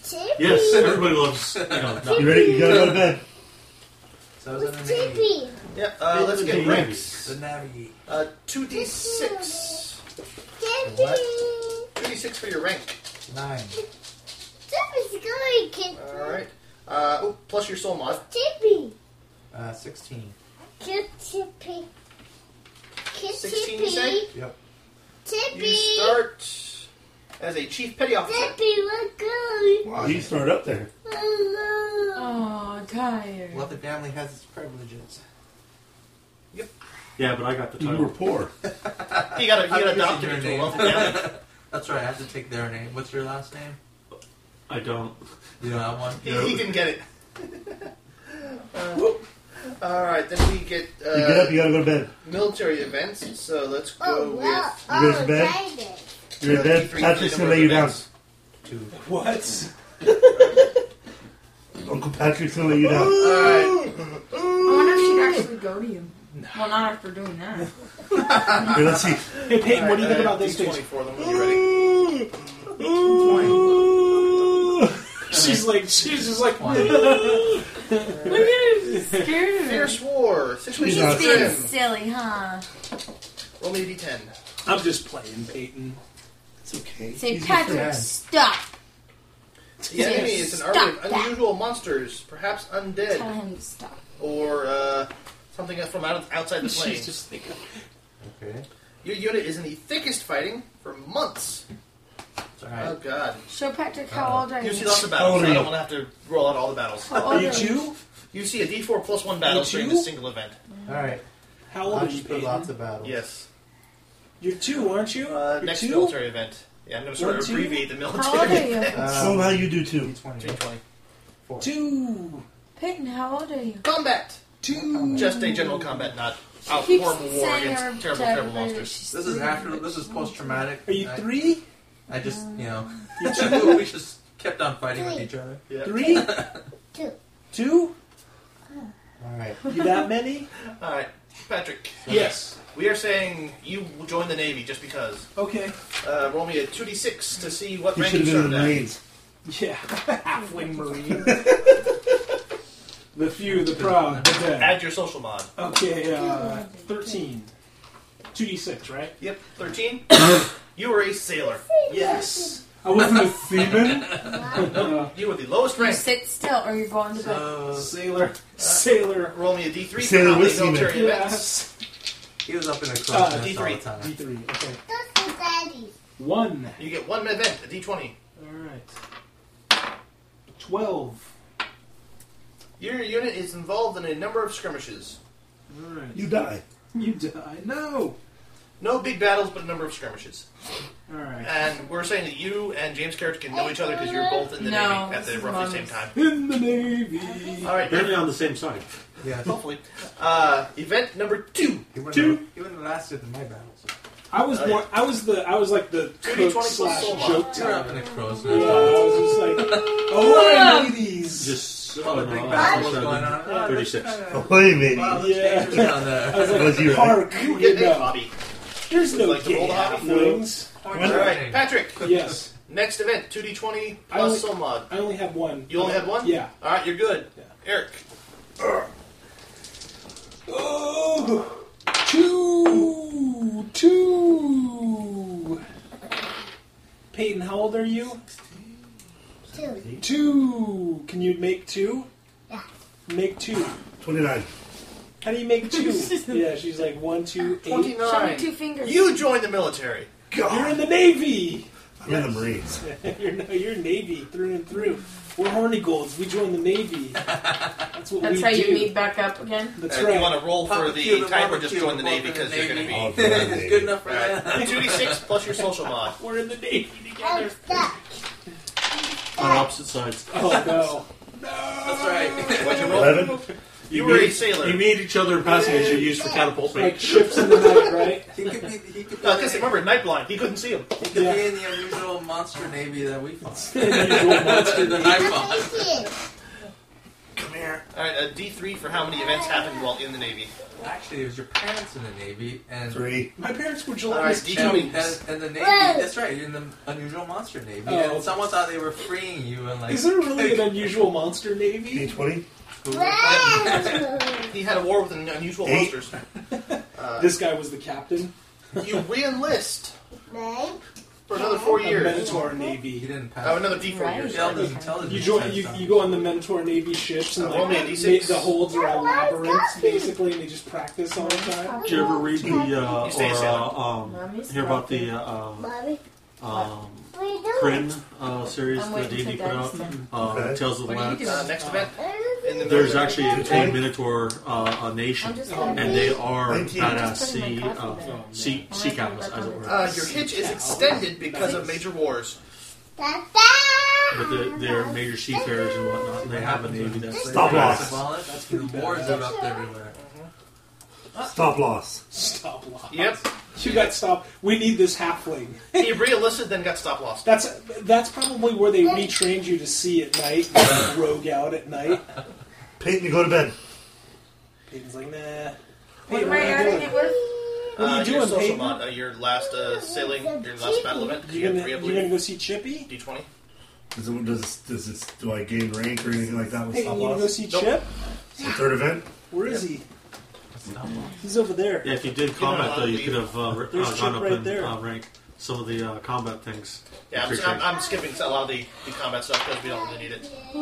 Speaker 18: Tip,
Speaker 5: Yes, everybody loves. You know, not-
Speaker 3: You ready? You gotta go to bed.
Speaker 7: So I was in
Speaker 18: with
Speaker 7: the Navy.
Speaker 18: Tippy.
Speaker 2: Yeah. Uh, let's get
Speaker 5: Navy.
Speaker 2: ranks.
Speaker 7: The Navy.
Speaker 2: Uh, two d six.
Speaker 18: Tippy.
Speaker 2: Two d six for your rank.
Speaker 7: Nine.
Speaker 18: Tippy's going, kid.
Speaker 2: All right. Uh, oh, plus your soul mod.
Speaker 18: Tippy.
Speaker 7: Uh, Sixteen.
Speaker 18: Kid Tippy. Kid
Speaker 2: 16, you say?
Speaker 18: Tippy.
Speaker 7: Yep.
Speaker 2: You
Speaker 18: Tippy.
Speaker 2: start as a chief petty officer.
Speaker 18: Tippy, we're good.
Speaker 3: Wow, you started up there.
Speaker 18: Hello.
Speaker 6: Oh, tired.
Speaker 7: Well, the family has its privileges.
Speaker 5: yeah, but I got the
Speaker 3: You were
Speaker 5: title.
Speaker 3: poor.
Speaker 2: He got, a, he
Speaker 7: I'm
Speaker 2: got
Speaker 7: using
Speaker 2: adopted
Speaker 7: your
Speaker 2: into a
Speaker 7: name.
Speaker 2: wealthy family.
Speaker 7: <laughs> That's right. I have to take their name. What's your last name?
Speaker 5: I don't.
Speaker 7: You don't have <laughs> one.
Speaker 2: He,
Speaker 5: Yeah.
Speaker 2: he didn't get
Speaker 1: <laughs>
Speaker 2: it. Uh, all right, then we get
Speaker 3: You get up.
Speaker 2: uh,
Speaker 3: You gotta go to bed.
Speaker 2: military events. So let's go
Speaker 18: Oh, wow.
Speaker 2: with.
Speaker 3: You ready for
Speaker 18: Oh,
Speaker 3: bed?
Speaker 18: David.
Speaker 3: You're in
Speaker 5: uh,
Speaker 3: bed.
Speaker 2: Three
Speaker 3: Patrick's gonna
Speaker 2: number
Speaker 3: lay you down.
Speaker 2: events.
Speaker 7: Two.
Speaker 1: What?
Speaker 3: Uncle Patrick's gonna lay you down.
Speaker 2: All right,
Speaker 6: I wonder if she'd actually go to you. Well, not after doing that.
Speaker 3: Here, let's see.
Speaker 1: Hey Peyton, what do you think
Speaker 2: uh,
Speaker 1: about this
Speaker 2: D20
Speaker 1: thing?
Speaker 2: for them when you're ready.
Speaker 1: She's like, she's just like,
Speaker 6: Look at her, she's scared of her.
Speaker 2: Fierce war situation.
Speaker 3: He's
Speaker 6: She's being
Speaker 2: trim.
Speaker 6: silly, huh?
Speaker 2: Roll me a d10.
Speaker 1: <laughs> I'm just playing, Peyton.
Speaker 3: It's okay.
Speaker 6: Say,
Speaker 3: He's just
Speaker 6: Patrick,
Speaker 3: mad.
Speaker 6: stop.
Speaker 2: The enemy is an army of
Speaker 6: Stop that.
Speaker 2: unusual monsters, perhaps
Speaker 6: Tell
Speaker 2: undead
Speaker 6: him to stop.
Speaker 2: or uh, something from out, outside the plane.
Speaker 1: She's just thinking.
Speaker 7: Okay.
Speaker 2: Your unit is in the thickest fighting for months.
Speaker 7: It's all
Speaker 2: Oh
Speaker 7: right.
Speaker 2: God!
Speaker 6: Show Patrick how old are you?
Speaker 2: You see lots of battles. so
Speaker 3: Oh,
Speaker 2: I
Speaker 3: no.
Speaker 2: don't want to have to roll out all the battles.
Speaker 6: How old
Speaker 1: Are you two?
Speaker 2: You see a D4 plus one battle
Speaker 1: You
Speaker 2: during
Speaker 1: two?
Speaker 2: this single event.
Speaker 7: All right.
Speaker 1: How old
Speaker 7: I'll
Speaker 1: are you,
Speaker 7: just put
Speaker 1: Peyton?
Speaker 7: lots of battles.
Speaker 2: Yes.
Speaker 1: You're two, aren't you?
Speaker 2: Oh. Uh,
Speaker 1: You're
Speaker 2: next
Speaker 1: two?
Speaker 2: military event. Yeah, I'm going to sort
Speaker 1: One,
Speaker 2: of
Speaker 1: two?
Speaker 2: abbreviate the
Speaker 6: How old are
Speaker 2: military. <laughs>
Speaker 6: you?
Speaker 7: Um,
Speaker 3: Somehow you do too.
Speaker 7: D20.
Speaker 2: 320.
Speaker 1: Two.
Speaker 6: Peyton, how old are you?
Speaker 2: Combat!
Speaker 1: Two.
Speaker 2: Just a general combat, not a
Speaker 6: Keeps
Speaker 2: horrible war
Speaker 6: saying her
Speaker 2: against terrible,
Speaker 6: to
Speaker 2: terrible
Speaker 6: everybody that
Speaker 2: monsters.
Speaker 6: she's
Speaker 7: This is
Speaker 6: three,
Speaker 7: after.
Speaker 6: but
Speaker 7: This is
Speaker 6: she's
Speaker 7: post traumatic.
Speaker 1: Are you three?
Speaker 7: I just, you know,
Speaker 1: <laughs>
Speaker 7: we just kept on fighting with each other.
Speaker 2: Yeah.
Speaker 1: Three?
Speaker 18: Two.
Speaker 1: Two?
Speaker 7: All right.
Speaker 1: You that many?
Speaker 2: Alright, Patrick.
Speaker 1: Yes.
Speaker 2: We are saying you join the Navy just because.
Speaker 1: Okay.
Speaker 2: Uh, roll me a 2d6 to see what
Speaker 3: You
Speaker 2: rank
Speaker 3: should
Speaker 2: you
Speaker 3: have been in
Speaker 2: served
Speaker 3: the
Speaker 2: at.
Speaker 1: Yeah. <laughs>
Speaker 3: Marines.
Speaker 1: Halfling Marine. the few, the proud, the dead.
Speaker 2: Add your social mod.
Speaker 1: Okay, uh, 13. 2d6, right?
Speaker 2: Yep,
Speaker 3: <coughs>
Speaker 2: 13. you were a sailor.
Speaker 1: Yes. I wasn't a seaman. <laughs> Uh,
Speaker 2: You were the lowest
Speaker 6: You
Speaker 2: rank.
Speaker 6: sit still or you're going to bed.
Speaker 7: So
Speaker 1: sailor. <laughs> Sailor.
Speaker 2: Roll me a d3 for
Speaker 3: Sailor
Speaker 2: how many
Speaker 3: with seaman.
Speaker 2: military events.
Speaker 1: Yes.
Speaker 7: he was up in a close
Speaker 1: Uh,
Speaker 7: nest all the
Speaker 2: D3.
Speaker 7: time.
Speaker 1: D3. Okay.
Speaker 18: That's the daddy.
Speaker 1: One.
Speaker 2: You get one event, a d20.
Speaker 1: Alright. 12.
Speaker 2: Your unit is involved in a number of skirmishes.
Speaker 1: Alright.
Speaker 3: You die.
Speaker 1: You die. No!
Speaker 2: No big battles, but a number of skirmishes.
Speaker 1: Alright.
Speaker 2: And we're saying that you and James Carriage can know each other because you're both in the
Speaker 6: No,
Speaker 2: Navy at
Speaker 6: this
Speaker 2: the
Speaker 6: is
Speaker 2: roughly
Speaker 6: mom's.
Speaker 2: same time.
Speaker 1: In the Navy.
Speaker 2: All right,
Speaker 5: They're on the same side.
Speaker 7: Yeah.
Speaker 2: hopefully. Uh, event number two.
Speaker 7: He wouldn't,
Speaker 1: Two.
Speaker 7: Have, he wouldn't have lasted in my battles.
Speaker 1: I was
Speaker 2: Okay.
Speaker 1: more. I was the. I was like the
Speaker 2: Duty
Speaker 1: cook
Speaker 2: 20
Speaker 1: slash
Speaker 2: plus
Speaker 1: joke
Speaker 7: You were up
Speaker 1: type.
Speaker 7: in a crow's
Speaker 1: Yeah, I
Speaker 7: nest.
Speaker 1: was just like,
Speaker 2: <laughs>
Speaker 1: oh, I know these.
Speaker 5: Just
Speaker 7: All the
Speaker 5: uh,
Speaker 7: big
Speaker 5: no,
Speaker 7: battles
Speaker 5: seven,
Speaker 7: going on. Ah,
Speaker 5: Thirty six.
Speaker 7: that's kinda-
Speaker 3: Oh, wait a minute.
Speaker 7: Wow, that's
Speaker 1: Yeah.
Speaker 7: dangerous
Speaker 1: <laughs>
Speaker 7: down there.
Speaker 1: I was like,
Speaker 3: Was you
Speaker 1: park.
Speaker 2: You
Speaker 1: you
Speaker 2: get a
Speaker 1: know,
Speaker 2: hobby.
Speaker 1: there's no
Speaker 2: Like the
Speaker 1: gay
Speaker 2: old hobby?
Speaker 1: halflings.
Speaker 2: All right, Patrick.
Speaker 1: Yes.
Speaker 2: Next event, 2d20
Speaker 1: I
Speaker 2: plus
Speaker 1: only-
Speaker 2: some mod.
Speaker 1: I only have one.
Speaker 2: You only had one?
Speaker 1: Yeah.
Speaker 2: All right, you're good. Eric.
Speaker 1: Oh, two, two. Peyton, how old are you?
Speaker 18: Two.
Speaker 1: Two. Can you make two?
Speaker 18: Yeah.
Speaker 1: Make two.
Speaker 3: 29.
Speaker 1: How do you make <laughs> two? yeah, she's like one, two, eight.
Speaker 2: 29.
Speaker 6: Show me two fingers.
Speaker 2: You joined the military.
Speaker 1: You're in the Navy. <laughs>
Speaker 3: I'm in the Marines.
Speaker 1: you're, no, you're Navy through and through. We're horny golds. We joined the Navy. That's what
Speaker 6: That's
Speaker 1: we
Speaker 6: how
Speaker 1: do.
Speaker 6: you meet back up again.
Speaker 1: That's
Speaker 2: Uh,
Speaker 1: right.
Speaker 2: You want to roll for
Speaker 7: Papa
Speaker 2: the
Speaker 7: Cuba,
Speaker 2: type
Speaker 7: Mama
Speaker 2: or just
Speaker 7: Cuba,
Speaker 2: join the Navy
Speaker 7: welcome to
Speaker 2: because
Speaker 7: the
Speaker 2: you're going to
Speaker 7: Navy.
Speaker 2: be.
Speaker 3: All for the
Speaker 7: <laughs> it's
Speaker 3: Navy.
Speaker 7: good enough for
Speaker 2: <laughs>
Speaker 7: that.
Speaker 2: 2d6 plus your social mod.
Speaker 1: We're in the Navy together.
Speaker 18: I'm stuck.
Speaker 5: on opposite sides.
Speaker 1: <laughs> Oh no. <laughs>
Speaker 7: That's right.
Speaker 2: What'd you roll?
Speaker 3: 11.
Speaker 2: You were a
Speaker 5: meet-
Speaker 2: sailor.
Speaker 5: You meet each other in passing as you use for catapult
Speaker 1: Like
Speaker 5: range.
Speaker 1: ships in the night, right?
Speaker 7: <laughs> He could be. He could be.
Speaker 2: Because remember, night blind. He couldn't see him.
Speaker 7: he could
Speaker 1: Yeah.
Speaker 7: be in the unusual monster navy that we fought. <laughs>
Speaker 1: Monster.
Speaker 7: the knife
Speaker 18: I'm
Speaker 7: box.
Speaker 18: here.
Speaker 5: <laughs>
Speaker 2: All right, a D3 for how many events happened while in the Navy.
Speaker 7: Actually, it was your parents in the navy and.
Speaker 3: 3.
Speaker 1: My parents were
Speaker 2: All
Speaker 1: July.
Speaker 2: right,
Speaker 7: And,
Speaker 2: D20s.
Speaker 7: and, and the navy,
Speaker 18: Whoa.
Speaker 7: that's right, you're in the unusual monster navy,
Speaker 1: Oh.
Speaker 7: and someone thought they were freeing you, and like,
Speaker 1: Is there really an unusual monster navy?
Speaker 3: D20.
Speaker 18: Wow.
Speaker 2: He had a war with an unusual
Speaker 3: Eight.
Speaker 2: monsters. Uh,
Speaker 1: This guy was the captain.
Speaker 2: You re-enlist
Speaker 18: Mine.
Speaker 2: for another four
Speaker 1: A
Speaker 2: years.
Speaker 1: Minotaur
Speaker 7: he
Speaker 1: navy.
Speaker 7: didn't pass.
Speaker 2: Oh, another D4
Speaker 6: Right.
Speaker 2: years.
Speaker 7: Failed his intelligence
Speaker 1: You join.
Speaker 7: test
Speaker 1: You,
Speaker 7: on-
Speaker 1: you go on the Minotaur navy ships and
Speaker 2: Uh, roll me a
Speaker 1: like
Speaker 2: D6.
Speaker 1: make the holds around labyrinths basically, and they just practice all the time.
Speaker 5: Did you ever read the uh,
Speaker 2: You stay a
Speaker 5: or
Speaker 2: sailor.
Speaker 5: uh, um,
Speaker 6: Mommy's
Speaker 5: hear about the
Speaker 6: broken.
Speaker 5: uh,
Speaker 18: Mommy,
Speaker 5: um, um,
Speaker 18: what are you doing?
Speaker 5: Kryn uh, series
Speaker 6: I'm
Speaker 5: that
Speaker 6: waiting
Speaker 5: D&D
Speaker 6: for
Speaker 5: put
Speaker 6: Dennis
Speaker 5: out?
Speaker 6: then.
Speaker 5: Uh,
Speaker 3: Okay.
Speaker 5: Tales of the
Speaker 6: What are you
Speaker 5: Land.
Speaker 6: doing?
Speaker 2: Uh, next event. In the
Speaker 5: There's
Speaker 2: military.
Speaker 5: actually a
Speaker 3: Okay.
Speaker 5: tame minotaur uh, a nation,
Speaker 6: I'm just
Speaker 1: Oh,
Speaker 6: gonna
Speaker 5: and
Speaker 6: leave.
Speaker 5: they are
Speaker 3: Nineteen.
Speaker 5: badass
Speaker 6: Just putting
Speaker 5: sea
Speaker 6: my coffee
Speaker 5: uh,
Speaker 6: there.
Speaker 5: sea sea
Speaker 6: Oh,
Speaker 5: cows,
Speaker 6: I
Speaker 5: as it
Speaker 6: thought
Speaker 5: were.
Speaker 2: Uh, your hitch is extended because of major wars.
Speaker 18: Da,
Speaker 5: but they're, they're major seafarers and whatnot, and they have a navy that's
Speaker 3: Stop
Speaker 5: badass.
Speaker 3: loss.
Speaker 7: That's the wars erupt everywhere.
Speaker 3: Stop loss.
Speaker 1: Stop loss.
Speaker 2: Yep.
Speaker 1: You got stop. We need this halfling.
Speaker 2: he re-enlisted, then got stop loss.
Speaker 1: That's that's probably where they retrained you to see at night, and <coughs> rogue out at night.
Speaker 3: Peyton, you go to bed.
Speaker 1: Peyton's like, nah.
Speaker 6: What
Speaker 1: Peyton,
Speaker 6: am
Speaker 1: what
Speaker 6: I
Speaker 1: are you
Speaker 6: adding
Speaker 1: doing?
Speaker 6: it with?
Speaker 1: What are you
Speaker 2: Uh,
Speaker 1: doing,
Speaker 2: your social
Speaker 1: Peyton?
Speaker 2: mod, uh, your last uh, sailing, your last battle event. You
Speaker 1: You're
Speaker 2: had
Speaker 1: gonna,
Speaker 2: three, I
Speaker 1: you're gonna
Speaker 2: believe.
Speaker 1: go see Chippy?
Speaker 2: D20.
Speaker 3: Does it, does, does this, do I gain rank or anything like that with
Speaker 1: Peyton,
Speaker 3: stop
Speaker 1: you gonna go
Speaker 3: loss?
Speaker 1: see
Speaker 2: Nope.
Speaker 1: Chip?
Speaker 3: The third event?
Speaker 1: Where is he? He's over there.
Speaker 5: Yeah, if you did combat though, you could have uh, re-
Speaker 1: There's
Speaker 5: uh,
Speaker 1: ship
Speaker 5: gone up
Speaker 1: right
Speaker 5: and
Speaker 1: there.
Speaker 5: uh, ranked some of the uh, combat things.
Speaker 2: Yeah, I'm,
Speaker 5: Creature.
Speaker 2: I'm, I'm skipping a lot of the, the combat stuff because we don't really need it.
Speaker 6: <laughs>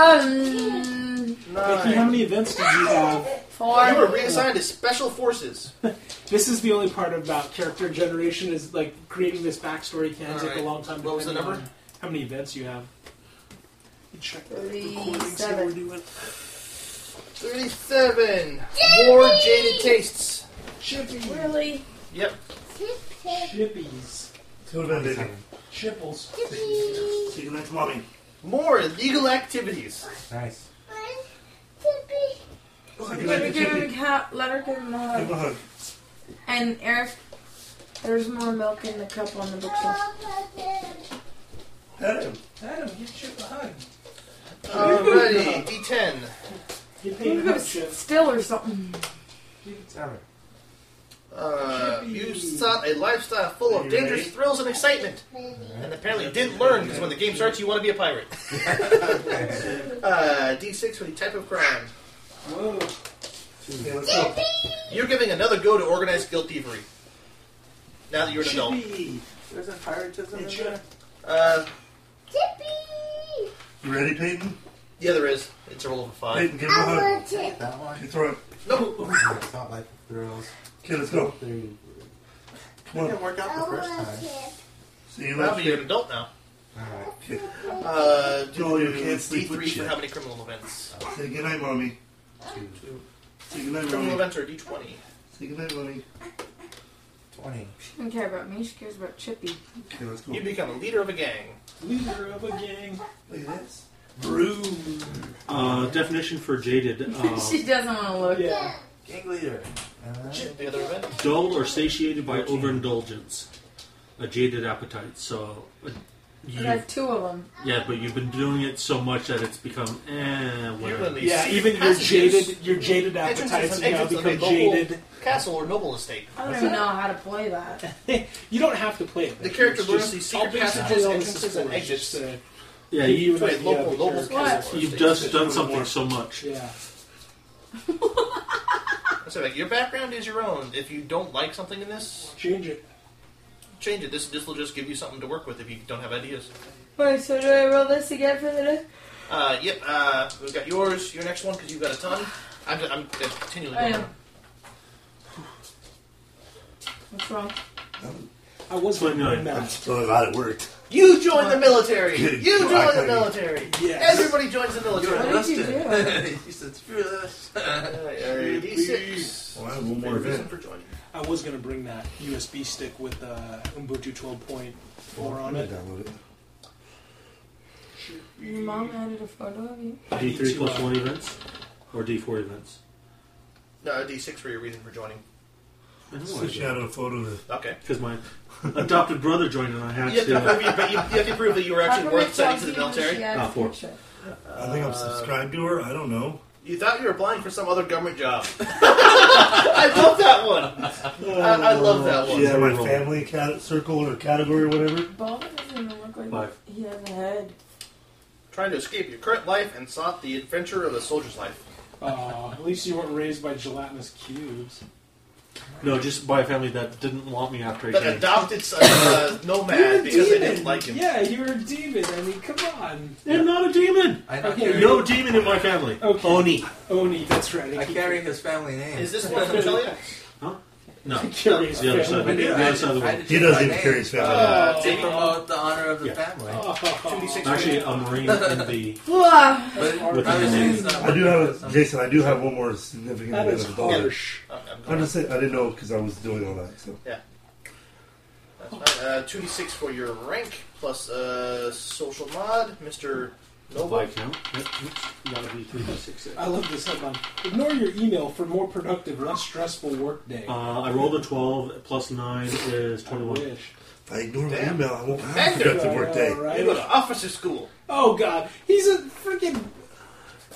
Speaker 6: One,
Speaker 1: Becky, how many events did you have?
Speaker 2: You were
Speaker 6: four.
Speaker 2: reassigned to special forces.
Speaker 1: This is the only part about character generation is like creating this backstory can
Speaker 2: All
Speaker 1: take a
Speaker 2: right.
Speaker 1: long time.
Speaker 2: What was the
Speaker 1: depending
Speaker 2: number?
Speaker 1: on How many events you have? You Check the
Speaker 6: Three,
Speaker 1: recording, see
Speaker 6: seven.
Speaker 1: what we're doing.
Speaker 2: 37. More jaded tastes.
Speaker 1: Chippies.
Speaker 6: Really?
Speaker 2: Yep.
Speaker 1: Chippies.
Speaker 3: Go to bed, baby.
Speaker 1: Chipples.
Speaker 3: See you next mommy.
Speaker 2: More illegal activities.
Speaker 7: Nice.
Speaker 6: Let her give him a ca- let her give him a
Speaker 3: Give him a
Speaker 6: hug.
Speaker 3: hug.
Speaker 6: And Eric, there's more milk in the cup on the bookshelf.
Speaker 3: Pet him.
Speaker 7: Adam, give Chip a hug.
Speaker 2: Alrighty, D10.
Speaker 1: You
Speaker 6: You
Speaker 1: paid
Speaker 6: can go
Speaker 1: enough, Chip.
Speaker 6: still or something.
Speaker 7: Give it to Adam.
Speaker 2: Uh, you sought a lifestyle full of
Speaker 3: You
Speaker 2: dangerous
Speaker 3: ready?
Speaker 2: thrills and excitement, and apparently didn't learn because when the game starts, you want to be a
Speaker 3: <laughs>
Speaker 2: pirate. uh, D6 for the type of crime.
Speaker 1: Whoa.
Speaker 3: Yeah, let's go.
Speaker 2: You're giving another go to organized guilt thievery. Now that you're an adult.
Speaker 1: Chippy.
Speaker 7: There's a piratism
Speaker 1: Hey,
Speaker 7: in
Speaker 1: Chip.
Speaker 7: there.
Speaker 2: Uh,
Speaker 3: You ready, Peyton?
Speaker 2: yeah, there is. It's a roll of a five.
Speaker 3: Peyton, give him a hug.
Speaker 7: That one.
Speaker 3: You throw it.
Speaker 2: No.
Speaker 7: Yeah, It's not like thrills.
Speaker 3: Okay, let's go.
Speaker 7: They
Speaker 3: Come on.
Speaker 7: didn't work out the first time.
Speaker 3: See you
Speaker 2: Now
Speaker 3: later.
Speaker 2: that you're an adult now.
Speaker 7: Alright.
Speaker 3: Okay.
Speaker 2: Uh, do
Speaker 3: No, you can't sleep with
Speaker 2: D3 for
Speaker 3: shit.
Speaker 2: how many criminal events?
Speaker 3: Say good night, mommy. Say good night,
Speaker 2: Criminal
Speaker 3: mommy.
Speaker 2: events are D20.
Speaker 3: Say good night, mommy.
Speaker 7: 20.
Speaker 6: She doesn't care about me. She cares about Chippy.
Speaker 3: Okay, let's go.
Speaker 2: You become a leader of a gang.
Speaker 1: Leader of a gang.
Speaker 3: Look at this.
Speaker 1: Broom.
Speaker 5: Uh, definition for jaded:
Speaker 6: <laughs>
Speaker 5: uh,
Speaker 6: she doesn't want to look.
Speaker 1: Oh. Yeah.
Speaker 7: Gang leader. Uh,
Speaker 2: The other event.
Speaker 5: dull or satiated by overindulgence, a jaded appetite. So, uh,
Speaker 6: I
Speaker 5: you
Speaker 6: have two of them.
Speaker 5: yeah, but you've been doing it so much that it's become eh,
Speaker 2: You're
Speaker 5: whatever.
Speaker 2: going to these.
Speaker 1: Yeah, even your jaded, your jaded appetites have now become jaded.
Speaker 2: Castle or noble estate.
Speaker 6: I don't even know how to play
Speaker 1: <laughs>
Speaker 6: that.
Speaker 1: You don't have to play it.
Speaker 2: The character
Speaker 1: It's
Speaker 2: learns
Speaker 1: just-
Speaker 2: these
Speaker 1: I'll
Speaker 2: secret
Speaker 1: basically
Speaker 2: passages,
Speaker 1: play all this
Speaker 2: entrances,
Speaker 1: as
Speaker 2: and
Speaker 1: forge,
Speaker 2: exits.
Speaker 1: just, uh,
Speaker 5: Yeah,
Speaker 1: give
Speaker 5: you,
Speaker 1: an
Speaker 2: played
Speaker 1: idea of
Speaker 2: local-
Speaker 1: the
Speaker 2: local
Speaker 1: character.
Speaker 6: What?
Speaker 5: you've just done something so much.
Speaker 1: Yeah.
Speaker 2: So like, your background is your own. If you don't like something in this,
Speaker 1: Change it.
Speaker 2: change it. This this will just give you something to work with if you don't have ideas.
Speaker 6: Wait, so do I roll this again for the day?
Speaker 2: Uh, yep. Uh, we've got yours. Your next one because you've got a ton. I'm just, I'm continually
Speaker 6: I
Speaker 2: going.
Speaker 6: am. What's wrong?
Speaker 1: I was going to
Speaker 5: 29.
Speaker 1: that.
Speaker 3: So glad it worked.
Speaker 2: You join the
Speaker 1: <laughs>
Speaker 2: military.
Speaker 3: Good
Speaker 2: You join the
Speaker 3: God.
Speaker 2: military.
Speaker 1: Yes.
Speaker 2: Everybody joins the military.
Speaker 6: What did you do?
Speaker 7: <laughs> he said, "Screw this."
Speaker 2: Uh, D6.
Speaker 3: Well, Oh, I have one more
Speaker 2: Reason
Speaker 3: event.
Speaker 2: for joining.
Speaker 1: I was going to bring that USB stick with uh, Ubuntu 12.4
Speaker 2: <laughs>
Speaker 1: on it.
Speaker 3: Download it.
Speaker 6: Your
Speaker 1: Mm.
Speaker 6: mom added a photo of you.
Speaker 1: I need
Speaker 5: D3
Speaker 1: to,
Speaker 5: plus
Speaker 1: uh,
Speaker 5: one events or D4 events.
Speaker 2: No, a D6 for your reason for joining.
Speaker 3: Switch out a photo of
Speaker 2: Okay.
Speaker 5: Because my adopted brother joined and I had
Speaker 2: You have, to
Speaker 5: to.
Speaker 2: prove, you, but you, you have to prove that you were
Speaker 6: How
Speaker 2: actually
Speaker 6: come
Speaker 2: worth
Speaker 6: it
Speaker 2: sending
Speaker 6: tells
Speaker 2: to the
Speaker 6: you when she
Speaker 2: military.
Speaker 6: adds
Speaker 5: Ah, four.
Speaker 6: picture?
Speaker 3: I think I'm subscribed to her. I don't know.
Speaker 2: You thought you were applying for some other government job. <laughs> I love that one. I, I love that one.
Speaker 3: Yeah, my
Speaker 5: Horrible.
Speaker 3: family cat- circle or category or whatever.
Speaker 6: Baldwin doesn't even look like
Speaker 5: Five.
Speaker 6: he has a head.
Speaker 2: Trying to escape your current life and sought the adventure of a soldier's life.
Speaker 1: uh, at least you weren't raised by gelatinous cubes.
Speaker 5: No, just by a family that didn't want me after I
Speaker 2: That
Speaker 5: came.
Speaker 2: adopted a uh, nomad because they didn't like him.
Speaker 1: Yeah, you're a demon. I mean, come on.
Speaker 5: I'm not a demon!
Speaker 7: I not
Speaker 1: Okay,
Speaker 7: carry,
Speaker 5: No demon in my family.
Speaker 1: Okay.
Speaker 5: Oni.
Speaker 1: Oni, Oh, that's right.
Speaker 7: I carry his family name.
Speaker 2: Is
Speaker 7: <laughs>
Speaker 2: this one from Cheliax?
Speaker 1: <laughs>
Speaker 5: No.
Speaker 1: curious.
Speaker 5: The other side.
Speaker 7: I did-
Speaker 5: The other side of the
Speaker 7: I
Speaker 5: world.
Speaker 7: did
Speaker 3: He
Speaker 7: choose my
Speaker 3: doesn't even
Speaker 7: name
Speaker 3: carry his family.
Speaker 2: Uh,
Speaker 7: To
Speaker 1: Oh.
Speaker 7: promote the honor of the family.
Speaker 1: <laughs>
Speaker 5: Actually, a marine in the.
Speaker 6: Blah.
Speaker 7: But
Speaker 5: With the
Speaker 7: obviously
Speaker 5: name.
Speaker 7: it's not
Speaker 3: I do have a,
Speaker 7: working, so-
Speaker 3: Jason. I do have one more significant
Speaker 1: That
Speaker 3: event
Speaker 1: is
Speaker 3: of the daughter.
Speaker 1: harsh.
Speaker 2: I'm- I'm
Speaker 3: I'm
Speaker 2: going.
Speaker 3: just saying I didn't know because I was doing all that. So
Speaker 2: Uh, 2d6 for your rank plus uh, social mod, Mr. Noble.
Speaker 5: Viscount. Yep, oops, you gotta be three by six, six.
Speaker 1: I love this headline. Ignore your email for more productive, less stressful workday.
Speaker 5: Uh, I rolled a 12, plus 9 is
Speaker 1: I
Speaker 5: 21.
Speaker 1: wish.
Speaker 3: if I ignore my
Speaker 2: Damn.
Speaker 3: email, I won't have a
Speaker 2: Hector.
Speaker 3: productive work day.
Speaker 1: All right.
Speaker 2: You go to officer school.
Speaker 1: Oh God, he's a freaking.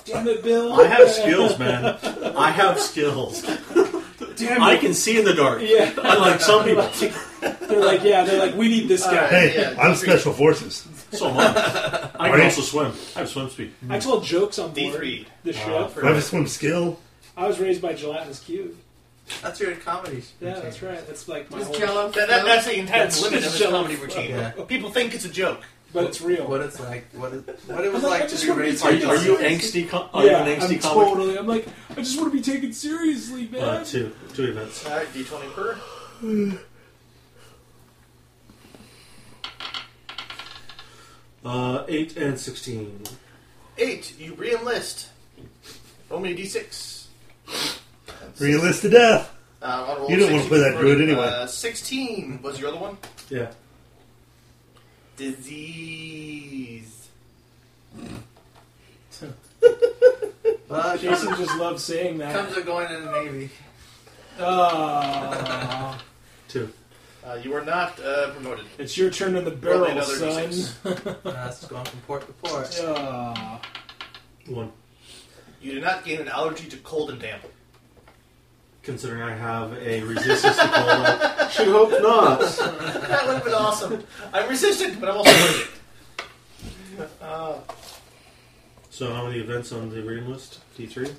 Speaker 1: Damn it, Bill.
Speaker 5: I have skills, man. I have skills.
Speaker 1: Damn it.
Speaker 5: I can see in the dark.
Speaker 1: Yeah.
Speaker 5: Unlike some people.
Speaker 1: They're like, yeah, they're like, we need this guy.
Speaker 3: Hey,
Speaker 2: Yeah,
Speaker 3: I'm
Speaker 2: agree.
Speaker 3: special forces.
Speaker 5: So am I. I
Speaker 3: Are
Speaker 5: can
Speaker 3: you-
Speaker 5: also swim. I have swim speed.
Speaker 1: I told jokes on board
Speaker 2: D3.
Speaker 1: the show.
Speaker 3: Do I have a swim skill?
Speaker 1: I was raised by gelatinous cube.
Speaker 7: That's your comedy.
Speaker 1: Yeah, that's right. That's like my
Speaker 6: Is
Speaker 1: whole.
Speaker 6: Jello?
Speaker 2: Oh. That, that, that's the entire
Speaker 1: That's
Speaker 2: limit of
Speaker 1: just
Speaker 2: his
Speaker 1: jello.
Speaker 2: comedy routine.
Speaker 7: Yeah.
Speaker 2: People think it's a joke.
Speaker 1: but it's real.
Speaker 7: What it's like, what it, what it
Speaker 1: I'm
Speaker 7: was
Speaker 1: like, I
Speaker 7: like to
Speaker 1: just
Speaker 7: be
Speaker 1: wanna be
Speaker 7: raised
Speaker 5: Are
Speaker 7: by
Speaker 5: you, are
Speaker 7: Johnson.
Speaker 5: you angsty? Com- are
Speaker 1: Oh, yeah,
Speaker 5: you an
Speaker 1: I'm
Speaker 5: angsty comic?
Speaker 1: totally. I'm like, I just want to be taken seriously, man.
Speaker 5: Uh, two, two events.
Speaker 2: Alright, d20 per.
Speaker 5: Uh, eight and sixteen.
Speaker 2: 8. You re enlist. Roll me a d6.
Speaker 3: Realist to death.
Speaker 2: Uh, I'll roll
Speaker 3: You don't wanna
Speaker 2: 16
Speaker 3: play that
Speaker 2: for-
Speaker 3: druid anyway.
Speaker 2: Uh, 16 was your other one.
Speaker 5: Yeah.
Speaker 2: Disease.
Speaker 7: Well, it
Speaker 1: Jason just loves saying that.
Speaker 7: <laughs> comes of going in the Navy.
Speaker 1: Ah,
Speaker 5: Two.
Speaker 2: Uh, you are not uh, promoted.
Speaker 1: it's your turn in the
Speaker 2: Roll me
Speaker 1: barrel,
Speaker 2: another
Speaker 1: son.
Speaker 2: d6.
Speaker 7: Uh, it's going from port to port.
Speaker 1: Ah.
Speaker 5: One.
Speaker 2: You do not gain an allergy to cold and damp.
Speaker 5: Considering I have a resistance to cold, I should hope not.
Speaker 2: That would have been awesome. I'm resistant, but I'm also allergic. Uh,
Speaker 5: So how many events on the reading list? D three.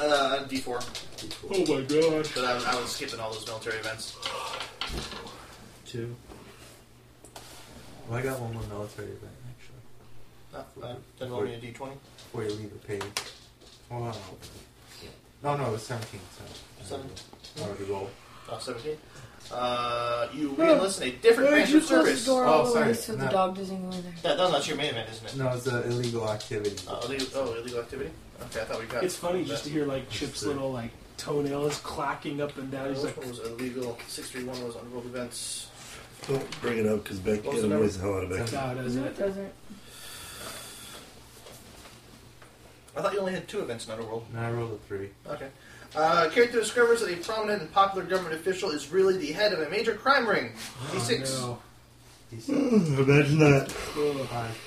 Speaker 2: uh, D4.
Speaker 1: Oh my gosh.
Speaker 2: But I, was- I was skipping all those military events.
Speaker 5: Two.
Speaker 7: Well, I got one more military event, actually.
Speaker 2: Uh, uh, then roll me a D20.
Speaker 7: Before you leave the page. Oh, no. No, no, it was 17. So.
Speaker 2: Seven.
Speaker 7: Already rolled.
Speaker 2: Uh, 17. Uh, you re-enlist in a different branch
Speaker 6: you
Speaker 2: of
Speaker 6: close
Speaker 2: service.
Speaker 6: the door
Speaker 7: Oh,
Speaker 6: all the way
Speaker 7: sorry.
Speaker 6: so the
Speaker 7: No.
Speaker 6: dog doesn't go in there?
Speaker 2: That, no, that's your main event, isn't it?
Speaker 7: No, it's an illegal activity.
Speaker 2: Uh, illegal, oh, illegal activity? Okay, I thought we got...
Speaker 1: It's funny just to
Speaker 2: that.
Speaker 1: hear like Chip's little like toenails clacking up and down.
Speaker 2: Uh,
Speaker 1: He's
Speaker 2: which
Speaker 1: like,
Speaker 2: one was illegal? 631 was unrolled events.
Speaker 3: Don't bring it up because Beck
Speaker 2: What was
Speaker 3: it
Speaker 2: the
Speaker 3: annoys the hell out of Beck.
Speaker 1: God, is
Speaker 6: No, it
Speaker 1: it?
Speaker 6: doesn't.
Speaker 2: I thought you only had two events in Underworld.
Speaker 7: No, I rolled a 3.
Speaker 2: Okay. Uh, character discovers that a prominent and popular government official is really the head of a major crime ring. D6.
Speaker 1: Oh,
Speaker 3: <clears throat>
Speaker 7: He's
Speaker 3: Imagine that.
Speaker 1: no. Ugh.
Speaker 7: five.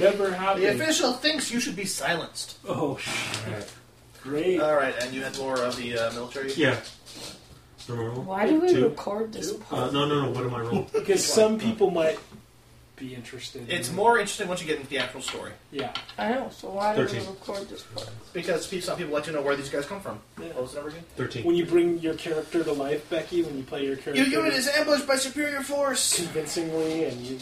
Speaker 1: Never happened.
Speaker 2: The official thinks you should be silenced.
Speaker 1: Oh, shit. Great.
Speaker 5: Uh,
Speaker 2: All right, and you had more of the uh, military.
Speaker 5: Yeah. Do I roll?
Speaker 6: Why do we
Speaker 5: Two.
Speaker 6: record this
Speaker 5: Uh,
Speaker 6: part?
Speaker 5: no, uh, no, no. What am I rolling?
Speaker 1: Because some people might be interested.
Speaker 2: It's
Speaker 1: in,
Speaker 2: more interesting once you get into the actual story
Speaker 1: Yeah.
Speaker 6: I know, so why do we
Speaker 5: Thirteen.
Speaker 6: record this part?
Speaker 2: because pe- some people like to know where these guys come from.
Speaker 1: Yeah.
Speaker 2: What was the number again?
Speaker 5: Thirteen.
Speaker 1: When you bring your character to life, Becky, when you play your character
Speaker 2: Your unit is ambushed by superior force.
Speaker 1: convincingly, and you,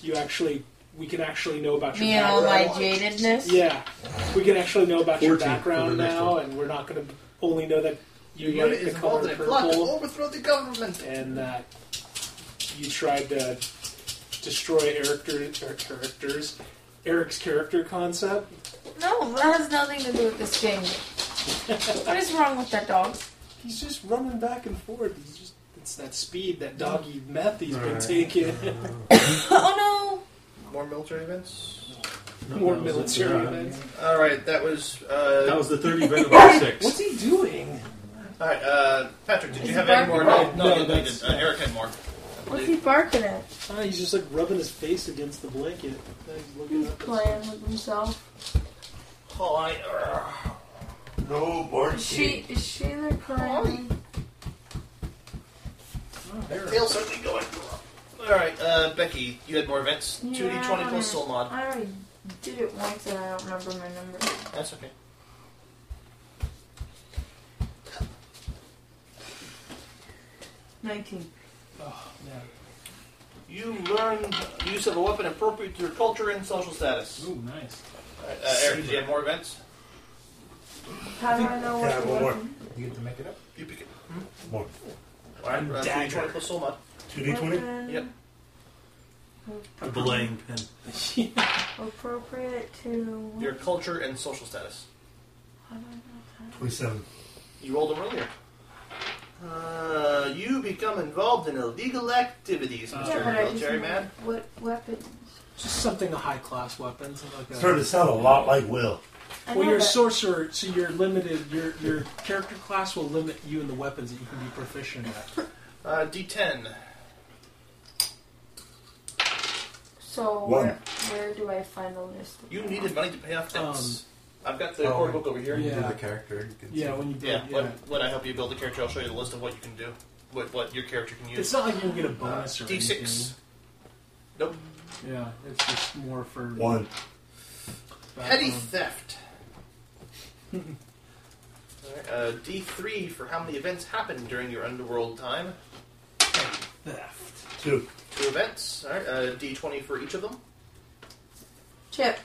Speaker 1: you actually, we can actually know about your
Speaker 6: Me and all my
Speaker 1: background.
Speaker 6: jadedness?
Speaker 1: Yeah, we can actually know about your
Speaker 5: 14 for the
Speaker 1: background
Speaker 5: next
Speaker 1: now,
Speaker 5: one.
Speaker 1: and we're not going to only know that you
Speaker 2: Your
Speaker 1: like
Speaker 2: unit
Speaker 1: the
Speaker 2: is involved
Speaker 1: color
Speaker 2: in a plot to
Speaker 1: purple
Speaker 2: overthrow the government.
Speaker 1: and that you tried to destroy Eric, er, characters, Eric's character concept.
Speaker 6: No, that has nothing to do with this game. what is wrong with that dog? <laughs>
Speaker 1: He's just running back and forth. He's just it's that speed, that doggy meth he's been
Speaker 5: Alright.
Speaker 1: taking.
Speaker 5: <laughs>
Speaker 1: <laughs>
Speaker 6: oh
Speaker 2: More military events.
Speaker 1: More
Speaker 5: that was it.
Speaker 1: military
Speaker 5: Yeah.
Speaker 1: events.
Speaker 2: Mm-hmm. All right, that was. Uh,
Speaker 5: That was the thirty event of the
Speaker 1: What's
Speaker 5: six.
Speaker 1: he doing?
Speaker 2: all right, uh, Patrick. Did
Speaker 6: Is
Speaker 2: you
Speaker 6: it
Speaker 2: have
Speaker 6: back?
Speaker 2: any more? No,
Speaker 1: No,
Speaker 2: no, you
Speaker 1: that's-
Speaker 2: didn't. Uh, Eric had more.
Speaker 6: no! What's he barking at?
Speaker 1: Ah, he's just like rubbing his face against the blanket. He's looking
Speaker 6: He's
Speaker 1: up.
Speaker 6: playing with himself.
Speaker 2: Oh, I, uh,
Speaker 3: No, Marty.
Speaker 6: Is she is she like crying?
Speaker 2: tail's certainly going. All right, uh, Becky, you had more events. Two D twenty plus soul mod.
Speaker 6: I already did it once and I don't remember my number.
Speaker 2: That's okay.
Speaker 6: Nineteen.
Speaker 1: Oh, man.
Speaker 2: You learned the use of a weapon appropriate to your culture and social status.
Speaker 1: Ooh, nice. <laughs>
Speaker 2: All right, uh, Eric, did you have more events?
Speaker 6: How do I know
Speaker 3: Yeah,
Speaker 6: what?
Speaker 3: one
Speaker 6: it
Speaker 3: more.
Speaker 6: was?
Speaker 7: You get to make it up.
Speaker 2: You pick it.
Speaker 3: More.
Speaker 2: All right, uh, two D twenty plus soul mod.
Speaker 3: 2d20?
Speaker 6: Weapon
Speaker 2: Yep.
Speaker 5: The belaying pin.
Speaker 6: Appropriate to.
Speaker 2: Your culture and social status.
Speaker 6: How do I know that?
Speaker 3: 27.
Speaker 2: You rolled them earlier. Uh, you become involved in illegal activities, Mr.
Speaker 6: Uh, Yeah, but I just
Speaker 2: Military
Speaker 6: know
Speaker 2: Man.
Speaker 6: What weapons?
Speaker 1: Just something a high class weapon. something Like that.
Speaker 3: Started to sound a lot like Will.
Speaker 6: I
Speaker 1: Well,
Speaker 6: know
Speaker 1: you're a
Speaker 6: that.
Speaker 1: sorcerer, so you're limited. Your your character class will limit you in the weapons that you can be proficient at.
Speaker 2: Uh, D10.
Speaker 6: So
Speaker 3: One.
Speaker 6: where, where do I find the list? of
Speaker 2: You
Speaker 6: them?
Speaker 2: needed money to pay off
Speaker 6: Um,
Speaker 2: debts. I've got the
Speaker 7: Oh.
Speaker 2: core book over here.
Speaker 7: You
Speaker 1: Yeah.
Speaker 7: do the character. You can
Speaker 1: Yeah,
Speaker 7: see.
Speaker 1: when you
Speaker 2: Yeah,
Speaker 1: build, yeah.
Speaker 2: When, when I help you build a character, I'll show you the list of what you can do, what, what your character can
Speaker 1: It's
Speaker 2: use.
Speaker 1: not like you'll
Speaker 2: Uh,
Speaker 1: get a bonus or
Speaker 2: D6.
Speaker 1: anything.
Speaker 2: Nope.
Speaker 1: Yeah, it's just more for um,
Speaker 3: 1.
Speaker 2: Petty
Speaker 1: background. <laughs>
Speaker 2: theft. Alright, uh, D3 for how many events happened during your underworld time.
Speaker 1: theft.
Speaker 3: 2.
Speaker 2: Two events. Alright, uh, D20 for each of them.
Speaker 6: Chip.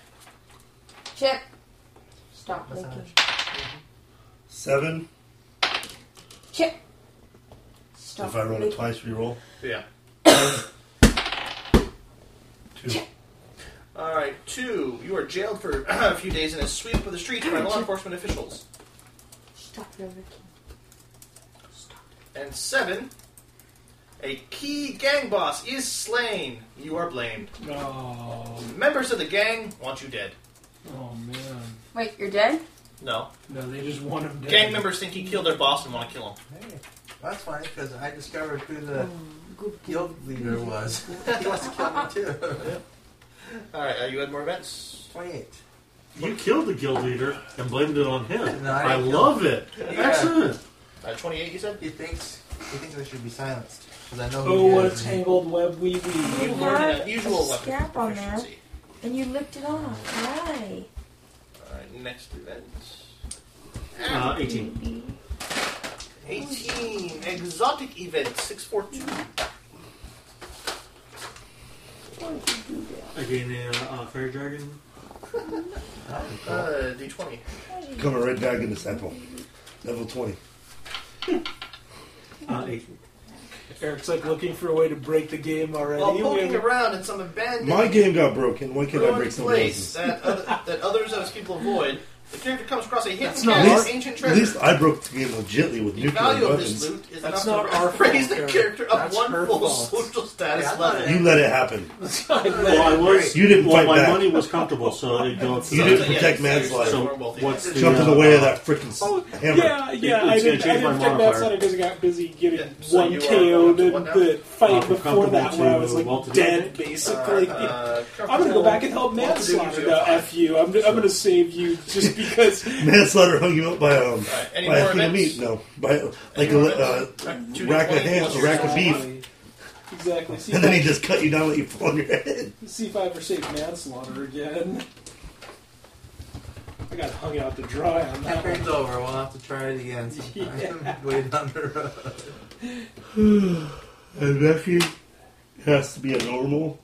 Speaker 6: Chip. Stop blinking.
Speaker 3: 7.
Speaker 6: Chip. Stop
Speaker 3: If I roll
Speaker 6: blinking.
Speaker 3: it twice, reroll.
Speaker 2: Yeah.
Speaker 3: 2.
Speaker 2: Alright, two. You are jailed for <clears throat> a few days in a sweep of the streets by <clears throat> law enforcement officials.
Speaker 6: Stop blinking. Stop.
Speaker 2: And seven. A key gang boss is slain. You are blamed.
Speaker 1: Oh,
Speaker 2: Members of the gang want you dead.
Speaker 1: oh man.
Speaker 6: Wait, you're dead?
Speaker 2: No.
Speaker 1: No, they just want him dead.
Speaker 2: Gang members think he killed their boss and want to kill him.
Speaker 7: Hey, that's funny because I discovered who the guild leader was. <laughs> he wants to kill me too.
Speaker 2: Alright, uh, you had more events?
Speaker 7: Twenty-eight.
Speaker 5: You killed the guild leader and blamed it on him.
Speaker 7: No, I
Speaker 5: I
Speaker 7: didn't
Speaker 5: love it. Excellent.
Speaker 2: Uh, 28, you said?
Speaker 7: He thinks he thinks I should be silenced because I know who
Speaker 1: Oh,
Speaker 7: he
Speaker 1: what a
Speaker 7: is. and he-
Speaker 1: tangled web we weave.
Speaker 6: You
Speaker 2: Learn an
Speaker 6: had
Speaker 2: unusual
Speaker 6: a
Speaker 2: weapon
Speaker 6: scap on there.
Speaker 2: proficiency.
Speaker 6: And you licked it off. Why?
Speaker 2: Alright, next event.
Speaker 5: Uh, Eighteen.
Speaker 2: 18. Exotic event 642.
Speaker 5: I gain a uh, fairy dragon.
Speaker 2: Uh, D20.
Speaker 3: Become a red dragon disciple. Level 20.
Speaker 5: Uh, eight.
Speaker 1: Eric's like looking for a way to break the game already.
Speaker 2: While
Speaker 1: We
Speaker 2: poking
Speaker 1: have-
Speaker 2: around in some abandoned
Speaker 3: My game got broken. Why can't I
Speaker 2: ruined
Speaker 3: break somebody
Speaker 2: place that,
Speaker 3: else's?
Speaker 2: other, that others as people avoid, The character comes across a hidden
Speaker 1: That's
Speaker 2: cache
Speaker 1: not
Speaker 2: of
Speaker 1: art.
Speaker 2: ancient
Speaker 3: At least
Speaker 2: treasure.
Speaker 3: I broke the game legitly with
Speaker 2: The
Speaker 3: nuclear
Speaker 2: value of
Speaker 3: weapons.
Speaker 2: this loot is
Speaker 1: That's
Speaker 2: enough
Speaker 1: not
Speaker 2: to
Speaker 1: our
Speaker 2: raise
Speaker 1: fault,
Speaker 2: the
Speaker 1: Eric.
Speaker 2: character up
Speaker 1: That's
Speaker 2: one
Speaker 1: her
Speaker 2: full
Speaker 1: fault.
Speaker 2: social status
Speaker 4: Yeah, I'm not
Speaker 2: level.
Speaker 3: You let it happen.
Speaker 5: Well, I was.
Speaker 3: You didn't
Speaker 5: well,
Speaker 3: fight
Speaker 5: my
Speaker 3: back.
Speaker 5: money was comfortable, so it goes.
Speaker 3: You didn't protect man's life.
Speaker 5: So what's the,
Speaker 3: Jump in the
Speaker 5: uh,
Speaker 3: way of that freaking s-
Speaker 1: Oh,
Speaker 3: hammer.
Speaker 1: Yeah, yeah. I
Speaker 5: It's gonna
Speaker 1: didn't, I
Speaker 5: change my
Speaker 1: didn't check that
Speaker 5: modifier.
Speaker 1: side because I got busy getting
Speaker 2: Yeah, so you
Speaker 1: one
Speaker 2: are
Speaker 1: KO'd
Speaker 2: going to
Speaker 1: in
Speaker 2: what now?
Speaker 1: the
Speaker 5: Uh,
Speaker 1: fight
Speaker 5: from
Speaker 1: before that
Speaker 5: comfortable
Speaker 1: where I
Speaker 5: to
Speaker 1: was like
Speaker 5: well-to-do.
Speaker 1: dead, basically.
Speaker 2: Uh,
Speaker 1: I'm gonna go back and help
Speaker 2: well-to-do
Speaker 1: manslaughter.
Speaker 2: you
Speaker 1: No,
Speaker 2: have.
Speaker 1: f you. I'm, I'm gonna save you
Speaker 3: <laughs>
Speaker 1: just because.
Speaker 3: Manslaughter hung you up by um
Speaker 2: Alright, any
Speaker 3: by
Speaker 2: more
Speaker 3: a thing of
Speaker 2: events?
Speaker 3: meat. No, by like
Speaker 2: Any
Speaker 3: a
Speaker 2: more
Speaker 3: li- uh,
Speaker 2: events? Back to the
Speaker 3: rack of
Speaker 2: 20
Speaker 3: ham,
Speaker 2: plus
Speaker 3: a
Speaker 2: your
Speaker 3: rack of
Speaker 2: side.
Speaker 3: beef,
Speaker 1: Exactly. See
Speaker 3: and then he
Speaker 1: if,
Speaker 3: just cut you down, let you fall on your head.
Speaker 1: I, see if I ever save manslaughter again. I got hung out to dry on that one.
Speaker 7: It's over. We'll have to try it again
Speaker 1: <laughs>
Speaker 7: sometime. <laughs> Way down the road.
Speaker 3: And Becky has to be a normal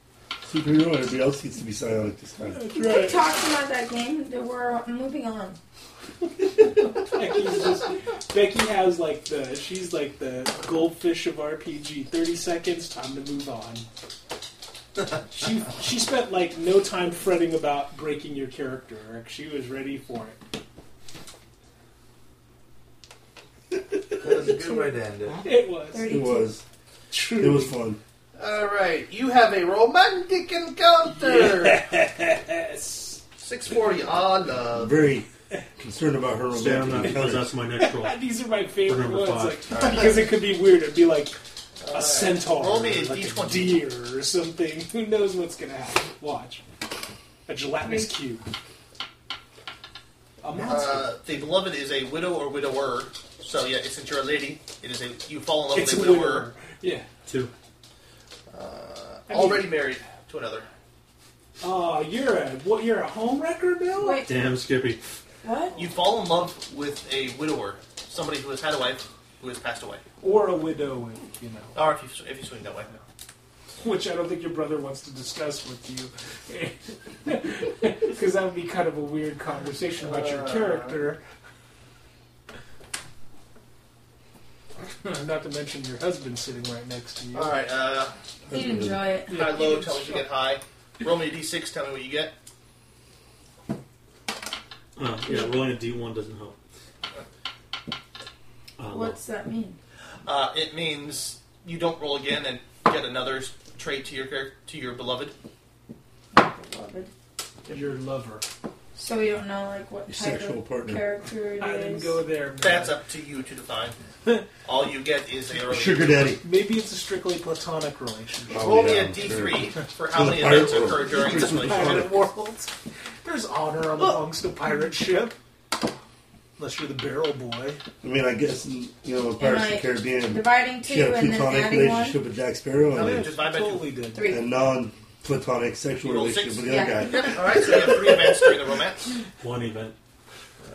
Speaker 3: superhero. Everybody else needs to be psionic this time.
Speaker 1: That's
Speaker 6: You keep
Speaker 1: right.
Speaker 6: talking about that game. That we're moving on.
Speaker 1: Becky's just, Becky has like the she's like the goldfish of RPG. Thirty seconds, time to move on. She she spent like no time fretting about breaking your character. Eric. She was ready for it.
Speaker 7: That was a good way to end it.
Speaker 1: It was
Speaker 3: It
Speaker 6: Thirty-two.
Speaker 3: was.
Speaker 1: true.
Speaker 3: It was fun.
Speaker 2: All right, you have a romantic encounter.
Speaker 1: Yes.
Speaker 2: 640 on uh, love.
Speaker 3: Very concerned about her
Speaker 5: Stay on that
Speaker 3: romantic encounters.
Speaker 5: because that's my next roll.
Speaker 1: Ah, These are my favorite
Speaker 5: Number
Speaker 1: ones,
Speaker 5: five.
Speaker 1: like, because it could be weird. It'd be like a
Speaker 2: Alright.
Speaker 1: centaur,
Speaker 2: Roll me a
Speaker 1: like a
Speaker 2: D20.
Speaker 1: deer, or something. <laughs> Who knows what's gonna happen? Watch a gelatinous cube, a monster.
Speaker 2: Uh, the beloved is a widow or widower. So yeah, since you're a lady, it is a you fall in love
Speaker 1: It's a
Speaker 2: with a widower
Speaker 1: widower. Yeah.
Speaker 5: Two.
Speaker 1: I mean-
Speaker 2: already married to another.
Speaker 1: Oh, you're a what? You're a homewrecker, Bill.
Speaker 6: Wait,
Speaker 5: Damn, Skippy.
Speaker 6: what?
Speaker 2: You fall in love with a widower, somebody who has had a wife who has passed away,
Speaker 1: Or a widow, you know,
Speaker 2: or if you if you swing that way.
Speaker 1: which I don't think your brother wants to discuss with you, <laughs> because that would be kind of a weird conversation about your character. <laughs> Not to mention your husband sitting right next to you.
Speaker 2: All right, uh,
Speaker 6: He'd enjoy it.
Speaker 2: high low. Tell me if you get high. Roll me a d6. Tell me what you get.
Speaker 5: Uh, yeah, rolling a D1 doesn't help. Uh, low.
Speaker 6: What's that mean?
Speaker 2: Uh, it means you don't roll again and get another trait to your character to your beloved.
Speaker 6: Beloved.
Speaker 1: Your lover.
Speaker 6: So we don't know like what
Speaker 3: Your
Speaker 6: type
Speaker 3: sexual
Speaker 6: of
Speaker 3: partner.
Speaker 6: character it is.
Speaker 1: I didn't go there. Man.
Speaker 2: That's up to you to define. All you get is a
Speaker 3: Sugar daddy.
Speaker 1: Maybe it's a strictly platonic relationship.
Speaker 3: Oh,
Speaker 2: Roll me
Speaker 3: yeah,
Speaker 2: a d3 for how
Speaker 3: To the
Speaker 2: many
Speaker 3: pirate
Speaker 2: events
Speaker 3: world.
Speaker 2: occur during this
Speaker 3: To the
Speaker 2: relationship.
Speaker 1: pirate world. There's honor
Speaker 2: Oh.
Speaker 1: amongst a pirate ship. Unless you're the barrel boy.
Speaker 3: I mean, I guess you know, in Pirates of the Caribbean,
Speaker 6: Dividing two
Speaker 3: she had a
Speaker 6: and then
Speaker 3: platonic
Speaker 6: adding one.
Speaker 3: relationship with Jack Sparrow
Speaker 2: No,
Speaker 3: and
Speaker 2: just divide by two.
Speaker 1: totally did.
Speaker 3: a,
Speaker 6: Three.
Speaker 3: non-platonic sexual
Speaker 2: You roll
Speaker 3: relationship
Speaker 2: six?
Speaker 3: with the other
Speaker 6: Yeah.
Speaker 3: guy.
Speaker 2: All right, so you have three events during the romance.
Speaker 5: One event.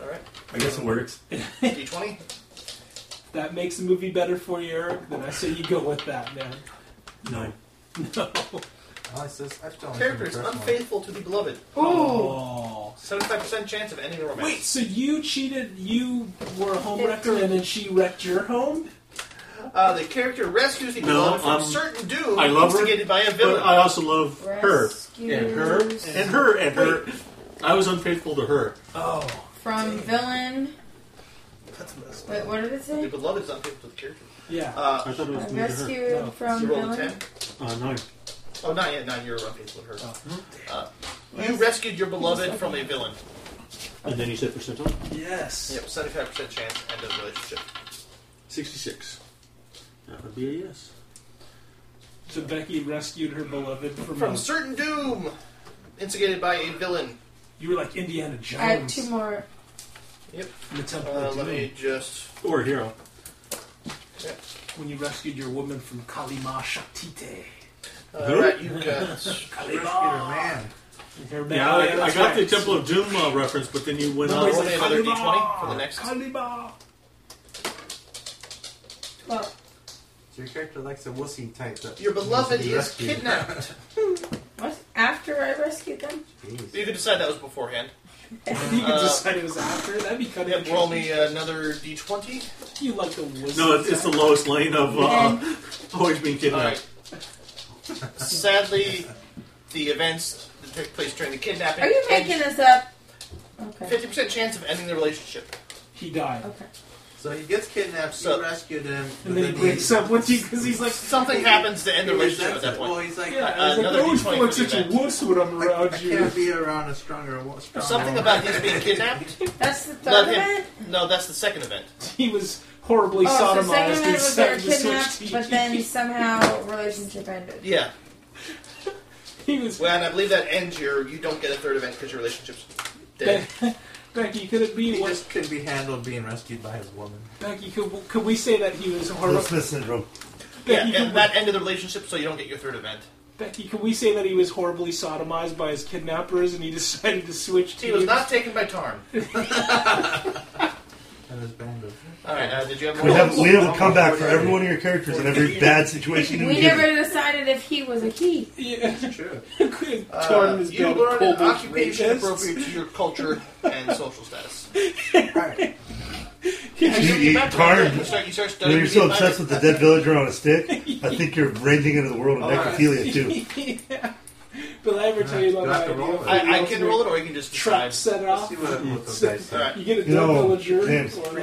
Speaker 2: All right,
Speaker 3: I guess it works.
Speaker 2: d20.
Speaker 1: That makes the movie better for you, Eric. Then I say you go with that, man.
Speaker 5: Nine.
Speaker 7: Oh, it's just, I've done
Speaker 2: Character is unfaithful to the beloved.
Speaker 6: <laughs>
Speaker 1: Oh.
Speaker 2: 75% chance of ending the romance.
Speaker 1: Wait, so you cheated? You were a homewrecker, and then she wrecked your home?
Speaker 2: Uh, the character rescues the
Speaker 5: No,
Speaker 2: beloved from
Speaker 5: um,
Speaker 2: certain doom
Speaker 5: I love her,
Speaker 2: instigated by a
Speaker 5: But
Speaker 2: villain.
Speaker 5: I also love her.
Speaker 6: Rescues
Speaker 5: And her. And her. And her. I was unfaithful to her.
Speaker 1: Oh.
Speaker 6: From villain.
Speaker 1: That's messed
Speaker 6: Wait, what did it
Speaker 2: the
Speaker 6: say?
Speaker 2: beloved is unfaithful to the character.
Speaker 1: Yeah.
Speaker 5: I
Speaker 2: Uh,
Speaker 5: thought it was me to her.
Speaker 6: Rescued
Speaker 1: No,
Speaker 6: from
Speaker 2: you roll a
Speaker 6: villain.
Speaker 2: 10.
Speaker 5: Uh, nine.
Speaker 2: Oh, not yet. Not you're unfaithful to her.
Speaker 1: Oh.
Speaker 5: hmm.
Speaker 2: Uh, you rescued your beloved from a villain.
Speaker 5: And then you said percentile?
Speaker 1: Yes.
Speaker 2: Yep, 75% chance end of relationship.
Speaker 5: 66. That would be a yes.
Speaker 1: So Becky rescued her beloved from.
Speaker 5: Hmm.
Speaker 1: uh,
Speaker 2: From certain doom instigated by a villain.
Speaker 1: you were like Indiana
Speaker 6: I have two
Speaker 1: Jones.
Speaker 6: more.
Speaker 1: in the Temple
Speaker 2: Uh,
Speaker 1: of
Speaker 2: let
Speaker 1: Doom,
Speaker 2: me just.
Speaker 5: Or a hero.
Speaker 1: When you rescued your woman from Kalima Shatite.
Speaker 2: Uh,
Speaker 5: Who?
Speaker 2: right, you've
Speaker 5: <laughs>
Speaker 2: got.
Speaker 1: Kalima.
Speaker 7: man.
Speaker 5: Yeah, I, I got the Temple of Doom uh, reference, but then you went
Speaker 2: No,
Speaker 5: on.
Speaker 2: he's like- Another D20 for the next.
Speaker 1: <laughs> Kalima.
Speaker 6: Well,
Speaker 7: So your character likes a wussy type. That
Speaker 2: Your beloved
Speaker 7: needs to be
Speaker 2: is
Speaker 7: rescued.
Speaker 2: kidnapped.
Speaker 6: what? After I rescued them?
Speaker 7: Jeez.
Speaker 2: You could decide that was beforehand.
Speaker 1: You could
Speaker 2: Uh,
Speaker 1: decide it was after. That'd be kind of
Speaker 2: Yep, roll me another d20.
Speaker 1: You like the wizard.
Speaker 5: No, it's, it's the lowest lane of uh, <laughs> always being
Speaker 2: Alright.
Speaker 5: kidnapped.
Speaker 2: Sadly, the events that took place during the kidnapping.
Speaker 6: Are you making this up? Okay.
Speaker 2: Fifty percent chance of ending the relationship.
Speaker 1: He died.
Speaker 6: Okay.
Speaker 7: So he gets kidnapped, you
Speaker 2: So-
Speaker 7: rescued him,
Speaker 1: And then he wakes up with you because he's like,
Speaker 2: Something happens to end the relationship at that point.
Speaker 7: Well, he's like,
Speaker 1: yeah,
Speaker 7: I-
Speaker 1: I was like,
Speaker 2: uh, another
Speaker 1: I always
Speaker 2: D20
Speaker 1: feel like
Speaker 2: for
Speaker 1: such a
Speaker 2: the
Speaker 1: wuss when I'm
Speaker 7: I, I
Speaker 1: around you.
Speaker 7: can't be around a stronger, wo- stronger
Speaker 2: Something
Speaker 7: woman.
Speaker 2: about his being kidnapped.
Speaker 6: That's the
Speaker 2: Not
Speaker 6: third
Speaker 2: him.
Speaker 6: event?
Speaker 2: No, that's the second event.
Speaker 1: <laughs> He was horribly
Speaker 6: Oh, so the second
Speaker 1: sodomized
Speaker 6: event
Speaker 1: and
Speaker 6: was they were
Speaker 1: set to switch
Speaker 6: kidnapped, but then
Speaker 1: teams.
Speaker 6: somehow
Speaker 2: <laughs>
Speaker 6: relationship ended.
Speaker 2: Yeah.
Speaker 1: <laughs> He was
Speaker 2: Well, and I believe that ends your. You don't get a third event because your relationship's dead.
Speaker 1: Becky. Could it be?
Speaker 7: He
Speaker 1: What,
Speaker 7: just couldn't be handled being rescued by his woman.
Speaker 1: Becky, could could we say that he was horrible?
Speaker 3: Smith syndrome.
Speaker 2: yeah,
Speaker 1: Becky,
Speaker 2: and
Speaker 1: could,
Speaker 2: that ended the relationship, so you don't get your third event.
Speaker 1: Becky, could we say that he was horribly sodomized by his kidnappers and he <laughs> decided to switch teams?
Speaker 2: He was not taken by Tarn.
Speaker 7: And his band of.
Speaker 2: All right. Uh, did you have more?
Speaker 3: We have we have a
Speaker 7: Oh,
Speaker 3: comeback for
Speaker 7: yeah.
Speaker 3: every one of your characters in
Speaker 2: <laughs>
Speaker 3: every bad situation. in the
Speaker 6: We
Speaker 3: game.
Speaker 6: never decided if he was a he.
Speaker 1: Yeah. <laughs>
Speaker 7: True.
Speaker 1: Torn
Speaker 2: Uh,
Speaker 1: his
Speaker 2: you
Speaker 1: belt
Speaker 2: learn an
Speaker 1: Colbert's
Speaker 2: occupation
Speaker 1: racist.
Speaker 2: appropriate to your culture <laughs> and social status.
Speaker 7: Alright.
Speaker 1: Yeah,
Speaker 3: You-
Speaker 2: Actually,
Speaker 3: you-
Speaker 2: back to
Speaker 3: Tarn,
Speaker 2: that, You start, you start
Speaker 3: When
Speaker 2: studying.
Speaker 3: you're so
Speaker 2: the
Speaker 3: obsessed with the dead villager on
Speaker 2: <laughs>
Speaker 3: a stick, I think you're ranging into the world of
Speaker 7: All right.
Speaker 3: necrophilia too.
Speaker 1: yeah. But I ever tell you
Speaker 7: Do I
Speaker 1: about
Speaker 7: have
Speaker 1: my
Speaker 7: to roll
Speaker 1: idea?
Speaker 7: it?
Speaker 2: I, I can roll it, or you can just
Speaker 1: Trap
Speaker 2: decide.
Speaker 1: set
Speaker 7: Let's
Speaker 1: off.
Speaker 7: see what, what those
Speaker 1: So-
Speaker 7: guys
Speaker 2: All
Speaker 7: say.
Speaker 2: right.
Speaker 1: <laughs> You get a dead
Speaker 3: You know,
Speaker 1: villager
Speaker 3: James,
Speaker 1: or like a,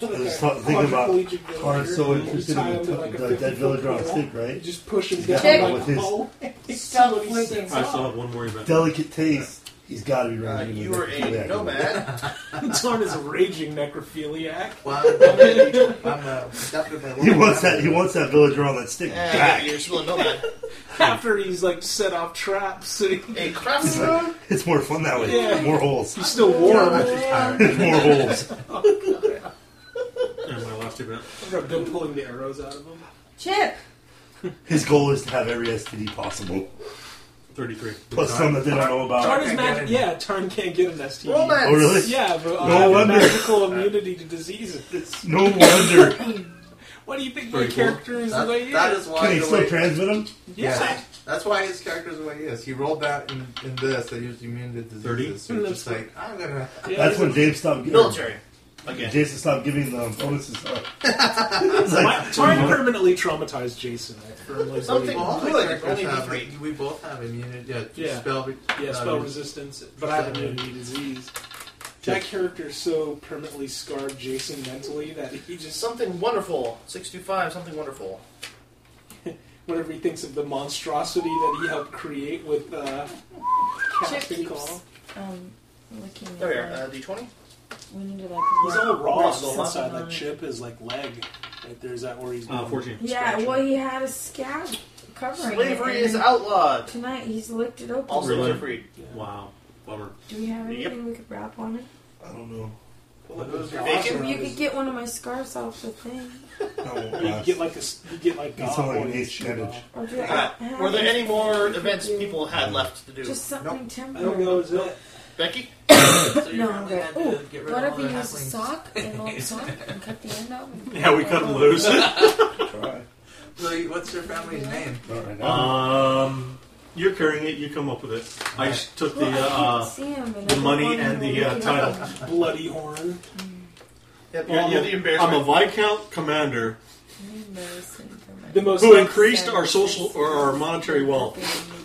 Speaker 1: like
Speaker 3: was
Speaker 1: a
Speaker 3: thought- thinking about
Speaker 1: quadriplegic villager,
Speaker 3: I'm so
Speaker 1: and you
Speaker 3: interested
Speaker 1: tie
Speaker 3: in
Speaker 1: him to, like, a
Speaker 3: the dead
Speaker 1: 50-foot
Speaker 3: villager on a
Speaker 1: pole.
Speaker 3: stick,
Speaker 1: You
Speaker 3: right?
Speaker 1: just push him
Speaker 3: He's got
Speaker 1: down
Speaker 6: one
Speaker 1: like
Speaker 3: with
Speaker 1: a <laughs>
Speaker 3: his- <laughs>
Speaker 1: hole.
Speaker 6: Stop
Speaker 1: Somebody
Speaker 6: flipping.
Speaker 1: sits
Speaker 5: I
Speaker 1: up. <laughs>
Speaker 5: still have one more event.
Speaker 3: Delicate taste. He's got to be
Speaker 2: Uh,
Speaker 3: ranging into
Speaker 2: you are a
Speaker 3: necrophiliac.
Speaker 2: nomad.
Speaker 1: Torn is a raging necrophiliac.
Speaker 7: Well, I'm, I'm uh, adopted by
Speaker 3: <laughs> He wants that. He wants that villager on that stick
Speaker 2: Yeah,
Speaker 3: back.
Speaker 2: you're still a nomad.
Speaker 1: After he's like set off
Speaker 3: <laughs>
Speaker 1: traps, <laughs> and he-
Speaker 2: A craftsman.
Speaker 3: <laughs> It's more fun that way.
Speaker 1: Yeah.
Speaker 3: More holes.
Speaker 1: he's still
Speaker 7: Warm.
Speaker 1: warm.
Speaker 3: There's more holes.
Speaker 5: And my last event.
Speaker 1: I've been pulling the arrows out of him.
Speaker 6: Chip!
Speaker 3: His goal is to have every STD possible,
Speaker 5: 33.
Speaker 3: plus some that they don't know about.
Speaker 1: Tarn is magic. Yeah, Tarn can't get an STD.
Speaker 2: Romance.
Speaker 3: Oh really?
Speaker 1: Yeah, but I
Speaker 3: No
Speaker 1: have
Speaker 3: wonder.
Speaker 1: magical immunity to diseases.
Speaker 3: No wonder.
Speaker 1: Why do you think
Speaker 5: Very
Speaker 1: your
Speaker 5: cool.
Speaker 1: character is the way
Speaker 7: That,
Speaker 1: he
Speaker 7: that
Speaker 1: is?
Speaker 7: is
Speaker 3: Can
Speaker 7: why
Speaker 3: he
Speaker 7: the
Speaker 3: still
Speaker 7: way,
Speaker 3: transmit him?
Speaker 1: Yeah.
Speaker 7: that's why his character's the way he is. He rolled that in, in this that he was immune to diseases.
Speaker 5: 30?
Speaker 7: So he's just like, I'm gonna.
Speaker 1: yeah.
Speaker 3: That's when James stopped. giving-
Speaker 2: Military. Again.
Speaker 3: Jason stopped giving the bonuses. <laughs> up. It's like,
Speaker 1: My- Tarn permanently traumatized Jason. I firmly believe.
Speaker 2: Something-
Speaker 7: Well, all the
Speaker 2: Good,
Speaker 7: characters
Speaker 2: only
Speaker 7: have,
Speaker 2: three.
Speaker 7: like, we both have immunity. Yeah,
Speaker 1: Yeah.
Speaker 7: spell.
Speaker 1: Yeah,
Speaker 7: uh,
Speaker 1: spell resistance, but I have immunity to disease. That character so permanently scarred Jason mentally that he just,
Speaker 2: Something wonderful. 625, something wonderful.
Speaker 1: whenever he thinks of the monstrosity that he helped create with uh,
Speaker 6: Chip
Speaker 1: Captain
Speaker 6: keeps,
Speaker 1: Call,
Speaker 6: um, looking at
Speaker 2: There we are.
Speaker 6: the-
Speaker 2: Uh, D20?
Speaker 6: We need to, like,
Speaker 1: he's
Speaker 6: work-
Speaker 1: all raw
Speaker 6: work
Speaker 1: on the inside.
Speaker 6: something
Speaker 1: Like
Speaker 6: on it.
Speaker 1: Chip is like leg. Right there, is that where he's?
Speaker 5: Uh,
Speaker 1: been-
Speaker 5: 14.
Speaker 6: Yeah, well, he had a scab covering it,
Speaker 2: Slavery
Speaker 6: and
Speaker 2: is
Speaker 6: then
Speaker 2: outlawed.
Speaker 6: Tonight, he's licked it open.
Speaker 2: All slaves
Speaker 5: Really?
Speaker 2: are free.
Speaker 5: Wow. Bummer.
Speaker 6: Do we have
Speaker 2: Yep.
Speaker 6: anything we could wrap on it?
Speaker 3: I don't know.
Speaker 2: Bacon?
Speaker 6: You could get one of my scarves off the thing.
Speaker 3: I won't
Speaker 1: Or you
Speaker 3: last.
Speaker 1: get like a, s- you get like
Speaker 3: It's only
Speaker 1: God
Speaker 3: an
Speaker 1: oil
Speaker 3: eighth
Speaker 1: shit
Speaker 3: damage.
Speaker 1: off.
Speaker 6: Or do I
Speaker 2: Uh,
Speaker 6: have
Speaker 2: were there any more events people had left to do?
Speaker 6: Just something
Speaker 1: I
Speaker 6: temporary.
Speaker 1: don't know. Is that
Speaker 2: Becky?
Speaker 7: So you
Speaker 6: No, I'm
Speaker 7: probably
Speaker 6: good.
Speaker 7: had to
Speaker 6: Ooh,
Speaker 7: get rid of
Speaker 6: What if
Speaker 7: all
Speaker 6: we
Speaker 7: the
Speaker 6: use a
Speaker 7: halflings.
Speaker 6: sock, an old
Speaker 7: <laughs>
Speaker 6: sock, and cut the end off?
Speaker 5: Yeah, we cut him <laughs> loose.
Speaker 3: Try.
Speaker 7: So you- what's your family's name?
Speaker 3: Not right now.
Speaker 5: um, you're carrying it. You come up with it. I just took the.
Speaker 6: Well, I can't
Speaker 5: Uh,
Speaker 6: see him, and
Speaker 5: the
Speaker 6: I don't
Speaker 5: money
Speaker 6: want him
Speaker 5: and
Speaker 6: to
Speaker 5: the, uh,
Speaker 6: look
Speaker 5: title.
Speaker 6: at me.
Speaker 1: bloody horn?
Speaker 2: Yeah,
Speaker 5: well,
Speaker 2: you're the
Speaker 5: I'm, a, I'm a
Speaker 2: embarrassment.
Speaker 5: viscount commander
Speaker 6: Embarrassing for my-
Speaker 1: The most
Speaker 5: who increased our social or our monetary wealth.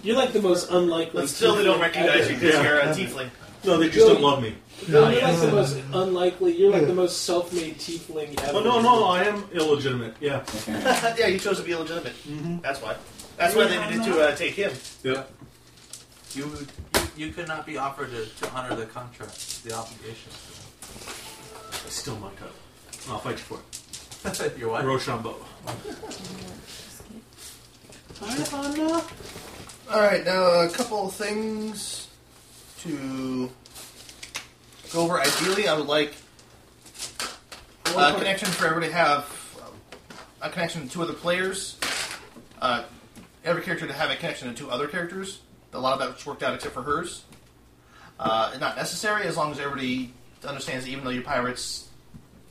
Speaker 1: You're like the most unlikely.
Speaker 2: But still, they don't recognize you because
Speaker 5: Yeah.
Speaker 2: you're a tiefling.
Speaker 5: No, they just don't love me.
Speaker 1: No, you're like the most unlikely. You're like the most self-made tiefling ever.
Speaker 5: Oh no, no, I am illegitimate. Yeah.
Speaker 2: <laughs>
Speaker 5: Mm-hmm.
Speaker 2: yeah, you chose to be illegitimate. That's why. That's why they needed to uh, take him.
Speaker 5: Yep.
Speaker 7: You you could not be offered to, to honor the contract, the obligations.
Speaker 5: It's still my cut. I'll fight you for
Speaker 7: <laughs>
Speaker 5: it.
Speaker 7: Your wife.
Speaker 5: Rochambeau.
Speaker 2: All right, now a couple things to go over. Ideally, I would like uh, a connection for everybody to have um, a connection to two other players. Uh, every character to have a connection to two other characters. A lot of that's worked out except for hers. Uh, it's not necessary as long as everybody understands that even though you're pirates,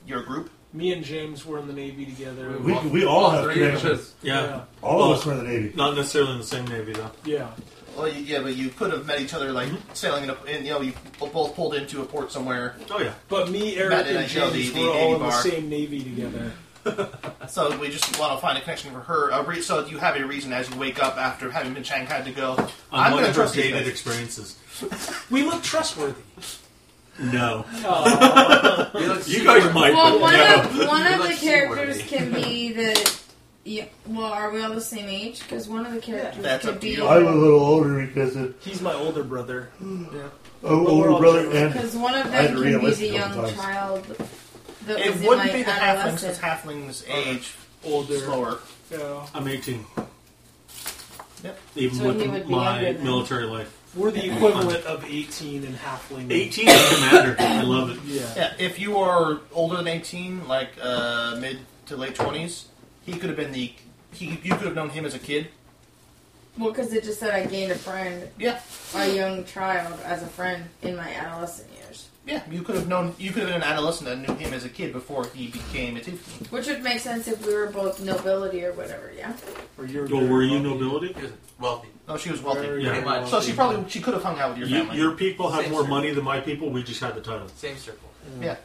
Speaker 2: you're a group.
Speaker 1: Me and James were in the Navy together.
Speaker 3: We, we all have
Speaker 7: three of
Speaker 3: connections.
Speaker 7: us.
Speaker 5: Yeah.
Speaker 3: All of us were in the Navy.
Speaker 5: Not necessarily in the same navy though.
Speaker 1: Yeah.
Speaker 2: Well, you, yeah, but you could have met each other like
Speaker 5: Mm-hmm.
Speaker 2: sailing in a, and you know, you both pulled into a port somewhere.
Speaker 5: Oh yeah.
Speaker 1: But me,
Speaker 2: Matt
Speaker 1: Eric,
Speaker 2: and
Speaker 1: and
Speaker 2: I know the-
Speaker 1: James
Speaker 2: the
Speaker 1: were all
Speaker 2: Navy
Speaker 1: in the
Speaker 2: bar.
Speaker 1: same Navy together.
Speaker 2: So we just want to find a connection for her. A re- so you have a reason as you wake up after having been shanghaied to go.
Speaker 5: On
Speaker 2: I'm going
Speaker 5: one
Speaker 2: to
Speaker 5: of her
Speaker 2: trust these
Speaker 5: dated
Speaker 2: guys.
Speaker 5: experiences.
Speaker 1: We look trustworthy.
Speaker 5: No.
Speaker 1: <laughs>
Speaker 6: Aw.
Speaker 5: you guys might.
Speaker 6: well,
Speaker 5: but
Speaker 6: one
Speaker 5: no.
Speaker 6: of one
Speaker 5: You
Speaker 2: <laughs>
Speaker 6: of
Speaker 5: look
Speaker 6: the characters
Speaker 5: seaworthy.
Speaker 6: can be the. Yeah, well, are we all the same age? Because one of the characters
Speaker 2: That's
Speaker 6: could
Speaker 2: up to
Speaker 6: be.
Speaker 2: you.
Speaker 19: I'm a little older because of
Speaker 1: He's my older brother.
Speaker 2: Yeah.
Speaker 19: oh, older brother and
Speaker 6: Because one of
Speaker 19: I had
Speaker 6: them
Speaker 19: to
Speaker 6: can be
Speaker 19: re-enlist
Speaker 6: the
Speaker 19: a couple
Speaker 6: young
Speaker 19: times.
Speaker 6: child. That
Speaker 2: It
Speaker 6: was in
Speaker 2: wouldn't
Speaker 6: my
Speaker 2: be the halflings because
Speaker 6: adolescence.
Speaker 2: halflings age older, slower.
Speaker 1: Yeah.
Speaker 5: I'm 18.
Speaker 2: Yep.
Speaker 5: Even
Speaker 1: So he
Speaker 5: with
Speaker 1: would be
Speaker 5: my
Speaker 1: younger than-
Speaker 5: military life.
Speaker 1: We're the equivalent of 18 and halfling.
Speaker 5: 18 is commander. I love it.
Speaker 1: Yeah.
Speaker 2: Yeah, if you are older than 18, like uh, mid to late 20s, he could have been the. He, you could have known him as a kid.
Speaker 6: Well, because it just said I gained a friend.
Speaker 2: Yeah.
Speaker 6: A young child as a friend in my adolescent years.
Speaker 2: Yeah, you could have known. You could have been an adolescent that knew him as a kid before he became a tiefling.
Speaker 6: Which would make sense if we were both nobility or whatever, yeah?
Speaker 1: Or you're
Speaker 5: Well, were you nobility?
Speaker 4: Wealthy.
Speaker 2: No, Oh, she was wealthy.
Speaker 5: Very, Yeah. very
Speaker 2: So she
Speaker 5: wealthy.
Speaker 2: probably she could have hung out with your
Speaker 5: You-
Speaker 2: family.
Speaker 5: your people have
Speaker 2: Same
Speaker 5: more
Speaker 2: circle.
Speaker 5: money than my people. We just had the title.
Speaker 4: Same circle.
Speaker 2: yeah.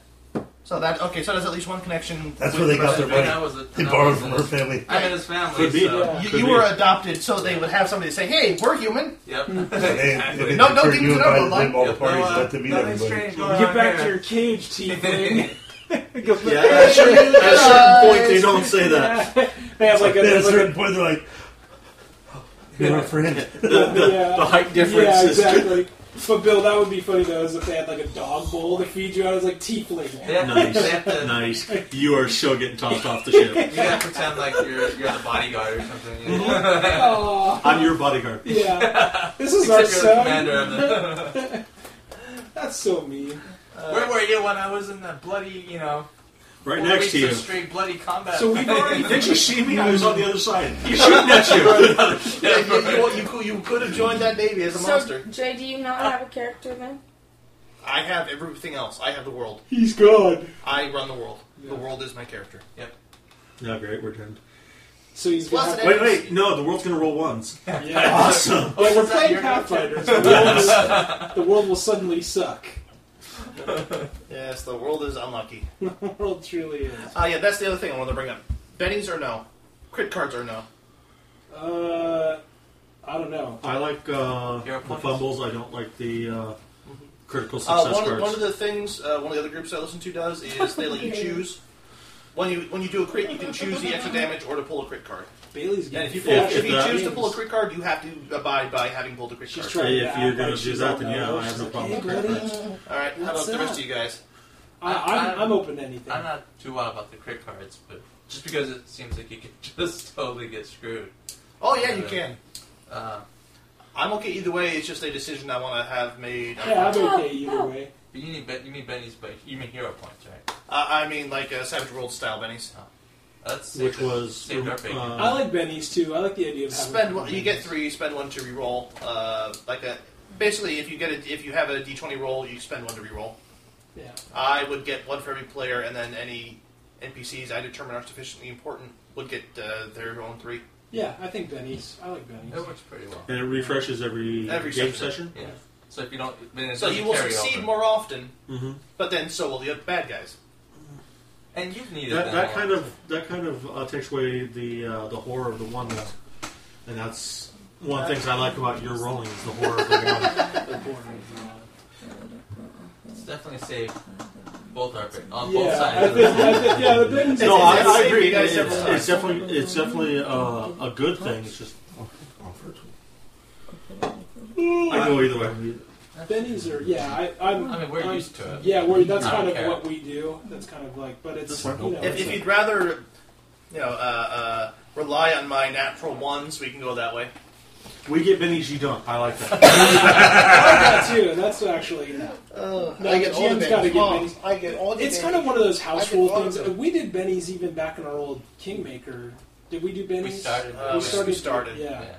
Speaker 2: So that okay. So there's at least one connection.
Speaker 3: That's
Speaker 2: with
Speaker 3: where they
Speaker 2: the
Speaker 3: got
Speaker 2: rest
Speaker 3: their
Speaker 2: of
Speaker 3: money.
Speaker 2: it.
Speaker 4: That was a-
Speaker 3: they
Speaker 4: that
Speaker 3: borrowed
Speaker 4: was
Speaker 3: from
Speaker 4: a-
Speaker 3: her family.
Speaker 4: I'm in his family.
Speaker 5: Could be.
Speaker 4: So.
Speaker 2: You,
Speaker 5: Could
Speaker 2: you
Speaker 5: be.
Speaker 2: were adopted, so they would have somebody say, "Hey, we're human."
Speaker 4: Yep.
Speaker 3: They-
Speaker 4: exactly.
Speaker 3: they-
Speaker 2: No, no
Speaker 3: they
Speaker 2: demons at all,
Speaker 3: invited
Speaker 2: like-
Speaker 3: them <laughs> all the
Speaker 4: Yep,
Speaker 3: parties,
Speaker 4: no, uh,
Speaker 3: let them meet
Speaker 4: nothing
Speaker 3: everybody.
Speaker 4: strange going
Speaker 1: Get
Speaker 4: on
Speaker 1: back to
Speaker 4: here.
Speaker 1: your cage, <laughs> tiefling.
Speaker 5: Yeah, at a certain, at a certain point, they don't say that.
Speaker 1: They have like a,
Speaker 3: At a
Speaker 1: like a-
Speaker 3: certain point, they're
Speaker 1: <laughs>
Speaker 3: like, "You're a friend." <laughs>
Speaker 5: The, the,
Speaker 1: Yeah.
Speaker 5: <laughs> the height difference
Speaker 1: Yeah,
Speaker 5: is.
Speaker 1: exactly. But Bill, that would be funny though, is if they had like a dog bowl to feed you. I was like tiefling.
Speaker 4: They have to-
Speaker 5: Nice.
Speaker 4: they have to-
Speaker 5: Nice. You are so getting tossed off the ship.
Speaker 4: You gotta pretend like you're you're the bodyguard or something. You know?
Speaker 2: Mm-hmm.
Speaker 1: Aw,
Speaker 5: I'm your bodyguard.
Speaker 1: yeah. This is our
Speaker 4: Except you're the
Speaker 1: son.
Speaker 4: commander of the.
Speaker 1: That's so mean.
Speaker 4: Where were you when I was in that bloody, you know,
Speaker 5: Right
Speaker 4: four
Speaker 5: next to
Speaker 4: weeks
Speaker 5: you.
Speaker 4: of straight bloody combat? <laughs>
Speaker 1: So we've already
Speaker 5: Did you see me? I was on the other side. He's shooting at you.
Speaker 2: Yeah, you, you, you, could- you could have joined that baby as a
Speaker 6: So,
Speaker 2: monster.
Speaker 6: Jay, do you not have a character then?
Speaker 2: I have everything else. I have the world.
Speaker 1: He's gone.
Speaker 2: I run the world. The world is my character.
Speaker 5: No, great. We're turned.
Speaker 1: So he's
Speaker 2: Plus
Speaker 1: gone.
Speaker 2: it
Speaker 5: Wait, wait. No, the world's gonna roll ones.
Speaker 1: Yeah.
Speaker 5: Awesome.
Speaker 1: Like we're playing
Speaker 2: You're not-
Speaker 1: Pathfinder. so The world,
Speaker 5: <laughs>
Speaker 1: is- the world will suddenly suck.
Speaker 2: Yes, the world is unlucky.
Speaker 1: The world truly is.
Speaker 2: Ah, yeah, that's the other thing I wanted to bring up. Bennies are no. Crit cards are no.
Speaker 1: Uh, I don't know.
Speaker 5: I like uh,
Speaker 4: Hero
Speaker 5: the
Speaker 4: points.
Speaker 5: fumbles. I don't like the uh,
Speaker 4: Mm-hmm.
Speaker 5: critical success
Speaker 2: Uh, one,
Speaker 5: cards.
Speaker 2: <laughs> one of the things uh, one of the other groups I listen to does is they let you choose. When you when you do a crit, you can choose the extra damage or to pull a crit card.
Speaker 1: Bailey's
Speaker 2: And
Speaker 1: getting
Speaker 2: if you pull,
Speaker 5: Yeah,
Speaker 2: if,
Speaker 5: if
Speaker 2: you
Speaker 5: that-
Speaker 2: choose to pull a crit card, you have to abide by having pulled a crit
Speaker 1: She's
Speaker 2: card.
Speaker 1: trying to
Speaker 5: If
Speaker 1: act
Speaker 5: you're gonna
Speaker 1: like
Speaker 5: do
Speaker 1: she
Speaker 5: that,
Speaker 1: don't
Speaker 5: then yeah,
Speaker 1: know.
Speaker 5: I have
Speaker 1: She's
Speaker 5: no
Speaker 1: like,
Speaker 5: problem
Speaker 1: "Hey,
Speaker 5: with
Speaker 1: buddy."
Speaker 2: All right, how about
Speaker 1: What's
Speaker 2: the rest
Speaker 1: up?
Speaker 2: of you guys?
Speaker 1: I, I'm, I'm open to anything.
Speaker 4: I'm not too wild about the crit cards, but just because it seems like you could <laughs> just totally get screwed.
Speaker 2: Oh yeah, you can.
Speaker 4: Uh,
Speaker 2: I'm okay either way. It's just a decision I want to have made.
Speaker 1: Yeah,
Speaker 2: Uh,
Speaker 1: I'm okay either way.
Speaker 4: but you need ben- you mean Benny's, but you mean hero points, right?
Speaker 2: I mean, like uh, Savage World style bennies.
Speaker 4: That's saved
Speaker 5: which
Speaker 4: us-
Speaker 5: was
Speaker 4: saved our bacon.
Speaker 5: uh,
Speaker 1: I like Benny's too. I like the idea of having
Speaker 2: Spend one. You get three. Spend one to reroll. Uh, like a basically, if you get a, if you have a D20 roll, you spend one to reroll.
Speaker 1: Yeah.
Speaker 2: I would get one for every player, and then any NPCs I determine are sufficiently important would get uh, their own three.
Speaker 1: Yeah, I think Benny's. I like Benny's.
Speaker 4: It works pretty well.
Speaker 5: and it refreshes every,
Speaker 2: Every
Speaker 5: game
Speaker 2: session.
Speaker 5: session.
Speaker 4: Yeah. So if you don't, then it
Speaker 2: So you
Speaker 4: doesn't
Speaker 2: will
Speaker 4: carry
Speaker 2: succeed
Speaker 4: over.
Speaker 2: more often,
Speaker 5: hmm
Speaker 2: but then so will the bad guys.
Speaker 4: And you've needed
Speaker 5: That,
Speaker 4: them
Speaker 5: that
Speaker 4: all.
Speaker 5: kind of that kind of uh, takes away the uh, the horror of the one, and that's one of the things I like about your rolling is the horror of the one.
Speaker 4: It's definitely saved both our bacon on both
Speaker 1: yeah, I
Speaker 4: sides. of
Speaker 1: think,
Speaker 4: the-
Speaker 1: I think, yeah,
Speaker 2: <laughs>
Speaker 1: the Benny's.
Speaker 5: No,
Speaker 2: It's-
Speaker 5: I,
Speaker 2: it's
Speaker 5: I
Speaker 2: saved
Speaker 5: agree.
Speaker 2: you guys
Speaker 5: It's,
Speaker 2: several
Speaker 5: it's
Speaker 2: times.
Speaker 5: definitely it's definitely uh, a good thing. It's just
Speaker 3: Oh,
Speaker 5: I go either way.
Speaker 1: Benny's are yeah. I, I'm.
Speaker 4: I mean, we're
Speaker 1: I'm-
Speaker 4: used to it.
Speaker 1: Yeah, we're, that's
Speaker 4: I don't
Speaker 1: kind of
Speaker 4: care.
Speaker 1: what we do. That's kind of like, but it's
Speaker 5: This
Speaker 1: you
Speaker 5: one.
Speaker 1: know,
Speaker 2: If,
Speaker 1: it's
Speaker 2: if
Speaker 1: a-
Speaker 2: you'd rather, you know, uh, uh, rely on my natural ones, we can go that way.
Speaker 5: We get minis you don't. I like that.
Speaker 1: I like
Speaker 2: <laughs>
Speaker 1: that too. That's actually
Speaker 2: Oh,
Speaker 1: No, I get all the GM's gotta bennies. get Mom, bennies.
Speaker 2: I get all
Speaker 1: it's kind of one of those house
Speaker 2: I did
Speaker 1: rule
Speaker 2: all
Speaker 1: things.
Speaker 2: of them.
Speaker 1: We did Benny's even back in our old Kingmaker. Did we do Benny's?
Speaker 4: We started.
Speaker 2: Uh,
Speaker 1: we
Speaker 2: we
Speaker 4: with-
Speaker 1: started.
Speaker 2: started,
Speaker 1: Yeah.
Speaker 4: yeah.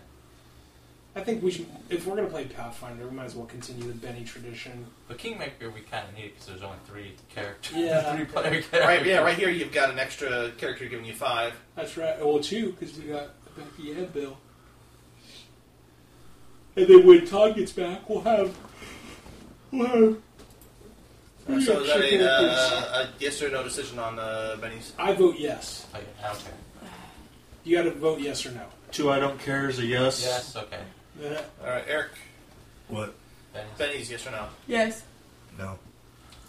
Speaker 1: I think we should. If we're gonna play Pathfinder, we might as well continue the Benny tradition.
Speaker 4: But Kingmaker we kind of need because there's only three characters, <laughs>
Speaker 1: Yeah.
Speaker 4: three player characters.
Speaker 2: Right, yeah, right here you've got an extra character giving you five.
Speaker 1: That's right. Well, two, because we got Becky and Bill. And then when Todd gets back, we'll have. We'll have.
Speaker 2: Uh,
Speaker 1: three
Speaker 2: so is that
Speaker 1: extra
Speaker 2: a,
Speaker 1: characters.
Speaker 2: uh, a yes or no decision on uh, Benny's?
Speaker 1: I vote yes.
Speaker 4: Okay, I don't care.
Speaker 1: You gotta vote yes or no.
Speaker 5: Two I don't care is a yes.
Speaker 4: Yes, okay.
Speaker 1: Uh,
Speaker 2: All right, Eric,
Speaker 3: What?
Speaker 4: Benny's.
Speaker 2: Benny's yes or no?
Speaker 6: Yes.
Speaker 3: No.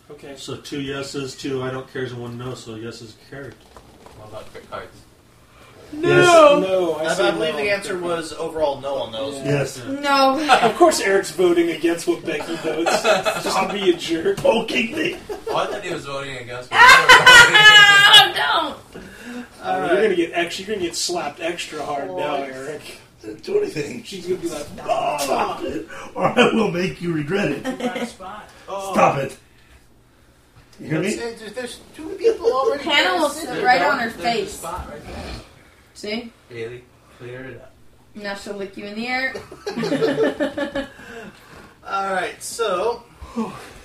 Speaker 1: Okay.
Speaker 5: So two yeses, two I don't cares, and one no. So yes is carried.
Speaker 7: What about quick cards?
Speaker 1: No. No, I
Speaker 2: I,
Speaker 1: say
Speaker 2: I believe
Speaker 1: no.
Speaker 2: the answer was overall no on those.
Speaker 1: Yes.
Speaker 6: No. <laughs>
Speaker 5: <laughs>
Speaker 1: of course, Eric's voting against what Becky
Speaker 2: <laughs>
Speaker 1: votes. I'll be a jerk. Poking me.
Speaker 7: Oh, I thought he was voting
Speaker 6: <laughs>
Speaker 7: against me.
Speaker 6: Oh,
Speaker 1: Uh, You're gonna get ex- you're gonna get slapped extra hard
Speaker 2: Oh,
Speaker 1: now, Eric.
Speaker 20: Do anything.
Speaker 1: She's gonna be like,
Speaker 20: Stop it, or I will make you regret it.
Speaker 1: <laughs>
Speaker 2: Oh.
Speaker 20: Stop it. You hear me?
Speaker 2: That's- There's, there's two people already.
Speaker 6: Hannah will
Speaker 2: sitting
Speaker 6: sit
Speaker 2: there.
Speaker 6: right on her
Speaker 7: There's a
Speaker 6: face.
Speaker 7: spot right there.
Speaker 6: See?
Speaker 7: Bailey, clear it up.
Speaker 6: Now she'll lick you in the
Speaker 5: <laughs>
Speaker 6: air.
Speaker 2: All right, so uh,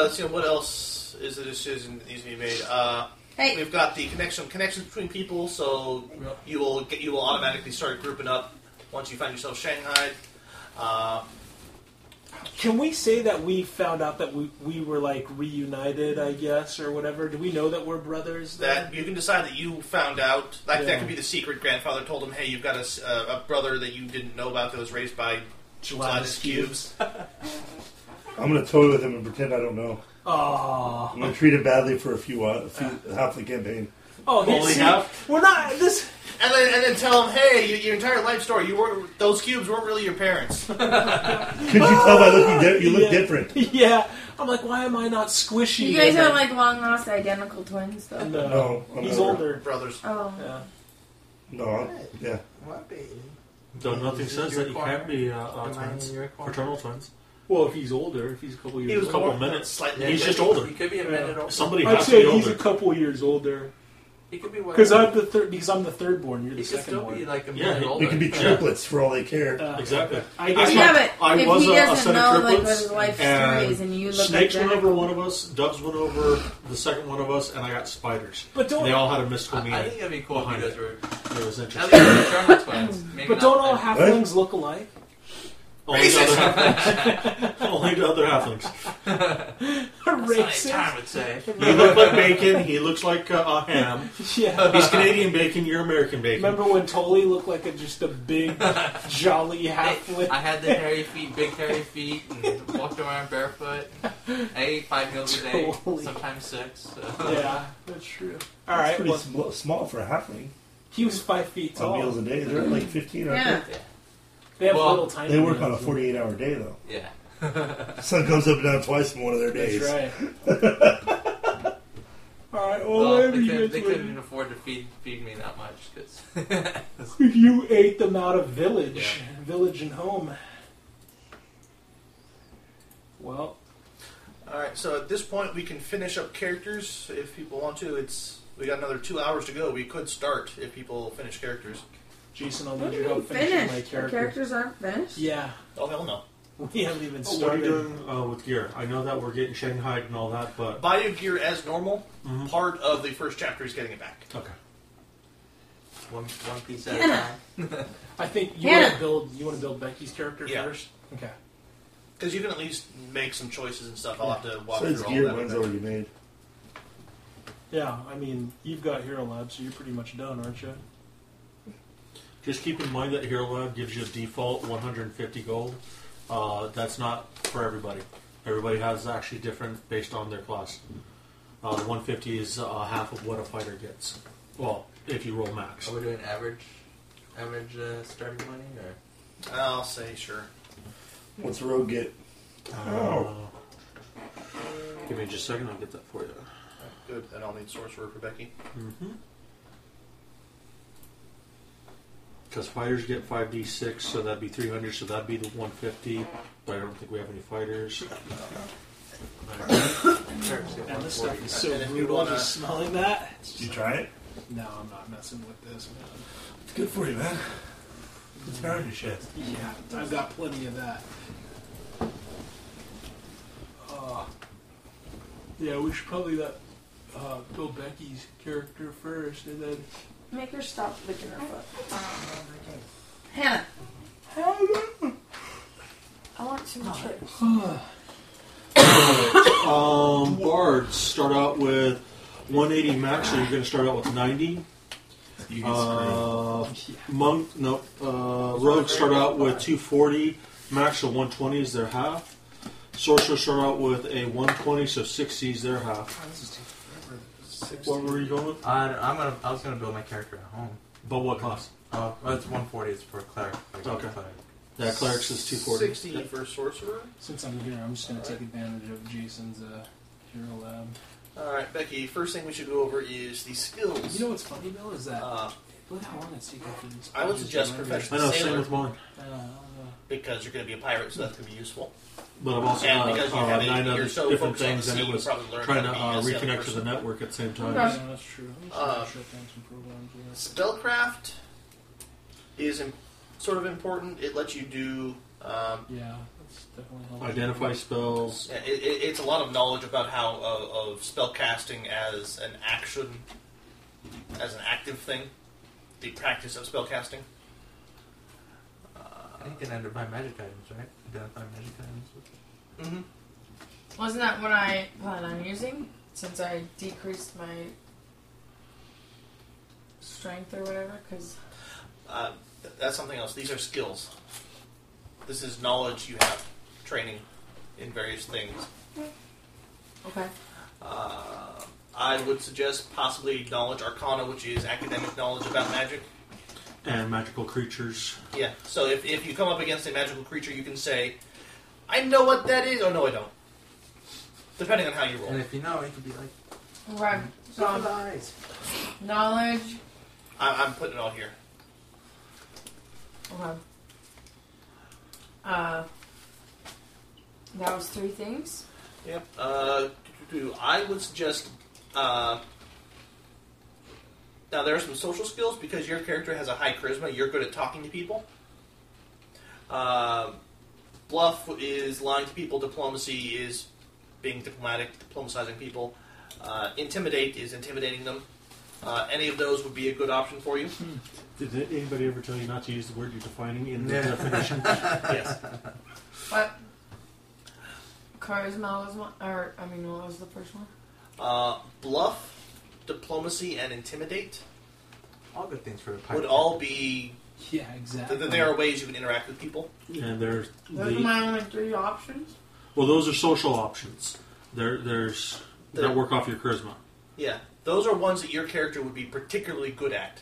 Speaker 2: let's see what else is the decision that needs to be made. Uh,
Speaker 6: Hey.
Speaker 2: We've got the connection connections between people, so you will get you will automatically start grouping up once you find yourself Shanghai. Uh,
Speaker 1: Can we say that we found out that we, we were like reunited, I guess, or whatever? Do we know that we're brothers?
Speaker 2: that you can decide that you found out. Like
Speaker 1: Yeah.
Speaker 2: that could be the secret. Grandfather told him, "Hey, you've got a, s- uh, a brother that you didn't know about that was raised by gelatinous
Speaker 1: Gelatinous
Speaker 2: cubes."
Speaker 3: I'm gonna toy with him and pretend I don't know.
Speaker 1: Aw.
Speaker 3: I'm gonna treat him badly for a few, uh, a few
Speaker 1: Ah.
Speaker 3: half the campaign.
Speaker 1: Oh,
Speaker 3: Only
Speaker 1: see,
Speaker 3: half?
Speaker 1: We're not this. <laughs>
Speaker 2: And then, and then tell him, "Hey, you, your entire life story. You were those cubes weren't really your parents." <laughs>
Speaker 3: Could you tell by looking? Di- you look
Speaker 1: Ah! Yeah.
Speaker 3: different.
Speaker 1: Yeah, I'm like, why am I not squishy?
Speaker 6: you guys
Speaker 1: Eric?
Speaker 6: are like long lost identical twins, though.
Speaker 5: uh,
Speaker 1: No,
Speaker 3: No, I'm
Speaker 1: he's
Speaker 3: older.
Speaker 1: older.
Speaker 2: Brothers.
Speaker 6: Oh.
Speaker 1: Yeah.
Speaker 3: No, I'm- yeah.
Speaker 5: Though nothing
Speaker 7: Is it
Speaker 5: says
Speaker 7: your
Speaker 5: that you
Speaker 7: corner?
Speaker 5: can't be uh, uh,
Speaker 7: Am I in
Speaker 5: twins,
Speaker 7: your corner?
Speaker 5: fraternal twins. Well, if he's older, if he's a couple years,
Speaker 2: was
Speaker 5: a couple
Speaker 2: born
Speaker 5: minutes,
Speaker 2: slightly
Speaker 5: he's
Speaker 2: older.
Speaker 5: just older.
Speaker 7: He could be a minute older.
Speaker 5: Somebody
Speaker 1: I'd
Speaker 5: has
Speaker 1: say
Speaker 5: to be
Speaker 1: he's
Speaker 5: older.
Speaker 1: a couple years older.
Speaker 7: He could be
Speaker 1: Because
Speaker 7: whatever.
Speaker 1: I'm the third. Because I'm the third born. You're the
Speaker 7: He could
Speaker 1: second
Speaker 7: still
Speaker 1: born.
Speaker 7: be like a
Speaker 5: Yeah,
Speaker 7: minute
Speaker 5: he-
Speaker 7: older.
Speaker 3: We could be
Speaker 7: Yeah.
Speaker 3: triplets for all they care.
Speaker 1: Uh,
Speaker 5: Exactly.
Speaker 1: I
Speaker 5: I
Speaker 1: guess.
Speaker 5: might-
Speaker 1: my-
Speaker 6: Yeah, but
Speaker 5: I
Speaker 6: if
Speaker 5: was
Speaker 6: he
Speaker 5: a, a
Speaker 6: doesn't
Speaker 5: set of
Speaker 6: know, like,
Speaker 5: triplets,
Speaker 6: what his life
Speaker 5: and
Speaker 6: story is, and you look
Speaker 5: snakes went
Speaker 6: identical.
Speaker 5: over one of us, doves went over the second one of us, and I got spiders.
Speaker 1: But don't-
Speaker 5: they all had a mystical
Speaker 7: I,
Speaker 5: meaning.
Speaker 7: I think that'd be cool if you
Speaker 5: behind
Speaker 7: guys were.
Speaker 5: It was
Speaker 7: At
Speaker 5: interesting.
Speaker 7: least
Speaker 1: <laughs>
Speaker 7: fraternal twins. Maybe
Speaker 1: but
Speaker 7: not
Speaker 1: don't all
Speaker 7: like-
Speaker 1: halflings look
Speaker 7: <laughs>
Speaker 1: alike?
Speaker 5: Only the other halflings. Only the other halflings.
Speaker 7: That's
Speaker 1: Racist.
Speaker 7: not Time
Speaker 1: <laughs>
Speaker 7: would say.
Speaker 5: You look like bacon. He looks like uh, a ham.
Speaker 1: <laughs> Yeah.
Speaker 5: He's Canadian bacon. You're American bacon.
Speaker 1: Remember when Tolly looked like a, just a
Speaker 7: <laughs>
Speaker 1: big, jolly halfling?
Speaker 7: I had the hairy feet, big hairy feet, and <laughs> walked around
Speaker 1: <laughs>
Speaker 7: barefoot. I ate five meals a day,
Speaker 1: Totally.
Speaker 7: sometimes six. So.
Speaker 1: yeah, that's true. All
Speaker 3: That's
Speaker 1: right.
Speaker 3: pretty
Speaker 1: Well, Oh.
Speaker 3: sm- small for a halfling.
Speaker 1: he was five feet
Speaker 3: On meals
Speaker 1: tall.
Speaker 3: a day, they're at like 15 aren't
Speaker 6: Yeah.
Speaker 1: They have
Speaker 7: Well,
Speaker 1: little
Speaker 3: they?
Speaker 1: tiny.
Speaker 3: They work on a
Speaker 1: hands.
Speaker 3: 48 hour day though.
Speaker 7: <laughs> Yeah.
Speaker 3: Sun comes up and down twice in one of their
Speaker 1: That's
Speaker 3: days.
Speaker 1: right.
Speaker 3: <laughs>
Speaker 1: All right. Well,
Speaker 7: Well,
Speaker 1: whatever
Speaker 7: they,
Speaker 1: you
Speaker 7: could, they
Speaker 1: guys
Speaker 7: couldn't
Speaker 1: were-
Speaker 7: afford to feed feed me that much because
Speaker 1: you ate them out of village, village and home. Well,
Speaker 2: All right, so at this point, we can finish up characters if people want to. It's we got another two hours to go. We could start if people finish characters.
Speaker 1: Jason, I'll
Speaker 6: What
Speaker 1: need
Speaker 6: do
Speaker 1: your
Speaker 6: you
Speaker 1: help finishing my
Speaker 6: finish? Your
Speaker 1: character.
Speaker 6: characters aren't finished?
Speaker 1: Yeah, <laughs>
Speaker 2: Oh hell no!
Speaker 1: we haven't even
Speaker 5: Oh, what are
Speaker 1: started.
Speaker 5: you doing uh, with gear? I know that we're getting Shanghai and all that, but
Speaker 2: Buy your gear as normal. Part of the first chapter is getting it back.
Speaker 5: okay.
Speaker 7: <laughs> one one piece at a
Speaker 6: Hannah.
Speaker 7: time.
Speaker 1: I think you
Speaker 6: Yeah.
Speaker 1: want to build. You want to build Becky's character
Speaker 2: Yeah.
Speaker 1: first. Okay.
Speaker 2: Because you can at least make some choices and stuff. I'll have to walk
Speaker 3: So it's
Speaker 2: through
Speaker 3: gear
Speaker 2: all that.
Speaker 3: one's already made.
Speaker 1: Yeah, I mean, you've got Hero Lab, so you're pretty much done, aren't you?
Speaker 5: Just keep in mind that Hero Lab gives you a default 150 gold. Uh, that's not for everybody. Everybody has actually different based on their class. Uh, the 150 is uh, half of what a fighter gets. Well, if you roll max.
Speaker 7: Are we doing average average uh, starting money or
Speaker 2: I'll say sure.
Speaker 3: What's the road get?
Speaker 5: Uh, give me just a second. I'll get that for you.
Speaker 2: Good. Then I'll need sorcerer for Becky.
Speaker 5: Because fighters get 5d6, so that'd be 300, so that'd be the 150. But I don't think we have any fighters.
Speaker 1: And this stuff is
Speaker 2: And
Speaker 1: so
Speaker 2: if you
Speaker 1: brutal.
Speaker 2: wanna-
Speaker 1: Just smelling that.
Speaker 3: Did you try it?
Speaker 1: No, I'm not messing with this, man.
Speaker 3: It's good for you, man. It's power in your chest.
Speaker 1: Yeah, I've got plenty of that. Uh, yeah, we should probably let uh, build Becky's character first, and then.
Speaker 6: Make her stop licking her foot. Hannah. I want some chips.
Speaker 5: Um, bards start out with 180 max, so you're going to start out with 90.
Speaker 3: You get
Speaker 21: Oh.
Speaker 5: Uh, monk, no, uh, rogues start out with 240 max, so 120 is their half. Sorcerer start out with a 120, so six sees their half. What were you going with?
Speaker 7: I, I'm gonna, I was gonna build my character at home.
Speaker 5: But what cost?
Speaker 7: Oh, well, it's 140. It's for a cleric. Like
Speaker 5: Okay. Yeah, clerics is 240.
Speaker 2: 60 for sorcerer.
Speaker 21: Since I'm here, I'm just going to take advantage of Jason's uh, hero lab.
Speaker 2: All right, Becky. First thing we should go over is the skills.
Speaker 21: You know what's funny though is that
Speaker 2: Uh,
Speaker 21: look how long it's taken for these.
Speaker 2: I would
Speaker 21: pages to
Speaker 2: suggest
Speaker 21: render.
Speaker 2: professional
Speaker 5: I know, same
Speaker 2: sailor
Speaker 5: with mine.
Speaker 21: Uh, I don't know.
Speaker 2: because you're going to be a pirate, so that's going to be useful.
Speaker 5: But I've also
Speaker 2: and
Speaker 5: got
Speaker 2: because you
Speaker 5: uh,
Speaker 2: have a-
Speaker 5: nine
Speaker 2: you're
Speaker 5: other
Speaker 2: so
Speaker 5: different
Speaker 2: focused on
Speaker 5: things,
Speaker 2: the
Speaker 5: and
Speaker 2: sea,
Speaker 5: it
Speaker 2: you
Speaker 5: was
Speaker 2: probably learn
Speaker 5: trying to
Speaker 2: how to be
Speaker 5: uh,
Speaker 2: a sailor
Speaker 5: reconnect to the
Speaker 2: person.
Speaker 5: network at the same
Speaker 21: Oh,
Speaker 5: time.
Speaker 6: Okay.
Speaker 21: Yeah, that's true. I'm just
Speaker 2: Uh,
Speaker 21: gonna shut down some programs here.
Speaker 2: Spellcraft is im- sort of important. It lets you do. Um,
Speaker 21: Yeah, that's definitely helpful.
Speaker 5: Identify spells.
Speaker 2: it, it, it's a lot of knowledge about how uh, of spellcasting as an action, as an active thing, the practice of spellcasting.
Speaker 7: I think it ended by magic items, right? Identify magic items.
Speaker 2: Mm-hmm.
Speaker 6: Wasn't that what I plan on using? Since I decreased my strength or whatever? Because
Speaker 2: Uh, th- that's something else. These are skills. This is knowledge you have, training in various things.
Speaker 6: okay,
Speaker 2: Uh, I would suggest possibly knowledge arcana, which is academic knowledge about magic.
Speaker 5: And magical creatures.
Speaker 2: Yeah. So if, if you come up against a magical creature, you can say, "I know what that is," or "No, I don't." Depending on how you roll.
Speaker 7: And if you know, it could be like
Speaker 6: okay. So
Speaker 7: eyes.
Speaker 6: knowledge.
Speaker 2: I, I'm putting it all here.
Speaker 6: Okay. Uh, that was three things.
Speaker 2: Yep. Uh, I would suggest. Uh, now there are some social skills because your character has a high charisma. You're good at talking to people. Uh, bluff is lying to people. Diplomacy is being diplomatic, diplomatizing people. Uh, intimidate is intimidating them. Uh, any of those would be a good option for you.
Speaker 5: Did anybody ever tell you not to use the word you're defining in the
Speaker 7: Yeah.
Speaker 5: definition?
Speaker 7: <laughs>
Speaker 2: yes.
Speaker 6: What? Charisma was one, or I mean, what was the first one?
Speaker 2: Uh, bluff, diplomacy, and intimidate
Speaker 7: all good things for a pirate.
Speaker 2: would all be.
Speaker 21: Yeah, exactly.
Speaker 2: Th- th- there are ways you can interact with people.
Speaker 5: And there's
Speaker 6: Those are
Speaker 5: the
Speaker 6: my only three options.
Speaker 5: well, those are social options. There, there's that work off your charisma.
Speaker 2: Yeah, those are ones that your character would be particularly good at.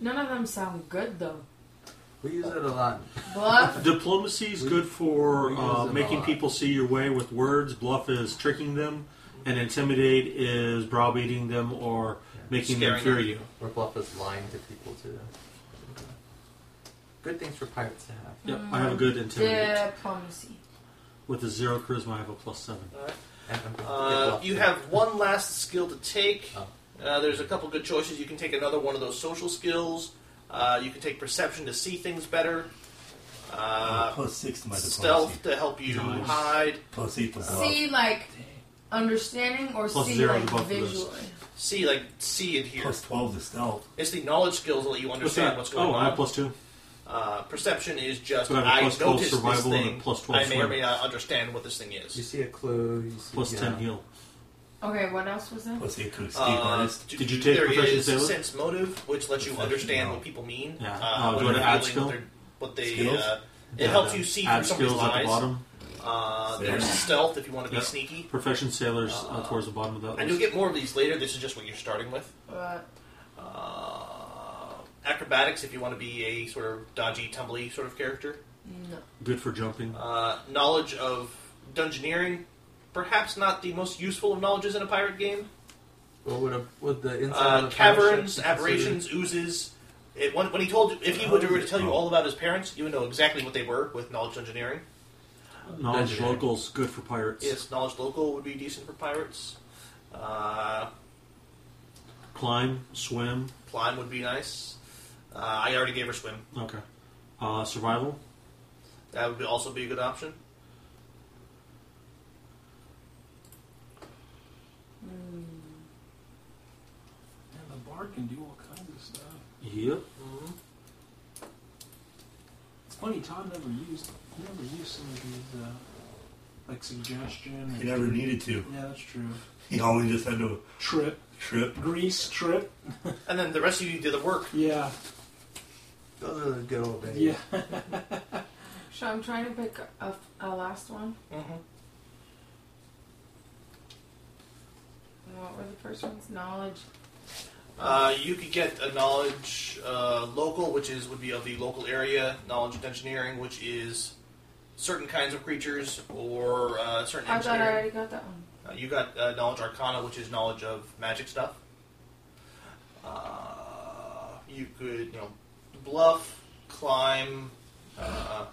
Speaker 6: None of them sound good though.
Speaker 7: We use it a lot.
Speaker 6: Bluff.
Speaker 5: Diplomacy is
Speaker 7: We-
Speaker 5: good for
Speaker 7: we
Speaker 5: uh,
Speaker 7: use it a
Speaker 5: making
Speaker 7: lot.
Speaker 5: people see your way with words. Bluff is tricking them, and intimidate is browbeating them or making them
Speaker 2: Scaring
Speaker 5: fear
Speaker 2: them.
Speaker 5: you.
Speaker 7: Or bluff is lying to people too. Good things for pirates to have.
Speaker 5: Yep, I have a good intimidate.
Speaker 6: Diplomacy.
Speaker 5: With a zero charisma, I have a plus seven.
Speaker 7: And, and bluff- yeah,
Speaker 2: Uh,
Speaker 7: bluff,
Speaker 2: you
Speaker 7: too.
Speaker 2: have one last skill to take.
Speaker 7: Oh.
Speaker 2: Uh, there's a couple good choices. You can take another one of those social skills. Uh, you can take perception to see things better. Uh,
Speaker 3: plus six to my diplomacy.
Speaker 2: stealth to help you
Speaker 5: Nice.
Speaker 2: hide.
Speaker 3: Plus eight to bluff.
Speaker 6: See, like understanding or
Speaker 5: Plus
Speaker 6: see
Speaker 5: zero
Speaker 6: like
Speaker 5: to both of those.
Speaker 6: visually.
Speaker 2: See, like see and hear.
Speaker 3: Plus twelve to stealth.
Speaker 2: It's the knowledge skills that let you understand what's going
Speaker 5: oh, I
Speaker 2: on.
Speaker 5: have plus two.
Speaker 2: uh, perception is just
Speaker 5: But I have a
Speaker 2: I
Speaker 5: plus 12
Speaker 2: noticed this
Speaker 5: survival and a
Speaker 2: thing.
Speaker 5: plus 12
Speaker 2: I may or may
Speaker 5: swim.
Speaker 2: not understand what this thing is.
Speaker 7: You see a clue. You see,
Speaker 5: Plus
Speaker 7: yeah.
Speaker 5: ten heal.
Speaker 6: Okay, what else was there?
Speaker 3: Plus eight to escape
Speaker 2: Uh,
Speaker 3: artist.
Speaker 2: d-
Speaker 5: Did you take
Speaker 2: there
Speaker 5: proficient
Speaker 2: is
Speaker 5: sailor?
Speaker 2: sense motive, which lets you
Speaker 3: Proficient,
Speaker 2: understand
Speaker 3: no.
Speaker 2: what people mean.
Speaker 5: Yeah.
Speaker 2: Uh,
Speaker 5: Uh,
Speaker 2: what
Speaker 5: do I
Speaker 2: they're feeling,
Speaker 5: add skill?
Speaker 2: what they're- What they.
Speaker 3: Skills?
Speaker 2: Uh, it
Speaker 5: Yeah,
Speaker 2: helps
Speaker 5: the
Speaker 2: you see
Speaker 5: add
Speaker 2: through somebody's
Speaker 5: skills at the
Speaker 2: lies.
Speaker 5: bottom.
Speaker 2: Uh, there's
Speaker 3: Yeah.
Speaker 2: stealth if you want to be
Speaker 5: Yeah.
Speaker 2: sneaky.
Speaker 5: Profession sailors uh,
Speaker 2: Uh,
Speaker 5: towards the bottom of that.
Speaker 2: And
Speaker 5: list.
Speaker 2: you'll get more of these later. This is just what you're starting with.
Speaker 6: Uh,
Speaker 2: Uh, acrobatics if you want to be a sort of dodgy, tumbly sort of character.
Speaker 6: no.
Speaker 5: good for jumping.
Speaker 2: Uh, knowledge of dungeoneering, perhaps not the most useful of knowledges in a pirate game.
Speaker 7: What would a, would the inside
Speaker 2: uh,
Speaker 7: of a pirate ship
Speaker 2: caverns,
Speaker 7: consider-
Speaker 2: aberrations, oozes. It, when, when he told, if he were to tell you all about his parents, you would know exactly what they were with knowledge engineering.
Speaker 5: Knowledge
Speaker 7: Legendary.
Speaker 5: locals, good for pirates.
Speaker 2: Yes, knowledge local would be decent for pirates. Uh,
Speaker 5: Climb, swim.
Speaker 2: climb would be nice. Uh, I already gave her swim.
Speaker 5: Okay. Uh, survival.
Speaker 2: That would be, also be a good option.
Speaker 6: Hmm.
Speaker 21: Yeah, the bard can do all kinds of stuff.
Speaker 5: Yep.
Speaker 21: It's funny, Todd never used he never used some of these uh, like suggestion.
Speaker 3: He
Speaker 21: or-
Speaker 3: never needed to.
Speaker 21: Yeah, that's true.
Speaker 3: He only just had to
Speaker 21: Trip,
Speaker 3: trip.
Speaker 21: grease, trip.
Speaker 2: And then the rest of you did the work.
Speaker 21: Yeah,
Speaker 5: Uh,
Speaker 21: <laughs>
Speaker 7: Those are the good old days.
Speaker 21: yeah.
Speaker 6: So I'm trying to pick a, a last one.
Speaker 2: Mm-hmm.
Speaker 6: What were the first ones? Knowledge.
Speaker 2: Uh, you could get a knowledge uh, local, which is would be of the local area. Knowledge of engineering, which is certain kinds of creatures or uh, certain.
Speaker 6: I thought I
Speaker 2: engineering.
Speaker 6: already got that one.
Speaker 2: Uh, you got uh, knowledge arcana, which is knowledge of magic stuff. Uh, you could, you know, bluff, climb, uh,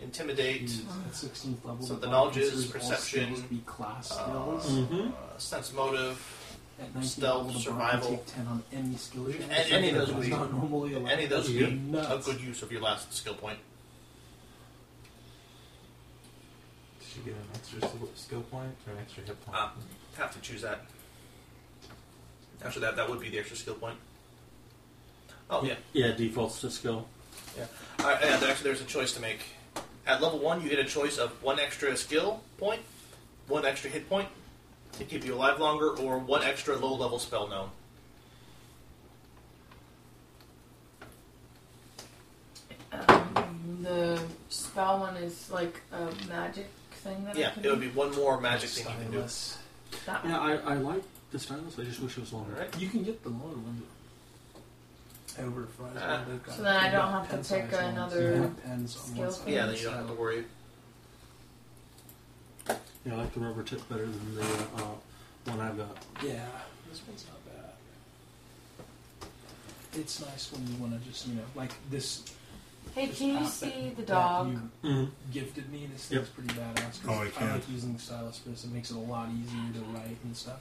Speaker 2: intimidate. uh,
Speaker 21: At 16th level,
Speaker 2: So the
Speaker 21: bard
Speaker 2: knowledge is
Speaker 21: considers all
Speaker 2: perception,
Speaker 21: skills to be class
Speaker 2: uh,
Speaker 21: skills.
Speaker 3: Mm.
Speaker 4: Mm-hmm.
Speaker 2: uh, sense motive,
Speaker 21: At 19th level,
Speaker 2: stealth,
Speaker 21: the bard can
Speaker 2: survival.
Speaker 21: take 10 on any skill check.
Speaker 2: And any of those would
Speaker 21: That's
Speaker 2: be,
Speaker 21: not normally allowed.
Speaker 2: any of those would be
Speaker 21: Nuts.
Speaker 2: a good use of your last skill point.
Speaker 4: Did she get an extra s- skill point or an extra hit point?
Speaker 2: Uh, have to choose that. After that, that would be the extra skill point. Oh yeah,
Speaker 5: Yeah, defaults to skill.
Speaker 2: yeah. All right, Uh, yeah, actually, there's a choice to make. At level one, you get a choice of one extra skill point, one extra hit point to keep you alive longer, or one extra low-level spell known.
Speaker 6: Um, the spell one is like a magic thing that I
Speaker 2: Yeah,
Speaker 6: can
Speaker 2: it would
Speaker 6: do?
Speaker 2: be one more magic thing you can do.
Speaker 6: That one.
Speaker 5: Yeah, I, I like the stylus. I just wish it was longer.
Speaker 2: Alright.
Speaker 21: You can get the longer one. Over at Fry's.
Speaker 2: Ah.
Speaker 21: they've got-
Speaker 6: So then I
Speaker 21: they've
Speaker 6: don't
Speaker 21: got
Speaker 6: have to
Speaker 21: pen-sized
Speaker 6: pick
Speaker 21: ones. You
Speaker 6: another
Speaker 21: have pens on
Speaker 6: skill
Speaker 21: one side.
Speaker 6: point.
Speaker 2: Yeah, then you don't have to worry.
Speaker 5: Yeah, I like the rubber tip better than the uh, one I've got.
Speaker 21: Yeah, this one's not bad. It's nice when you want to just, you know, like this.
Speaker 6: Hey,
Speaker 21: this
Speaker 6: can you
Speaker 21: app that-
Speaker 6: see the
Speaker 21: that
Speaker 6: dog?
Speaker 21: you
Speaker 5: Mhm.
Speaker 21: Gifted me. This
Speaker 5: Yep.
Speaker 21: thing's pretty badass. 'cause
Speaker 19: Oh, I can.
Speaker 21: like using the stylus for this. It makes it a lot easier to write and stuff.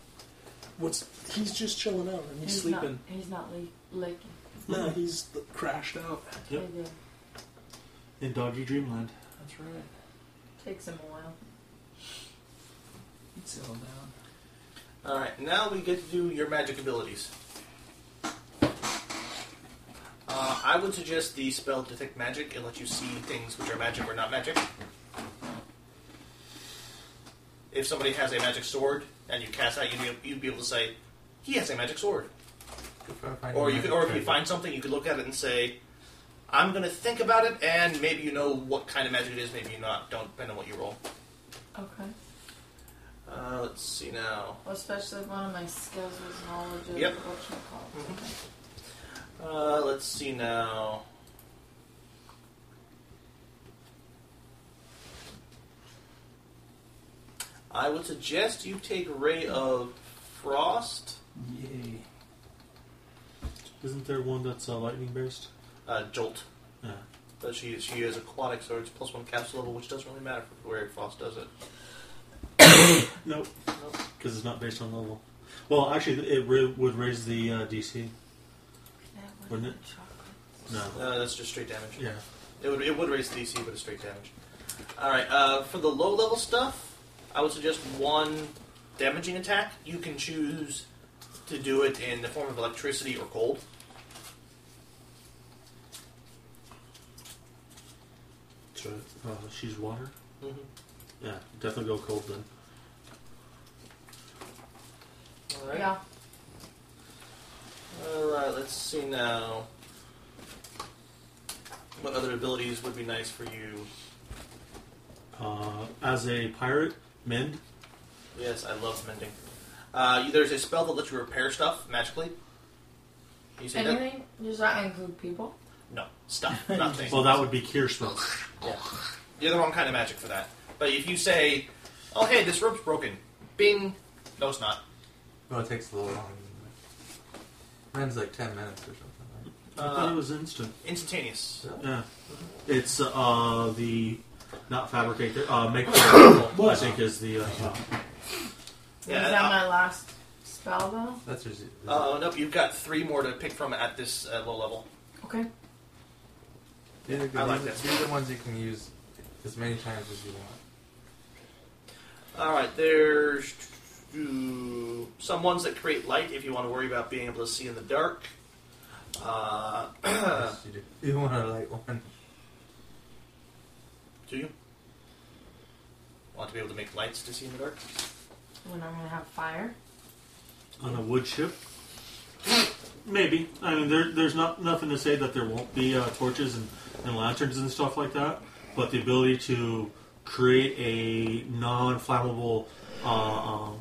Speaker 1: What's he's just chilling out and he's,
Speaker 6: he's
Speaker 1: sleeping.
Speaker 6: Not, he's not le- licking.
Speaker 1: No, he's l- crashed out.
Speaker 5: Yep.
Speaker 6: Maybe it
Speaker 5: In Doggy Dreamland.
Speaker 21: That's right.
Speaker 6: takes him a while.
Speaker 21: He'd settle down.
Speaker 2: All right, now we get to do your magic abilities. Uh, I would suggest the spell Detect Magic. It lets you see things which are magic or not magic. If somebody has a magic sword and you cast that, you'd be, you'd be able to say, "He has a magic sword."
Speaker 4: Good for finding
Speaker 2: Or you could,
Speaker 4: magic
Speaker 2: or if you
Speaker 4: treasure.
Speaker 2: find something, you could look at it and say, "I'm going to think about it," and maybe you know what kind of magic it is. Maybe you not. Don't depend on what you roll.
Speaker 6: Okay.
Speaker 2: Uh, let's see now.
Speaker 6: Well, especially if one of my skills was knowledge of
Speaker 2: Yep.
Speaker 6: whatchamacallit.
Speaker 2: Uh, let's see now. I would suggest you take Ray of Frost.
Speaker 21: Yay.
Speaker 5: Isn't there one that's uh, lightning based?
Speaker 2: Uh, Jolt.
Speaker 5: Yeah.
Speaker 2: But she she is aquatic, so it's plus one capsule level, which doesn't really matter for Ray of Frost, does it?
Speaker 5: Nope.
Speaker 2: Nope.
Speaker 5: Because it's not based on level. Well, actually, it re- would raise the uh, DC.
Speaker 6: That
Speaker 5: Wouldn't
Speaker 6: one chocolate.
Speaker 5: No.
Speaker 2: Uh, that's just straight damage.
Speaker 5: Uh-huh. Yeah.
Speaker 2: It would, it would raise the DC, but it's straight damage. Alright, uh, for the low level stuff, I would suggest one damaging attack. You can choose to do it in the form of electricity or cold.
Speaker 5: So, uh, she's water.
Speaker 2: Mhm.
Speaker 5: Yeah, definitely go cold then.
Speaker 2: Alright.
Speaker 6: Yeah.
Speaker 2: Alright, let's see now. What other abilities would be nice for you?
Speaker 5: Uh, as a pirate, mend.
Speaker 2: Yes, I love mending. Uh, there's a spell that lets you repair stuff magically. You say that?
Speaker 6: Anything? Does that include people?
Speaker 2: No,
Speaker 5: <laughs>
Speaker 2: stuff, not things.
Speaker 5: Well, that would be cure spells.
Speaker 2: Yeah. You're the wrong kind of magic for that. But if you say, oh, hey, this rope's broken, bing, no, it's not.
Speaker 4: No, it takes a little long. Runs like 10 minutes or something, right?
Speaker 5: I thought
Speaker 2: Uh,
Speaker 5: it was instant.
Speaker 2: Instantaneous.
Speaker 5: Yeah. It's uh, the not fabricate, uh, make <coughs> I think is the. Uh, uh,
Speaker 2: Yeah,
Speaker 6: Is that
Speaker 2: uh,
Speaker 6: my last spell though?
Speaker 4: That's your. z-
Speaker 2: Oh, nope, you've got three more to pick from at this uh, low level.
Speaker 6: Okay.
Speaker 4: These are good.
Speaker 2: I like
Speaker 4: These are-
Speaker 2: that.
Speaker 4: These are the ones you can use as many times as you want.
Speaker 2: All right, there's ooh, some ones that create light if you want to worry about being able to see in the dark. Uh, <clears throat>
Speaker 4: Yes, you do. You want to light one.
Speaker 2: <coughs> do you want to be able to make lights to see in the dark?
Speaker 6: When I'm gonna have fire.
Speaker 5: on a wood chip. Maybe. I mean, there, there's not nothing to say that there won't be uh, torches and, and lanterns and stuff like that. but the ability to create a non-flammable uh, um,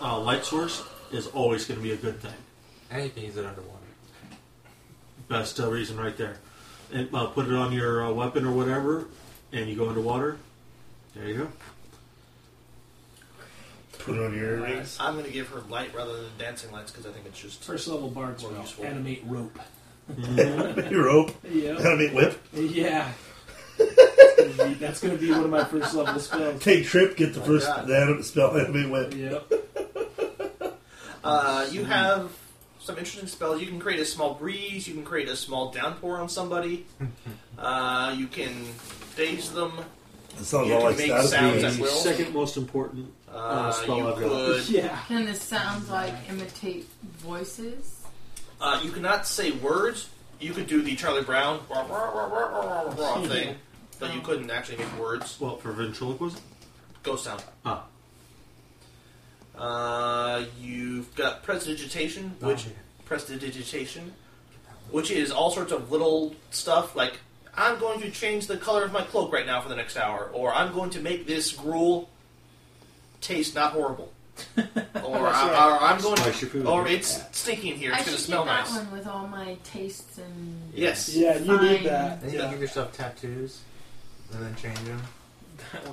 Speaker 5: uh, light source is always going to be a good thing.
Speaker 22: And you can use it underwater.
Speaker 5: Best uh, reason right there. And uh, put it on your uh, weapon or whatever, and you go underwater. There you go.
Speaker 3: Put it on your earrings.
Speaker 2: I'm going to give her light rather than dancing lights because I think it's just
Speaker 1: First level bard spell. Animate rope.
Speaker 3: <laughs> rope.
Speaker 1: Yep.
Speaker 3: Animate whip.
Speaker 1: <laughs> Yeah. That's gonna be- That's going to be one of my first level spells.
Speaker 3: Take trip. Get the
Speaker 1: My
Speaker 3: first
Speaker 1: God.
Speaker 3: the anim- spell. <laughs> Animate whip.
Speaker 1: Yep.
Speaker 2: Uh, you have some interesting spells. You can create a small breeze. You can create a small downpour on somebody. Uh, you can daze them.
Speaker 3: It sounds
Speaker 2: you
Speaker 3: all
Speaker 2: can
Speaker 3: like
Speaker 2: make
Speaker 3: status
Speaker 2: sounds
Speaker 3: beams.
Speaker 2: at will.
Speaker 5: Second most important uh,
Speaker 2: <laughs> Uh, you
Speaker 5: spell I've
Speaker 2: could-
Speaker 5: got.
Speaker 1: Yeah.
Speaker 6: Can the sounds like imitate voices?
Speaker 2: Uh, you cannot say words. You could do the Charlie Brown rah, rah, rah, rah, rah, rah, rah thing, but you couldn't actually make words.
Speaker 5: Well, for ventriloquism?
Speaker 2: Ghost sound.
Speaker 5: Ah.
Speaker 2: Uh, you've got prestidigitation,
Speaker 5: Oh,
Speaker 2: which
Speaker 5: yeah.
Speaker 2: prestidigitation, which is all sorts of little stuff like I'm going to change the color of my cloak right now for the next hour, or I'm going to make this gruel taste not
Speaker 6: <laughs>
Speaker 2: horrible, or,
Speaker 1: That's
Speaker 2: I,
Speaker 1: right.
Speaker 2: or I'm going,
Speaker 5: Spice your food.
Speaker 2: to, or it's stinky in here.
Speaker 6: I
Speaker 2: It's going to
Speaker 6: should
Speaker 2: smell
Speaker 6: get that
Speaker 2: nice.
Speaker 6: one with all my tastes and.
Speaker 2: Yes.
Speaker 1: Yeah, you need
Speaker 6: Fine.
Speaker 1: that.
Speaker 7: And you can give yourself tattoos and then change them.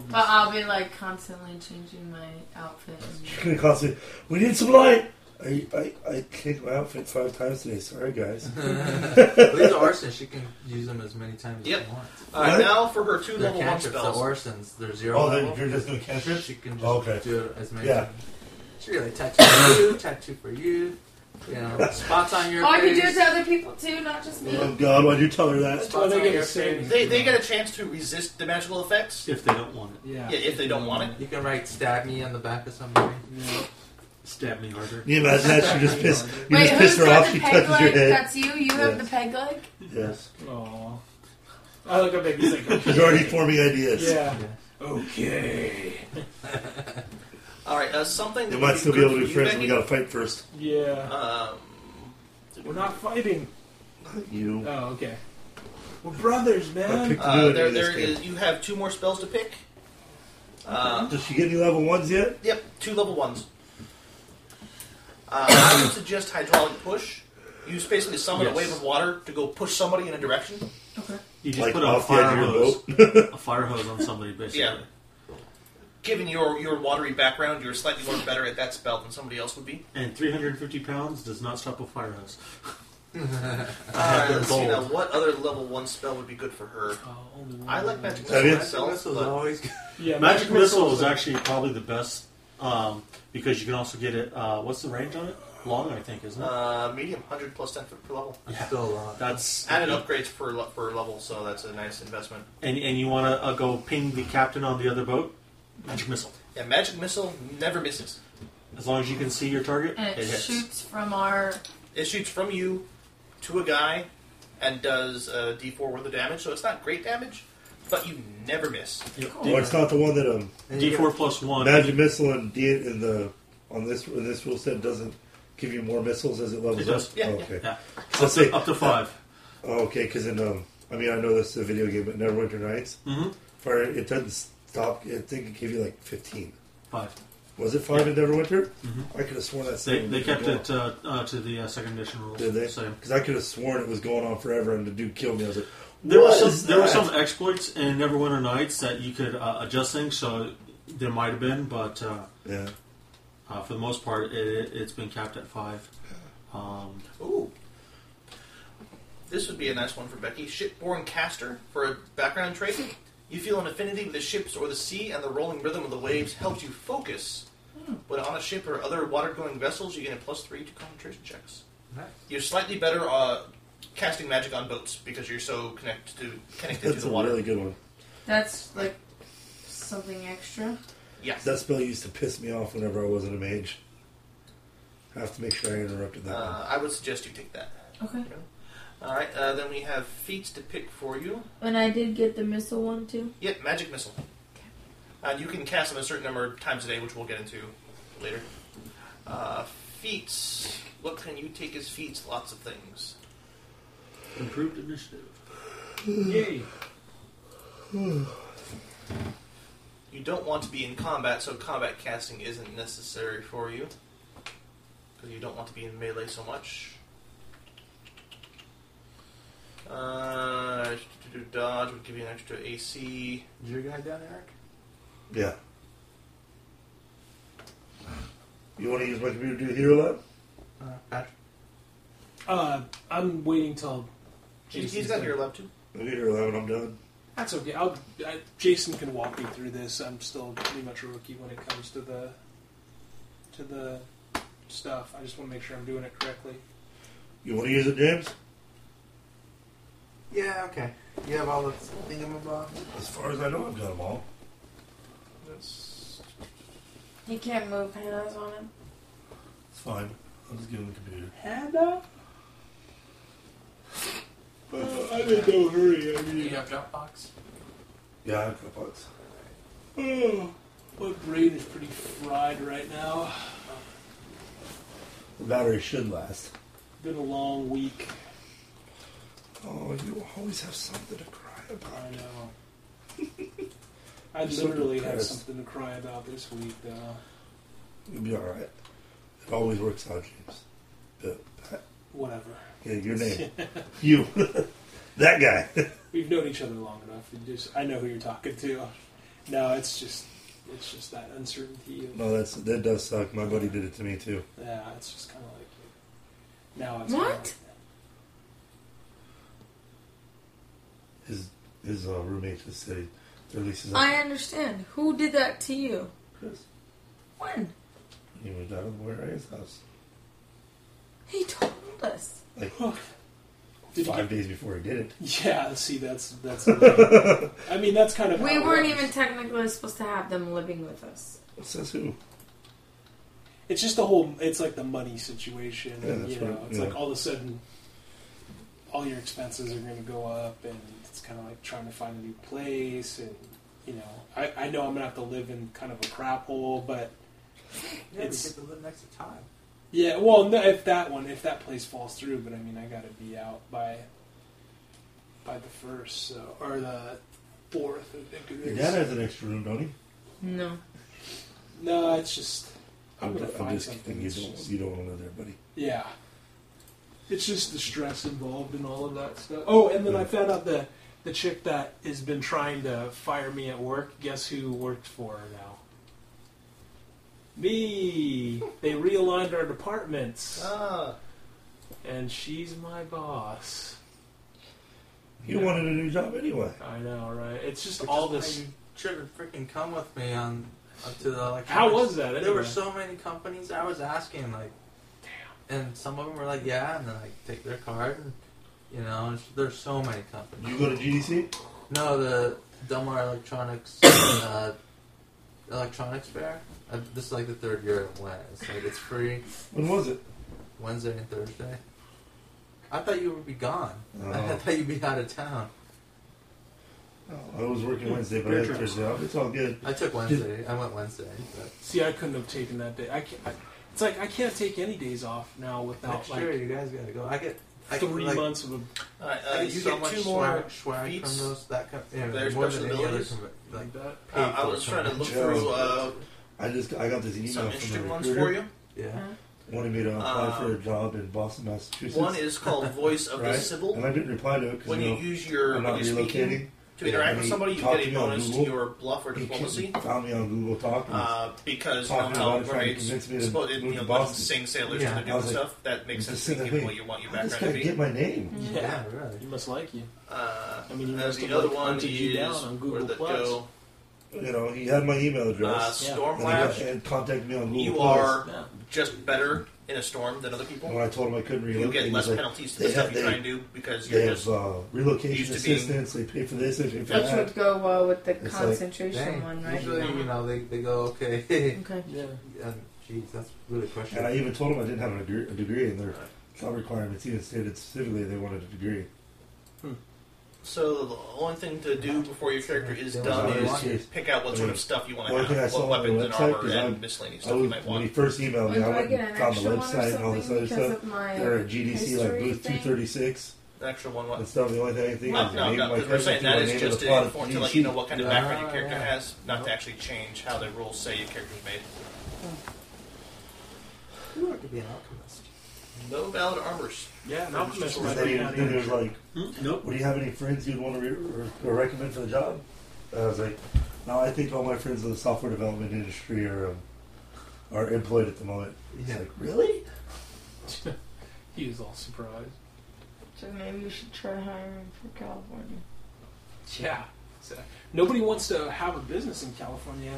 Speaker 6: But I'll be like constantly changing my outfit.
Speaker 3: It's gonna cost me. We need some light. I, I, I changed my outfit five times today. Sorry, guys. Oh,
Speaker 7: These are arsons. She can use them as many times as
Speaker 2: Yep.
Speaker 7: she wants.
Speaker 2: All right,
Speaker 3: What?
Speaker 2: Uh, now for her two
Speaker 7: They're
Speaker 2: level one
Speaker 7: cantrips. The
Speaker 2: spells.
Speaker 7: arsons. They're zero
Speaker 3: Oh,
Speaker 7: level.
Speaker 3: then you're just doing cantrips?
Speaker 7: She can just
Speaker 3: Oh, okay.
Speaker 7: do it as many
Speaker 3: Yeah.
Speaker 7: times. She really tattoo for you, tattoo for you. You know, spots on your
Speaker 6: Oh, I can
Speaker 7: face.
Speaker 6: do it to other people too, not just me.
Speaker 3: Oh God, why'd you tell her that?
Speaker 1: Well,
Speaker 7: Spots
Speaker 1: they
Speaker 7: on
Speaker 1: get
Speaker 7: your
Speaker 1: the same.
Speaker 7: face.
Speaker 2: They, they get a chance to resist the magical effects.
Speaker 5: If they don't want it,
Speaker 1: Yeah.
Speaker 2: Yeah, if they don't want it.
Speaker 7: You can write stab me on the back of somebody.
Speaker 5: stab me harder.
Speaker 3: Can you imagine that? You just piss. You
Speaker 6: Wait,
Speaker 3: just piss
Speaker 6: who's
Speaker 3: her
Speaker 6: got the
Speaker 3: off. She
Speaker 6: peg
Speaker 3: touches
Speaker 6: leg?
Speaker 3: your head.
Speaker 6: That's you. You have
Speaker 3: Yes.
Speaker 6: the peg leg.
Speaker 3: Yes.
Speaker 1: Aw. I look up at he's <laughs> like,
Speaker 3: She's already forming ideas.
Speaker 1: yeah.
Speaker 23: Okay.
Speaker 2: All right, uh, something.
Speaker 3: They
Speaker 2: that
Speaker 3: might
Speaker 2: would
Speaker 3: still be
Speaker 2: good
Speaker 3: able to
Speaker 2: for
Speaker 3: be
Speaker 2: you,
Speaker 3: friends. but We
Speaker 2: Becky,
Speaker 3: gotta fight first.
Speaker 1: Yeah.
Speaker 2: Um,
Speaker 1: We're not fighting.
Speaker 3: You.
Speaker 1: Oh, okay. We're brothers,
Speaker 3: I
Speaker 1: man.
Speaker 3: picked
Speaker 2: uh,
Speaker 3: the
Speaker 2: there,
Speaker 3: good
Speaker 2: there
Speaker 3: this game.
Speaker 2: is. You have two more spells to pick. Uh,
Speaker 3: Does she get any level ones yet?
Speaker 2: yep, two level ones. Uh, I
Speaker 5: <coughs>
Speaker 2: would suggest hydraulic push. You just basically summon
Speaker 5: Yes.
Speaker 2: a wave of water to go push somebody in a direction.
Speaker 5: You just
Speaker 3: Like
Speaker 5: put a
Speaker 3: off the edge
Speaker 5: fire
Speaker 3: of your
Speaker 5: hose,
Speaker 3: boat. <laughs>
Speaker 5: a fire hose on somebody, basically.
Speaker 2: Yeah. Given your your watery background, you're slightly more better at that spell than somebody else would be.
Speaker 5: And 350 pounds does not stop a fire hose. I
Speaker 2: Uh,
Speaker 5: have been
Speaker 2: let's see now.
Speaker 5: bold.
Speaker 2: What other level one spell would be good for her?
Speaker 1: Oh, only one.
Speaker 2: I like magic
Speaker 3: Have you?
Speaker 2: missile myself,
Speaker 7: Missiles
Speaker 2: but
Speaker 7: always good.
Speaker 1: Yeah,
Speaker 5: Magic missile is actually probably the best um, because you can also get it. Uh, what's the range on it? Long, I think, isn't it?
Speaker 2: uh, medium, hundred plus ten foot per level.
Speaker 7: Still a lot.
Speaker 5: That's
Speaker 2: Added upgrades for le- for level, so that's a nice investment.
Speaker 5: And and you want to uh, go ping the captain on the other boat? Magic missile.
Speaker 2: Yeah, magic missile never misses.
Speaker 5: As long as you can see your target,
Speaker 6: And it,
Speaker 5: it hits.
Speaker 6: shoots from our.
Speaker 2: It shoots from you to a guy and does uh, D4 worth of damage. So it's not great damage, but you never miss.
Speaker 5: Yep.
Speaker 3: Oh, it's not the one that um
Speaker 7: And
Speaker 5: D
Speaker 7: you
Speaker 5: four plus one.
Speaker 3: magic missile and D in the on this in this rule set doesn't give you more missiles as it levels
Speaker 5: It does.
Speaker 3: up.
Speaker 2: Yeah,
Speaker 3: oh,
Speaker 2: yeah.
Speaker 3: okay.
Speaker 5: Yeah.
Speaker 3: So
Speaker 5: Up,
Speaker 3: say-
Speaker 5: to, up to five.
Speaker 3: Oh, okay. Because in um, I mean, I know this is a video game, but Neverwinter Nights,
Speaker 5: Mm-hmm.
Speaker 3: fire it doesn't stop. I think it gave you like fifteen.
Speaker 5: Five.
Speaker 3: Was it five in Neverwinter?
Speaker 5: Mhm.
Speaker 3: I could have sworn that's
Speaker 5: They, they kept it uh, uh, to the uh, second edition rules.
Speaker 3: Did they?
Speaker 5: Same.
Speaker 3: Because I could have sworn it was going on forever, and the dude killed me. I was like,
Speaker 5: There
Speaker 3: "What
Speaker 5: were
Speaker 3: is
Speaker 5: some there were
Speaker 3: that?"
Speaker 5: some exploits in Neverwinter Nights that you could uh, adjust things, so there might have been, but uh,
Speaker 3: Yeah.
Speaker 5: uh, for the most part, it, it's been capped at five. Um,
Speaker 2: Ooh. This would be a nice one for Becky. Shipborne caster for a background trait. You feel an affinity with the ships or the sea, and the rolling rhythm of the waves helps you focus. When on a ship or other water-going vessels, you get a plus three to concentration checks.
Speaker 7: Nice.
Speaker 2: You're slightly better uh, casting magic on boats because you're so connected to connected
Speaker 3: That's
Speaker 2: to
Speaker 3: a
Speaker 2: the water.
Speaker 3: really good one.
Speaker 6: That's like something extra.
Speaker 2: yeah.
Speaker 3: That spell used to piss me off whenever I wasn't a mage. I have to make sure I interrupted that
Speaker 2: Uh, I would suggest you take that.
Speaker 6: Okay.
Speaker 2: All right. Uh, then we have feats to pick for you.
Speaker 6: And I did get the missile one too.
Speaker 2: Yep, magic missile. Uh, you can cast them a certain number of times a day, which we'll get into later. Uh, feats. What can you take as feats? Lots of things.
Speaker 5: improved initiative.
Speaker 1: Yay.
Speaker 2: You don't want to be in combat, so combat casting isn't necessary for you. Because you don't want to be in melee so much. Uh, to do dodge would give you an extra AC. Is your guy down, Eric?
Speaker 3: Yeah. You want to use my computer to do the hero lab?
Speaker 1: Uh, I'm waiting till.
Speaker 2: He's, he's
Speaker 1: Jason's
Speaker 2: got
Speaker 1: done.
Speaker 2: your left too.
Speaker 3: I'll do hero lab when I'm done.
Speaker 1: That's okay. I'll, I, Jason can walk me through this. I'm still pretty much a rookie when it comes to the to the stuff. I just want to make sure I'm doing it correctly.
Speaker 3: You want to use it, James?
Speaker 7: Yeah, okay. You have all the thingamabob?
Speaker 3: As far as I know, I've got them all.
Speaker 2: That's
Speaker 6: He can't move hands on him.
Speaker 3: It's fine. I'll just give him the computer.
Speaker 1: Hannah?
Speaker 3: Uh,
Speaker 1: I'm in no hurry. I mean,
Speaker 24: You have Dropbox?
Speaker 3: Yeah, I've got bugs.
Speaker 1: oh, my brain is pretty fried right now.
Speaker 3: The battery should last.
Speaker 1: Been a long week.
Speaker 3: Oh, you always have something to cry about.
Speaker 1: I know.
Speaker 3: <laughs>
Speaker 1: I
Speaker 3: You're so
Speaker 1: literally have
Speaker 3: depressed.
Speaker 1: something to cry about this week, though.
Speaker 3: You'll be alright. It always works out, James. But, Pat-
Speaker 1: Whatever.
Speaker 3: yeah, your
Speaker 7: <laughs>
Speaker 3: name. you. <laughs> that guy.
Speaker 1: We've known each other long enough. and just I know who you're talking to. No, it's just it's just that uncertainty. Of,
Speaker 3: no, that's that does suck. My buddy did it to me, too.
Speaker 1: Yeah, it's just kind of like now. It's
Speaker 6: What?
Speaker 1: kinda
Speaker 3: His his uh, roommate just said he releases
Speaker 6: I understand. Who did that to you?
Speaker 3: Chris.
Speaker 6: When?
Speaker 3: He moved out of the boy Ray's house.
Speaker 6: He told us.
Speaker 3: Like,
Speaker 1: Did he
Speaker 3: five days before he did it.
Speaker 1: like, <laughs> yeah. See, that's
Speaker 2: <laughs>
Speaker 1: that's. I mean, that's kind of. how
Speaker 6: We
Speaker 1: it
Speaker 6: weren't
Speaker 1: was.
Speaker 6: even technically supposed to have them living with us.
Speaker 3: Says who?
Speaker 1: It's just the whole. It's like the money situation.
Speaker 3: Yeah,
Speaker 1: and,
Speaker 3: that's
Speaker 1: you know,
Speaker 3: what-
Speaker 1: it's
Speaker 3: yeah.
Speaker 1: like all of a sudden, all your expenses are going to go up, and it's kind of like trying to find a new place. And you know, I, I know I'm going to have to live in kind of a crap hole, but
Speaker 7: Yeah,
Speaker 1: It's-
Speaker 7: we get to live next to time.
Speaker 1: yeah. Well, no, if that one, if that place falls through, but I mean, I got to be out by by the first so, or the fourth. I think it
Speaker 3: Your
Speaker 1: is.
Speaker 3: dad has an extra room, don't he?
Speaker 6: No.
Speaker 1: No, it's just I'm,
Speaker 3: I'm,
Speaker 1: going to
Speaker 3: I'm
Speaker 1: find
Speaker 3: just
Speaker 1: something.
Speaker 3: kidding. You
Speaker 1: that's
Speaker 3: don't,
Speaker 1: just-
Speaker 3: you don't want to live there, buddy.
Speaker 1: Yeah. It's just the stress involved in all of that stuff. Oh, and then I found out the the chick that has been trying to fire me at work. Guess who works for her now? Me. They realigned our departments,
Speaker 2: Ah,
Speaker 7: Oh.
Speaker 1: and she's my boss.
Speaker 3: You
Speaker 1: Yeah.
Speaker 3: wanted a new job anyway.
Speaker 1: I know, right? It's just
Speaker 7: Which
Speaker 1: all
Speaker 7: is why
Speaker 1: this.
Speaker 7: You should have freaking come with me on up to the like.
Speaker 1: How was that?
Speaker 7: There were
Speaker 1: anyway?
Speaker 7: so many companies I was asking like, and some of them were like, yeah, and then like take their card, and you know, it's- there's so many companies.
Speaker 3: You go to GDC?
Speaker 7: No, the Delmar Electronics uh, Electronics Fair. Uh, this is like the third year it went. It's like it's free
Speaker 3: When was it?
Speaker 7: Wednesday and Thursday. I thought you would be gone. <laughs> I
Speaker 3: Oh.
Speaker 7: thought you'd be out of town.
Speaker 2: Oh.
Speaker 3: I was working Wednesday, but I had Thursday off. It's all good.
Speaker 7: I took Wednesday. I went Wednesday. But
Speaker 1: See, I couldn't have taken that day. I, can't, I It's like I can't take any days off now without
Speaker 7: Next year,
Speaker 1: like
Speaker 7: you guys gotta go. I get I get,
Speaker 1: three
Speaker 7: like,
Speaker 1: months of a
Speaker 2: all right.
Speaker 7: I
Speaker 2: Uh,
Speaker 7: get
Speaker 2: you
Speaker 7: so
Speaker 2: get
Speaker 7: much
Speaker 2: two more.
Speaker 7: swag, swag
Speaker 2: feats.
Speaker 7: from those. That kind, yeah,
Speaker 2: There's
Speaker 7: more
Speaker 2: special
Speaker 7: than any other
Speaker 2: abilities.
Speaker 7: com- like
Speaker 1: like that.
Speaker 7: paid
Speaker 2: Uh, I
Speaker 7: for
Speaker 2: was trying to
Speaker 7: company.
Speaker 2: look through uh,
Speaker 3: I just I got this email
Speaker 2: some
Speaker 3: from
Speaker 2: interesting
Speaker 3: the
Speaker 2: ones for
Speaker 3: recruiter
Speaker 2: you.
Speaker 7: Yeah,
Speaker 3: wanting me to apply
Speaker 2: Uh,
Speaker 3: for a job in Boston, Massachusetts.
Speaker 2: One is called Voice of
Speaker 3: right?
Speaker 2: the Sibyl.
Speaker 3: And I didn't reply to it because
Speaker 2: When
Speaker 3: you
Speaker 2: you
Speaker 3: know,
Speaker 2: use your
Speaker 3: I'm
Speaker 2: when
Speaker 3: not
Speaker 2: you're speaking
Speaker 3: relocating.
Speaker 2: to interact with
Speaker 3: He
Speaker 2: somebody, you
Speaker 3: talked
Speaker 2: get a
Speaker 3: to me on
Speaker 2: bonus to
Speaker 3: Google.
Speaker 2: your bluff or
Speaker 3: He
Speaker 2: diplomacy.
Speaker 3: found me on Google Talk. and
Speaker 2: Uh, because you know
Speaker 3: Talking
Speaker 2: how
Speaker 3: about it, trying to
Speaker 2: mermaids
Speaker 3: convince me to
Speaker 2: supposed to
Speaker 3: move
Speaker 2: you know,
Speaker 3: to
Speaker 2: let them
Speaker 3: Boston.
Speaker 2: sing sailors
Speaker 7: Yeah,
Speaker 2: when
Speaker 3: I
Speaker 2: they're doing
Speaker 3: was like,
Speaker 2: stuff. That makes
Speaker 3: I'm
Speaker 2: sense
Speaker 3: just
Speaker 2: to
Speaker 3: sitting
Speaker 2: give
Speaker 3: there,
Speaker 2: what you want your
Speaker 3: I just
Speaker 2: background
Speaker 3: gotta
Speaker 2: to
Speaker 3: get
Speaker 2: be.
Speaker 3: my name.
Speaker 7: yeah, really.
Speaker 1: You must like you.
Speaker 2: Uh,
Speaker 1: I mean, you
Speaker 2: and
Speaker 1: must have
Speaker 2: the other
Speaker 1: like
Speaker 2: one
Speaker 1: hunted you down
Speaker 2: is uh,
Speaker 1: on
Speaker 2: where
Speaker 1: Google
Speaker 2: did that
Speaker 1: Plus.
Speaker 2: go?
Speaker 6: Mm-hmm.
Speaker 3: You know, he had my email
Speaker 2: Uh,
Speaker 3: address.
Speaker 2: storm
Speaker 3: and, he got,
Speaker 2: lash.
Speaker 3: and contacted me on Google
Speaker 2: You
Speaker 3: Plus.
Speaker 2: are
Speaker 1: Yeah.
Speaker 2: just better in a storm than other
Speaker 3: And
Speaker 2: people.
Speaker 3: when I told him I couldn't relocate,
Speaker 2: You get
Speaker 3: he
Speaker 2: less
Speaker 3: was like,
Speaker 2: penalties to
Speaker 3: they
Speaker 2: the stuff
Speaker 3: have-
Speaker 2: you
Speaker 3: they-
Speaker 2: try and do because
Speaker 3: They
Speaker 2: you're
Speaker 3: have
Speaker 2: just
Speaker 3: uh, relocation
Speaker 2: used to being-
Speaker 3: assistance. They pay for this. They pay for
Speaker 6: Which
Speaker 3: that.
Speaker 6: would go well with the
Speaker 3: It's like,
Speaker 6: concentration
Speaker 7: Dang.
Speaker 6: one, right?
Speaker 7: Usually, you know, they, they go okay. <laughs>
Speaker 6: Okay.
Speaker 1: Yeah.
Speaker 7: and jeez, that's
Speaker 3: And
Speaker 7: really
Speaker 3: I
Speaker 7: questionable.
Speaker 3: even told them I didn't have a degree, a degree in their job requirements. Even stated specifically they wanted a degree.
Speaker 2: So the only thing to do before your character is
Speaker 7: Yeah,
Speaker 2: done
Speaker 3: I was
Speaker 2: is
Speaker 3: curious.
Speaker 2: pick out what
Speaker 3: I
Speaker 2: sort
Speaker 3: mean,
Speaker 2: of stuff you want
Speaker 3: one
Speaker 2: to
Speaker 3: thing I
Speaker 2: have,
Speaker 3: saw
Speaker 2: what
Speaker 3: on
Speaker 2: weapons
Speaker 3: the
Speaker 2: and
Speaker 3: website
Speaker 2: armor
Speaker 3: is
Speaker 2: and
Speaker 3: I-
Speaker 2: miscellaneous
Speaker 3: I
Speaker 2: stuff you
Speaker 3: was,
Speaker 2: might
Speaker 3: when he
Speaker 2: want.
Speaker 3: first emailed me,
Speaker 6: Like,
Speaker 3: I
Speaker 6: do I
Speaker 3: went
Speaker 6: get
Speaker 3: and
Speaker 6: an
Speaker 3: found the
Speaker 6: extra one or
Speaker 3: website and all this
Speaker 6: something
Speaker 3: other
Speaker 6: because
Speaker 3: stuff.
Speaker 6: of my
Speaker 3: They're at GDC, like
Speaker 6: history
Speaker 3: booth
Speaker 6: thing?
Speaker 3: 236.
Speaker 2: An extra one what?
Speaker 3: That's not the only thing I think
Speaker 2: No,
Speaker 3: of.
Speaker 2: no,
Speaker 3: Maybe
Speaker 2: no.
Speaker 3: my
Speaker 2: Because we're saying
Speaker 3: character
Speaker 2: that
Speaker 3: will
Speaker 2: is
Speaker 3: name
Speaker 2: just
Speaker 3: the
Speaker 2: to
Speaker 3: plot
Speaker 2: inform
Speaker 3: of
Speaker 2: to let you know
Speaker 3: GG.
Speaker 2: what kind of background your
Speaker 3: Ah,
Speaker 2: character
Speaker 3: yeah.
Speaker 2: has, not to actually change how the rules say your character's made.
Speaker 7: You want to be an alchemist.
Speaker 2: No valid armors.
Speaker 1: Yeah, an
Speaker 2: alchemist
Speaker 3: Then he- then he was like,
Speaker 5: nope.
Speaker 3: Would you have any friends you'd want to re- or, or recommend for the job? And I was like, No, I think all my friends in the software development industry are um, are employed at the moment. He's like, Really?
Speaker 1: <laughs> he is all surprised.
Speaker 25: So maybe we should try hiring for California.
Speaker 1: Yeah. So, nobody wants to have a business in California.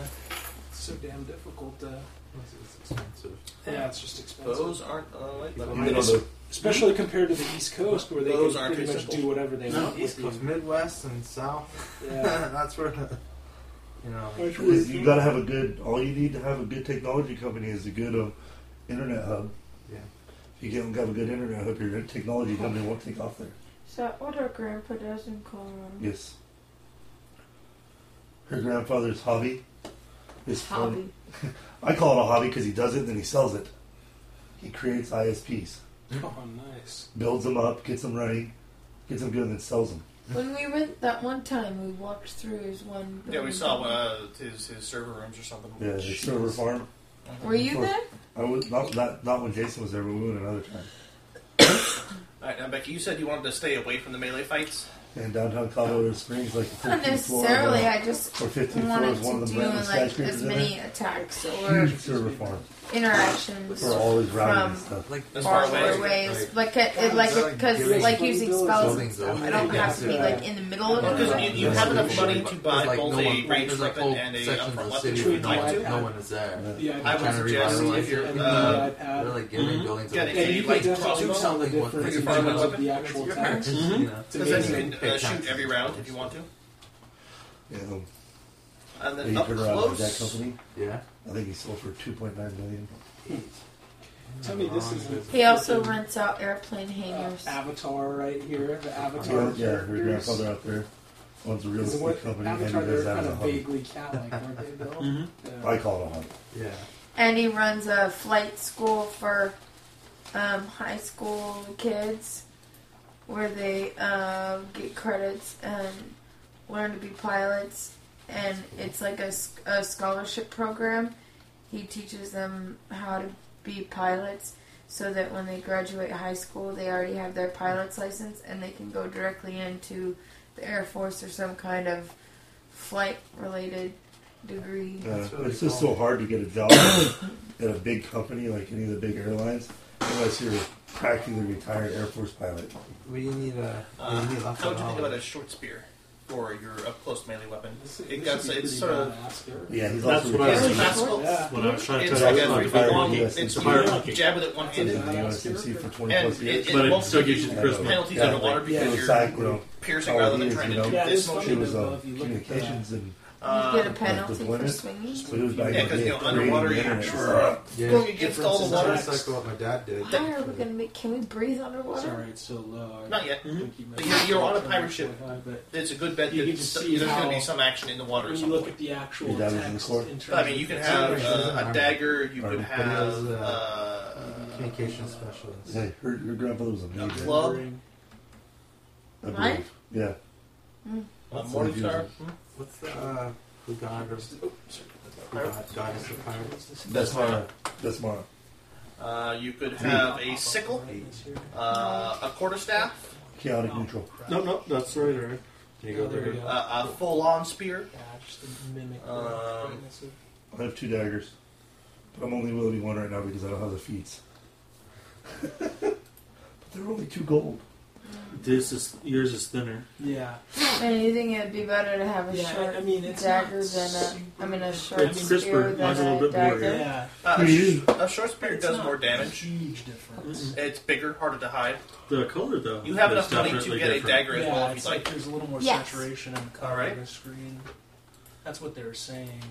Speaker 1: It's so damn difficult. To,
Speaker 7: It's expensive.
Speaker 1: yeah, it's just expensive.
Speaker 2: Those aren't uh, light level.
Speaker 1: I mean,
Speaker 2: armors.
Speaker 1: es- especially compared to the East Coast, where they
Speaker 2: Those
Speaker 1: can
Speaker 2: aren't
Speaker 1: pretty
Speaker 2: too
Speaker 1: much
Speaker 2: simple.
Speaker 1: do whatever they
Speaker 7: no,
Speaker 1: want.
Speaker 7: East
Speaker 1: with
Speaker 7: Coast,
Speaker 1: you.
Speaker 7: Midwest, and South. <laughs>
Speaker 2: <laughs>
Speaker 1: Yeah.
Speaker 7: that's where <laughs> the, you know.
Speaker 1: That's where
Speaker 3: Is you got to have a good. All you need to have a good technology company is a good um, internet hub.
Speaker 7: Yeah.
Speaker 3: If you don't have a good internet hub, your technology company won't take off there.
Speaker 25: Is that what our grandpa does in Colorado?
Speaker 3: Yes. Her grandfather's hobby is
Speaker 25: Hobby.
Speaker 3: fun- I call it a hobby because he does it and then he sells it. He creates ISPs,
Speaker 1: Oh, nice.
Speaker 3: builds them up, gets them running, gets them good, and then sells them.
Speaker 6: When we went that one time, we walked through his one.
Speaker 2: Yeah, we
Speaker 6: building.
Speaker 2: saw uh, his his server rooms or something.
Speaker 3: Yeah, the server farm.
Speaker 6: Were you
Speaker 3: Or-
Speaker 6: there?
Speaker 3: I was not, not not when Jason was there, but we went another time.
Speaker 2: All right, now Becky, you said you wanted to stay away from the melee fights.
Speaker 3: In downtown Colorado Springs, like the 15th
Speaker 6: Not necessarily.
Speaker 3: floor,
Speaker 6: I just
Speaker 3: or 15th floor
Speaker 6: wanted
Speaker 3: is one
Speaker 6: to
Speaker 3: of the
Speaker 6: do
Speaker 3: brand new
Speaker 6: like
Speaker 3: skyscrapers
Speaker 6: as
Speaker 3: in
Speaker 6: many
Speaker 3: there. <laughs>
Speaker 6: attacks or
Speaker 3: Huge server farm.
Speaker 6: interactions
Speaker 3: For all his routing and
Speaker 6: from
Speaker 3: stuff. Like,
Speaker 6: far,
Speaker 3: as far away.
Speaker 6: away ways.
Speaker 3: Right.
Speaker 6: Like it, it, like because
Speaker 7: Giving-
Speaker 6: like using spells and
Speaker 7: Buildings
Speaker 6: stuff.
Speaker 7: open.
Speaker 6: I don't have to be like in the middle of
Speaker 2: Because
Speaker 6: it.
Speaker 2: you, you have enough money to
Speaker 7: There's
Speaker 2: buy
Speaker 7: like
Speaker 2: both
Speaker 7: no
Speaker 2: a
Speaker 7: one-
Speaker 2: ranged
Speaker 7: there's like
Speaker 2: weapon
Speaker 7: whole
Speaker 2: and a upfront
Speaker 7: sections of the
Speaker 2: weapon
Speaker 7: city
Speaker 2: if you'd
Speaker 7: with
Speaker 2: like
Speaker 7: no
Speaker 2: to.
Speaker 7: one- no one is there.
Speaker 1: Yeah,
Speaker 2: I would
Speaker 7: Trying to
Speaker 2: suggest
Speaker 7: revitalize
Speaker 2: if you're
Speaker 7: it.
Speaker 2: uh,
Speaker 7: They're like giving buildings
Speaker 2: Yeah,
Speaker 7: away.
Speaker 2: they-
Speaker 7: You,
Speaker 2: you
Speaker 7: like,
Speaker 2: can
Speaker 7: do
Speaker 2: definitely
Speaker 7: something
Speaker 2: tell
Speaker 7: with
Speaker 2: the
Speaker 7: it.
Speaker 2: difference in terms of
Speaker 1: the actual
Speaker 7: It's
Speaker 1: attacks.
Speaker 7: yours, you know.
Speaker 2: Because then you can uh, shoot every round if you want to.
Speaker 3: Yeah.
Speaker 2: And then
Speaker 3: he
Speaker 2: up
Speaker 3: turned around with that
Speaker 2: close.
Speaker 3: company.
Speaker 7: Yeah.
Speaker 3: I think he sold for 2.9 million.
Speaker 1: Tell me this is
Speaker 6: He also rents out airplane hangars.
Speaker 1: Avatar right here. The Avatar
Speaker 3: Yeah, yeah, her
Speaker 1: characters.
Speaker 3: grandfather out there owns a real
Speaker 1: Is it what-
Speaker 3: estate company and he
Speaker 1: Avatar, they're
Speaker 3: does that
Speaker 1: kind
Speaker 3: as a
Speaker 1: of
Speaker 3: hobby.
Speaker 1: vaguely cat-like, aren't they, Bill?
Speaker 5: mm-hmm.
Speaker 3: Mhm.
Speaker 1: Yeah.
Speaker 3: I call it a hobby.
Speaker 7: Yeah.
Speaker 6: And he runs a flight school for um, high school kids where they um, get credits and learn to be pilots. And it's like a, s- a scholarship program. He teaches them how to be pilots so that when they graduate high school, they already have their pilot's license and they can go directly into the Air Force or some kind of flight related degree.
Speaker 3: Uh,
Speaker 7: That's really
Speaker 3: it's just
Speaker 7: cool.
Speaker 3: so hard to get a job <coughs> at a big company like any of the big airlines unless you're a practically retired Air Force pilot.
Speaker 7: We need a.
Speaker 2: Uh,
Speaker 7: we need
Speaker 2: how
Speaker 7: lots
Speaker 2: would you
Speaker 7: of
Speaker 2: think
Speaker 7: knowledge.
Speaker 2: about a short spear for your up close melee weapon? It
Speaker 1: this
Speaker 2: got it's
Speaker 1: would be pretty
Speaker 2: sort of
Speaker 1: badass,
Speaker 3: Yeah, he's
Speaker 5: That's
Speaker 3: also
Speaker 5: what I was-
Speaker 3: retired.
Speaker 2: classical.
Speaker 1: Yeah.
Speaker 5: What I was trying to
Speaker 2: It's
Speaker 5: tell
Speaker 2: like
Speaker 5: you,
Speaker 2: a
Speaker 5: it's
Speaker 2: three
Speaker 5: not
Speaker 2: long.
Speaker 5: hard.
Speaker 2: It's,
Speaker 5: It's
Speaker 2: you
Speaker 5: hard.
Speaker 2: jab with it one handed.
Speaker 3: Been in the USMC for 20
Speaker 2: And
Speaker 3: plus years.
Speaker 2: it, it
Speaker 5: But it
Speaker 2: won't
Speaker 5: still gives you the
Speaker 3: Yeah,
Speaker 5: charisma.
Speaker 2: penalties
Speaker 3: yeah,
Speaker 2: underwater
Speaker 3: like,
Speaker 2: because
Speaker 3: yeah,
Speaker 2: you're
Speaker 3: like, you know,
Speaker 2: piercing
Speaker 3: how
Speaker 2: rather
Speaker 3: it
Speaker 2: than
Speaker 3: is,
Speaker 2: trying
Speaker 3: you
Speaker 2: to
Speaker 3: know?
Speaker 2: do
Speaker 1: Yeah,
Speaker 2: this
Speaker 1: it's
Speaker 2: motion.
Speaker 3: She was
Speaker 1: Even
Speaker 3: uh,
Speaker 1: though if you look at the-
Speaker 3: communications and
Speaker 6: you
Speaker 2: Uh,
Speaker 6: get a
Speaker 3: like the
Speaker 6: penalty for
Speaker 3: blindness.
Speaker 6: swinging.
Speaker 3: So he was back
Speaker 2: yeah,
Speaker 3: in the
Speaker 2: because you know
Speaker 3: day
Speaker 2: underwater
Speaker 3: creating
Speaker 2: you're
Speaker 3: the
Speaker 2: sure
Speaker 3: internet.
Speaker 7: Yeah.
Speaker 2: going against all the water.
Speaker 7: That's like what my dad did.
Speaker 6: Why are we gonna be? Can we breathe underwater?
Speaker 1: Sorry, it's so low. I
Speaker 2: Not yet.
Speaker 1: think you
Speaker 2: But
Speaker 1: might-
Speaker 2: you're, you're on a pirate ship.
Speaker 1: But
Speaker 2: It's a good bet that
Speaker 1: You can
Speaker 2: there's
Speaker 1: just see
Speaker 2: going to
Speaker 1: how-
Speaker 2: be some action in the water
Speaker 1: when
Speaker 2: at
Speaker 1: you
Speaker 2: some
Speaker 1: look
Speaker 2: point.
Speaker 1: at the actual
Speaker 3: Your dad was in the
Speaker 1: text,
Speaker 3: court?
Speaker 1: in terms
Speaker 2: But, I mean, you
Speaker 1: of
Speaker 2: can
Speaker 1: the
Speaker 2: have
Speaker 7: Sorry,
Speaker 2: uh, a
Speaker 7: sorry.
Speaker 2: dagger. You could
Speaker 3: Sorry.
Speaker 2: have
Speaker 7: But it was,
Speaker 2: uh,
Speaker 7: Communication specialist.
Speaker 3: Hey, her, your grandfather was
Speaker 2: a
Speaker 3: amazing.
Speaker 2: club,
Speaker 1: rendering.
Speaker 3: I believe.
Speaker 6: Mine?
Speaker 3: Yeah.
Speaker 2: a
Speaker 7: What's
Speaker 2: morning
Speaker 3: the-
Speaker 2: star. Hmm?
Speaker 7: What's the uh, the god of the god, goddess of pirates?
Speaker 3: That's my. That's my.
Speaker 2: Uh, you could have a sickle, uh, a quarterstaff,
Speaker 3: Chaotic neutral.
Speaker 5: No, no, that's right, all right. Can you go
Speaker 1: Oh, there
Speaker 5: there?
Speaker 1: we go.
Speaker 2: uh, a full-on spear.
Speaker 1: Yeah, just to mimic the
Speaker 2: Um,
Speaker 1: brightness of-
Speaker 3: I have two daggers. But I'm only wielding one right now because I don't have the feats. <laughs> but they're only two gold.
Speaker 5: This is yours is thinner.
Speaker 1: Yeah.
Speaker 6: And you think it'd be better to have a
Speaker 1: Yeah,
Speaker 6: short
Speaker 1: I mean, it's
Speaker 6: dagger
Speaker 1: not
Speaker 6: than a? I mean, a short
Speaker 5: It's
Speaker 6: spear
Speaker 5: crisper.
Speaker 6: than
Speaker 5: Mine's a little
Speaker 6: a
Speaker 5: bit more,
Speaker 6: dagger.
Speaker 5: yeah.
Speaker 1: Yeah.
Speaker 2: Uh, a, sh- a short spear
Speaker 1: It's
Speaker 2: does
Speaker 1: not
Speaker 2: more
Speaker 1: a
Speaker 2: damage.
Speaker 1: Huge difference.
Speaker 2: It's bigger, harder to hide.
Speaker 5: The color though.
Speaker 2: You have
Speaker 5: is
Speaker 2: enough money to
Speaker 5: definitely
Speaker 2: get a
Speaker 5: different.
Speaker 2: dagger as well
Speaker 1: Yeah,
Speaker 2: if you'd
Speaker 1: it's like
Speaker 2: like.
Speaker 1: there's a little more
Speaker 6: Yes.
Speaker 1: saturation on the color
Speaker 2: Alright.
Speaker 1: of the screen. That's what they were saying.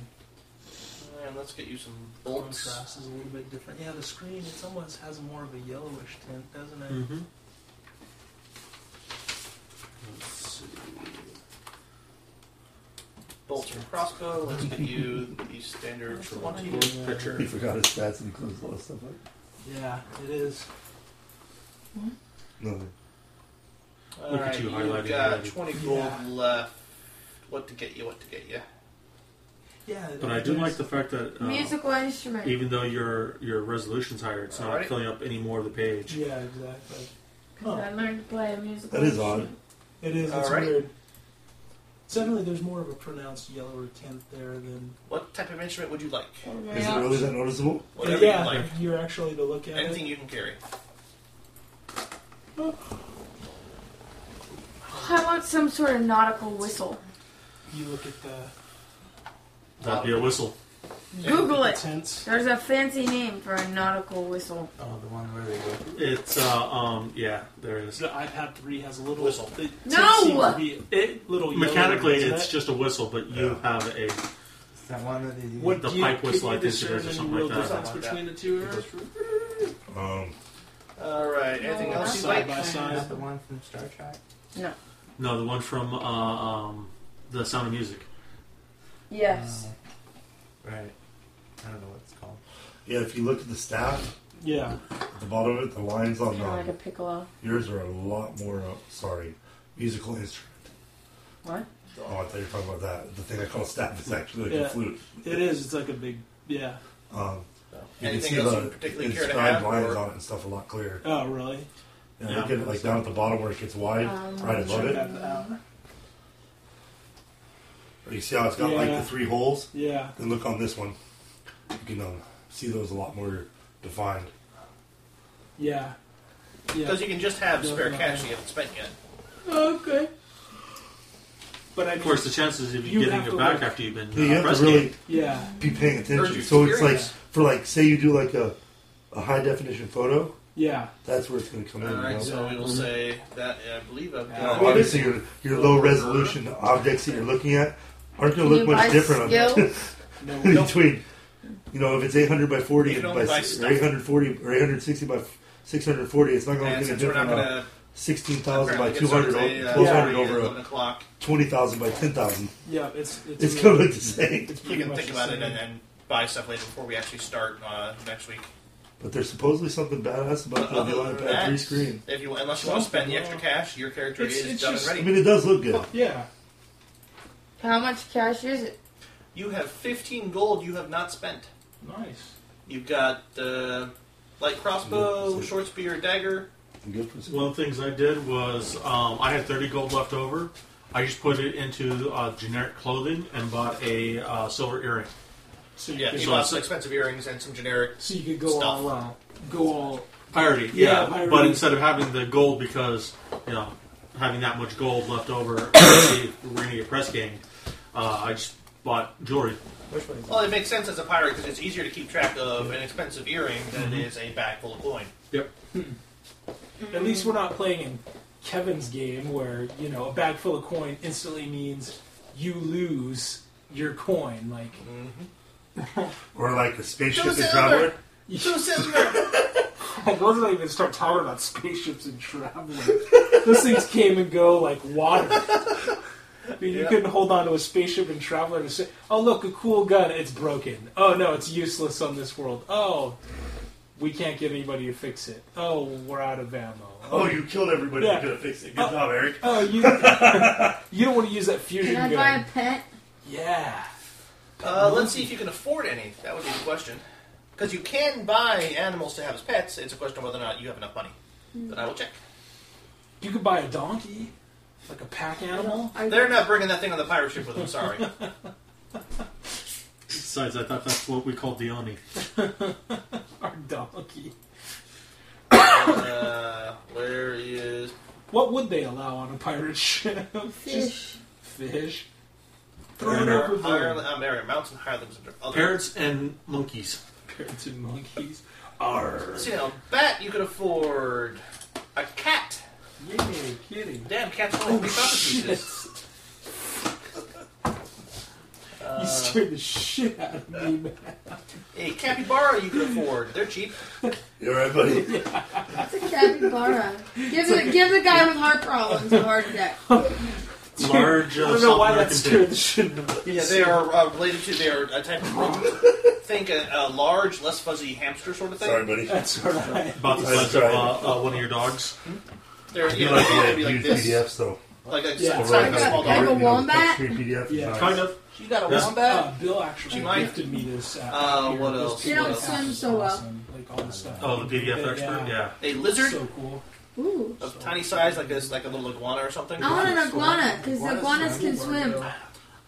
Speaker 2: And let's get you some bolts.
Speaker 1: Contrast is a little bit different. Yeah, the screen it almost has more of a yellowish tint, doesn't it?
Speaker 2: Mm.
Speaker 5: Mhm.
Speaker 2: Bolts from crossbow. Let's get you the standard 20.
Speaker 3: He forgot his stats and includes a lot of stuff like
Speaker 1: Yeah, it is.
Speaker 3: Nothing.
Speaker 5: Look
Speaker 2: Alright,
Speaker 5: at you highlighting.
Speaker 2: You've got
Speaker 5: already.
Speaker 2: 20 gold
Speaker 5: Yeah.
Speaker 2: left. What to get you, what to get you.
Speaker 26: Yeah.
Speaker 5: But I do like the fact that uh,
Speaker 6: Musical
Speaker 1: Oh.
Speaker 6: instrument.
Speaker 5: Even though your your resolution's higher, it's not
Speaker 6: Alright.
Speaker 5: filling up any more of the page.
Speaker 1: Yeah, exactly.
Speaker 6: Because I learned to play a musical
Speaker 5: That is
Speaker 6: instrument.
Speaker 1: It is. It's
Speaker 2: Alright.
Speaker 1: weird. Suddenly, there's more of a pronounced yellow or tint there than.
Speaker 2: What type of instrument would you like?
Speaker 1: Is it really that noticeable?
Speaker 2: Whatever
Speaker 1: yeah,
Speaker 2: you like.
Speaker 1: if you're actually to look at
Speaker 2: Anything
Speaker 1: it.
Speaker 2: you can carry.
Speaker 6: I want some sort of nautical whistle.
Speaker 1: You look at the.
Speaker 5: That'd be a whistle.
Speaker 6: Google it. There's a fancy name for a nautical whistle.
Speaker 5: Oh, the one where they go. It's uh um yeah, there is.
Speaker 1: The iPad 3 has a little.
Speaker 5: Whistle.
Speaker 1: it- it
Speaker 6: No!
Speaker 1: seems to be a little yellow
Speaker 5: Mechanically,
Speaker 1: into
Speaker 5: it's
Speaker 1: that.
Speaker 5: just a whistle, but you have a.
Speaker 27: that one that they
Speaker 5: the
Speaker 1: do you-
Speaker 5: pipe
Speaker 1: can
Speaker 5: whistle?
Speaker 1: you
Speaker 5: I think it
Speaker 1: discern
Speaker 5: is, or
Speaker 1: any
Speaker 5: something
Speaker 1: real
Speaker 5: like that.
Speaker 1: difference between the two? Or?
Speaker 5: Um,
Speaker 2: Alright, anything else you like?
Speaker 27: Not the one from Star Trek.
Speaker 6: No.
Speaker 5: no, the one from uh, um, the Sound of Music.
Speaker 6: Yes.
Speaker 1: Uh,
Speaker 27: Right. I don't know what it's called.
Speaker 3: Yeah, if you look at the staff,
Speaker 1: yeah,
Speaker 3: at the bottom of it, the lines on
Speaker 6: Kind of like a
Speaker 3: the
Speaker 6: piccolo.
Speaker 3: yours are a lot more. Uh, sorry, musical instrument.
Speaker 6: What?
Speaker 3: Oh, I thought you were talking about that. The thing I call staff is actually like
Speaker 1: yeah.
Speaker 3: a flute.
Speaker 1: It is. It's like a big. Yeah.
Speaker 3: Um, you can
Speaker 1: Anything
Speaker 3: see
Speaker 1: else
Speaker 3: the
Speaker 1: you particularly care to
Speaker 3: inscribed
Speaker 1: have,
Speaker 3: lines
Speaker 1: or-
Speaker 3: on it and stuff a lot clearer.
Speaker 1: Oh, really?
Speaker 3: Yeah,
Speaker 1: Yeah.
Speaker 3: look at it like down at the bottom where it gets wide,
Speaker 1: Um,
Speaker 3: right above
Speaker 1: check
Speaker 3: it.
Speaker 1: that out.
Speaker 3: You see how it's got like
Speaker 1: Yeah.
Speaker 3: the three holes?
Speaker 1: Yeah.
Speaker 3: Then look on this one. You can um, see those a lot more defined.
Speaker 1: Yeah. Yeah.
Speaker 2: Because you can just have
Speaker 1: Yeah,
Speaker 2: spare
Speaker 1: yeah.
Speaker 2: cash you haven't spent yet.
Speaker 1: Okay. But I
Speaker 5: Of course, the chances of you,
Speaker 1: You
Speaker 5: getting
Speaker 1: have
Speaker 5: it
Speaker 1: to
Speaker 5: back
Speaker 1: look.
Speaker 5: after you've been
Speaker 3: Yeah, you
Speaker 5: uh,
Speaker 3: have
Speaker 5: press
Speaker 3: to really
Speaker 5: game.
Speaker 1: Yeah.
Speaker 3: be paying
Speaker 5: Or
Speaker 3: attention.
Speaker 5: you
Speaker 3: So it's like
Speaker 5: experience.
Speaker 3: for like say you do like a, a high definition photo.
Speaker 1: Yeah.
Speaker 3: That's where it's going to come in. you know?
Speaker 2: Alright, so we will
Speaker 3: Mhm.
Speaker 2: say that I believe I've
Speaker 3: You know,
Speaker 2: got.
Speaker 3: obviously, your, your low resolution objects that you're looking at aren't going
Speaker 2: Can
Speaker 3: to
Speaker 2: you
Speaker 3: look
Speaker 2: buy
Speaker 3: much different <laughs> on
Speaker 2: skills? No, we don't.
Speaker 3: between. You know, if it's 800 by 40
Speaker 2: You can
Speaker 3: and by
Speaker 2: only buy
Speaker 3: s- or
Speaker 2: stuff.
Speaker 3: 840 or 860 by f- 640, it's not going
Speaker 2: And
Speaker 3: to look any
Speaker 2: since we're
Speaker 3: different
Speaker 2: not
Speaker 3: on
Speaker 2: gonna-
Speaker 3: 16,000 by
Speaker 2: apparently it's
Speaker 3: 200 or
Speaker 2: only, uh,
Speaker 3: 1200
Speaker 2: yeah,
Speaker 3: over
Speaker 2: 11
Speaker 3: a
Speaker 2: o'clock.
Speaker 3: 20,000 by 10,000.
Speaker 1: Yeah, it's it's,
Speaker 3: it's going to look the same.
Speaker 1: <laughs>
Speaker 2: You can think about it and then buy stuff later before we actually start uh, next week.
Speaker 3: But there's supposedly something badass about the
Speaker 2: Other
Speaker 3: Lion
Speaker 2: than
Speaker 3: Pad 3
Speaker 2: that,
Speaker 3: screen.
Speaker 2: If you, unless you want to spend the extra cash, your character
Speaker 3: It's-
Speaker 2: is
Speaker 3: it's
Speaker 2: done
Speaker 3: just-
Speaker 2: and ready.
Speaker 3: I mean, it does look good.
Speaker 1: Yeah.
Speaker 6: How much cash is it?
Speaker 2: You have 15 gold you have not spent.
Speaker 1: Nice.
Speaker 2: You've got uh, light crossbow, short spear, dagger.
Speaker 5: One of the things I did was um, I had 30 gold left over. I just put it into uh, generic clothing and bought a uh, silver earring.
Speaker 1: So
Speaker 2: Yeah, you bought some expensive earrings and some generic
Speaker 1: So you could go
Speaker 2: stuff.
Speaker 1: all uh, go all
Speaker 5: Pirating,
Speaker 1: Yeah,
Speaker 5: yeah.
Speaker 1: pirating.
Speaker 5: But instead of having the gold, because you know having that much gold left over, if we're going to get press gang. Uh, I just bought jewelry.
Speaker 2: Well, it makes sense as a pirate because it's easier to keep track of an expensive earring than it
Speaker 5: Mhm.
Speaker 2: is a bag full of coin.
Speaker 5: Yep.
Speaker 1: At least we're not playing in Kevin's game where you know a bag full of coin instantly means you lose your coin. Like
Speaker 3: Or like a spaceship
Speaker 1: Two
Speaker 3: in
Speaker 1: silver.
Speaker 3: Traveler.
Speaker 1: Two <laughs> silver. Let's not even start talking about spaceships and traveling. Those things came and go like water. I mean, you
Speaker 28: Yeah.
Speaker 1: couldn't hold on to a spaceship and traveler and say, "Oh, look, a cool gun. It's broken. Oh no, it's useless on this world. Oh, we can't get anybody to fix it. Oh, we're out of ammo.
Speaker 3: Oh, you killed everybody
Speaker 1: Yeah.
Speaker 3: who could have fixed it. Good job, Eric.
Speaker 1: Oh, you
Speaker 2: <laughs>
Speaker 1: you don't want to use that fusion
Speaker 6: Can I
Speaker 1: gun.
Speaker 6: buy a pet?
Speaker 1: Yeah.
Speaker 2: Uh, let's see if you can afford any. That would be the question. Because you can buy animals to have as pets. It's a question of whether or not you have enough money. But I will check.
Speaker 1: You could buy a donkey, like a pack animal.
Speaker 2: They're not bringing that thing on the pirate ship with them. <laughs> Sorry.
Speaker 5: Besides, I thought that's what we called the oni.
Speaker 1: Our donkey.
Speaker 2: uh, where is?
Speaker 1: What would they allow on a pirate <laughs> ship? Fish. Fish. Throw it
Speaker 2: There are
Speaker 1: overboard.
Speaker 2: higher- um, there are mounts and hirelings under other.
Speaker 5: Parrots and
Speaker 2: <laughs>
Speaker 5: monkeys.
Speaker 1: Parrots and monkeys. Arr.
Speaker 2: See now, bat you could afford. A cat.
Speaker 1: Yeah, kidding.
Speaker 2: Damn, cats
Speaker 1: Oh,
Speaker 2: only three copper pieces.
Speaker 1: <laughs> you
Speaker 2: Uh,
Speaker 1: scared the shit out of me, man.
Speaker 2: a capybara you could afford. They're cheap.
Speaker 3: You're right, buddy.
Speaker 6: It's a
Speaker 1: <laughs>
Speaker 6: capybara. Give the, give the guy with heart problems a heart attack.
Speaker 5: Large.
Speaker 2: I
Speaker 5: Uh,
Speaker 2: don't know
Speaker 5: South
Speaker 2: why that
Speaker 5: American
Speaker 2: scared
Speaker 5: pig.
Speaker 2: the Yeah, they are uh, related to. They are a type of rodent. Think a, a large, less fuzzy hamster sort of thing.
Speaker 3: Sorry, buddy.
Speaker 1: That's all right.
Speaker 5: About the size of uh, uh, one of your dogs.
Speaker 2: They're,
Speaker 3: I do
Speaker 2: yeah,
Speaker 3: like
Speaker 2: they're
Speaker 3: the
Speaker 2: gonna be like
Speaker 3: huge
Speaker 2: this.
Speaker 3: PDFs though.
Speaker 2: Like a-
Speaker 1: Yeah.
Speaker 2: it's
Speaker 1: Sorry,
Speaker 2: not
Speaker 1: like
Speaker 2: small
Speaker 1: a-
Speaker 2: dog.
Speaker 1: like a
Speaker 2: You know,
Speaker 1: wombat?
Speaker 2: touch-free PDF is
Speaker 1: Yeah.
Speaker 2: nice.
Speaker 1: Kind of.
Speaker 2: You got a
Speaker 1: Yes.
Speaker 2: wombat?
Speaker 1: Uh, Bill actually
Speaker 2: She might.
Speaker 1: gifted me this. Uh,
Speaker 2: Uh,
Speaker 1: here.
Speaker 2: what
Speaker 1: This
Speaker 2: else?
Speaker 1: PDF
Speaker 2: What
Speaker 1: is
Speaker 2: else?
Speaker 6: Swims so well.
Speaker 1: awesome. Like all this stuff.
Speaker 5: Oh, the PDF expert? Yeah.
Speaker 2: A lizard
Speaker 1: So cool.
Speaker 6: Ooh.
Speaker 2: of tiny size, like this, like a little iguana or something.
Speaker 6: I want an iguana, because iguanas can swim.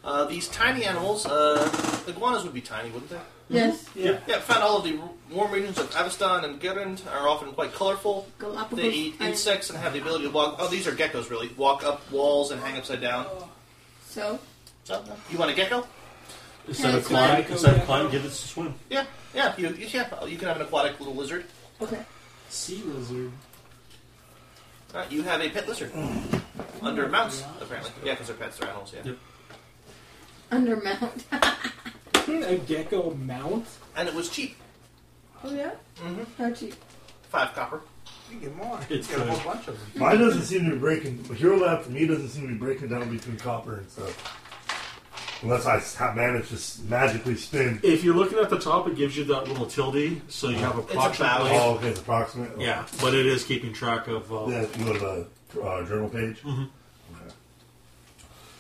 Speaker 2: Uh, these tiny animals, uh, iguanas would be tiny, wouldn't they?
Speaker 6: Yes.
Speaker 2: Yeah. yeah, found all of the r- warm regions of Avestan and Gerund are often quite colorful.
Speaker 6: Galapagos
Speaker 2: They eat
Speaker 6: Island.
Speaker 2: insects and have the ability to walk. Oh, these are geckos, really. Walk up walls and hang upside down.
Speaker 1: Oh.
Speaker 6: So?
Speaker 2: So, you want a gecko?
Speaker 5: Instead of climb, instead of climb, give it to swim.
Speaker 2: Yeah, yeah, you, you- yeah. You can have an aquatic little lizard.
Speaker 6: Okay.
Speaker 1: Sea lizard.
Speaker 2: Uh, you have a pet lizard under a mouse, apparently. Yeah, because they're pets, they're animals. Yeah.
Speaker 6: Under <laughs> Oh, mount.
Speaker 1: a gecko mount?
Speaker 2: And it was cheap,
Speaker 6: Oh, yeah?
Speaker 2: Mhm.
Speaker 6: How cheap?
Speaker 2: five copper.
Speaker 29: You get more.
Speaker 5: It's
Speaker 29: you get a
Speaker 5: good.
Speaker 29: whole bunch of them.
Speaker 3: Mine doesn't seem to be breaking. Hero Lab for me doesn't seem to be breaking down between copper and stuff. Unless I s- have managed to s- magically spin.
Speaker 5: If you're looking at the top, it gives you that little tilde, so you have approximately.
Speaker 3: Oh, okay, it's approximate. Oh.
Speaker 5: Yeah, but it is keeping track of. Uh,
Speaker 3: Yeah, you go to the uh, journal page. Mm-hmm.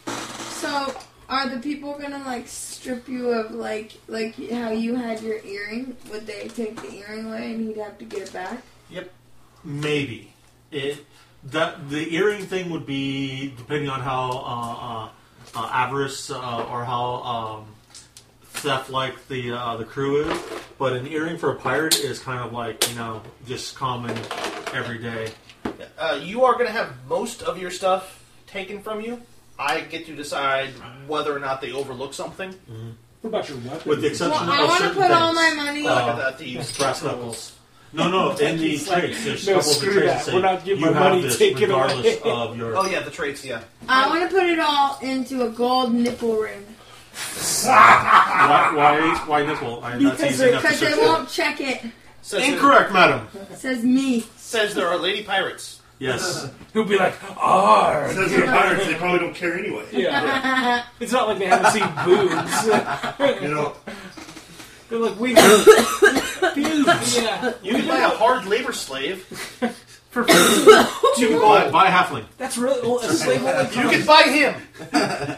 Speaker 6: So, are the people gonna, like, strip you of, like, like how you had your earring? Would they take the earring away and he'd have to get it back?
Speaker 5: Maybe it that the earring thing would be depending on how uh, uh, uh, avarice uh, or how um, theft like the uh, the crew is. But an earring for a pirate is kind of like you know just common every day.
Speaker 2: Uh, you are going to have most of your stuff taken from you. I get to decide whether or not they overlook something.
Speaker 1: What about your weapons?
Speaker 5: With the exception
Speaker 6: Well, I
Speaker 5: of
Speaker 6: wanna
Speaker 5: certain
Speaker 6: put
Speaker 5: things.
Speaker 6: all my money-
Speaker 5: Uh,
Speaker 2: Like the thieves.
Speaker 5: brass knuckles. No,
Speaker 1: <laughs>
Speaker 5: no, in the
Speaker 1: It's like,
Speaker 5: traits, there's
Speaker 1: no,
Speaker 5: a couple of the
Speaker 1: screw
Speaker 5: traits
Speaker 1: that.
Speaker 5: that say
Speaker 1: We're not getting
Speaker 5: you
Speaker 1: my
Speaker 5: have
Speaker 1: money
Speaker 5: this
Speaker 1: taken away." <laughs>
Speaker 5: regardless of your.
Speaker 2: Oh yeah, the traits. Yeah.
Speaker 6: I want to put it all into a gold nipple ring.
Speaker 5: Why, why, why nipple? I, that's
Speaker 6: Because
Speaker 5: easy enough to
Speaker 6: because they <laughs>
Speaker 5: search
Speaker 6: won't check it.
Speaker 5: for. Incorrect, madam.
Speaker 6: Says me.
Speaker 2: Says there are lady pirates.
Speaker 5: Yes.
Speaker 1: Who'll be like,
Speaker 6: <laughs>
Speaker 1: ah?
Speaker 3: Says they're pirates. They probably don't care anyway.
Speaker 1: Yeah. It's not like they haven't seen
Speaker 6: <laughs>
Speaker 1: boobs. <laughs>
Speaker 3: you know,
Speaker 1: They're like,
Speaker 6: <coughs>
Speaker 1: we have
Speaker 6: <laughs>
Speaker 1: boobs. Yeah.
Speaker 2: You can buy a hard labor slave.
Speaker 1: For
Speaker 5: Two buy, buy a halfling.
Speaker 1: That's really well, a slave only
Speaker 2: You
Speaker 1: comes.
Speaker 2: can buy him.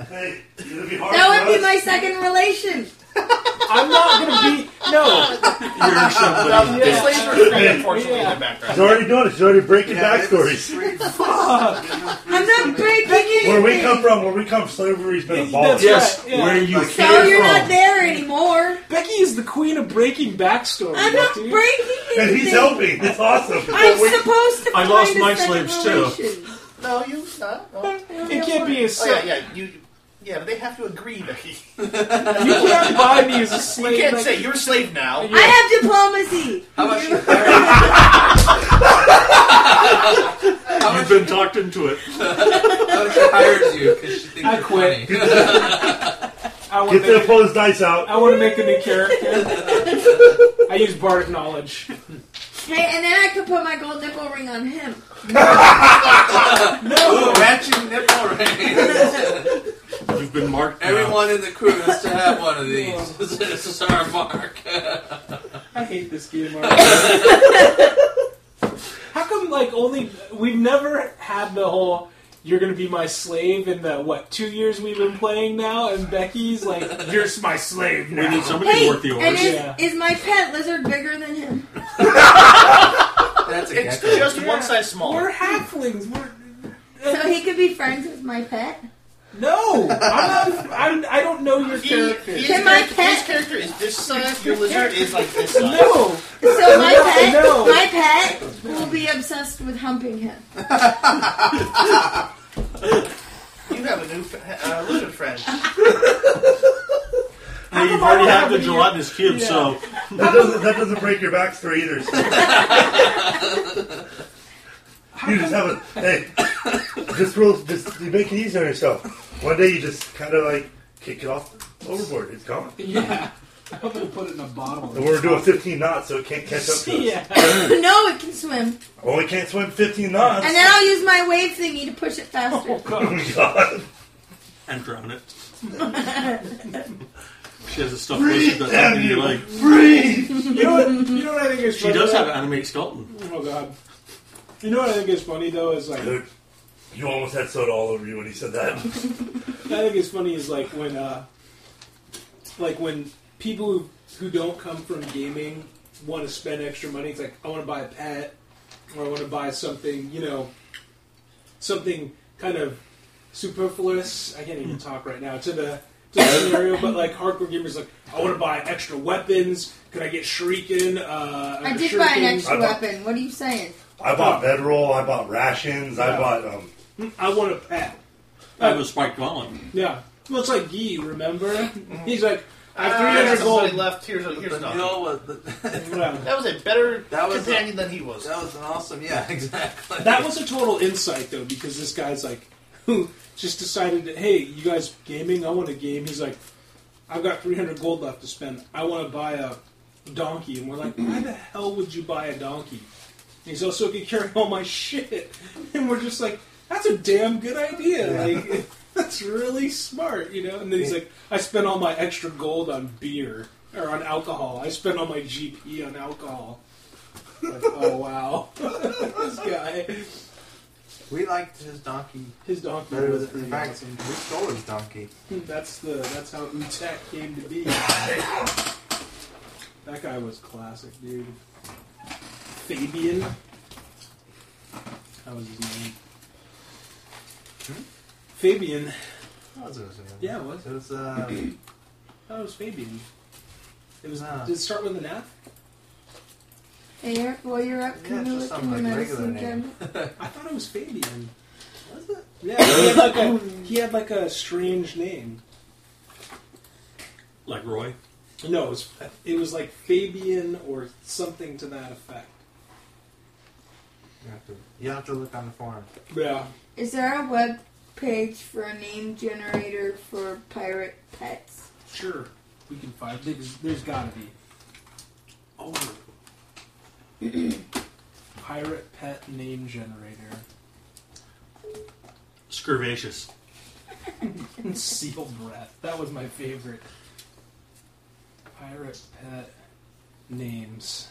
Speaker 3: hey, it'll be hard.
Speaker 6: That
Speaker 3: for
Speaker 6: would be
Speaker 3: us.
Speaker 6: my second relation.
Speaker 1: I'm not gonna be no.
Speaker 6: <laughs>
Speaker 5: You're
Speaker 2: <laughs> The
Speaker 5: somebody's
Speaker 2: slaves were free, unfortunately, in the
Speaker 3: She's
Speaker 2: background.
Speaker 3: already doing it. She's already breaking
Speaker 29: Yeah,
Speaker 3: backstories.
Speaker 6: <laughs>
Speaker 1: Ah.
Speaker 6: I'm not breaking
Speaker 3: Where we
Speaker 6: anything.
Speaker 3: come from, where we come, slavery's been
Speaker 1: That's
Speaker 3: abolished.
Speaker 1: Yes. right, yeah.
Speaker 3: Where you
Speaker 5: Like,
Speaker 6: So
Speaker 3: came
Speaker 6: you're not
Speaker 3: from.
Speaker 6: there anymore.
Speaker 1: Becky is the queen of breaking backstory.
Speaker 6: I'm not
Speaker 1: dude.
Speaker 6: breaking anything.
Speaker 3: And he's helping. It's awesome.
Speaker 6: I'm
Speaker 3: But we-
Speaker 6: supposed to.
Speaker 5: I
Speaker 6: find
Speaker 5: lost
Speaker 6: a
Speaker 5: my
Speaker 6: second
Speaker 5: slaves, too.
Speaker 6: relation.
Speaker 2: No, you not. Oh,
Speaker 1: It can't be a
Speaker 2: Oh,
Speaker 1: slave.
Speaker 2: yeah, yeah. You. Yeah, but they have to agree, Becky.
Speaker 1: You can't buy me as a slave.
Speaker 2: You can't
Speaker 1: like-
Speaker 2: say you're a slave now.
Speaker 6: I have diplomacy.
Speaker 7: How about you? How
Speaker 5: You've been talked into it.
Speaker 7: about she hires you because she thinks
Speaker 1: I
Speaker 7: you're
Speaker 1: quit.
Speaker 7: funny? <laughs>
Speaker 1: I want
Speaker 3: Get
Speaker 1: to
Speaker 3: them,
Speaker 1: make,
Speaker 3: pull his dice out.
Speaker 1: I want to make a new character. I use bardic knowledge.
Speaker 6: Hey, and then I could put my gold nipple ring on him.
Speaker 7: Ooh, matching nipple rings.
Speaker 6: <laughs>
Speaker 5: You've been marked. now.
Speaker 7: Everyone in the crew has to have one <laughs> of these. this is our mark.
Speaker 1: I hate this game already. How come, like, only we've never had the whole "you're gonna be my slave" in the what two years we've been playing now, and Becky's like, "You're my slave
Speaker 5: We
Speaker 1: now."
Speaker 5: need somebody
Speaker 6: Hey,
Speaker 5: to work the
Speaker 6: and
Speaker 5: orders.
Speaker 6: is,
Speaker 1: Yeah.
Speaker 6: is my pet lizard bigger than him?
Speaker 7: That's a
Speaker 2: It's
Speaker 7: gecko.
Speaker 2: just one size smaller.
Speaker 1: We're halflings. We're
Speaker 6: So he could be friends with my
Speaker 1: <laughs>
Speaker 6: pet.
Speaker 1: no. I'm not, I'm, I don't know your
Speaker 2: He,
Speaker 1: character.
Speaker 2: his,
Speaker 6: Can my
Speaker 2: character,
Speaker 6: pet-
Speaker 2: his character is this size. Your lizard is like this size.
Speaker 1: No.
Speaker 6: So my
Speaker 1: No,
Speaker 6: pet,
Speaker 1: no.
Speaker 6: my pet will be obsessed with humping him. <laughs>
Speaker 2: You have a new uh, lizard
Speaker 6: <laughs>
Speaker 2: friend.
Speaker 5: Hey, you've
Speaker 1: come I
Speaker 5: already
Speaker 1: don't
Speaker 5: had
Speaker 1: have
Speaker 5: the
Speaker 1: any-
Speaker 5: gelatinous cube,
Speaker 1: Yeah.
Speaker 5: so
Speaker 3: That doesn't, that doesn't break your backstory either. you just have a hey. This rules. Just you make it easy on yourself. One day you just kind of like kick it off overboard. It's gone.
Speaker 30: Yeah. I'm gonna put it in a bottle.
Speaker 3: And we're doing 15 knots, so it can't catch up to us.
Speaker 1: Yeah.
Speaker 6: no, it can swim.
Speaker 3: Well, we can't swim 15 knots.
Speaker 6: And then I'll use my wave thingy to push it
Speaker 5: <laughs>
Speaker 6: faster.
Speaker 3: <laughs> Oh my God.
Speaker 5: and drown it. she has a stuffed lizard that's up in your leg.
Speaker 3: Breathe.
Speaker 1: You know what? You know what I think is.
Speaker 5: She does have an animate skeleton.
Speaker 1: Oh god. You know what I think is funny though is like
Speaker 3: Dude, you almost had soda all over you when he said that.
Speaker 1: I think it's funny is like when uh, like when people who, who don't come from gaming want to spend extra money. It's like I want to buy a pet or I want to buy something, you know, something kind of superfluous. I can't even talk right now to the to the scenario, but like hardcore gamers, like I want to buy extra weapons. Could I get shuriken? Uh,
Speaker 31: I did buy an
Speaker 1: shurikens?
Speaker 31: extra weapon. What are you saying?
Speaker 3: I bought bedroll, I bought rations, I
Speaker 1: Yeah.
Speaker 3: bought um
Speaker 1: I want a pet.
Speaker 5: I have a spiked gauntlet.
Speaker 1: Yeah. Well, it's like Guy, remember? He's like,
Speaker 2: Ah,
Speaker 1: I have 300
Speaker 2: there's
Speaker 1: gold.
Speaker 2: somebody left. Here's a- here's
Speaker 7: But
Speaker 2: nothing.
Speaker 7: you know what? <laughs>
Speaker 2: That was a better
Speaker 7: That was
Speaker 2: companion than he was.
Speaker 7: That was an awesome. Yeah, exactly.
Speaker 1: That was a total insight, though, because this guy's like, who just decided that, hey, you guys gaming? I want a game. He's like, I've got 300 gold left to spend. I want to buy a donkey. And we're like, why the hell would you buy a donkey? And he's also can carry all my shit. <laughs> And we're just like, that's a damn good idea. Like, <laughs> that's really smart, you know? And then he's like, I spent all my extra gold on beer or on alcohol. I spent all my GP on alcohol. Like, oh, wow. <laughs> this guy.
Speaker 7: We liked his donkey.
Speaker 1: His donkey
Speaker 7: Better
Speaker 1: was
Speaker 7: than-
Speaker 1: pretty
Speaker 7: in fact,
Speaker 1: awesome.
Speaker 7: We stole his donkey.
Speaker 1: That's the that's how Utak came to be. that guy was classic, dude. Fabian. That was his name. Fabian.
Speaker 7: That was his name.
Speaker 1: Yeah, it was.
Speaker 7: It was. Uh,
Speaker 1: That was Fabian. It was.
Speaker 7: Ah.
Speaker 1: Did it start with an F?
Speaker 31: Hey, Eric, while you're up,
Speaker 7: Yeah,
Speaker 31: can
Speaker 7: it's
Speaker 31: you
Speaker 7: just
Speaker 31: look in
Speaker 7: something
Speaker 31: the
Speaker 7: like regular
Speaker 31: medicine
Speaker 7: name. <laughs>
Speaker 31: cabinet?
Speaker 1: I thought it was Fabian. Was it? Yeah. He had like a, he had like a strange name.
Speaker 5: Like Roy.
Speaker 1: No, it was, it was like Fabian or something to that effect.
Speaker 7: You have, to, you have to look on the forum.
Speaker 1: Yeah.
Speaker 31: Is there a web page for a name generator for pirate pets?
Speaker 1: Sure, we can find. There's, there's gotta be. Oh. Pirate pet name generator.
Speaker 5: Scurvacious.
Speaker 31: <laughs>
Speaker 1: Seal breath. That was my favorite. Pirate pet names.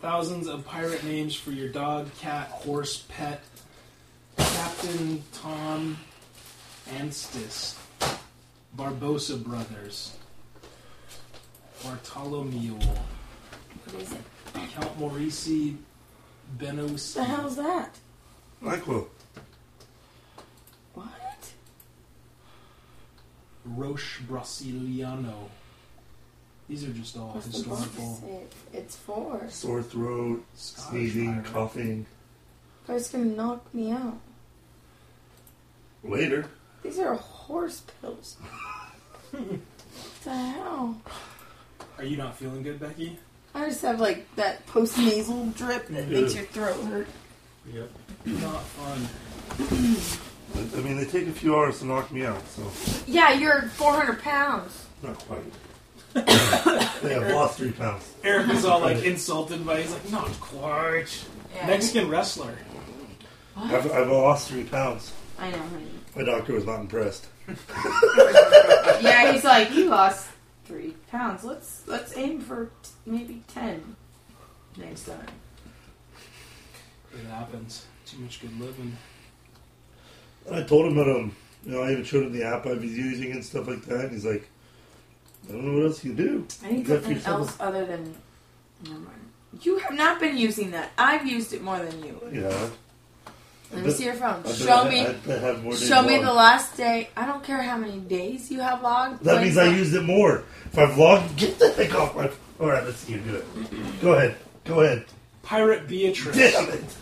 Speaker 1: Thousands of pirate names for your dog, cat, horse, pet. Captain Tom Anstis. Barbosa Brothers. Bartolomeo.
Speaker 31: What is it?
Speaker 1: Count Maurici
Speaker 31: What the
Speaker 1: Benos.
Speaker 31: hell's that?
Speaker 3: NyQuil.
Speaker 31: What?
Speaker 1: Roche Brasiliano. These are just
Speaker 7: Oh,
Speaker 1: all
Speaker 31: What's the
Speaker 1: historical.
Speaker 31: box? It, it's for.
Speaker 3: Sore throat, sneezing, coughing.
Speaker 31: But it's gonna knock me out.
Speaker 3: Later.
Speaker 31: These are horse
Speaker 7: <laughs>
Speaker 31: pills. what the hell?
Speaker 1: Are you not feeling good, Becky?
Speaker 31: I just have like that post nasal drip that makes your throat hurt.
Speaker 5: Yep.
Speaker 1: Not fun.
Speaker 3: I mean they take a few hours to knock me out, so
Speaker 31: Yeah, you're 400 pounds.
Speaker 3: not
Speaker 6: <coughs>
Speaker 3: quite. they have lost three pounds.
Speaker 1: Eric is all like insulted by. He's like, not quite.
Speaker 31: Yeah.
Speaker 1: Mexican wrestler.
Speaker 3: I've, I've lost three pounds.
Speaker 31: I know, honey.
Speaker 3: My doctor was not impressed.
Speaker 6: yeah, he's like, you lost three pounds. Let's let's aim for t- maybe ten next time.
Speaker 1: It happens. Too much good living.
Speaker 3: And I told him that um you know, I even showed him the app I've been using and stuff like that and he's like, I don't know what else you do.
Speaker 6: I need
Speaker 3: You got
Speaker 6: something
Speaker 3: yourself a-
Speaker 6: else other than. Never mind. You have not been using that. I've used it more than you.
Speaker 3: Yeah.
Speaker 6: Let me see your phone.
Speaker 3: I bet
Speaker 6: Show
Speaker 3: I-
Speaker 6: me.
Speaker 3: I bet I have more days
Speaker 6: Show me
Speaker 3: logged.
Speaker 6: the last day. I don't care how many days you have logged.
Speaker 3: That
Speaker 6: When's
Speaker 3: means
Speaker 6: the-
Speaker 3: I used it more. If I vlog, <laughs> get the heck off my. All right, let's see you do it. Go ahead. Go ahead.
Speaker 1: Pirate Beatrice.
Speaker 3: Damn it.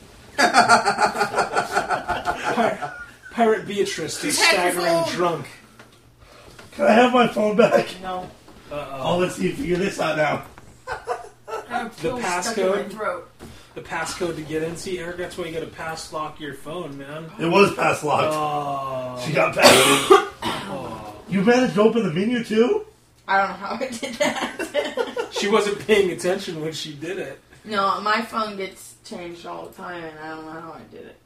Speaker 1: Pir- Pirate Beatrice is staggering drunk.
Speaker 3: Can I have my phone back?
Speaker 6: No.
Speaker 3: Oh, let's see. Figure this out now.
Speaker 1: The
Speaker 6: Pills stuck in my
Speaker 1: passcode.
Speaker 6: throat.
Speaker 1: The passcode to get in. See, Eric, that's why you got to pass lock your phone, man.
Speaker 3: It was pass locked.
Speaker 1: Oh.
Speaker 3: She
Speaker 19: <coughs>
Speaker 3: got past. You managed to open the menu too.
Speaker 6: I don't know how I did that. <laughs>
Speaker 1: She wasn't paying attention when she did it.
Speaker 6: no, my phone gets changed all the time, and I don't know how I did it.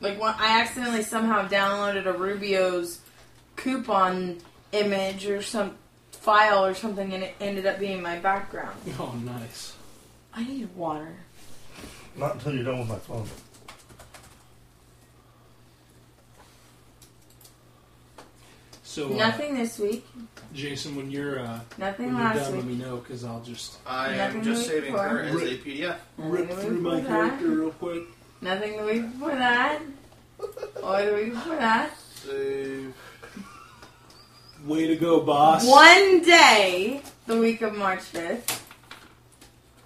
Speaker 6: Like when I accidentally somehow downloaded a Rubio's coupon image or some file or something, and it ended up being my background.
Speaker 1: Oh, nice.
Speaker 6: I need water.
Speaker 19: Not until you're done with my phone.
Speaker 1: So, uh,
Speaker 6: Nothing this week.
Speaker 1: Jason, when you're uh,
Speaker 6: Nothing
Speaker 1: when you're
Speaker 6: last
Speaker 1: done,
Speaker 6: week.
Speaker 1: let me know because I'll just
Speaker 2: I
Speaker 6: Nothing
Speaker 2: am
Speaker 6: to
Speaker 2: just
Speaker 6: look
Speaker 2: saving
Speaker 6: for.
Speaker 2: her as a
Speaker 1: Rip-
Speaker 2: PDF.
Speaker 1: rip
Speaker 6: Nothing
Speaker 1: through my
Speaker 6: before that.
Speaker 1: character real quick.
Speaker 6: Nothing the week before that. Or the week before that.
Speaker 2: Save.
Speaker 1: Way to go, boss.
Speaker 6: One day the week of March 5th.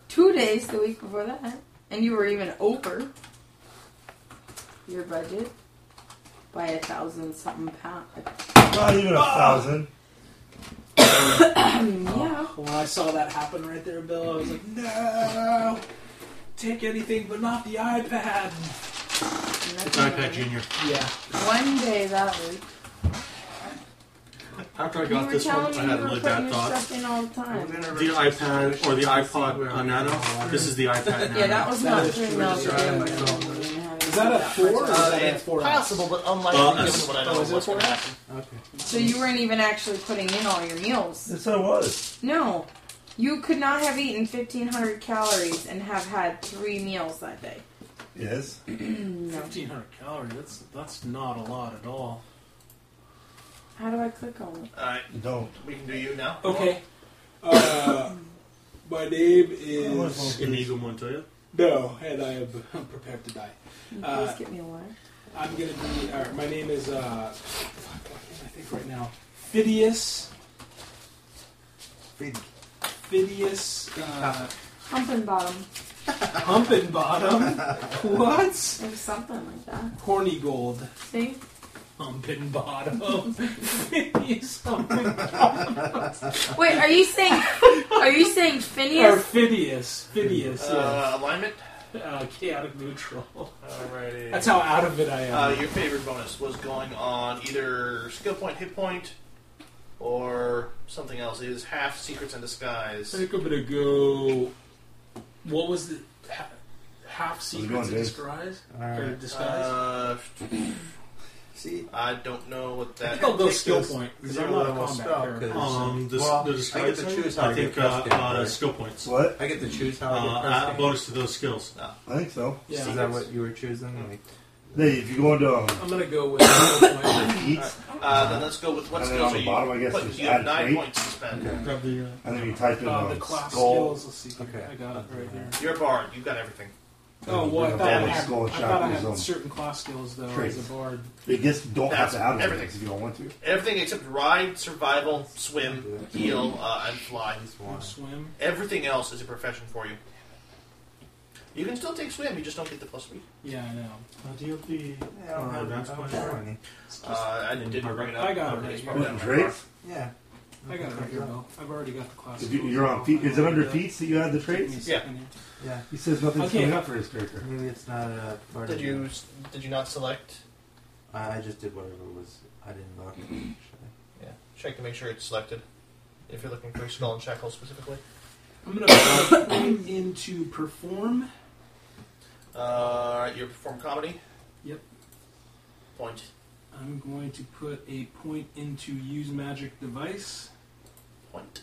Speaker 6: Two days the week before that. And you were even over your budget by a thousand something pounds.
Speaker 19: Not even a
Speaker 1: Ah!
Speaker 19: thousand.
Speaker 1: Yeah. Oh, When I saw that happen right there, Bill, I was like, no. Take anything but not the iPad.
Speaker 5: It's iPad Junior.
Speaker 1: Yeah.
Speaker 6: One day that week.
Speaker 5: After I
Speaker 6: You
Speaker 5: got
Speaker 6: were
Speaker 5: this one,
Speaker 6: telling me
Speaker 5: I
Speaker 6: you
Speaker 5: had
Speaker 6: were
Speaker 5: to live
Speaker 6: putting
Speaker 5: that
Speaker 6: your
Speaker 5: thought.
Speaker 6: stuff in all the time.
Speaker 5: The iPad or the iPod uh, Nano. This is the iPad Nano.
Speaker 6: Yeah, that was not
Speaker 1: is
Speaker 6: true.
Speaker 1: true.
Speaker 6: No,
Speaker 1: Just
Speaker 6: you
Speaker 1: try it
Speaker 6: didn't.
Speaker 5: oh.
Speaker 1: Is that a four or is
Speaker 2: Uh,
Speaker 1: that a
Speaker 2: it's
Speaker 1: four
Speaker 2: possible, but unlikely
Speaker 5: Uh,
Speaker 2: given
Speaker 5: it's-
Speaker 2: what I
Speaker 1: Oh,
Speaker 2: know
Speaker 1: is
Speaker 2: of
Speaker 1: it
Speaker 2: what's going to
Speaker 1: four?
Speaker 2: happen.
Speaker 7: Okay.
Speaker 6: So you weren't even actually putting in all your meals.
Speaker 19: Yes, I was.
Speaker 6: No. You could not have eaten 1,500 calories and have had three meals that day.
Speaker 19: Yes.
Speaker 1: Fifteen hundred calories. That's that's not a lot at all.
Speaker 6: How do I click on it?
Speaker 2: Alright,
Speaker 19: You don't.
Speaker 2: we can do you now.
Speaker 1: Okay. Uh, my name is
Speaker 5: An Eagle Montoya.
Speaker 1: no, and I am I'm prepared to die.
Speaker 6: Can you
Speaker 1: Uh,
Speaker 6: please get me a water?
Speaker 1: I'm gonna be. All right, my name is. Uh, fuck, why can't I think right now? Phidias. Phidias.
Speaker 2: <laughs>
Speaker 1: Uh,
Speaker 6: Humping bottom.
Speaker 2: <laughs>
Speaker 1: Humpin Bottom. what?
Speaker 6: Or something like that.
Speaker 1: Horny Gold. <laughs>
Speaker 6: See?
Speaker 1: Humpin Bottom. <laughs> Phidias Humpin Bottom.
Speaker 6: Wait, are you saying are you saying
Speaker 1: Or <laughs>
Speaker 6: Phineas?
Speaker 1: Phidias. Phidias,
Speaker 2: Uh, alignment.
Speaker 1: yeah. Uh, chaotic neutral.
Speaker 2: Alrighty.
Speaker 1: That's how out of it I am.
Speaker 2: Uh, your favorite bonus was going on either skill point, hit point, or something else. It is half secrets and
Speaker 1: I
Speaker 2: disguise.
Speaker 1: think I'm gonna go. What was the ha- half secrets
Speaker 19: going,
Speaker 1: in
Speaker 19: Dave?
Speaker 1: disguise? Or
Speaker 7: Alright.
Speaker 1: disguise?
Speaker 2: Uh,
Speaker 7: See,
Speaker 2: I don't know what
Speaker 1: I
Speaker 2: that.
Speaker 1: think I'll go
Speaker 7: Take
Speaker 1: skill
Speaker 7: this
Speaker 1: point because
Speaker 7: zero
Speaker 1: I'm not a
Speaker 7: level
Speaker 1: combat
Speaker 7: spell,
Speaker 1: character.
Speaker 7: 'cause-
Speaker 5: Um, this,
Speaker 7: Well,
Speaker 5: the
Speaker 7: I get
Speaker 5: disguise.
Speaker 7: to
Speaker 5: thing?
Speaker 7: choose how
Speaker 5: I
Speaker 7: to
Speaker 5: think
Speaker 7: get
Speaker 5: uh,
Speaker 7: pressed in,
Speaker 5: uh,
Speaker 7: right?
Speaker 5: skill points. Uh,
Speaker 19: What?
Speaker 7: I get to choose how I get pressed
Speaker 5: uh,
Speaker 7: in.
Speaker 5: bonus to those skills.
Speaker 19: I think so.
Speaker 1: Yeah.
Speaker 7: Is that what you were choosing? Like,
Speaker 19: Hey, if you go into um,
Speaker 1: I'm gonna go with skill point.
Speaker 19: eats,
Speaker 2: Uh, then let's go with what
Speaker 19: And then on
Speaker 2: skills
Speaker 19: the
Speaker 2: are you?
Speaker 19: bottom, I guess
Speaker 2: what-
Speaker 19: there's
Speaker 2: you have
Speaker 19: add
Speaker 2: nine
Speaker 19: three.
Speaker 2: points to spend.
Speaker 5: Grab the. Uh,
Speaker 19: and then you type in
Speaker 1: Uh,
Speaker 19: um,
Speaker 1: the class
Speaker 19: skull,
Speaker 1: skills. Let's see.
Speaker 7: Okay.
Speaker 1: I got it right here.
Speaker 2: You're a bard. You've got everything.
Speaker 1: Oh, well, I thought I
Speaker 19: Damage
Speaker 1: had,
Speaker 19: skull
Speaker 1: I thought I
Speaker 19: chakras
Speaker 1: had
Speaker 19: on
Speaker 1: certain class skills though
Speaker 19: traits.
Speaker 1: as a bard.
Speaker 19: I guess you don't have
Speaker 2: That's
Speaker 19: to add
Speaker 2: everything.
Speaker 19: everything if you don't want to.
Speaker 2: Everything except ride, survival, swim, heal, uh, and fly.
Speaker 7: this one.
Speaker 1: Swim.
Speaker 2: Everything else is a profession for you. You can still take swim. You just don't get the plus three.
Speaker 1: Yeah, I know.
Speaker 5: Uh, do you have the
Speaker 7: Yeah, I don't
Speaker 5: uh,
Speaker 7: have-
Speaker 5: advanced
Speaker 7: I don't
Speaker 5: point?
Speaker 7: have any.
Speaker 2: Uh, I didn't bring it up.
Speaker 1: I got it right
Speaker 2: It's
Speaker 1: here.
Speaker 2: probably
Speaker 19: What,
Speaker 2: down my car.
Speaker 19: traits?
Speaker 7: Yeah.
Speaker 1: I got it right here, Bill. I've already got the class.
Speaker 19: If you,
Speaker 1: skills.
Speaker 19: you're on feet. Is it under feats that you add the
Speaker 1: Give me a
Speaker 19: traits?
Speaker 1: second here.
Speaker 7: Yeah.
Speaker 19: He says nothing's
Speaker 1: Okay.
Speaker 19: coming up for his character.
Speaker 7: Maybe it's not a part
Speaker 2: Did
Speaker 7: of
Speaker 2: you
Speaker 7: it.
Speaker 2: did you not select?
Speaker 7: I I just did whatever was. I didn't <laughs> look. actually.
Speaker 2: Yeah, check to make sure it's selected. If you're looking for skull and shackle specifically,
Speaker 1: I'm gonna put <coughs> into perform.
Speaker 2: uh, you perform comedy.
Speaker 1: Yep.
Speaker 2: Point.
Speaker 1: I'm going to put a point into use magic device.
Speaker 2: Point.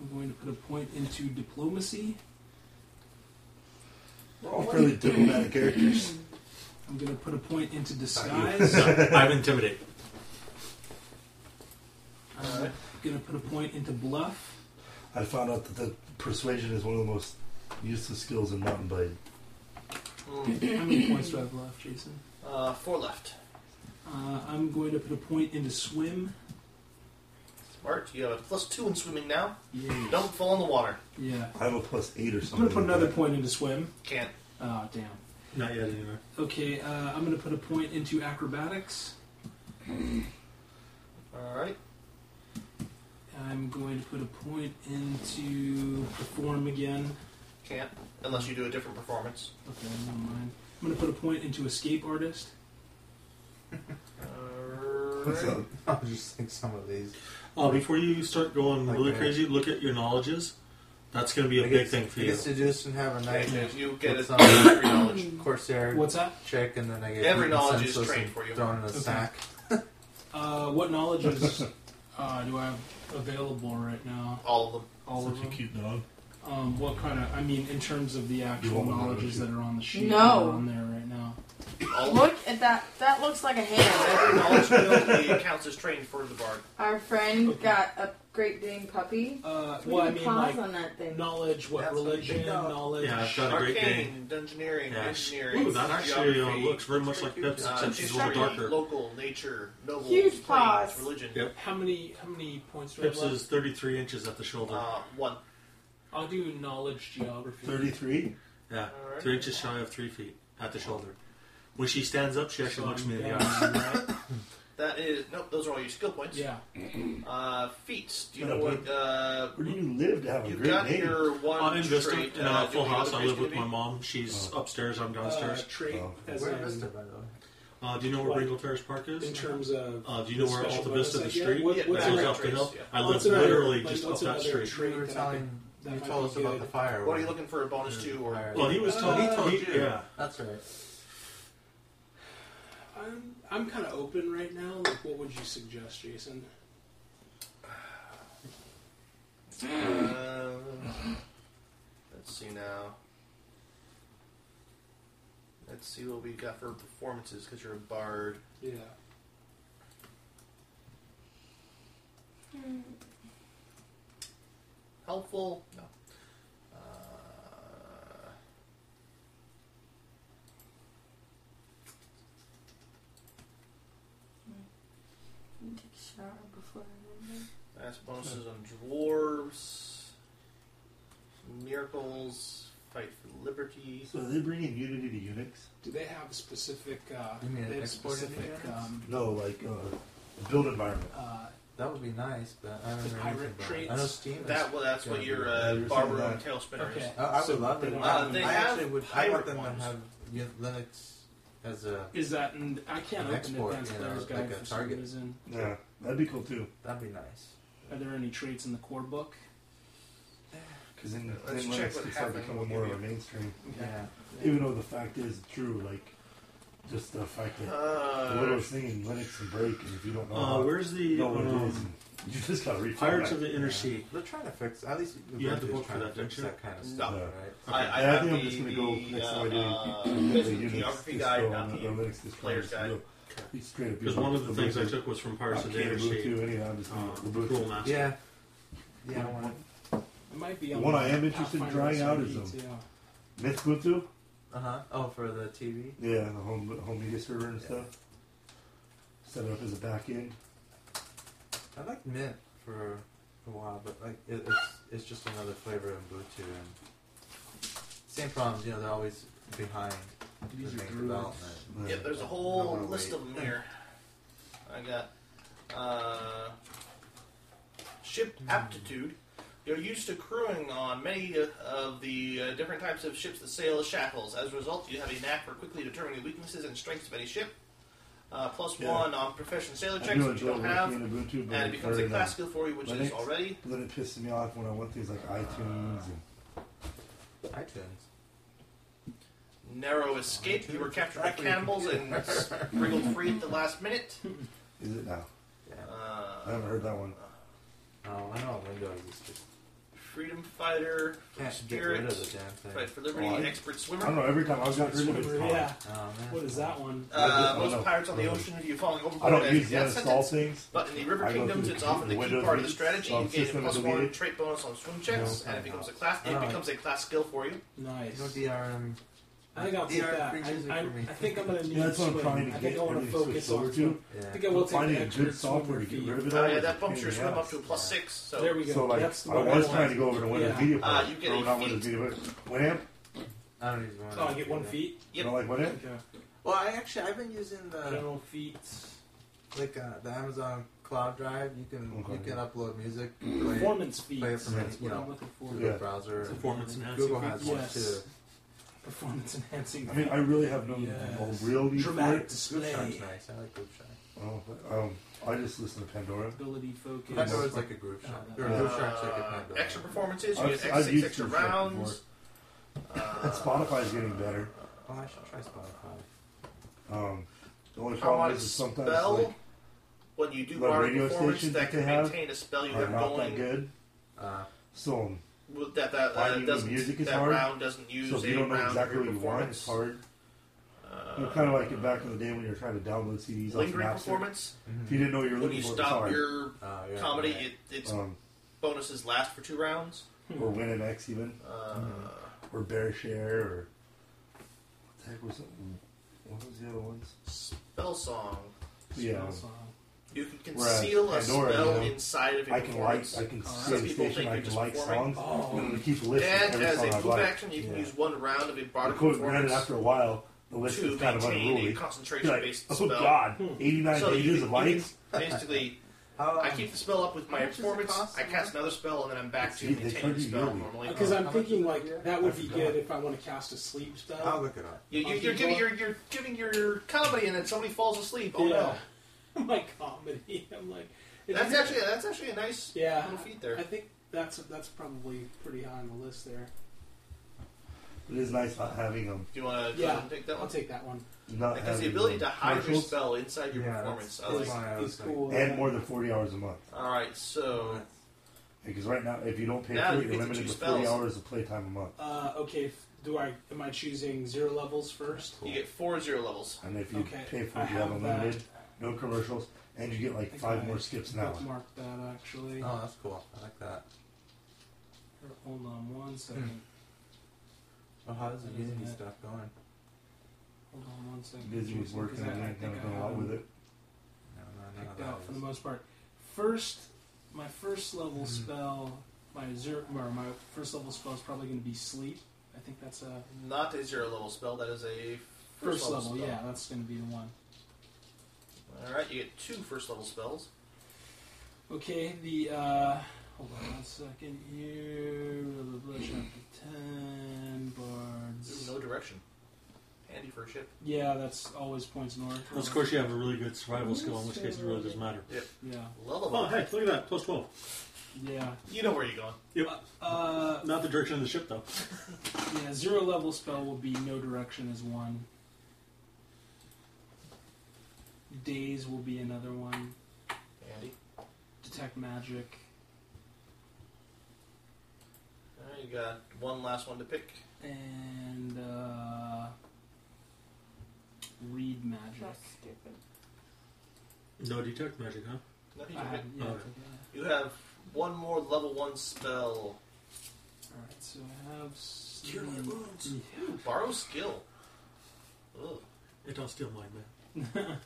Speaker 1: I'm going to put a point into diplomacy.
Speaker 19: We're all fairly diplomatic characters.
Speaker 1: I'm going to put a point into
Speaker 19: you.
Speaker 1: disguise.
Speaker 5: No, I have intimidate.
Speaker 1: I'm going to Uh, put a point into bluff.
Speaker 19: I found out that the persuasion is one of the most useless skills in mountain biking.
Speaker 2: Mm.
Speaker 1: How many points do I have left, Jason?
Speaker 2: Uh, four left.
Speaker 1: Uh, I'm going to put a point into swim.
Speaker 2: Smart. You have a plus two in swimming now.
Speaker 1: Yeah.
Speaker 2: Don't fall in the water.
Speaker 1: Yeah.
Speaker 19: I have a plus eight or
Speaker 1: I'm
Speaker 19: something.
Speaker 1: going to put
Speaker 19: like
Speaker 1: another
Speaker 19: that.
Speaker 1: point into swim.
Speaker 2: Can't.
Speaker 1: Oh, damn.
Speaker 5: Not yet, anyway.
Speaker 1: Okay, uh, I'm going to put a point into acrobatics.
Speaker 2: All right.
Speaker 1: I'm going to put a point into perform again.
Speaker 2: Can't. Unless you do a different performance.
Speaker 1: Okay, never mind. I'm going to put a point into escape artist.
Speaker 19: What's
Speaker 2: Alright.
Speaker 19: up?
Speaker 7: I was just think some of these.
Speaker 5: Uh, before you start going
Speaker 7: Like
Speaker 5: really
Speaker 7: that.
Speaker 5: crazy, look at your knowledges. That's going to be a
Speaker 7: I
Speaker 5: big
Speaker 7: guess-
Speaker 5: thing for
Speaker 7: I
Speaker 5: you.
Speaker 7: guess to just have a
Speaker 2: Okay,
Speaker 7: nice
Speaker 2: so You get
Speaker 7: What's
Speaker 2: a <coughs>
Speaker 7: up?
Speaker 2: every knowledge.
Speaker 7: Corsair
Speaker 1: What's that?
Speaker 7: check, and then I get
Speaker 2: Every
Speaker 7: beaten
Speaker 2: knowledge is
Speaker 7: senseless
Speaker 2: trained
Speaker 7: and
Speaker 2: for you.
Speaker 7: Thrown in a
Speaker 1: Okay.
Speaker 7: sack.
Speaker 1: Uh, what knowledges uh, do I have available right now?
Speaker 2: All of them.
Speaker 1: All of
Speaker 19: Such a
Speaker 1: them.
Speaker 19: cute dog.
Speaker 1: Um, what kind of? I mean, in terms of the actual
Speaker 32: want one,
Speaker 1: knowledges
Speaker 32: don't
Speaker 1: that
Speaker 32: you?
Speaker 1: are on the sheet,
Speaker 6: No.
Speaker 1: that are on there right now.
Speaker 6: Look at that. That looks like a
Speaker 2: Every
Speaker 6: hand.
Speaker 2: knowledge ability counts as trained for the bard.
Speaker 6: Our friend got a Great Dane puppy.
Speaker 1: Uh,
Speaker 6: we
Speaker 1: well, I
Speaker 6: can
Speaker 1: mean,
Speaker 6: pause
Speaker 1: like,
Speaker 6: on that thing.
Speaker 1: Knowledge, what religion, knowledge.
Speaker 5: Yeah, I've got a great
Speaker 2: Arcane,
Speaker 5: game.
Speaker 2: dungeoneering,
Speaker 5: Yeah.
Speaker 2: engineering.
Speaker 5: Ooh, that actually uh,
Speaker 2: geography,
Speaker 5: looks very much like Pips,
Speaker 2: uh,
Speaker 5: except she's a little
Speaker 2: history,
Speaker 5: darker.
Speaker 2: Local, nature, nobles,
Speaker 1: Huge
Speaker 2: plains,
Speaker 1: pause.
Speaker 2: religion.
Speaker 5: Yep.
Speaker 1: How many? How many points do I have
Speaker 5: Pips
Speaker 1: left?
Speaker 5: is 33 inches at the shoulder.
Speaker 2: Uh, one.
Speaker 1: I'll do knowledge geography.
Speaker 5: Yeah,
Speaker 1: All right.
Speaker 5: three inches shy of three feet at the shoulder. When she stands up, she actually
Speaker 1: So
Speaker 5: looks me in the
Speaker 1: I'm
Speaker 5: eye. <laughs>
Speaker 2: That is nope. Those are all your skill points.
Speaker 1: Yeah.
Speaker 2: Uh, feats. Do you
Speaker 33: No,
Speaker 2: know
Speaker 33: but
Speaker 2: what? Uh,
Speaker 33: Where do you live to have a
Speaker 2: you've
Speaker 33: Oh, great
Speaker 2: got
Speaker 33: name?
Speaker 2: your one
Speaker 5: I'm in Vista,
Speaker 2: trait.
Speaker 5: in
Speaker 2: uh, do
Speaker 5: a
Speaker 2: you
Speaker 5: full
Speaker 2: know
Speaker 5: house.
Speaker 2: what
Speaker 5: I
Speaker 2: your
Speaker 5: live
Speaker 2: trait's
Speaker 5: with my
Speaker 2: gonna be?
Speaker 5: mom. She's upstairs. I'm downstairs.
Speaker 1: Uh, trait
Speaker 5: Oh.
Speaker 1: as
Speaker 7: Where
Speaker 1: in-
Speaker 7: is it, by the way?
Speaker 5: Uh, do you know where
Speaker 1: What?
Speaker 5: Regal Terrace Park is?
Speaker 1: In terms of
Speaker 5: Uh, do you know
Speaker 1: the
Speaker 5: where
Speaker 1: special
Speaker 5: Alta
Speaker 1: bonus
Speaker 5: Vista,
Speaker 1: I
Speaker 5: the
Speaker 1: get?
Speaker 5: street,
Speaker 1: What-
Speaker 5: that
Speaker 1: what's Oh,
Speaker 5: goes
Speaker 1: another
Speaker 5: up the
Speaker 1: trait?
Speaker 5: hill?
Speaker 1: Yeah.
Speaker 5: I
Speaker 1: What's
Speaker 5: live
Speaker 1: another-
Speaker 5: literally
Speaker 1: like,
Speaker 5: just up
Speaker 1: what's
Speaker 5: that
Speaker 1: another
Speaker 5: street.
Speaker 1: trait
Speaker 7: You were
Speaker 1: that I
Speaker 7: telling.
Speaker 1: could-
Speaker 7: You
Speaker 1: that
Speaker 7: told
Speaker 1: might
Speaker 7: us
Speaker 1: be
Speaker 7: about the
Speaker 1: good?
Speaker 7: fire.
Speaker 2: What are you
Speaker 7: one.
Speaker 2: looking for a bonus to? Or
Speaker 5: Well, he was telling.
Speaker 7: He told
Speaker 5: Oh, he-
Speaker 7: you.
Speaker 5: yeah.
Speaker 7: That's right.
Speaker 1: I'm, I'm kind of open right now. Like, what would you suggest, Jason?
Speaker 2: Uh, let's see now. Let's see what we got for performances because you're a bard.
Speaker 1: Yeah.
Speaker 18: Hmm.
Speaker 2: Helpful? No. Uh,
Speaker 6: Let me take a shower before I go in there.
Speaker 2: that's bonuses on dwarves, miracles, fight for liberty.
Speaker 3: So are they bringing Unity to Unix?
Speaker 1: Do they have a specific? Uh,
Speaker 7: You mean
Speaker 1: they have
Speaker 7: export
Speaker 1: specific.
Speaker 7: engineering?
Speaker 1: Um,
Speaker 3: No, like uh, build environment.
Speaker 1: uh,
Speaker 7: That would be nice, but I don't
Speaker 1: The
Speaker 7: know.
Speaker 1: pirate
Speaker 7: anything about it.
Speaker 1: traits.
Speaker 7: I know Steam. is
Speaker 2: That well, that's
Speaker 7: gonna
Speaker 2: what
Speaker 7: be
Speaker 2: your
Speaker 7: good.
Speaker 2: uh,
Speaker 3: you're saying
Speaker 2: barber and
Speaker 3: that.
Speaker 2: tail spinner is.
Speaker 1: okay.
Speaker 7: I, I
Speaker 1: So
Speaker 7: would love
Speaker 1: they
Speaker 7: it.
Speaker 1: don't
Speaker 7: I,
Speaker 1: have
Speaker 2: Uh, they
Speaker 7: I
Speaker 2: have
Speaker 7: actually would. I
Speaker 2: pirate
Speaker 7: want them
Speaker 2: ones.
Speaker 7: to have yeah, Linux as a.
Speaker 1: Is that? In, I can't
Speaker 7: An
Speaker 1: open
Speaker 7: export,
Speaker 1: Advanced
Speaker 7: you know,
Speaker 1: Player's
Speaker 7: like
Speaker 1: Guide
Speaker 7: a
Speaker 1: for
Speaker 7: target.
Speaker 1: some reason.
Speaker 3: Yeah, that'd be cool too.
Speaker 7: That'd be nice.
Speaker 1: Are there any traits in the core book?
Speaker 3: Because then, then
Speaker 2: Let's check
Speaker 3: Linux
Speaker 2: what
Speaker 3: can start
Speaker 2: happened.
Speaker 3: becoming more of a mainstream.
Speaker 7: Yeah.
Speaker 3: Even though the fact is true, like just the fact that
Speaker 2: Uh,
Speaker 3: the little thing in Linux can break, and if you don't know,
Speaker 5: Uh,
Speaker 3: how,
Speaker 5: where's the,
Speaker 3: know what it is,
Speaker 5: um,
Speaker 3: you just gotta read
Speaker 5: Pirates of the Inner Sea.
Speaker 7: They're trying to fix. At least
Speaker 5: You had the
Speaker 7: Ubuntu's
Speaker 5: book for
Speaker 7: trying to
Speaker 5: that, didn't
Speaker 7: fix
Speaker 5: you?
Speaker 7: That kind of
Speaker 2: No.
Speaker 7: stuff,
Speaker 3: Yeah.
Speaker 7: right?
Speaker 2: I, I,
Speaker 3: Yeah, I
Speaker 2: have
Speaker 3: think I'm
Speaker 2: the-
Speaker 3: just gonna go
Speaker 2: the,
Speaker 3: next
Speaker 2: uh,
Speaker 3: time I do
Speaker 2: uh,
Speaker 3: the
Speaker 2: basic
Speaker 3: Unix
Speaker 2: geography
Speaker 3: distro
Speaker 2: guide,
Speaker 3: and
Speaker 2: not
Speaker 3: the
Speaker 2: the
Speaker 3: Linux distro,
Speaker 2: player's
Speaker 3: just
Speaker 2: guide.
Speaker 3: go- it's straight up
Speaker 5: Because one of the things I
Speaker 3: Ubuntu.
Speaker 5: took was from
Speaker 3: I
Speaker 5: Pirates of the Inner
Speaker 3: can't move
Speaker 5: Sea.
Speaker 3: to anyhow, I'm just
Speaker 5: Um,
Speaker 2: uh,
Speaker 3: Ubuntu.
Speaker 5: cool master.
Speaker 7: Yeah. Yeah. I want
Speaker 1: It might be.
Speaker 3: The
Speaker 1: on
Speaker 3: one I am interested in
Speaker 1: Pathfinder
Speaker 3: trying out is, um,
Speaker 1: SRE, too.
Speaker 3: Mythbuntu?
Speaker 7: Uh huh. Oh, for the TV.
Speaker 3: Yeah, the home home media server and stuff. Set it up as a back end.
Speaker 7: I liked Mint for a while, but like it, it's it's just another flavor of Ubuntu and same problems. You know, they're always behind the
Speaker 1: These are
Speaker 7: main
Speaker 1: druids.
Speaker 7: development.
Speaker 2: Yep, there's a whole list of them here. I got uh, ship
Speaker 3: Hmm.
Speaker 2: aptitude. You're used to crewing on many uh, of the uh, different types of ships that sail as shackles. As a result, you have a knack for quickly determining the weaknesses and strengths of any ship. Uh, plus
Speaker 3: Yeah.
Speaker 2: one on professional sailor
Speaker 3: I
Speaker 2: checks,
Speaker 3: do
Speaker 2: which you
Speaker 3: enjoy
Speaker 2: don't
Speaker 3: working
Speaker 2: have,
Speaker 3: in Ubuntu,
Speaker 2: and
Speaker 3: but
Speaker 2: it
Speaker 3: it's
Speaker 2: becomes a
Speaker 3: very
Speaker 2: class
Speaker 3: nice.
Speaker 2: skill for you, which
Speaker 3: But
Speaker 2: is
Speaker 3: it's-
Speaker 2: already.
Speaker 3: But then it pisses me off when I want things like iTunes and
Speaker 7: iTunes.
Speaker 2: Narrow escape. You were captured by cannibals
Speaker 7: <laughs>
Speaker 2: and
Speaker 3: <laughs>
Speaker 2: <laughs> wriggled free at the last minute.
Speaker 3: is it now? I
Speaker 2: Uh,
Speaker 3: haven't heard that one.
Speaker 7: Oh, I know Windows is just
Speaker 2: freedom fighter.
Speaker 7: can't get
Speaker 2: Spirit.
Speaker 7: rid of the damn thing.
Speaker 2: Fight for liberty.
Speaker 3: Oh, I-
Speaker 2: expert swimmer.
Speaker 3: I don't know. Every time I've got rid of it, it's
Speaker 1: Whatever,
Speaker 3: gone.
Speaker 1: Yeah.
Speaker 7: Oh man.
Speaker 1: What is that one?
Speaker 2: Uh,
Speaker 3: I
Speaker 2: most
Speaker 3: don't know.
Speaker 2: pirates on the
Speaker 3: Mhm.
Speaker 2: ocean view falling
Speaker 3: I
Speaker 2: overboard
Speaker 3: don't
Speaker 2: as
Speaker 3: use
Speaker 2: a
Speaker 3: the
Speaker 2: death
Speaker 3: install
Speaker 2: sentence.
Speaker 3: things.
Speaker 2: But in the river
Speaker 3: I go
Speaker 2: kingdoms,
Speaker 3: through
Speaker 2: it's
Speaker 3: the
Speaker 2: often the key
Speaker 3: Windows
Speaker 2: part of the
Speaker 3: Vista
Speaker 2: strategy. You gain a
Speaker 3: system and
Speaker 2: plus
Speaker 3: delete
Speaker 2: one
Speaker 3: it.
Speaker 2: trait bonus on swim checks,
Speaker 7: No,
Speaker 2: and it
Speaker 7: no.
Speaker 2: becomes a class. It
Speaker 7: No.
Speaker 2: becomes a class skill for you.
Speaker 1: Nice.
Speaker 7: You know DRM.
Speaker 1: I think I'll take
Speaker 7: DRM
Speaker 1: that.
Speaker 7: creatures are
Speaker 1: I, I,
Speaker 7: for me.
Speaker 1: I think I'm gonna need
Speaker 3: Yeah, that's what I'm
Speaker 1: swim.
Speaker 3: trying
Speaker 1: I
Speaker 3: to
Speaker 1: think
Speaker 3: get
Speaker 1: I want to
Speaker 3: everything
Speaker 1: focus
Speaker 3: switched
Speaker 1: on.
Speaker 3: over to.
Speaker 1: I
Speaker 7: <laughs> Yeah.
Speaker 1: think I will take
Speaker 3: Finding
Speaker 1: the
Speaker 3: a
Speaker 1: extra
Speaker 3: good software
Speaker 1: swimmer
Speaker 3: to get
Speaker 1: fee.
Speaker 3: rid of it.
Speaker 2: Uh,
Speaker 3: all
Speaker 2: yeah,
Speaker 3: is a
Speaker 2: that bumps
Speaker 3: pain
Speaker 2: your
Speaker 3: in
Speaker 2: swim
Speaker 3: the
Speaker 2: up to a
Speaker 3: ass.
Speaker 2: plus six. So
Speaker 1: There we go.
Speaker 3: So like,
Speaker 1: That's the
Speaker 3: I
Speaker 1: one
Speaker 3: was
Speaker 1: want.
Speaker 3: trying to go over to Windows
Speaker 1: Yeah.
Speaker 3: Media
Speaker 2: Uh,
Speaker 3: Player.
Speaker 2: you get
Speaker 3: or
Speaker 2: a
Speaker 3: not
Speaker 2: feat.
Speaker 3: Windows Media Player. Winamp.
Speaker 7: I don't even want.
Speaker 1: Oh, I get one feet.
Speaker 3: You
Speaker 2: Yep.
Speaker 3: don't like Winamp?
Speaker 1: Okay.
Speaker 7: Well, I actually I've been using
Speaker 3: Uh,
Speaker 7: the
Speaker 1: General feats.
Speaker 7: like uh, the Amazon Cloud Drive. You can
Speaker 3: Okay.
Speaker 7: you can upload music. you can Play,
Speaker 1: Performance feats.
Speaker 7: play it from any
Speaker 1: That's
Speaker 7: you
Speaker 1: what
Speaker 7: know
Speaker 1: I'm looking for.
Speaker 7: Google
Speaker 3: Yeah.
Speaker 7: browser.
Speaker 5: Performance enhancing
Speaker 7: Google has one
Speaker 1: Yes.
Speaker 7: too.
Speaker 1: Performance enhancing.
Speaker 3: I mean, I really have no
Speaker 1: Yes.
Speaker 3: real need for
Speaker 1: Dramatic
Speaker 3: it.
Speaker 1: display.
Speaker 7: Groupshock's nice. I like Groupshock.
Speaker 3: Oh, but, um, I just listen to Pandora.
Speaker 1: Ability focus.
Speaker 7: Pandora's like a Groupshock.
Speaker 1: Uh,
Speaker 7: or
Speaker 3: uh,
Speaker 7: Groupshock's like a
Speaker 2: Uh,
Speaker 7: Pandora.
Speaker 2: extra performances. You
Speaker 3: I've-
Speaker 2: get
Speaker 3: I've
Speaker 2: X six
Speaker 3: used
Speaker 2: extra
Speaker 3: Groupshock before.
Speaker 2: rounds.
Speaker 3: <laughs>
Speaker 2: Uh,
Speaker 3: And Spotify is getting better.
Speaker 7: Oh, I should try Spotify.
Speaker 3: Um, the only problem
Speaker 2: Harmonic
Speaker 3: is that sometimes
Speaker 2: spell.
Speaker 3: like,
Speaker 2: when you do
Speaker 3: the
Speaker 2: bardic
Speaker 3: radio
Speaker 2: performance,
Speaker 3: stations
Speaker 2: that
Speaker 3: that
Speaker 2: can
Speaker 3: they have
Speaker 2: maintain a spell you
Speaker 3: are
Speaker 2: have
Speaker 3: not that
Speaker 2: going.
Speaker 3: good.
Speaker 7: Uh,
Speaker 3: So um,
Speaker 2: with- that that
Speaker 19: Why
Speaker 2: uh,
Speaker 19: do you
Speaker 2: doesn't
Speaker 19: mean music is
Speaker 2: that
Speaker 19: hard?
Speaker 2: round doesn't use
Speaker 19: so if
Speaker 2: a
Speaker 19: you don't know
Speaker 2: round
Speaker 19: exactly
Speaker 2: of
Speaker 19: what
Speaker 2: your
Speaker 19: you want. It's
Speaker 2: performance. Uh,
Speaker 19: hard. You know, kind of like it back in the day when you were trying to download CDs. off the
Speaker 2: lingering
Speaker 19: Napster.
Speaker 2: performance.
Speaker 19: If you didn't know what you were
Speaker 2: when
Speaker 19: looking
Speaker 2: you
Speaker 19: for, it's
Speaker 2: stop
Speaker 19: hard.
Speaker 2: your
Speaker 7: Uh,
Speaker 19: yeah,
Speaker 2: comedy,
Speaker 19: right.
Speaker 2: it, its
Speaker 19: Um,
Speaker 2: bonuses last for two rounds.
Speaker 19: or Win and X even,
Speaker 2: Uh.
Speaker 19: or Bear Share, or what the heck was it? What was the other ones?
Speaker 2: Spell song.
Speaker 19: Yeah.
Speaker 2: You can
Speaker 19: Whereas
Speaker 2: conceal a
Speaker 19: Pandora,
Speaker 2: spell
Speaker 19: you know,
Speaker 2: inside of your
Speaker 19: um, I can
Speaker 2: performance.
Speaker 19: like, I can see
Speaker 2: Some
Speaker 19: the
Speaker 2: people
Speaker 19: station.
Speaker 2: think
Speaker 19: I
Speaker 2: you're
Speaker 19: can
Speaker 2: just
Speaker 19: like
Speaker 2: performing.
Speaker 19: songs, and
Speaker 1: Oh.
Speaker 19: I'm gonna keep listening
Speaker 2: And
Speaker 19: every
Speaker 2: as
Speaker 19: song
Speaker 2: a
Speaker 19: I
Speaker 2: move
Speaker 19: like.
Speaker 2: action, you can
Speaker 19: Yeah.
Speaker 2: use one round of a bardic
Speaker 19: Of course,
Speaker 2: performance.
Speaker 19: granted, after a while, the list
Speaker 2: to
Speaker 19: is kind of
Speaker 2: maintain a
Speaker 19: unruly.
Speaker 2: concentration-based
Speaker 19: You're like,
Speaker 2: spell.
Speaker 19: Oh God,
Speaker 2: Hmm.
Speaker 19: 89
Speaker 2: So
Speaker 19: pages
Speaker 2: you can-
Speaker 19: of
Speaker 2: you can
Speaker 19: lights.
Speaker 2: Basically, I
Speaker 7: um,
Speaker 2: keep the spell up with my performance. I cast another spell, and then I'm back to
Speaker 19: See, they
Speaker 2: maintaining
Speaker 19: charge
Speaker 2: the
Speaker 19: you
Speaker 2: spell
Speaker 19: yearly.
Speaker 2: normally.
Speaker 1: Because I'm thinking like that would
Speaker 2: I
Speaker 1: be
Speaker 2: forgot.
Speaker 1: good if I want to cast a sleep spell. <laughs>
Speaker 7: I'll look it up.
Speaker 2: You, you, you're giving your you're giving your comedy, and then somebody falls asleep. Oh
Speaker 1: Yeah.
Speaker 2: no!
Speaker 1: my comedy. I'm like, if
Speaker 2: That's
Speaker 1: you-
Speaker 2: actually that's actually a nice
Speaker 1: yeah.
Speaker 2: little feat there.
Speaker 1: I think that's that's probably pretty high on the list there.
Speaker 19: It is nice not having them.
Speaker 2: Do you want to
Speaker 1: Yeah,
Speaker 2: take that
Speaker 1: I'll
Speaker 2: one?
Speaker 1: take that one.
Speaker 19: Not
Speaker 2: because the
Speaker 19: having
Speaker 2: ability
Speaker 19: the
Speaker 2: to hide your
Speaker 19: commercials.
Speaker 2: spell inside your performance. I like that.
Speaker 19: And more than 40 hours a month.
Speaker 2: All right, so
Speaker 19: Because right now, if you don't pay
Speaker 2: Now
Speaker 19: for
Speaker 2: you
Speaker 19: it, you're
Speaker 2: get the
Speaker 19: limited
Speaker 2: two
Speaker 19: to 40
Speaker 2: spells.
Speaker 19: hours of playtime a month.
Speaker 1: Uh, okay, f- do I am I choosing zero levels first?
Speaker 2: you get four zero levels.
Speaker 19: And if you
Speaker 1: Okay,
Speaker 19: pay for
Speaker 1: I
Speaker 19: it, you have
Speaker 1: have
Speaker 19: unlimited, no commercials, and you get like five more skips an hour.
Speaker 1: Mark that actually.
Speaker 7: Oh, that's cool. I like that.
Speaker 1: Hold on one second.
Speaker 19: Hmm.
Speaker 7: Oh, how does the
Speaker 1: That isn't
Speaker 7: Unity
Speaker 1: it.
Speaker 7: stuff going?
Speaker 1: Hold on one second.
Speaker 19: Busy with
Speaker 1: Jason,
Speaker 19: work
Speaker 1: 'cause
Speaker 19: and
Speaker 1: I, I
Speaker 19: everything,
Speaker 1: think
Speaker 19: kind of
Speaker 1: I
Speaker 19: done a lot
Speaker 1: have
Speaker 19: with it.
Speaker 7: No, no, no,
Speaker 1: picked
Speaker 7: no.
Speaker 1: out for the most part. First, my first level spell, my zero, or my first level spell is probably going to be sleep. I think that's a
Speaker 2: Not a zero level spell. That is a
Speaker 1: first, level.
Speaker 2: spell.
Speaker 1: Yeah, that's going to be the one.
Speaker 2: All right, you get two first level spells.
Speaker 1: Okay, the uh, hold on one second here. Blah, blah, blah, chapter ten, bards.
Speaker 2: There's no direction. Handy for a ship.
Speaker 1: Yeah, that's always points north.
Speaker 5: Well, of course, you have a really good survival skill, in which case it really doesn't matter.
Speaker 2: Yep.
Speaker 1: Yeah.
Speaker 2: Lullaby.
Speaker 5: Oh, hey, look at that. Plus 12.
Speaker 1: Yeah.
Speaker 2: You know where you're going.
Speaker 5: Yep.
Speaker 1: Uh,
Speaker 5: Not the direction of the ship, though.
Speaker 1: yeah, zero level spell will be no direction is one. Days will be another one.
Speaker 2: Handy.
Speaker 1: Detect magic.
Speaker 2: All right, you got one last one to pick.
Speaker 1: and uh, read magic. That's stupid.
Speaker 5: No detect magic, huh?
Speaker 2: No, you,
Speaker 1: I
Speaker 2: pick.
Speaker 1: haven't- yeah,
Speaker 5: Okay.
Speaker 2: you have one more level one spell.
Speaker 1: All right, so I have. s-
Speaker 2: Ooh, borrow skill. Ugh.
Speaker 5: It don't steal mine, man.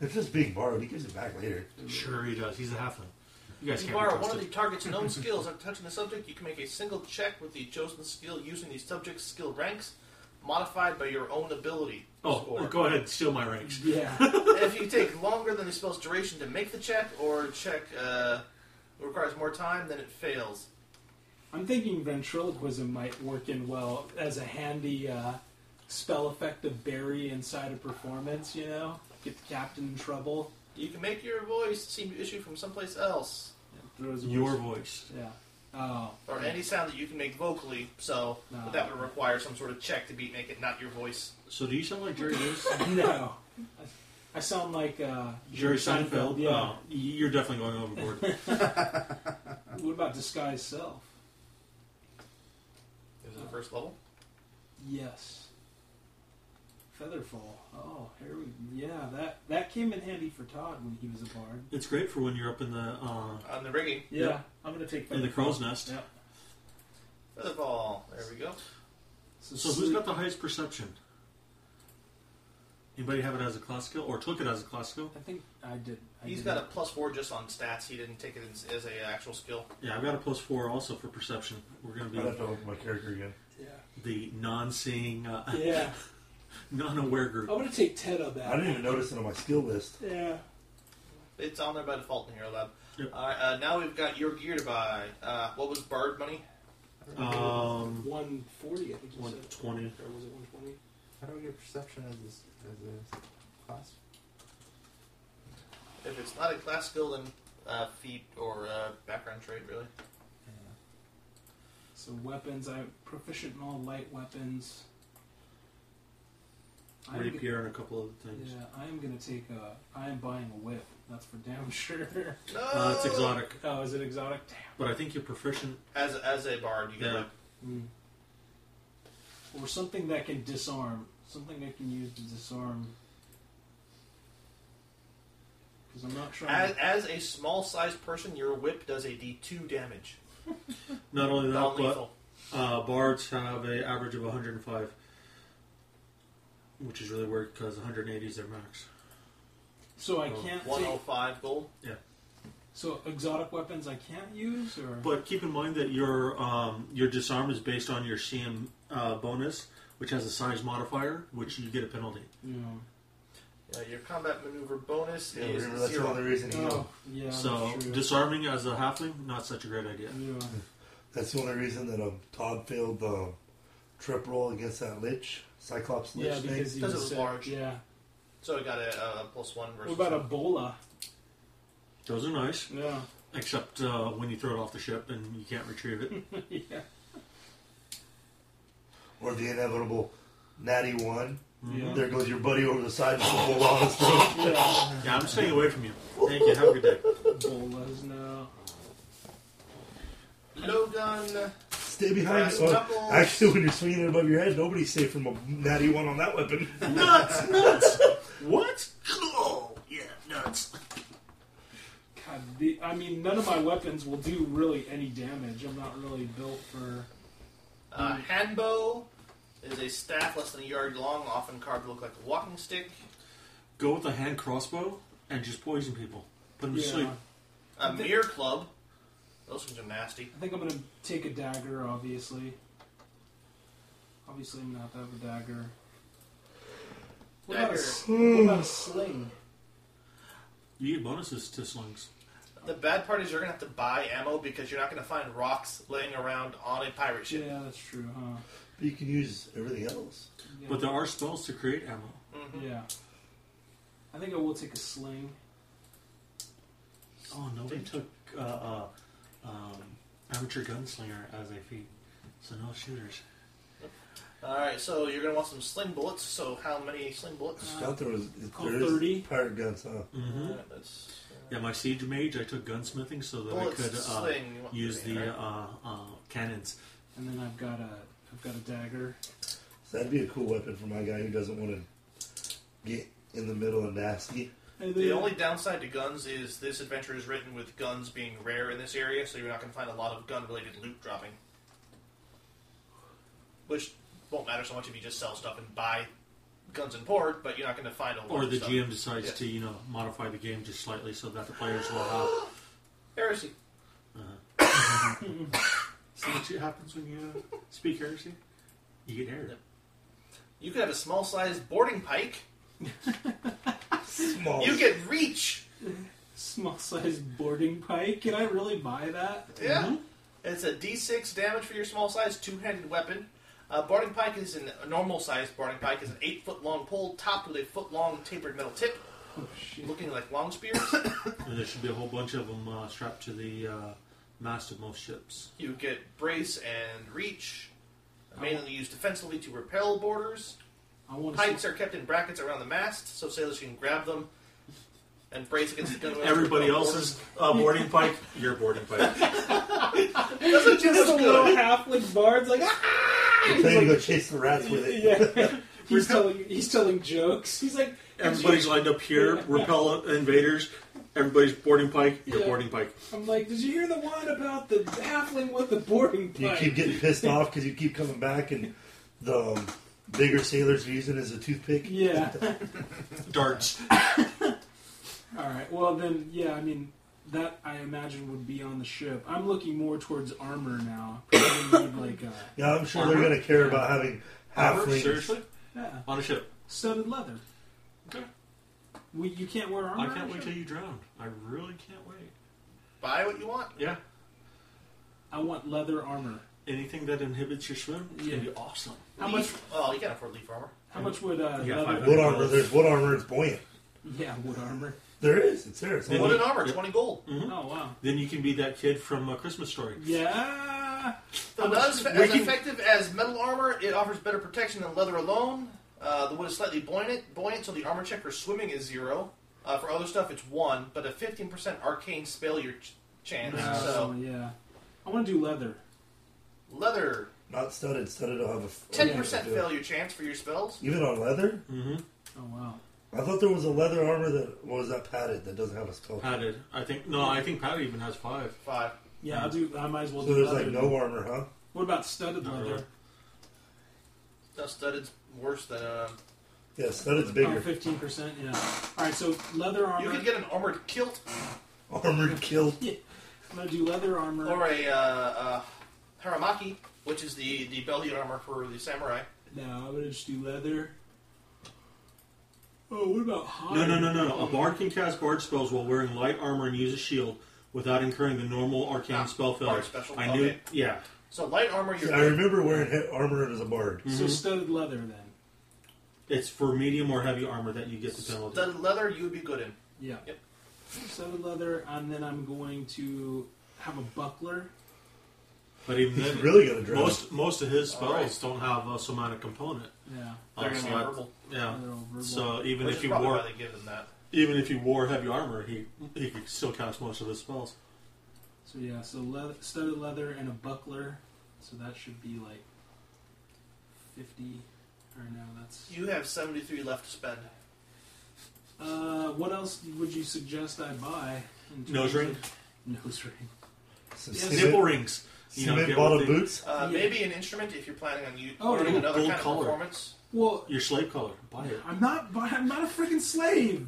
Speaker 19: It's just being borrowed. He gives it back later.
Speaker 5: Sure he does. He's a halfling. You guys
Speaker 2: you
Speaker 5: can't
Speaker 2: borrow
Speaker 5: be
Speaker 2: one of
Speaker 5: trusted.
Speaker 2: the target's
Speaker 5: <laughs>
Speaker 2: known skills after touching the subject. You can make a single check with the chosen skill using the subject's skill ranks, modified by your own ability.
Speaker 5: Oh,
Speaker 2: score.
Speaker 5: go ahead, steal my ranks.
Speaker 1: <laughs> Yeah.
Speaker 2: if you take longer than the spell's duration to make the check, or check uh, requires more time, then it fails.
Speaker 1: I'm thinking ventriloquism might work in well as a handy uh, spell effect to bury inside a performance. You know, get the captain in trouble.
Speaker 2: You can make your voice seem to issue from someplace else,
Speaker 1: Throws a
Speaker 5: Your voice.
Speaker 1: Yeah. Oh.
Speaker 2: or any sound that you can make vocally. So
Speaker 1: No.
Speaker 2: but that would require some sort of check to beat make it not your voice.
Speaker 5: So do you sound like Jerry Lewis?
Speaker 1: <laughs> no. I, I sound like uh,
Speaker 5: Jerry Seinfeld?
Speaker 1: Yeah.
Speaker 5: Oh, y- you're definitely going
Speaker 1: <laughs>
Speaker 5: overboard. Oh.
Speaker 1: What about disguise self?
Speaker 2: Is it the first level?
Speaker 1: Yes. Featherfall. Oh, here we. Yeah, that that came in handy for Todd when he was a bard.
Speaker 5: it's great for when you're up in the uh,
Speaker 2: On the rigging.
Speaker 1: Yeah,
Speaker 5: Yep.
Speaker 1: I'm gonna take
Speaker 5: in the
Speaker 1: Featherfall.
Speaker 5: crow's nest.
Speaker 1: Yeah.
Speaker 2: Featherball. There we go.
Speaker 5: So who's got the highest perception? Anybody have it as a class skill or took it as a class skill?
Speaker 1: I think I did. I
Speaker 2: He's
Speaker 1: did.
Speaker 2: got a plus four just on stats. He didn't take it as, as a actual skill.
Speaker 5: Yeah, I've got a plus four also for perception. We're going
Speaker 19: I have to
Speaker 5: to
Speaker 19: open my character again.
Speaker 1: Yeah.
Speaker 5: be the non-seeing, uh,
Speaker 1: Yeah.
Speaker 5: <laughs> non-aware
Speaker 1: I'm
Speaker 5: group.
Speaker 1: gonna take Ted on that.
Speaker 19: I didn't even notice it on my skill list.
Speaker 1: Yeah.
Speaker 2: It's on there by default in Hero Lab.
Speaker 5: Yep.
Speaker 2: All right, uh, now we've got your gear to buy. Uh, what was Bard money?
Speaker 1: Oh.
Speaker 5: Um,
Speaker 1: 140, I think you said.
Speaker 5: 120.
Speaker 1: Or was it 120?
Speaker 7: How do I get perception as this as a class?
Speaker 2: If it's not a class skill, then uh, feat or uh, background trait, really.
Speaker 1: So weapons. I'm proficient in all light weapons. I'm
Speaker 5: rapier
Speaker 1: gonna-
Speaker 5: and a couple other things.
Speaker 1: Yeah, I am gonna take a. I am buying a whip. That's for damn <laughs> sure.
Speaker 5: Uh, it's exotic.
Speaker 1: Oh, is it exotic? Damn.
Speaker 5: But I think you're proficient.
Speaker 2: As a, as a bard, you can
Speaker 5: Yeah.
Speaker 2: whip.
Speaker 1: Mm. Or something that can disarm. Something I can use to disarm. Because I'm not sure.
Speaker 2: As, as a small sized person, your whip does a d2 damage.
Speaker 5: Not only that, but
Speaker 2: Non-lethal.
Speaker 5: uh, bards have an average of 105, which is really weird because 180 is their max.
Speaker 1: so I can't. Take,
Speaker 2: 105 gold.
Speaker 5: Yeah.
Speaker 1: so exotic weapons I can't use, or
Speaker 5: But keep in mind that your um, your disarm is based on your CM uh, bonus, which has a size modifier, which you get a penalty.
Speaker 1: you know.
Speaker 2: Uh, your combat maneuver bonus
Speaker 3: Yeah,
Speaker 2: is
Speaker 3: remember that's
Speaker 2: zero.
Speaker 3: the only reason he
Speaker 1: Oh, yeah.
Speaker 5: so
Speaker 1: that's true.
Speaker 5: disarming as a halfling, not such a great idea.
Speaker 1: Yeah.
Speaker 3: That's the only reason that um, Todd failed the trip roll against that lich, Cyclops lich
Speaker 1: Yeah,
Speaker 3: thing.
Speaker 1: because he
Speaker 2: Because it
Speaker 1: was
Speaker 2: was
Speaker 1: sick.
Speaker 2: large.
Speaker 1: Yeah.
Speaker 2: So I got a, a plus one
Speaker 1: What
Speaker 2: versus.
Speaker 1: about Ebola?
Speaker 5: Those are nice,
Speaker 1: Yeah. <laughs>
Speaker 5: except uh, when you throw it off the ship and you can't retrieve
Speaker 1: <laughs>
Speaker 5: it.
Speaker 1: yeah.
Speaker 3: or the inevitable natty one.
Speaker 5: Yeah.
Speaker 3: There goes your buddy over the side with the whole lot of stuff.
Speaker 1: <laughs> Yeah.
Speaker 5: Yeah, I'm staying away from you. Thank you. Have a good day.
Speaker 1: Ebola's no.
Speaker 2: Logan.
Speaker 3: Stay behind.
Speaker 2: Brass
Speaker 3: Oh, <laughs>
Speaker 2: knuckles.
Speaker 3: actually, when you're swinging it above your head, nobody's safe from a natty one on that weapon.
Speaker 5: <laughs> nuts, nuts. <laughs> What? Oh, <laughs> yeah, nuts.
Speaker 1: God, the, I mean, none of my weapons will do really any damage. I'm not really built for.
Speaker 2: Uh, handbow is a staff less than a yard long, often carved to look like a walking stick.
Speaker 5: Go with a hand crossbow and just poison people. Put them to
Speaker 1: Yeah.
Speaker 5: sleep.
Speaker 2: A mirror club. Those ones are nasty.
Speaker 1: I think I'm gonna take a dagger, obviously. Obviously, I'm gonna have to have a dagger. What about a, s- what about a
Speaker 2: Hmm.
Speaker 1: sling?
Speaker 5: You get bonuses to slings.
Speaker 2: The bad part is you're gonna have to buy ammo because you're not gonna find rocks laying around on a pirate ship.
Speaker 1: Yeah, that's true, huh?
Speaker 3: But you can use everything else.
Speaker 1: Yeah.
Speaker 5: But there are spells to create ammo.
Speaker 1: yeah. I think I will take a sling.
Speaker 5: Oh, nobody took uh, uh, um, amateur gunslinger as a feat. So no shooters.
Speaker 2: All right, so you're gonna want some sling bullets. So how many sling
Speaker 5: Uh,
Speaker 2: bullets?
Speaker 3: Out there was
Speaker 1: Call
Speaker 3: there is
Speaker 1: 30.
Speaker 3: pirate guns, huh?
Speaker 5: Mm-hmm.
Speaker 2: Uh, that's,
Speaker 5: Yeah, my siege mage, I took gunsmithing so that
Speaker 2: Bullets
Speaker 5: I could
Speaker 2: to
Speaker 5: uh,
Speaker 2: sling, you want
Speaker 5: use
Speaker 2: to be,
Speaker 5: the
Speaker 2: right?
Speaker 5: uh, uh, cannons.
Speaker 1: And then I've got a, I've got a dagger.
Speaker 3: So that'd be a cool weapon for my guy who doesn't want to get in the middle of
Speaker 5: <laughs>
Speaker 3: nasty.
Speaker 1: And
Speaker 2: the
Speaker 1: then-
Speaker 2: only downside to guns is this adventure is written with guns being rare in this area, so you're not gonna find a lot of gun-related loot dropping, which won't matter so much if you just sell stuff and buy guns and port, but you're not gonna find a lot.
Speaker 5: Or
Speaker 2: of
Speaker 5: the
Speaker 2: stuff.
Speaker 5: GM decides
Speaker 2: Yeah.
Speaker 5: to, you know, modify the game just slightly so that the players will have.
Speaker 2: <gasps> Heresy.
Speaker 5: See what happens
Speaker 2: <laughs>
Speaker 5: when you uh, speak heresy? You get aired.
Speaker 2: You could have a small-sized boarding pike.
Speaker 5: Oh.
Speaker 3: Small.
Speaker 2: You could reach.
Speaker 1: Small size boarding pike. Can I really buy that? Hmm?
Speaker 2: Yeah. It's a D6 damage for your small size two-handed weapon. A boarding pike is an, a normal sized boarding pike is an eight foot long pole topped with a foot long tapered metal tip,
Speaker 1: Oh shit.
Speaker 2: looking like long spears.
Speaker 5: And there should be a whole bunch of them uh, strapped to the uh, mast of most ships.
Speaker 2: you get brace and reach, mainly used defensively to repel boarders.
Speaker 1: I want to.
Speaker 2: Pikes are kept in brackets around the mast, so sailors can grab them and brace against the gunwale. to
Speaker 5: Everybody
Speaker 2: repel
Speaker 5: else's uh, boarding
Speaker 2: <laughs>
Speaker 5: pike, your boarding pike.
Speaker 2: boarders. Doesn't
Speaker 1: <laughs> Just a
Speaker 2: look good.
Speaker 1: little halfling bard's like, <laughs> ah!
Speaker 3: You're trying to go chase the rats with it.
Speaker 2: <laughs>
Speaker 1: Yeah. he's telling he's telling jokes. He's like
Speaker 5: Everybody's lined up here, repel invaders. Everybody's boarding pike, your
Speaker 1: Yeah.
Speaker 5: boarding pike.
Speaker 1: I'm like, did you hear the one about the halfling with the boarding
Speaker 3: <laughs> You
Speaker 1: pike?
Speaker 3: <laughs> keep getting pissed off because you keep coming back, and the um, bigger sailors are using it as a toothpick.
Speaker 1: yeah.
Speaker 5: Darts.
Speaker 1: All right. Well then, yeah. I mean, that I imagine would be on the ship. I'm looking more towards armor now. Probably need like uh, a
Speaker 3: <laughs> Yeah, I'm sure
Speaker 5: Armor?
Speaker 3: they're going to care about having
Speaker 5: Armor?
Speaker 3: halflings.
Speaker 5: Seriously?
Speaker 1: yeah,
Speaker 5: On a ship.
Speaker 1: studded leather.
Speaker 5: Okay.
Speaker 1: We, you can't wear armor.
Speaker 5: I
Speaker 1: on
Speaker 5: can't
Speaker 1: a
Speaker 5: wait
Speaker 1: ship?
Speaker 5: till you drown. I really can't wait.
Speaker 2: Buy what you want.
Speaker 5: Yeah.
Speaker 1: I want leather armor.
Speaker 5: Anything that inhibits your swim is going
Speaker 1: Yeah.
Speaker 5: to be awesome.
Speaker 1: How much?
Speaker 2: Oh, you can't afford leaf armor.
Speaker 1: How much would uh,
Speaker 5: You got
Speaker 1: leather?
Speaker 5: five
Speaker 3: Wood armor. There's wood armor. It's buoyant.
Speaker 1: Yeah, wood armor.
Speaker 3: There is. It's there. It's
Speaker 5: Then
Speaker 3: all-
Speaker 2: Wooden armor, twenty gold.
Speaker 1: Oh wow.
Speaker 5: Then you can be that kid from uh, Christmas Story.
Speaker 1: Yeah.
Speaker 2: Though not as,
Speaker 5: We
Speaker 2: as
Speaker 5: can-
Speaker 2: effective as metal armor, it offers better protection than leather alone. Uh, the wood is slightly buoyant, buoyant, so the armor check for swimming is zero. Uh, for other stuff, it's one, but a 15% arcane failure ch- chance.
Speaker 1: Yeah,
Speaker 2: So
Speaker 1: yeah. I want to do leather.
Speaker 2: leather,
Speaker 3: Not studded. Studded will have a
Speaker 5: Oh,
Speaker 3: f-
Speaker 2: 10%
Speaker 3: yeah, yeah.
Speaker 2: failure chance for your spells.
Speaker 3: Even on leather?
Speaker 5: Mm-hmm.
Speaker 1: Oh wow.
Speaker 3: I thought there was a leather armor that what was that padded that doesn't have a spell.
Speaker 5: Padded. I think no. I think Patty even has five.
Speaker 2: Five.
Speaker 1: Yeah, I'll do. I might as well
Speaker 3: So
Speaker 1: do
Speaker 3: there's
Speaker 1: leather.
Speaker 3: like no armor, huh?
Speaker 1: What about studded
Speaker 5: Not
Speaker 1: leather?
Speaker 5: really.
Speaker 2: Stuff studded's worse than. Uh,
Speaker 3: Yeah, studded's bigger.
Speaker 1: Oh, Fifteen percent. Yeah. All right. So leather armor.
Speaker 2: you could get an armored kilt
Speaker 3: Armored kill.
Speaker 1: Yeah. I'm gonna do leather armor.
Speaker 2: or a uh, uh, haramaki, which is the, the belly armor for the samurai.
Speaker 1: No, I'm gonna just do leather. Oh, what about hide?
Speaker 5: No, no, no, no, no. A bard can cast bard spells while wearing light armor and use a shield without incurring the normal arcane spell failure.
Speaker 2: bard special,
Speaker 5: I knew.
Speaker 2: okay.
Speaker 5: Yeah.
Speaker 2: So light armor,
Speaker 3: See,
Speaker 2: you're
Speaker 3: I remember wearing he- armor as a bard.
Speaker 1: So
Speaker 5: Mhm.
Speaker 1: studded leather then.
Speaker 5: It's for medium or heavy armor that you get the penalty.
Speaker 2: studded leather, you would be good in.
Speaker 1: Yeah.
Speaker 2: Yep.
Speaker 1: Studded leather, and then I'm going to have a buckler.
Speaker 5: But even
Speaker 3: He's <laughs>
Speaker 5: then,
Speaker 3: really gonna drown.
Speaker 5: most most of his spells
Speaker 2: All right.
Speaker 5: don't have a somatic component.
Speaker 1: Yeah.
Speaker 2: Oh. They're
Speaker 5: Uh,
Speaker 2: gonna
Speaker 5: so
Speaker 2: be
Speaker 5: that-
Speaker 2: verbal.
Speaker 5: Yeah.
Speaker 1: They're all verbal.
Speaker 5: So even
Speaker 2: Which
Speaker 5: if
Speaker 2: is
Speaker 5: he
Speaker 2: probably
Speaker 5: wore
Speaker 2: why they give them that.
Speaker 5: even if he wore heavy armor, he he could still cast most of his spells.
Speaker 1: So yeah, so leather, studded leather and a buckler. So that should be like fifty. Or no, that's.
Speaker 2: You have 73 left to spend.
Speaker 1: Uh, what else would you suggest I buy? in
Speaker 5: Nose
Speaker 1: terms
Speaker 5: ring?
Speaker 1: of- <laughs> Nose ring.
Speaker 3: Some
Speaker 1: Yes.
Speaker 5: Nipple rings. You know,
Speaker 3: cement
Speaker 5: get
Speaker 3: bottom
Speaker 5: what they-
Speaker 3: boots.
Speaker 2: Uh,
Speaker 1: Yeah.
Speaker 2: Maybe an instrument if you're planning on you
Speaker 1: Oh,
Speaker 2: learning
Speaker 1: yeah.
Speaker 2: another
Speaker 5: Gold
Speaker 2: kind of
Speaker 5: collar.
Speaker 2: performance.
Speaker 1: Well,
Speaker 5: Your slave color. Buy it.
Speaker 1: I'm not. bu- I'm not a freaking slave.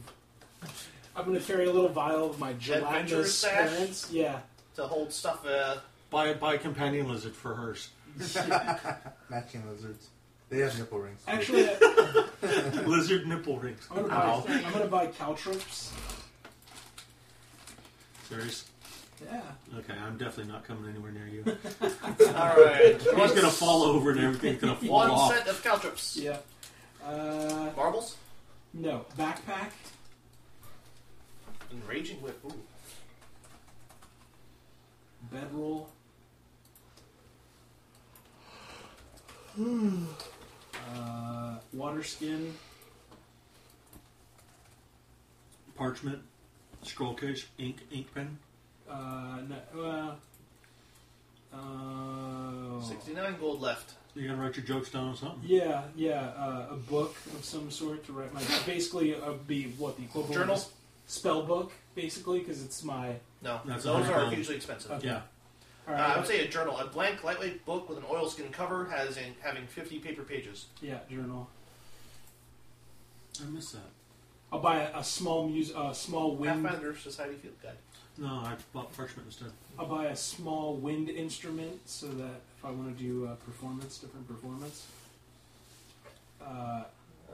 Speaker 1: I'm gonna carry a little vial of my
Speaker 2: Adventurous
Speaker 1: gelatinous
Speaker 2: stash?
Speaker 1: parents. Yeah.
Speaker 2: To hold stuff,
Speaker 5: <laughs>
Speaker 2: uh,
Speaker 5: Buy buy a companion lizard for hers.
Speaker 7: Matching lizards. They have nipple rings.
Speaker 1: <laughs> Actually, I-
Speaker 5: lizard nipple rings.
Speaker 1: I'm gonna
Speaker 5: Ow.
Speaker 1: buy. I'm gonna buy caltrops.
Speaker 5: Serious?
Speaker 1: Yeah.
Speaker 5: Okay, I'm definitely not coming anywhere near you.
Speaker 2: Alright.
Speaker 5: He's gonna fall over and everything's gonna fall
Speaker 2: One
Speaker 5: off.
Speaker 2: set of caltrops.
Speaker 1: Yeah. Uh,
Speaker 2: Marbles?
Speaker 1: no backpack.
Speaker 2: And Raging Whip. Ooh.
Speaker 1: bedroll. uh, water skin.
Speaker 5: Parchment, scroll case, ink, ink pen.
Speaker 1: Uh, no, uh, uh,
Speaker 2: 69 gold left.
Speaker 5: You gotta write your jokes down or something.
Speaker 1: Yeah, yeah, uh, a book of some sort to write my. Basically, uh, be what the equivalent of
Speaker 2: Journal?
Speaker 1: s- spell book, basically, because it's my.
Speaker 2: No,
Speaker 5: That's
Speaker 2: those
Speaker 5: 100
Speaker 2: are
Speaker 5: gold.
Speaker 2: hugely expensive.
Speaker 1: Okay.
Speaker 5: Yeah.
Speaker 1: All
Speaker 2: Uh,
Speaker 1: right,
Speaker 2: I would say a journal. A blank, lightweight book with an oilskin cover has in, having 50 paper pages.
Speaker 1: yeah, journal.
Speaker 5: I miss that.
Speaker 1: I'll buy a, a small mus- a small wind.
Speaker 2: Pathfinder Society Field Guide.
Speaker 5: No, I bought parchment instead.
Speaker 1: I'll buy a small wind instrument so that if I want to do uh, performance, different performance. Uh,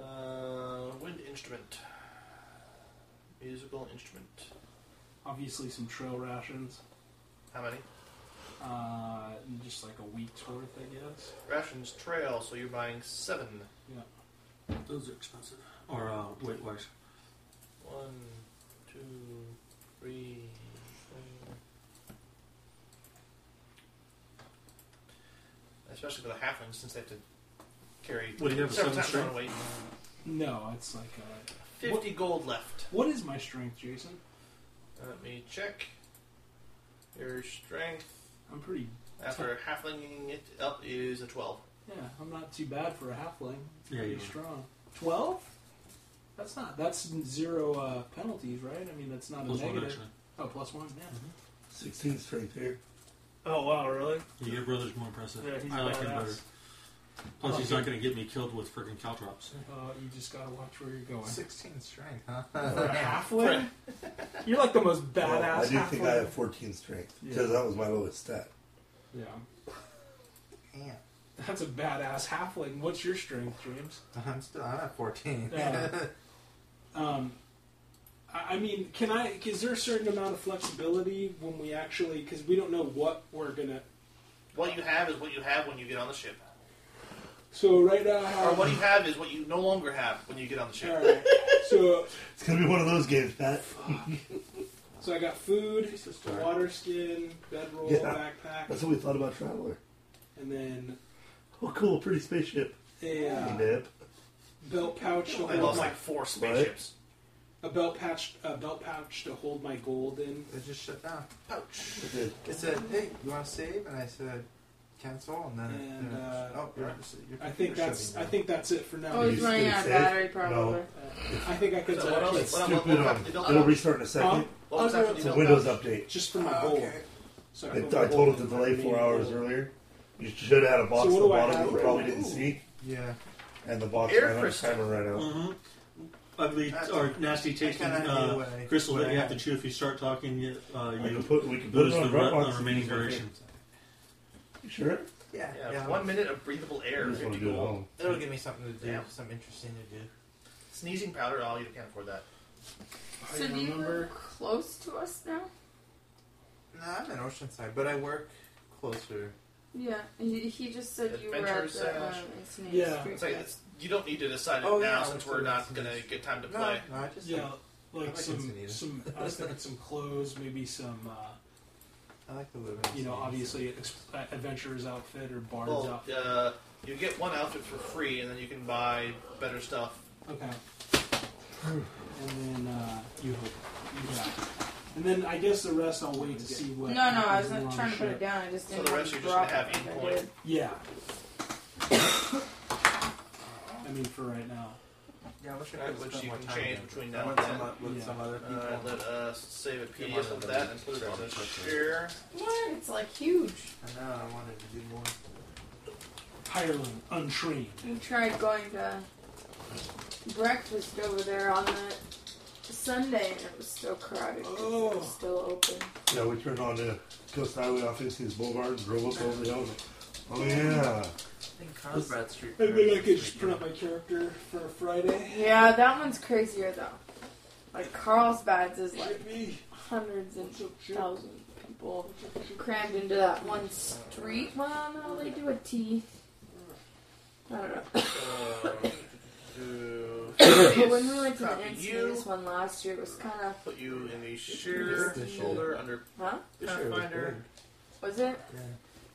Speaker 2: Uh, wind instrument. Musical instrument.
Speaker 1: obviously, some trail rations.
Speaker 2: How many?
Speaker 1: Uh, just like a week's worth, I guess.
Speaker 2: Rations Trail, so you're buying seven.
Speaker 5: Those are expensive. Or uh, Weight Watch.
Speaker 2: One, two, three. four. Especially for the halflings, since they have to carry.
Speaker 5: What do you have, a
Speaker 2: several
Speaker 5: seven
Speaker 2: times their own weight.
Speaker 1: No, it's like uh
Speaker 2: Fifty gold left.
Speaker 1: What is my strength, Jason?
Speaker 2: Let me check. Your strength
Speaker 1: I'm pretty.
Speaker 2: after halflinging it up is a twelve.
Speaker 1: Yeah, I'm not too bad for a halfling.
Speaker 5: Yeah,
Speaker 1: pretty
Speaker 5: you are.
Speaker 1: strong. Twelve? That's not. That's zero uh, penalties, right? I mean, that's not
Speaker 5: Plus
Speaker 1: a
Speaker 5: one,
Speaker 1: negative.
Speaker 5: actually. Mm-hmm.
Speaker 1: oh, plus one. Yeah.
Speaker 3: 16 strength here.
Speaker 34: Oh wow, really?
Speaker 5: Yeah, your brother's more impressive.
Speaker 34: Yeah, he's
Speaker 5: I like him
Speaker 34: badass.
Speaker 5: better. Plus, he's not gonna get me killed with freaking caltrops.
Speaker 1: Uh, you just gotta watch where you're going.
Speaker 7: 16 strength, huh?
Speaker 3: <laughs>
Speaker 1: For a halfling, you're like the most badass.
Speaker 3: Well, I do
Speaker 1: halfling.
Speaker 3: think I have 14 strength because
Speaker 1: Yeah.
Speaker 3: that was my lowest stat.
Speaker 1: Yeah,
Speaker 7: Damn. Uh-huh,
Speaker 1: that's a badass halfling. What's your strength,
Speaker 3: <laughs>
Speaker 1: James?
Speaker 7: I'm still, I'm at 14.
Speaker 1: Yeah. Um, I I mean, can I? Is there a certain amount of flexibility when we actually? Because we don't know what we're gonna.
Speaker 2: What you have is what you have when you get on the ship,
Speaker 1: So right uh, now, I
Speaker 2: or
Speaker 1: have,
Speaker 2: what you have is what you no longer have when you get on the ship.
Speaker 1: all right. so
Speaker 3: It's gonna be one of those games, Pat.
Speaker 1: so I got food,
Speaker 7: It's a start.
Speaker 1: water skin, bedroll,
Speaker 3: Yeah.
Speaker 1: backpack,
Speaker 3: That's what we thought about Traveler.
Speaker 1: and then
Speaker 3: Oh, cool, pretty spaceship.
Speaker 1: a uh,
Speaker 3: Nip.
Speaker 1: belt pouch to
Speaker 2: I
Speaker 1: hold
Speaker 2: lost
Speaker 1: my
Speaker 2: like four spaceships.
Speaker 1: a belt pouch a belt pouch to hold my gold in.
Speaker 7: <laughs> It just shut down.
Speaker 2: Pouch.
Speaker 7: It said, "Hey, you want to save?" And I said, "Cancel." And then it-
Speaker 1: And
Speaker 7: then it-
Speaker 1: uh,
Speaker 7: oh, your,
Speaker 1: I
Speaker 7: your computer's
Speaker 1: think that's
Speaker 7: shutting
Speaker 1: I think that's it for now.
Speaker 6: Oh, he's
Speaker 1: You
Speaker 6: running
Speaker 1: can
Speaker 6: out of
Speaker 1: save-
Speaker 6: battery, probably.
Speaker 1: Uh, I think I could.
Speaker 2: So what else-
Speaker 1: actually-
Speaker 2: what- what- what- what-
Speaker 19: um, it'll restart in a second.
Speaker 1: Huh?
Speaker 2: What was after the
Speaker 19: It's a Windows update.
Speaker 1: Just for
Speaker 2: Ah,
Speaker 1: my gold. So
Speaker 19: I, I
Speaker 1: put my
Speaker 19: told
Speaker 1: gold
Speaker 19: him to
Speaker 1: in my
Speaker 19: delay
Speaker 1: main
Speaker 19: four hours
Speaker 1: gold.
Speaker 19: earlier. You should have had a box on
Speaker 1: So
Speaker 19: the
Speaker 1: what do I
Speaker 19: bottom that
Speaker 1: have
Speaker 19: you probably
Speaker 1: right
Speaker 19: didn't
Speaker 1: now?
Speaker 19: see.
Speaker 7: Yeah.
Speaker 19: And the box
Speaker 2: Air
Speaker 19: ran out,
Speaker 2: crystal.
Speaker 19: timer ran out.
Speaker 5: Mm-hmm. Ugly
Speaker 2: That's-
Speaker 5: or nasty tasting
Speaker 2: I kinda knew
Speaker 5: uh,
Speaker 2: what I-
Speaker 5: crystal
Speaker 2: what
Speaker 5: that
Speaker 2: I
Speaker 5: you
Speaker 2: had.
Speaker 5: have to chew. If you start talking, uh,
Speaker 2: Mm.
Speaker 19: I
Speaker 5: you
Speaker 19: can put- we can put
Speaker 5: lose
Speaker 19: it on
Speaker 5: the, re-
Speaker 19: Dropbox
Speaker 5: the remaining
Speaker 19: if you want.
Speaker 5: duration.
Speaker 19: You sure?
Speaker 7: down. Yeah,
Speaker 2: Yeah,
Speaker 7: yeah.
Speaker 2: one minute of breathable
Speaker 19: I
Speaker 2: air.
Speaker 19: just want
Speaker 2: 50
Speaker 19: to do it at
Speaker 2: gold.
Speaker 19: home.
Speaker 7: It'll give me something to do,
Speaker 2: Yeah.
Speaker 7: something interesting to do.
Speaker 2: Sneezing powder. Oh, you can't afford that.
Speaker 6: So do you live close to us now?
Speaker 7: No, I'm in Oceanside, but I work closer.
Speaker 6: Yeah. He, he just said you were
Speaker 2: Adventure
Speaker 6: at the
Speaker 2: Sash.
Speaker 6: um, it's named
Speaker 1: Yeah.
Speaker 6: Street
Speaker 2: It's like,
Speaker 6: Fest.
Speaker 2: it's, you don't need to decide it
Speaker 7: Oh,
Speaker 2: now
Speaker 7: yeah,
Speaker 2: since
Speaker 7: let's
Speaker 2: we're
Speaker 7: do
Speaker 2: not
Speaker 7: this.
Speaker 2: going to get time to
Speaker 7: No,
Speaker 2: play.
Speaker 7: no, I just
Speaker 1: Yeah,
Speaker 7: I
Speaker 1: like
Speaker 7: like
Speaker 1: some
Speaker 7: Encinitas.
Speaker 1: some I was thinking some clothes, maybe some uh,
Speaker 7: I like to live in.
Speaker 1: you know
Speaker 7: Encinitas.
Speaker 1: obviously ex- uh, adventurer's outfit or bard's
Speaker 2: Well,
Speaker 1: outfit.
Speaker 2: uh, you get one outfit for free, and then you can buy better stuff.
Speaker 1: Okay. And then uh, you hope. Yeah. And then I guess the rest I'll wait to see what.
Speaker 6: No, no, I was not
Speaker 1: happens on
Speaker 6: trying
Speaker 1: the
Speaker 6: to put it
Speaker 1: ship.
Speaker 6: down. I just
Speaker 2: So
Speaker 6: didn't
Speaker 2: the
Speaker 6: want
Speaker 2: rest
Speaker 6: to
Speaker 2: you're just gonna
Speaker 6: drop
Speaker 2: have in
Speaker 6: it. I
Speaker 2: coin.
Speaker 6: did.
Speaker 1: Yeah. I mean, for right now.
Speaker 7: Yeah, I wish I
Speaker 2: Right,
Speaker 7: could
Speaker 2: which
Speaker 7: spend
Speaker 2: you
Speaker 7: more
Speaker 2: can
Speaker 7: time
Speaker 2: change
Speaker 7: with
Speaker 2: between
Speaker 7: it.
Speaker 2: now
Speaker 7: I
Speaker 2: and
Speaker 7: went
Speaker 2: then.
Speaker 7: some, with
Speaker 1: Yeah.
Speaker 7: some other people.
Speaker 2: Uh, let us save a
Speaker 7: Come on,
Speaker 2: PDF of
Speaker 7: another
Speaker 2: that and put it on the
Speaker 7: screen quickly.
Speaker 2: share.
Speaker 6: What? It's like huge.
Speaker 7: I know. I wanted to do more.
Speaker 1: Hireling, untrained.
Speaker 6: We tried going to breakfast over there on the Sunday, and it was still crowded. 'cause It
Speaker 1: Oh.
Speaker 6: was still open.
Speaker 19: Yeah, we turned on the Coast Highway off 16th Boulevard and drove up over the hill. Oh, yeah.
Speaker 7: I think Conrad Street.
Speaker 1: Maybe I could just print up my character for Friday.
Speaker 6: Yeah, that one's crazier though. Like Carlsbad's is like
Speaker 1: Me.
Speaker 6: hundreds and thousands of people crammed into that one street. Well, no, they do a T. I don't know.
Speaker 2: To
Speaker 6: But when we went to the
Speaker 2: Copy you.
Speaker 6: Encinitas one last year, it was kind of
Speaker 2: put you in the share
Speaker 7: This shit.
Speaker 2: folder under
Speaker 6: huh?
Speaker 7: This year was
Speaker 2: Pathfinder.
Speaker 7: good.
Speaker 6: Was it?
Speaker 7: Yeah.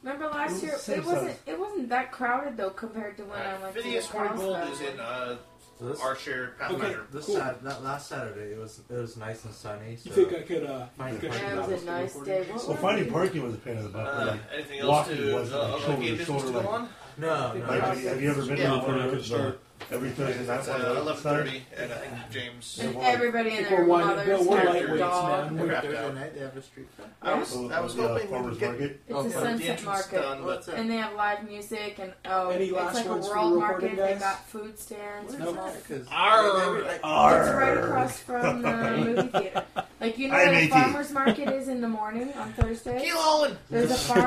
Speaker 6: Remember
Speaker 19: It
Speaker 6: last
Speaker 19: was
Speaker 6: year?
Speaker 19: the same
Speaker 6: It wasn't.
Speaker 19: size.
Speaker 6: It wasn't that crowded though compared to when I
Speaker 2: Alright,
Speaker 6: went to the
Speaker 2: Phineas Hornigold
Speaker 6: Carlsbad
Speaker 2: is
Speaker 6: one.
Speaker 2: in uh,
Speaker 7: So this,
Speaker 2: our share Pathfinder.
Speaker 7: this
Speaker 1: Cool.
Speaker 7: Sat- that last Saturday, it was it was nice and sunny. So
Speaker 1: You think I could? Uh,
Speaker 7: My
Speaker 1: think I
Speaker 7: God.
Speaker 1: should
Speaker 7: Yeah, it
Speaker 1: not
Speaker 6: was a
Speaker 1: have
Speaker 6: nice
Speaker 1: recorded
Speaker 6: day.
Speaker 1: this?
Speaker 6: What
Speaker 19: Well, finding parking was a pain in the butt. but,
Speaker 2: Uh,
Speaker 19: like,
Speaker 2: anything else
Speaker 19: walking
Speaker 2: to
Speaker 19: was
Speaker 2: uh,
Speaker 19: like
Speaker 2: other
Speaker 19: shoulder to
Speaker 2: game business
Speaker 19: shoulder,
Speaker 2: to go
Speaker 19: like-
Speaker 2: on?
Speaker 7: no, no,
Speaker 19: Like, have, you, have you ever been
Speaker 2: Uh, Yeah,
Speaker 19: to one
Speaker 5: we're not
Speaker 19: of
Speaker 5: gonna
Speaker 19: those? uh,
Speaker 5: start.
Speaker 19: Every Thursday night,
Speaker 2: It's
Speaker 19: one of
Speaker 2: uh,
Speaker 19: those
Speaker 2: eleven
Speaker 19: Saturday?
Speaker 2: thirty, and I think James.
Speaker 6: And everybody in
Speaker 1: Think
Speaker 6: their
Speaker 1: we're winding- no,
Speaker 6: mothers
Speaker 1: we're
Speaker 6: had
Speaker 1: lightweights,
Speaker 6: dog.
Speaker 1: man.
Speaker 7: Every
Speaker 2: Crap
Speaker 7: Thursday
Speaker 2: out.
Speaker 7: night they have a street fair.
Speaker 2: I was,
Speaker 19: Oh,
Speaker 2: I was
Speaker 19: the, uh,
Speaker 2: hoping we
Speaker 19: farmers
Speaker 2: could get
Speaker 19: market.
Speaker 6: It's
Speaker 1: Oh,
Speaker 7: Okay.
Speaker 6: a
Speaker 2: The
Speaker 6: sunset
Speaker 2: entrance
Speaker 6: market,
Speaker 2: done, but-
Speaker 6: and they have live music and oh,
Speaker 1: Any
Speaker 6: it's
Speaker 1: last
Speaker 6: like a
Speaker 1: words for
Speaker 6: world
Speaker 1: recording,
Speaker 6: market. They
Speaker 1: guys?
Speaker 6: got food stands.
Speaker 7: Where's
Speaker 6: and all
Speaker 7: that?
Speaker 6: that.
Speaker 7: 'Cause
Speaker 2: Arr.
Speaker 7: they- they-
Speaker 6: It's right across from
Speaker 1: <laughs>
Speaker 6: the movie theater. Like you know
Speaker 19: I am
Speaker 6: where the
Speaker 19: 18.
Speaker 6: farmers market is in the morning on Thursday.
Speaker 2: Keelan!
Speaker 6: There's a farmers